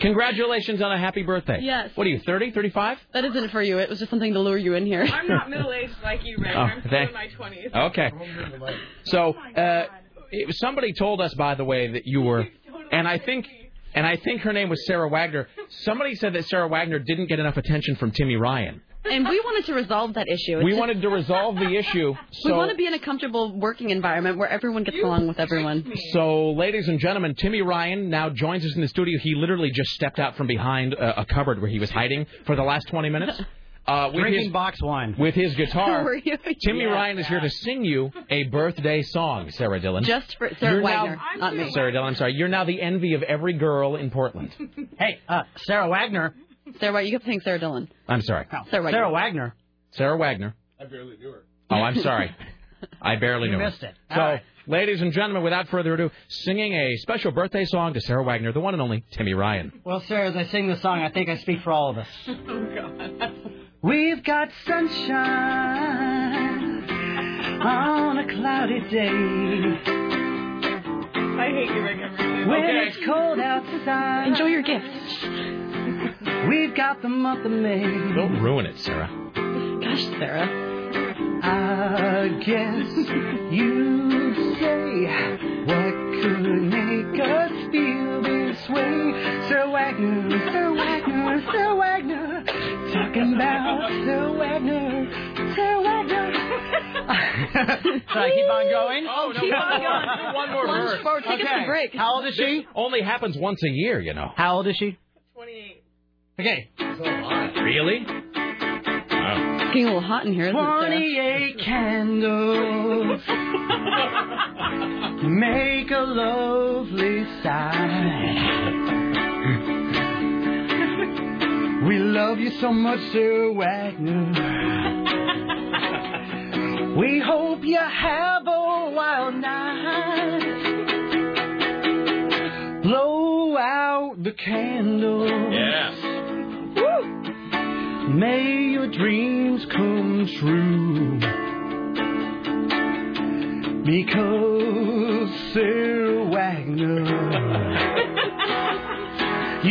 [SPEAKER 2] Congratulations on a happy birthday.
[SPEAKER 3] Yes.
[SPEAKER 2] What are you, 30, 35?
[SPEAKER 3] That isn't for you. It was just something to lure you in here.
[SPEAKER 19] I'm not middle aged like you, Rick.
[SPEAKER 2] Oh,
[SPEAKER 19] I'm still
[SPEAKER 2] thank-
[SPEAKER 19] in my 20s.
[SPEAKER 2] Okay.
[SPEAKER 3] Oh
[SPEAKER 2] So, uh, it- somebody told us, by the way, that you were, and I think, and I think her name was Sarah Wagner. Somebody said that Sarah Wagner didn't get enough attention from Timmy Ryan.
[SPEAKER 3] And we wanted to resolve that issue. It's
[SPEAKER 2] We
[SPEAKER 3] just-
[SPEAKER 2] wanted to resolve the issue. So,
[SPEAKER 3] we want to be in a comfortable working environment where everyone gets along with everyone.
[SPEAKER 2] So, ladies and gentlemen, Timmy Ryan now joins us in the studio. He literally just stepped out from behind a, a cupboard where he was hiding for the last 20 minutes. Uh, with
[SPEAKER 11] Drinking
[SPEAKER 2] his,
[SPEAKER 11] box wine.
[SPEAKER 2] With his guitar.
[SPEAKER 11] Were you?
[SPEAKER 2] Timmy
[SPEAKER 11] Yeah.
[SPEAKER 2] Ryan is here to sing you a birthday song, Sarah Dillon.
[SPEAKER 11] Just for Sarah
[SPEAKER 2] You're
[SPEAKER 11] Wagner,
[SPEAKER 2] now,
[SPEAKER 11] not me.
[SPEAKER 2] Sarah Dillon, I'm sorry. You're now the envy of every girl in Portland.
[SPEAKER 11] Hey, uh, Sarah Wagner.
[SPEAKER 3] Sarah, Wagner, you kept saying Sarah Dillon.
[SPEAKER 2] I'm sorry.
[SPEAKER 3] Sarah Wagner.
[SPEAKER 11] Sarah Wagner.
[SPEAKER 2] Sarah Wagner.
[SPEAKER 11] I barely knew her.
[SPEAKER 2] Oh, I'm sorry. I barely
[SPEAKER 11] You
[SPEAKER 2] knew
[SPEAKER 11] missed it.
[SPEAKER 2] So, ladies and gentlemen, without further ado, singing a special birthday song to Sarah Wagner, the one and only Timmy Ryan.
[SPEAKER 11] Well, Sarah, as I sing this song, I think I speak for all of us.
[SPEAKER 19] Oh, God.
[SPEAKER 11] We've got sunshine on a cloudy day.
[SPEAKER 19] I hate you, Rick. I'm really-
[SPEAKER 11] When it's cold outside.
[SPEAKER 19] Enjoy
[SPEAKER 11] your gift. We've got the month of May.
[SPEAKER 2] Don't ruin it, Sarah.
[SPEAKER 11] Gosh, Sarah. I guess you say what could make us feel this way. Sir Wagner, Sir Wagner, Sir Wagner. Talking about Sir Wagner, Sir Wagner. Should I keep on going?
[SPEAKER 2] Oh, no, Keep one on more- going. one more Plunge verse. forward, take us to
[SPEAKER 11] Okay.
[SPEAKER 2] break.
[SPEAKER 11] How old is she?
[SPEAKER 2] Only happens once a year, you know.
[SPEAKER 11] How old is she?
[SPEAKER 19] 28.
[SPEAKER 11] Okay.
[SPEAKER 2] Really? Wow.
[SPEAKER 3] It's getting a little hot in here, isn't it, Sarah?
[SPEAKER 11] 28 candles make a lovely sight. love you so much, Sir Wagner. we hope you have a wild night. Blow out the candles.
[SPEAKER 26] Yes.
[SPEAKER 11] Woo! May your dreams come true. Because Sir Wagner,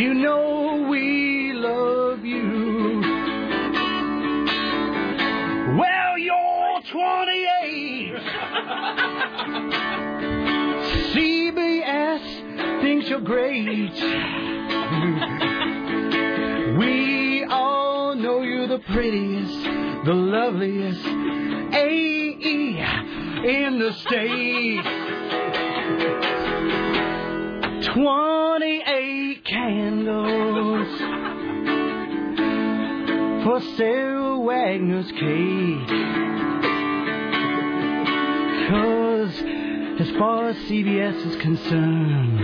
[SPEAKER 11] you know we love you. Well, you're 28. CBS thinks you're great. We all know you're the prettiest, the loveliest AE in the state. 28 candles for Sarah Wagner's cake. Cause as far as CBS is concerned,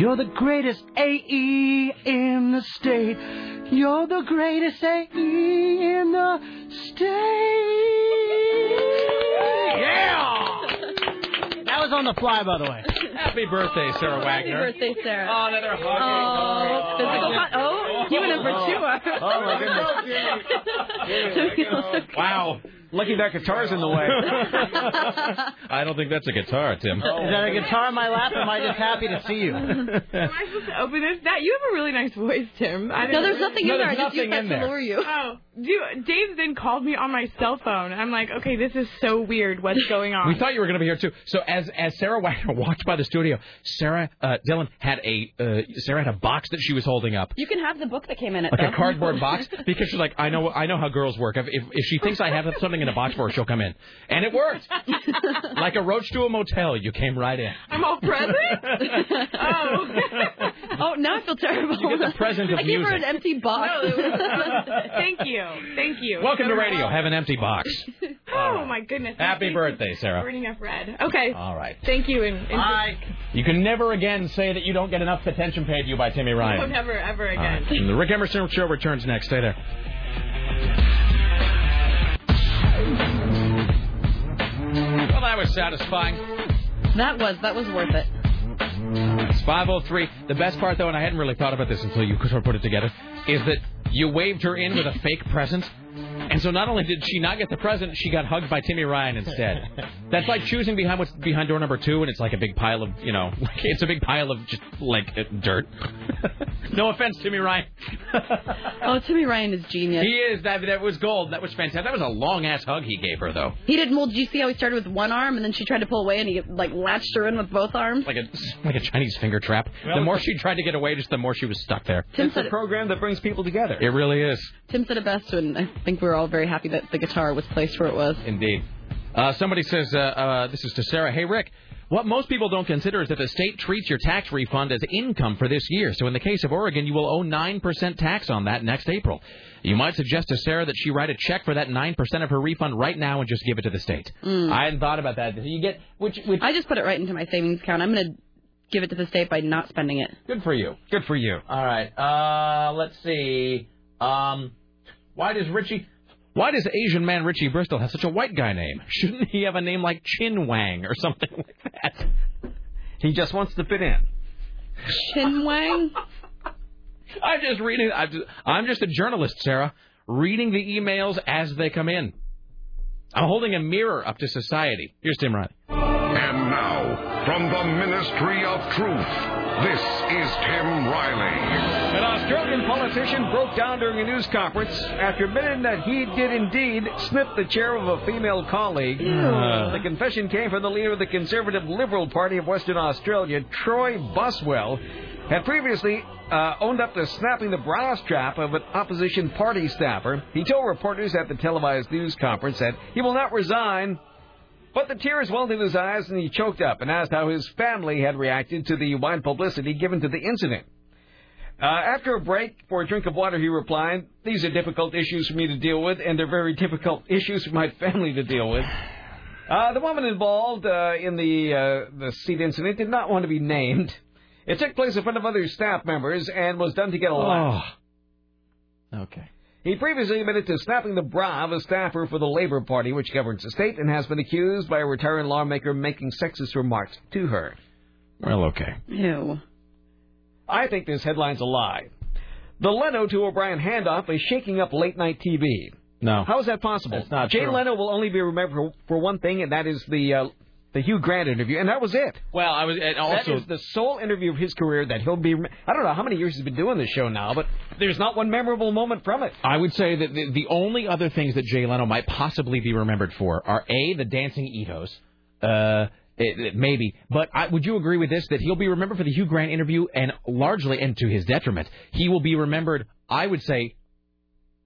[SPEAKER 11] you're the greatest AE
[SPEAKER 4] E
[SPEAKER 11] in the state. You're the greatest AE
[SPEAKER 4] E
[SPEAKER 11] in the state.
[SPEAKER 26] Yeah!
[SPEAKER 11] That was on the fly, by the way.
[SPEAKER 26] Happy birthday, Sarah Wagner.
[SPEAKER 3] Happy birthday, Sarah.
[SPEAKER 26] Oh, another hug.
[SPEAKER 3] Oh, physical hug. Oh, you and him for two hours.
[SPEAKER 26] Oh, my goodness. wow.
[SPEAKER 4] Lucky that guitar's in the way.
[SPEAKER 26] I don't think that's a guitar, Tim.
[SPEAKER 4] Is that a guitar in my lap, or am I just happy to see you?
[SPEAKER 29] Am I supposed to open this? That you have a really nice voice, Tim. I
[SPEAKER 3] No,
[SPEAKER 29] didn't-
[SPEAKER 3] there's nothing in No, there. I there's just used nothing that in to there. lure you.
[SPEAKER 29] Oh, dude, Dave then called me on my cell phone. I'm like, okay, this is so weird. What's going on?
[SPEAKER 2] We thought you were going to be here too. So as as Sarah Wagner walked by the studio, Sarah uh, Dylan had a uh, Sarah had a box that she was holding up,
[SPEAKER 3] You can have the book that came in it.
[SPEAKER 2] like a
[SPEAKER 3] though.
[SPEAKER 2] cardboard box, because she's like, I know I know how girls work. If if, if she thinks I have something in a box for her, she'll come in, and it worked. like a roach to a motel, you came right in.
[SPEAKER 29] I'm all present. oh.
[SPEAKER 3] oh, now I feel terrible.
[SPEAKER 2] You get the present of
[SPEAKER 3] I gave her
[SPEAKER 2] music.
[SPEAKER 3] an empty box.
[SPEAKER 29] Thank you. Thank you.
[SPEAKER 2] Welcome to radio. Have an empty box.
[SPEAKER 29] Oh my goodness.
[SPEAKER 2] Happy birthday, Sarah.
[SPEAKER 29] Burning up red. Okay.
[SPEAKER 2] All right.
[SPEAKER 29] Thank you. And, and
[SPEAKER 2] Bye. You can never again say that you don't get enough attention paid to you by Timmy Ryan.
[SPEAKER 29] No, never, ever
[SPEAKER 2] All right.
[SPEAKER 29] again.
[SPEAKER 2] And the Rick Emerson Show returns next. Stay there. Well, that was satisfying.
[SPEAKER 3] That was that was worth it.
[SPEAKER 2] It's 503. The best part, though, and I hadn't really thought about this until you sort of put it together, is that you waved her in with a fake present. And so not only did she not get the present, she got hugged by Timmy Ryan instead. That's like choosing behind what's behind door number two, and it's like a big pile of, you know, like it's a big pile of just like uh, dirt. no offense, Timmy Ryan.
[SPEAKER 3] Oh, Timmy Ryan is genius.
[SPEAKER 2] He is. That that was gold. That was fantastic. That was a long ass hug he gave her though.
[SPEAKER 3] He did. Well, did you see how he started with one arm and then she tried to pull away and he like latched her in with both arms?
[SPEAKER 2] Like a like a Chinese finger trap. the more she tried to get away, just the more she was stuck there.
[SPEAKER 3] It's a
[SPEAKER 2] program that brings people together. It really is.
[SPEAKER 3] Tim said it best, and I think we were all very happy that the guitar was placed where it was.
[SPEAKER 2] Indeed. Uh, somebody says, uh, uh, this is to Sarah. Hey, Rick, what most people don't consider is that the state treats your tax refund as income for this year. So in the case of Oregon, you will owe 9% tax on that next April. You might suggest to Sarah that she write a check for that 9% of her refund right now and just give it to the state.
[SPEAKER 3] Mm.
[SPEAKER 2] I hadn't thought about that. You get which, which
[SPEAKER 3] I just put it right into my savings account. I'm gonna give it to the state by not spending it.
[SPEAKER 2] Good for you. Good for you. All right. Uh, let's see. Um, why does Richie? Why does Asian man Richie Bristol have such a white guy name? Shouldn't he have a name like Chin Wang or something like that? He just wants to fit in.
[SPEAKER 3] Chin Wang.
[SPEAKER 2] I'm just reading. I'm just, I'm just a journalist, Sarah, reading the emails as they come in. I'm holding a mirror up to society. Here's Tim Riley.
[SPEAKER 30] And now, from the Ministry of Truth, this is Tim Riley.
[SPEAKER 4] An Australian politician broke down during a news conference after admitting that he did indeed snip the chair of a female colleague. Uh. The confession came from the leader of the Conservative Liberal Party of Western Australia, Troy Buswell, had previously uh, owned up to snapping the bra strap of an opposition party staffer. He told reporters at the televised news conference that he will not resign but the tears welled in his eyes and he choked up and asked how his family had reacted to the wide publicity given to the incident. Uh, after a break for a drink of water, he replied, These are difficult issues for me to deal with, and they're very difficult issues for my family to deal with. Uh, the woman involved uh, in the, uh, the seat incident did not want to be named. It took place in front of other staff members and was done to get a laugh.
[SPEAKER 2] Okay.
[SPEAKER 4] He previously admitted to snapping the bra of a staffer for the Labour Party, which governs the state, and has been accused by a retired lawmaker of making sexist remarks to her.
[SPEAKER 2] Well, okay.
[SPEAKER 3] Ew.
[SPEAKER 4] I think this headline's a lie. The Leno to O'Brien handoff is shaking up late night TV.
[SPEAKER 2] No.
[SPEAKER 4] How is that possible?
[SPEAKER 2] That's not
[SPEAKER 4] Jay
[SPEAKER 2] true.
[SPEAKER 4] Leno will only be remembered for, for one thing, and that is the uh, the Hugh Grant interview, and that was it.
[SPEAKER 2] Well, I was and also
[SPEAKER 4] that is the sole interview of his career that he'll be. I don't know how many years he's been doing this show now, but there's not one memorable moment from it.
[SPEAKER 2] I would say that the, the only other things that Jay Leno might possibly be remembered for are a the dancing ethos, uh, it, it- maybe. But I, would you agree with this that he'll be remembered for the Hugh Grant interview and largely, and to his detriment, he will be remembered. I would say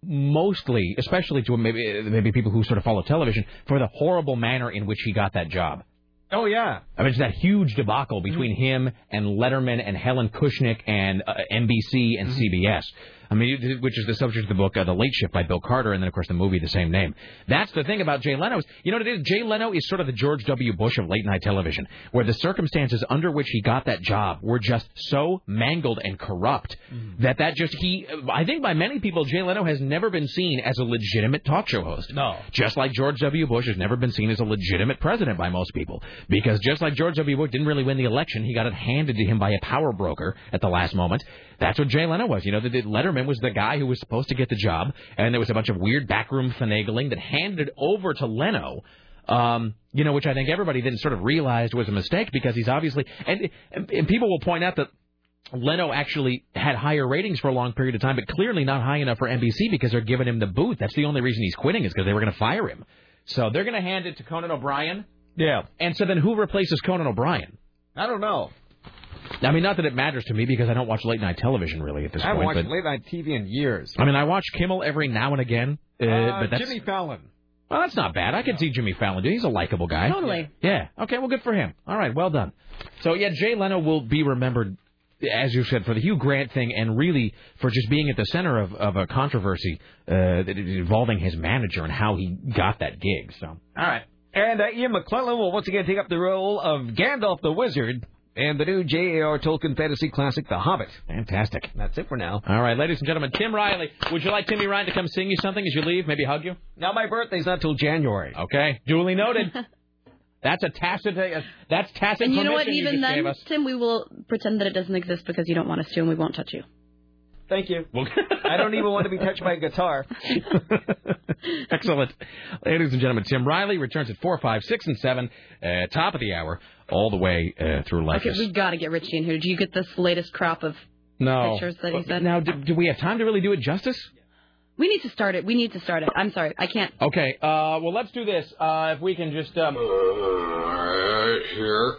[SPEAKER 2] mostly, especially to maybe maybe people who sort of follow television, for the horrible manner in which he got that job.
[SPEAKER 4] Oh yeah.
[SPEAKER 2] I mean, it's that huge debacle between him and Letterman and Helen Kushnick and uh, NBC and CBS. I mean, which is the subject of the book, uh, The Late Shift by Bill Carter, and then of course the movie, the same name. That's the thing about Jay Leno is, you know what it is? Jay Leno is sort of the George W. Bush of late night television, where the circumstances under which he got that job were just so mangled and corrupt that that just he, I think by many people, Jay Leno has never been seen as a legitimate talk show host.
[SPEAKER 4] No.
[SPEAKER 2] Just like George W. Bush has never been seen as a legitimate president by most people. Because just like George W. Bush didn't really win the election, he got it handed to him by a power broker at the last moment. That's what Jay Leno was. You know, the, the Letterman was the guy who was supposed to get the job, and there was a bunch of weird backroom finagling that handed it over to Leno. Um, you know, which I think everybody then sort of realized was a mistake because he's obviously and and people will point out that Leno actually had higher ratings for a long period of time, but clearly not high enough for NBC because they're giving him the boot. That's the only reason he's quitting is because they were going to fire him. So they're going to hand it to Conan O'Brien.
[SPEAKER 4] Yeah.
[SPEAKER 2] And so then who replaces Conan O'Brien?
[SPEAKER 4] I don't know.
[SPEAKER 2] I mean, not that it matters to me because I don't watch late night television really at this
[SPEAKER 4] I haven't
[SPEAKER 2] point.
[SPEAKER 4] watched
[SPEAKER 2] but
[SPEAKER 4] late night TV in years.
[SPEAKER 2] I mean, I watch Kimmel every now and again, uh,
[SPEAKER 4] Uh,
[SPEAKER 2] but that's
[SPEAKER 4] Jimmy Fallon.
[SPEAKER 2] well, that's not bad. I could see Jimmy Fallon. do. He's a likable guy.
[SPEAKER 4] Totally.
[SPEAKER 2] Yeah. Okay. Well, good for him. All right. Well done. So yeah, Jay Leno will be remembered, as you said, for the Hugh Grant thing, and really for just being at the center of of a controversy uh, that- involving his manager and how he got that gig. So. All right.
[SPEAKER 4] And uh, Ian McClellan will once again take up the role of Gandalf the Wizard and the new J.A.R. Tolkien fantasy classic, The Hobbit.
[SPEAKER 2] Fantastic.
[SPEAKER 4] That's it for now.
[SPEAKER 2] All right, ladies and gentlemen, Tim Riley. Would you like Timmy Ryan to come sing you something as you leave? Maybe hug you?
[SPEAKER 4] Now my birthday's not till January.
[SPEAKER 2] Okay, duly noted. that's a tacit. uh, That's tacit
[SPEAKER 3] And you know what?
[SPEAKER 2] permission
[SPEAKER 3] Even
[SPEAKER 2] just gave
[SPEAKER 3] then,
[SPEAKER 2] us.
[SPEAKER 3] Tim, we will pretend that it doesn't exist because you don't want us to, and we won't touch you.
[SPEAKER 4] Thank you.
[SPEAKER 2] Well,
[SPEAKER 4] I don't even want to be touched by a guitar.
[SPEAKER 2] Excellent. Ladies and gentlemen, Tim Riley returns at 4, 5, 6, and 7, uh, top of the hour, all the way uh, through life.
[SPEAKER 3] Okay,
[SPEAKER 2] is-
[SPEAKER 3] we gotta get Richie in here. Do you get this latest crop of?
[SPEAKER 2] no.
[SPEAKER 3] pictures that he sent.
[SPEAKER 2] Oh, Now, do, do we have time to really do it justice?
[SPEAKER 3] We need to start it. We need to start it. I'm sorry, I can't.
[SPEAKER 2] Okay, uh, well, let's do this. Uh, if we can just. Um...
[SPEAKER 9] Right here.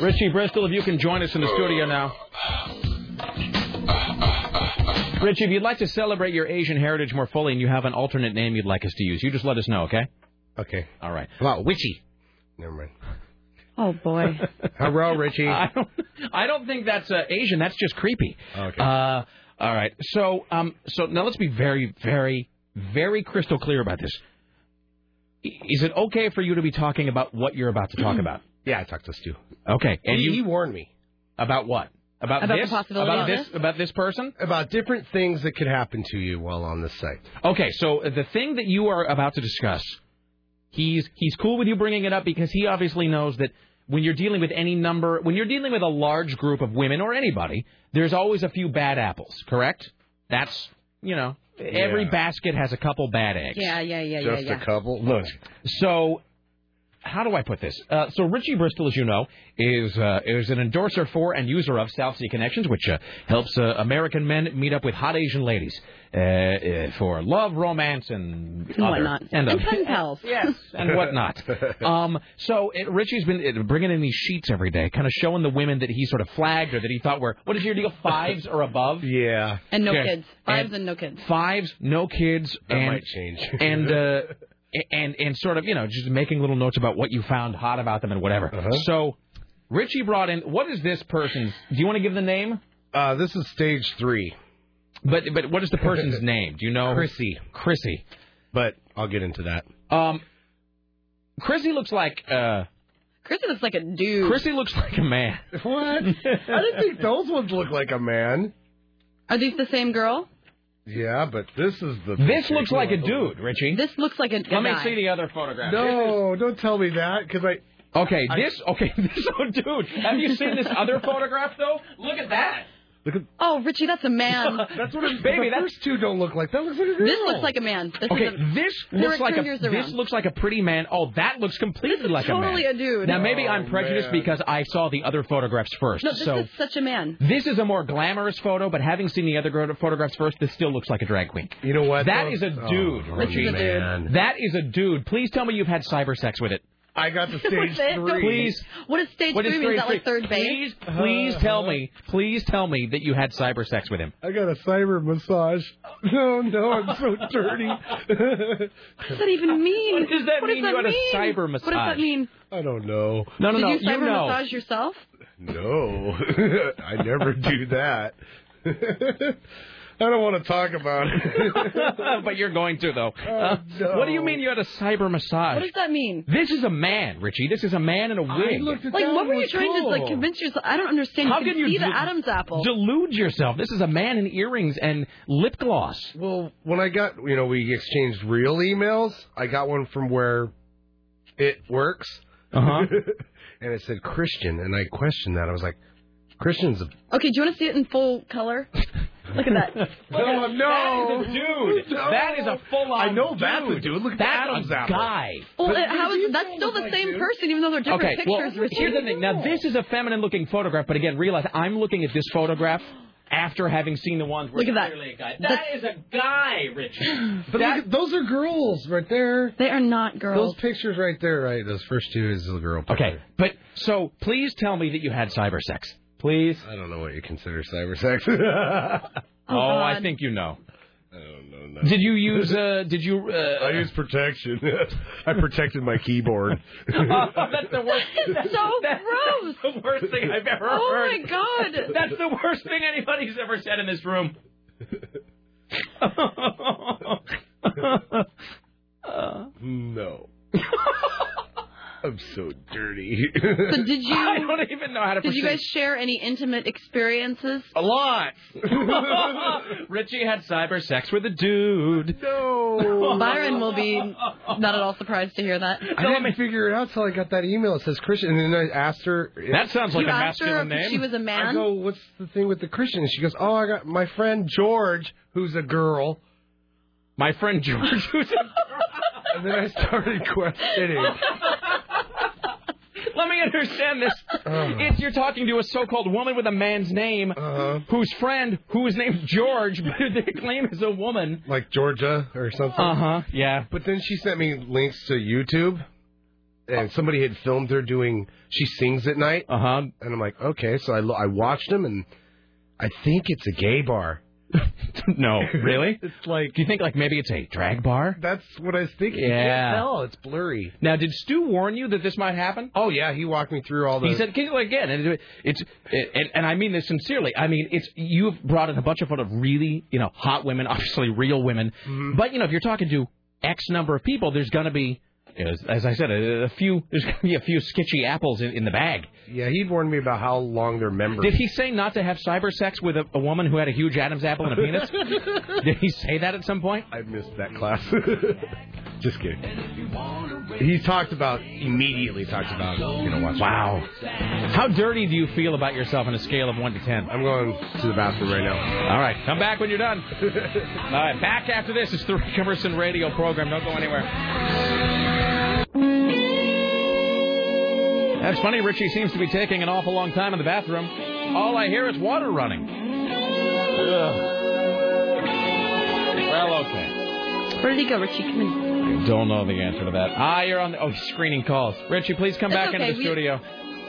[SPEAKER 2] Richie Bristol, if you can join us in the studio now. Richie, if you'd like to celebrate your Asian heritage more fully and you have an alternate name you'd like us to use, you just let us know, okay?
[SPEAKER 11] Okay.
[SPEAKER 2] All right. Wow, Witchy.
[SPEAKER 11] Never mind.
[SPEAKER 3] Oh boy.
[SPEAKER 11] Hello, Richie.
[SPEAKER 2] I don't, I don't think that's uh, Asian. That's just creepy. Okay. Uh, all right. So, um, so now let's be very, very, very crystal clear about this. I- Is it okay for you to be talking about what you're about to talk about?
[SPEAKER 11] Yeah, I talked to Stu.
[SPEAKER 2] Okay. And
[SPEAKER 11] he,
[SPEAKER 2] you
[SPEAKER 11] he warned me
[SPEAKER 2] about what? About,
[SPEAKER 11] About the
[SPEAKER 2] this?
[SPEAKER 11] possibility
[SPEAKER 2] about
[SPEAKER 11] of
[SPEAKER 2] this? About this person?
[SPEAKER 11] about different things that could happen to you while on this site.
[SPEAKER 2] Okay, so uh, the thing that you are about to discuss, he's he's cool with you bringing it up because he obviously knows that when you're dealing with any number, when you're dealing with a large group of women or anybody, there's always a few bad apples, correct? That's you know, every
[SPEAKER 11] Yeah.
[SPEAKER 2] basket has a couple bad eggs.
[SPEAKER 3] Yeah, yeah, yeah, yeah,
[SPEAKER 11] Just
[SPEAKER 3] yeah.
[SPEAKER 11] a couple. Look,
[SPEAKER 2] So, how do I put this? Uh, so, Richie Bristol, as you know, is uh, is an endorser for and user of South Sea Connections, which uh, helps uh, American men meet up with hot Asian ladies uh, uh, for love, romance, and,
[SPEAKER 3] And
[SPEAKER 2] other-
[SPEAKER 3] whatnot.
[SPEAKER 2] and, uh,
[SPEAKER 3] pen pals.
[SPEAKER 2] Yes. and whatnot. Um, so it, Richie's been uh, bringing in these sheets every day, kind of showing the women that he sort of flagged or that he thought were what is your deal fives or above?
[SPEAKER 11] Yeah.
[SPEAKER 3] And no kids. Fives and, no kids.
[SPEAKER 2] Fives, no kids,
[SPEAKER 11] That
[SPEAKER 2] and
[SPEAKER 11] might change.
[SPEAKER 2] and uh, and and sort of you know just making little notes about what you found hot about them and whatever.
[SPEAKER 11] Uh-huh.
[SPEAKER 2] So Richie brought in what is this person's? Do you want to give the name?
[SPEAKER 11] Uh, this is stage three.
[SPEAKER 2] But but what is the person's name? Do you know?
[SPEAKER 11] Chrissy.
[SPEAKER 2] Chrissy.
[SPEAKER 11] But I'll get into that.
[SPEAKER 2] Um, Chrissy looks like uh,
[SPEAKER 3] Chrissy looks like a dude.
[SPEAKER 2] Chrissy looks like a man.
[SPEAKER 11] What? I didn't think those ones look like a man.
[SPEAKER 3] Are these the same girl?
[SPEAKER 11] Yeah, but this is the.
[SPEAKER 2] This looks like a dude, Richie.
[SPEAKER 3] This looks like a, a
[SPEAKER 2] Let me
[SPEAKER 3] guy.
[SPEAKER 2] see the other photograph.
[SPEAKER 11] No, don't tell me that because I.
[SPEAKER 2] Okay,
[SPEAKER 11] I-
[SPEAKER 2] this okay, this oh dude. Have you seen this other photograph though? Look at that.
[SPEAKER 3] Oh, Richie, that's a man.
[SPEAKER 11] that's what it,
[SPEAKER 2] Baby,
[SPEAKER 11] The
[SPEAKER 2] that's
[SPEAKER 11] first two don't look like that. Looks like a girl.
[SPEAKER 3] This looks like a man. This
[SPEAKER 2] okay,
[SPEAKER 3] is a,
[SPEAKER 2] this
[SPEAKER 3] there
[SPEAKER 2] looks
[SPEAKER 3] are
[SPEAKER 2] like a
[SPEAKER 3] fingers around.
[SPEAKER 2] this looks like a pretty man. Oh, that looks completely like
[SPEAKER 3] totally
[SPEAKER 2] a man.
[SPEAKER 3] a dude.
[SPEAKER 2] Now maybe
[SPEAKER 3] Oh,
[SPEAKER 2] I'm prejudiced
[SPEAKER 3] man.
[SPEAKER 2] because I saw the other photographs first.
[SPEAKER 3] No, this
[SPEAKER 2] so
[SPEAKER 3] is such a man.
[SPEAKER 2] this is a more glamorous photo, but having seen the other gro- photographs first, this still looks like a drag queen.
[SPEAKER 11] You know what?
[SPEAKER 2] That
[SPEAKER 11] though?
[SPEAKER 2] is a
[SPEAKER 11] Oh,
[SPEAKER 2] dude, Richie.
[SPEAKER 11] man.
[SPEAKER 2] That is a dude. Please tell me you've had cyber sex with it.
[SPEAKER 11] I got the
[SPEAKER 3] What's
[SPEAKER 11] stage
[SPEAKER 3] that?
[SPEAKER 11] three.
[SPEAKER 2] Please.
[SPEAKER 3] What is stage
[SPEAKER 2] What is
[SPEAKER 3] three? mean? Is that
[SPEAKER 2] three?
[SPEAKER 3] like third base?
[SPEAKER 11] Uh,
[SPEAKER 2] Please
[SPEAKER 11] Uh-huh.
[SPEAKER 2] tell me, please tell me that you had cyber sex with him.
[SPEAKER 11] I got a cyber massage. No, no, I'm so dirty.
[SPEAKER 3] What does that even mean? What
[SPEAKER 2] does that
[SPEAKER 3] what
[SPEAKER 2] mean
[SPEAKER 3] Does
[SPEAKER 2] you had
[SPEAKER 3] that
[SPEAKER 2] a
[SPEAKER 3] mean?
[SPEAKER 2] cyber
[SPEAKER 3] What does
[SPEAKER 2] massage?
[SPEAKER 3] that mean?
[SPEAKER 11] I don't know.
[SPEAKER 2] No, no,
[SPEAKER 3] Did
[SPEAKER 2] no.
[SPEAKER 3] you cyber
[SPEAKER 2] know.
[SPEAKER 3] massage yourself?
[SPEAKER 11] No, I never do that. I don't want to talk about it.
[SPEAKER 2] but you're going to though.
[SPEAKER 11] Oh,
[SPEAKER 2] Uh,
[SPEAKER 11] no.
[SPEAKER 2] What do you mean you had a cyber massage?
[SPEAKER 3] What does that mean?
[SPEAKER 2] This is a man, Richie. This is a man in a wig.
[SPEAKER 3] Like, what were you trying to like convince yourself? I don't understand.
[SPEAKER 2] How
[SPEAKER 3] you can,
[SPEAKER 2] can you
[SPEAKER 3] see
[SPEAKER 2] del-
[SPEAKER 3] the Adam's apple?
[SPEAKER 2] Delude yourself. This is a man in earrings and lip gloss.
[SPEAKER 11] Well, when I got, you know, we exchanged real emails. I got one from where it works.
[SPEAKER 2] Uh-huh.
[SPEAKER 11] and it said Christian, and I questioned that. I was like, Christian's a
[SPEAKER 3] okay, do you want to see it in full color? Look at that.
[SPEAKER 11] no, no.
[SPEAKER 2] That is a dude.
[SPEAKER 11] No.
[SPEAKER 2] That is a full-on.
[SPEAKER 11] I know
[SPEAKER 2] dude.
[SPEAKER 11] that's a dude. Look at
[SPEAKER 2] That's
[SPEAKER 11] Adam's
[SPEAKER 2] a
[SPEAKER 11] apple.
[SPEAKER 2] guy.
[SPEAKER 3] Well,
[SPEAKER 11] But
[SPEAKER 3] it- how
[SPEAKER 11] you
[SPEAKER 3] is that's
[SPEAKER 11] don't
[SPEAKER 3] still the
[SPEAKER 11] look like
[SPEAKER 3] same
[SPEAKER 11] dude.
[SPEAKER 3] person, even though they're different
[SPEAKER 2] Okay, well,
[SPEAKER 3] pictures. Richie.
[SPEAKER 2] here's the thing. Now, this is a feminine-looking photograph, but again, realize I'm looking at this photograph after having seen the ones where
[SPEAKER 3] Look at that.
[SPEAKER 2] clearly a guy.
[SPEAKER 3] That's-
[SPEAKER 2] that is a guy, Richie.
[SPEAKER 11] But look at- those are girls right there.
[SPEAKER 3] They are not girls.
[SPEAKER 11] Those pictures right there, right? Those first two is the girl. Picture.
[SPEAKER 2] Okay, but so please tell me that you had cyber sex. Please.
[SPEAKER 11] I don't know what you consider cyber sex. I
[SPEAKER 2] Oh, I
[SPEAKER 3] God.
[SPEAKER 2] think you know.
[SPEAKER 11] don't know. no.
[SPEAKER 2] Did you use? Uh, did you? Uh,
[SPEAKER 11] I use protection. I protected my keyboard.
[SPEAKER 2] oh, that's the worst.
[SPEAKER 3] That's so gross.
[SPEAKER 2] The worst thing I've ever
[SPEAKER 3] Oh
[SPEAKER 2] heard.
[SPEAKER 3] my god.
[SPEAKER 2] That's the worst thing anybody's ever said in this room. Uh,
[SPEAKER 11] no. I'm so dirty.
[SPEAKER 3] So did
[SPEAKER 2] I
[SPEAKER 3] you
[SPEAKER 2] don't even know how to.
[SPEAKER 3] did you
[SPEAKER 2] proceed.
[SPEAKER 3] guys share any intimate experiences?
[SPEAKER 11] a lot.
[SPEAKER 2] Richie had cyber sex with a dude.
[SPEAKER 11] no.
[SPEAKER 3] Byron will be not at all surprised to hear that.
[SPEAKER 11] I didn't figure it out till I got that email. It says Christian, and then I asked her.
[SPEAKER 2] That sounds like
[SPEAKER 3] you
[SPEAKER 2] a
[SPEAKER 3] asked her
[SPEAKER 2] masculine
[SPEAKER 3] if
[SPEAKER 2] name.
[SPEAKER 3] she was a
[SPEAKER 11] I
[SPEAKER 3] man.
[SPEAKER 11] go, what's the thing with the Christian? And she goes, oh, I got my friend George, who's a girl.
[SPEAKER 2] My friend George. Who's
[SPEAKER 11] And then I started questioning.
[SPEAKER 2] Let me understand this.
[SPEAKER 3] Uh-huh.
[SPEAKER 2] It's you're talking to a so-called woman with a man's name,
[SPEAKER 3] Uh-huh.
[SPEAKER 11] Uh,
[SPEAKER 2] whose friend, who is named George, but they claim is a woman.
[SPEAKER 11] like Georgia or something.
[SPEAKER 2] Uh huh. Yeah.
[SPEAKER 11] But then she sent me links to YouTube, and somebody had filmed her doing. She sings at night,
[SPEAKER 2] Uh huh.
[SPEAKER 11] and I'm like, okay. So I lo- I watched them, and I think it's a gay bar.
[SPEAKER 2] no, Oh, really?
[SPEAKER 11] It's like
[SPEAKER 2] Do you think like maybe it's a drag bar?
[SPEAKER 11] that's what I was thinking.
[SPEAKER 2] Yeah.
[SPEAKER 11] You can't tell. It's blurry.
[SPEAKER 2] Now, did Stu warn you that this might happen?
[SPEAKER 11] Oh yeah, he walked me through all the.
[SPEAKER 2] He said, "Can you- again, and it's and, and I mean this sincerely. I mean, it's you've brought in a bunch of photos of really, you know, hot women, obviously real women.
[SPEAKER 11] Mm-hmm.
[SPEAKER 2] But you know, if you're talking to X number of people, there's going to be, as, as I said, a, a few. There's going to be a few sketchy apples in, in the bag.
[SPEAKER 11] yeah, he warned me about how long they're members.
[SPEAKER 2] Did he say not to have cyber sex with a, a woman who had a huge Adam's apple and a penis? Did he say that at some point?
[SPEAKER 11] I missed that class. Just kidding. He talked about immediately talked about you know watching.
[SPEAKER 2] Wow. How dirty do you feel about yourself on a scale of one to ten?
[SPEAKER 11] I'm going to the bathroom right now.
[SPEAKER 2] All right, come back when you're done. All right, back after this. It's the Rick Emerson radio program. Don't go anywhere. That's funny. Richie seems to be taking an awful long time in the bathroom. All I hear is water running. Ugh. Well, okay.
[SPEAKER 3] Where did he go, Richie? Come in.
[SPEAKER 2] I don't know the answer to that. Ah, you're on the. Oh, screening calls. Richie, please come
[SPEAKER 3] It's
[SPEAKER 2] back
[SPEAKER 3] okay,
[SPEAKER 2] into the
[SPEAKER 3] we-
[SPEAKER 2] studio.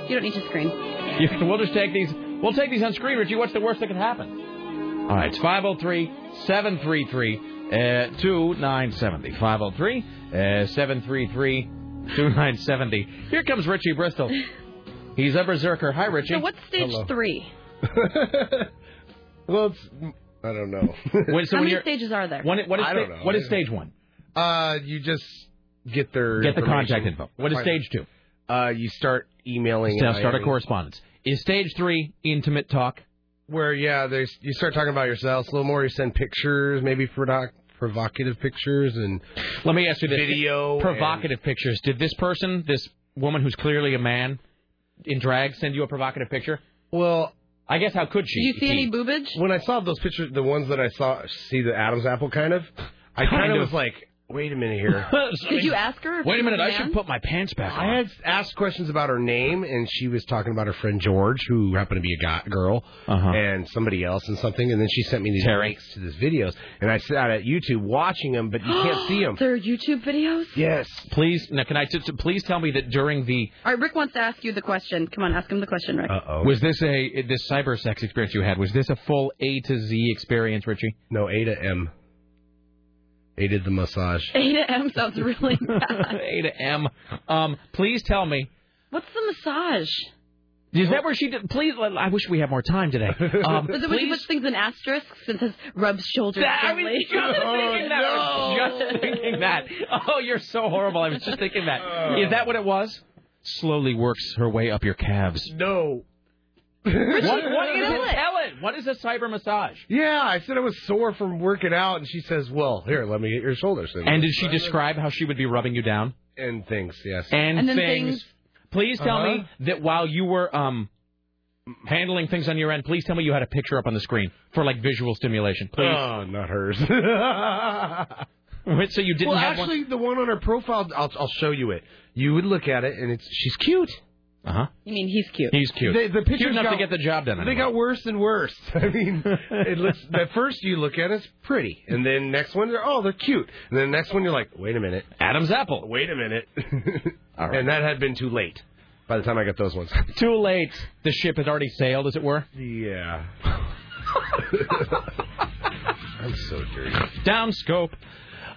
[SPEAKER 3] You don't need to scream.
[SPEAKER 2] You can, we'll just take these. We'll take these on screen, Richie. What's the worst that can happen? All right, it's 503 733 2970. 503 uh, 733 2970. Here comes Richie Bristol. He's a berserker. Hi, Richie.
[SPEAKER 3] So what's stage
[SPEAKER 11] Hello.
[SPEAKER 3] three?
[SPEAKER 11] well, it's I don't know.
[SPEAKER 2] When- so
[SPEAKER 3] How
[SPEAKER 2] when
[SPEAKER 3] many
[SPEAKER 2] you're-
[SPEAKER 3] stages are there?
[SPEAKER 2] when it- what is,
[SPEAKER 11] I
[SPEAKER 2] sta-
[SPEAKER 11] don't know.
[SPEAKER 2] what is stage one?
[SPEAKER 11] uh, you just get their
[SPEAKER 2] Get the
[SPEAKER 11] information.
[SPEAKER 2] contact info. What is
[SPEAKER 11] Fine.
[SPEAKER 2] stage two?
[SPEAKER 11] Uh, you start emailing.
[SPEAKER 2] Now
[SPEAKER 11] and
[SPEAKER 2] start a
[SPEAKER 11] IMing.
[SPEAKER 2] correspondence. Is stage three intimate talk?
[SPEAKER 11] where yeah, there's you start talking about yourselves a little more. You send pictures, maybe provoc- provocative pictures, and
[SPEAKER 2] Let me ask you this:
[SPEAKER 11] Video
[SPEAKER 2] provocative pictures. Did this person, this woman who's clearly a man in drag, send you a provocative picture?
[SPEAKER 11] Well,
[SPEAKER 2] I guess how could she?
[SPEAKER 3] boobage?
[SPEAKER 11] When I saw those pictures, the ones that I saw, see the Adam's apple, kind of. I kind,
[SPEAKER 2] Kind
[SPEAKER 11] of
[SPEAKER 2] of.
[SPEAKER 11] was like, wait a minute here.
[SPEAKER 3] Did you ask her? if
[SPEAKER 2] Wait a
[SPEAKER 3] she was
[SPEAKER 2] minute, I
[SPEAKER 3] man?
[SPEAKER 2] should put my pants back.
[SPEAKER 11] I had asked questions about her name, and she was talking about her friend George, who happened to be a guy, girl,
[SPEAKER 2] Uh-huh.
[SPEAKER 11] and somebody else and something. And then she sent me these links to these videos, and I sat at YouTube watching them, but you can't see them.
[SPEAKER 3] They're YouTube videos?
[SPEAKER 11] Yes.
[SPEAKER 2] Please, now can I t- t- please tell me that during the
[SPEAKER 3] All right, Rick wants to ask you the question. Come on, ask him the question, Rick.
[SPEAKER 11] Uh-oh.
[SPEAKER 2] was this a this cyber sex experience you had? Was this a full A to Z experience, Richie?
[SPEAKER 11] No, A to M. Aided the massage.
[SPEAKER 3] A to M sounds really bad.
[SPEAKER 2] a to M. Um, please tell me.
[SPEAKER 3] What's the massage?
[SPEAKER 2] Is that where she did? Please, I wish we had more time today. Um,
[SPEAKER 3] Is it when you
[SPEAKER 2] please
[SPEAKER 3] puts things in asterisks and says rub shoulders?
[SPEAKER 2] That- I was
[SPEAKER 3] gently?
[SPEAKER 2] just
[SPEAKER 11] Oh,
[SPEAKER 2] thinking that. I was just thinking that. Oh, you're so horrible. I was just thinking that.
[SPEAKER 11] Oh.
[SPEAKER 2] Is that what it was? Slowly works her way up your calves.
[SPEAKER 11] No.
[SPEAKER 2] what, what is it? Tell it. What is a cyber massage?
[SPEAKER 11] Yeah, I said I was sore from working out, and she says, "Well, here, let me get your shoulders."
[SPEAKER 2] And did she describe how she would be rubbing you down?
[SPEAKER 11] And things, yes.
[SPEAKER 2] And,
[SPEAKER 11] And then
[SPEAKER 2] things.
[SPEAKER 11] things.
[SPEAKER 2] Please tell me
[SPEAKER 11] Uh-huh.
[SPEAKER 2] that while you were um, handling things on your end, please tell me you had a picture up on the screen for like visual stimulation. Please.
[SPEAKER 11] Oh, not hers.
[SPEAKER 2] Wait, so you didn't
[SPEAKER 11] well,
[SPEAKER 2] have one-
[SPEAKER 11] actually, the one on her profile, I'll, I'll show you it. You would look at it, and it's she's cute.
[SPEAKER 2] Uh huh.
[SPEAKER 3] You mean he's cute?
[SPEAKER 2] He's cute.
[SPEAKER 11] The, the
[SPEAKER 2] Cute
[SPEAKER 11] pictures
[SPEAKER 2] enough
[SPEAKER 11] got,
[SPEAKER 2] to get the job done
[SPEAKER 11] They
[SPEAKER 2] anyway.
[SPEAKER 11] got worse and worse. I mean, it looks. At first, you look at it, it's pretty, and then next one, they're oh, they're cute, and then next one, you're like, wait a minute,
[SPEAKER 2] Adam's apple.
[SPEAKER 11] Wait a minute. And that had been too late. By the time I got those ones.
[SPEAKER 2] Too late. The ship had already sailed, as it were.
[SPEAKER 11] Yeah. I'm so dirty.
[SPEAKER 2] Down scope.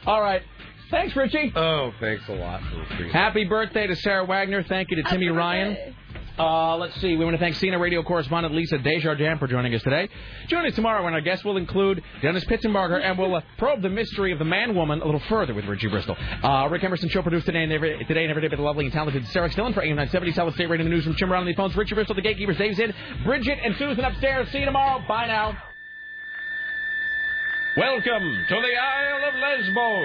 [SPEAKER 2] All right. Thanks, Richie.
[SPEAKER 11] Oh, thanks a lot. For
[SPEAKER 2] Happy birthday to Sarah Wagner. Thank you to Timmy Ryan. Uh, let's see. We want to thank Cena radio correspondent Lisa Desjardins for joining us today. Join us tomorrow when our guests will include Dennis Pitzenbarger, and we'll uh, probe the mystery of the man-woman a little further with Richie Bristol. Uh, Rick Emerson show produced today and every, today and every day by the lovely and talented Sarah Dillon for AM 970 Solid State Radio News from Jim Brown on the phones. Richie Bristol, the gatekeepers, Dave's in, Bridget and Susan upstairs. See you tomorrow. Bye now. Welcome to the Isle of Lesbos.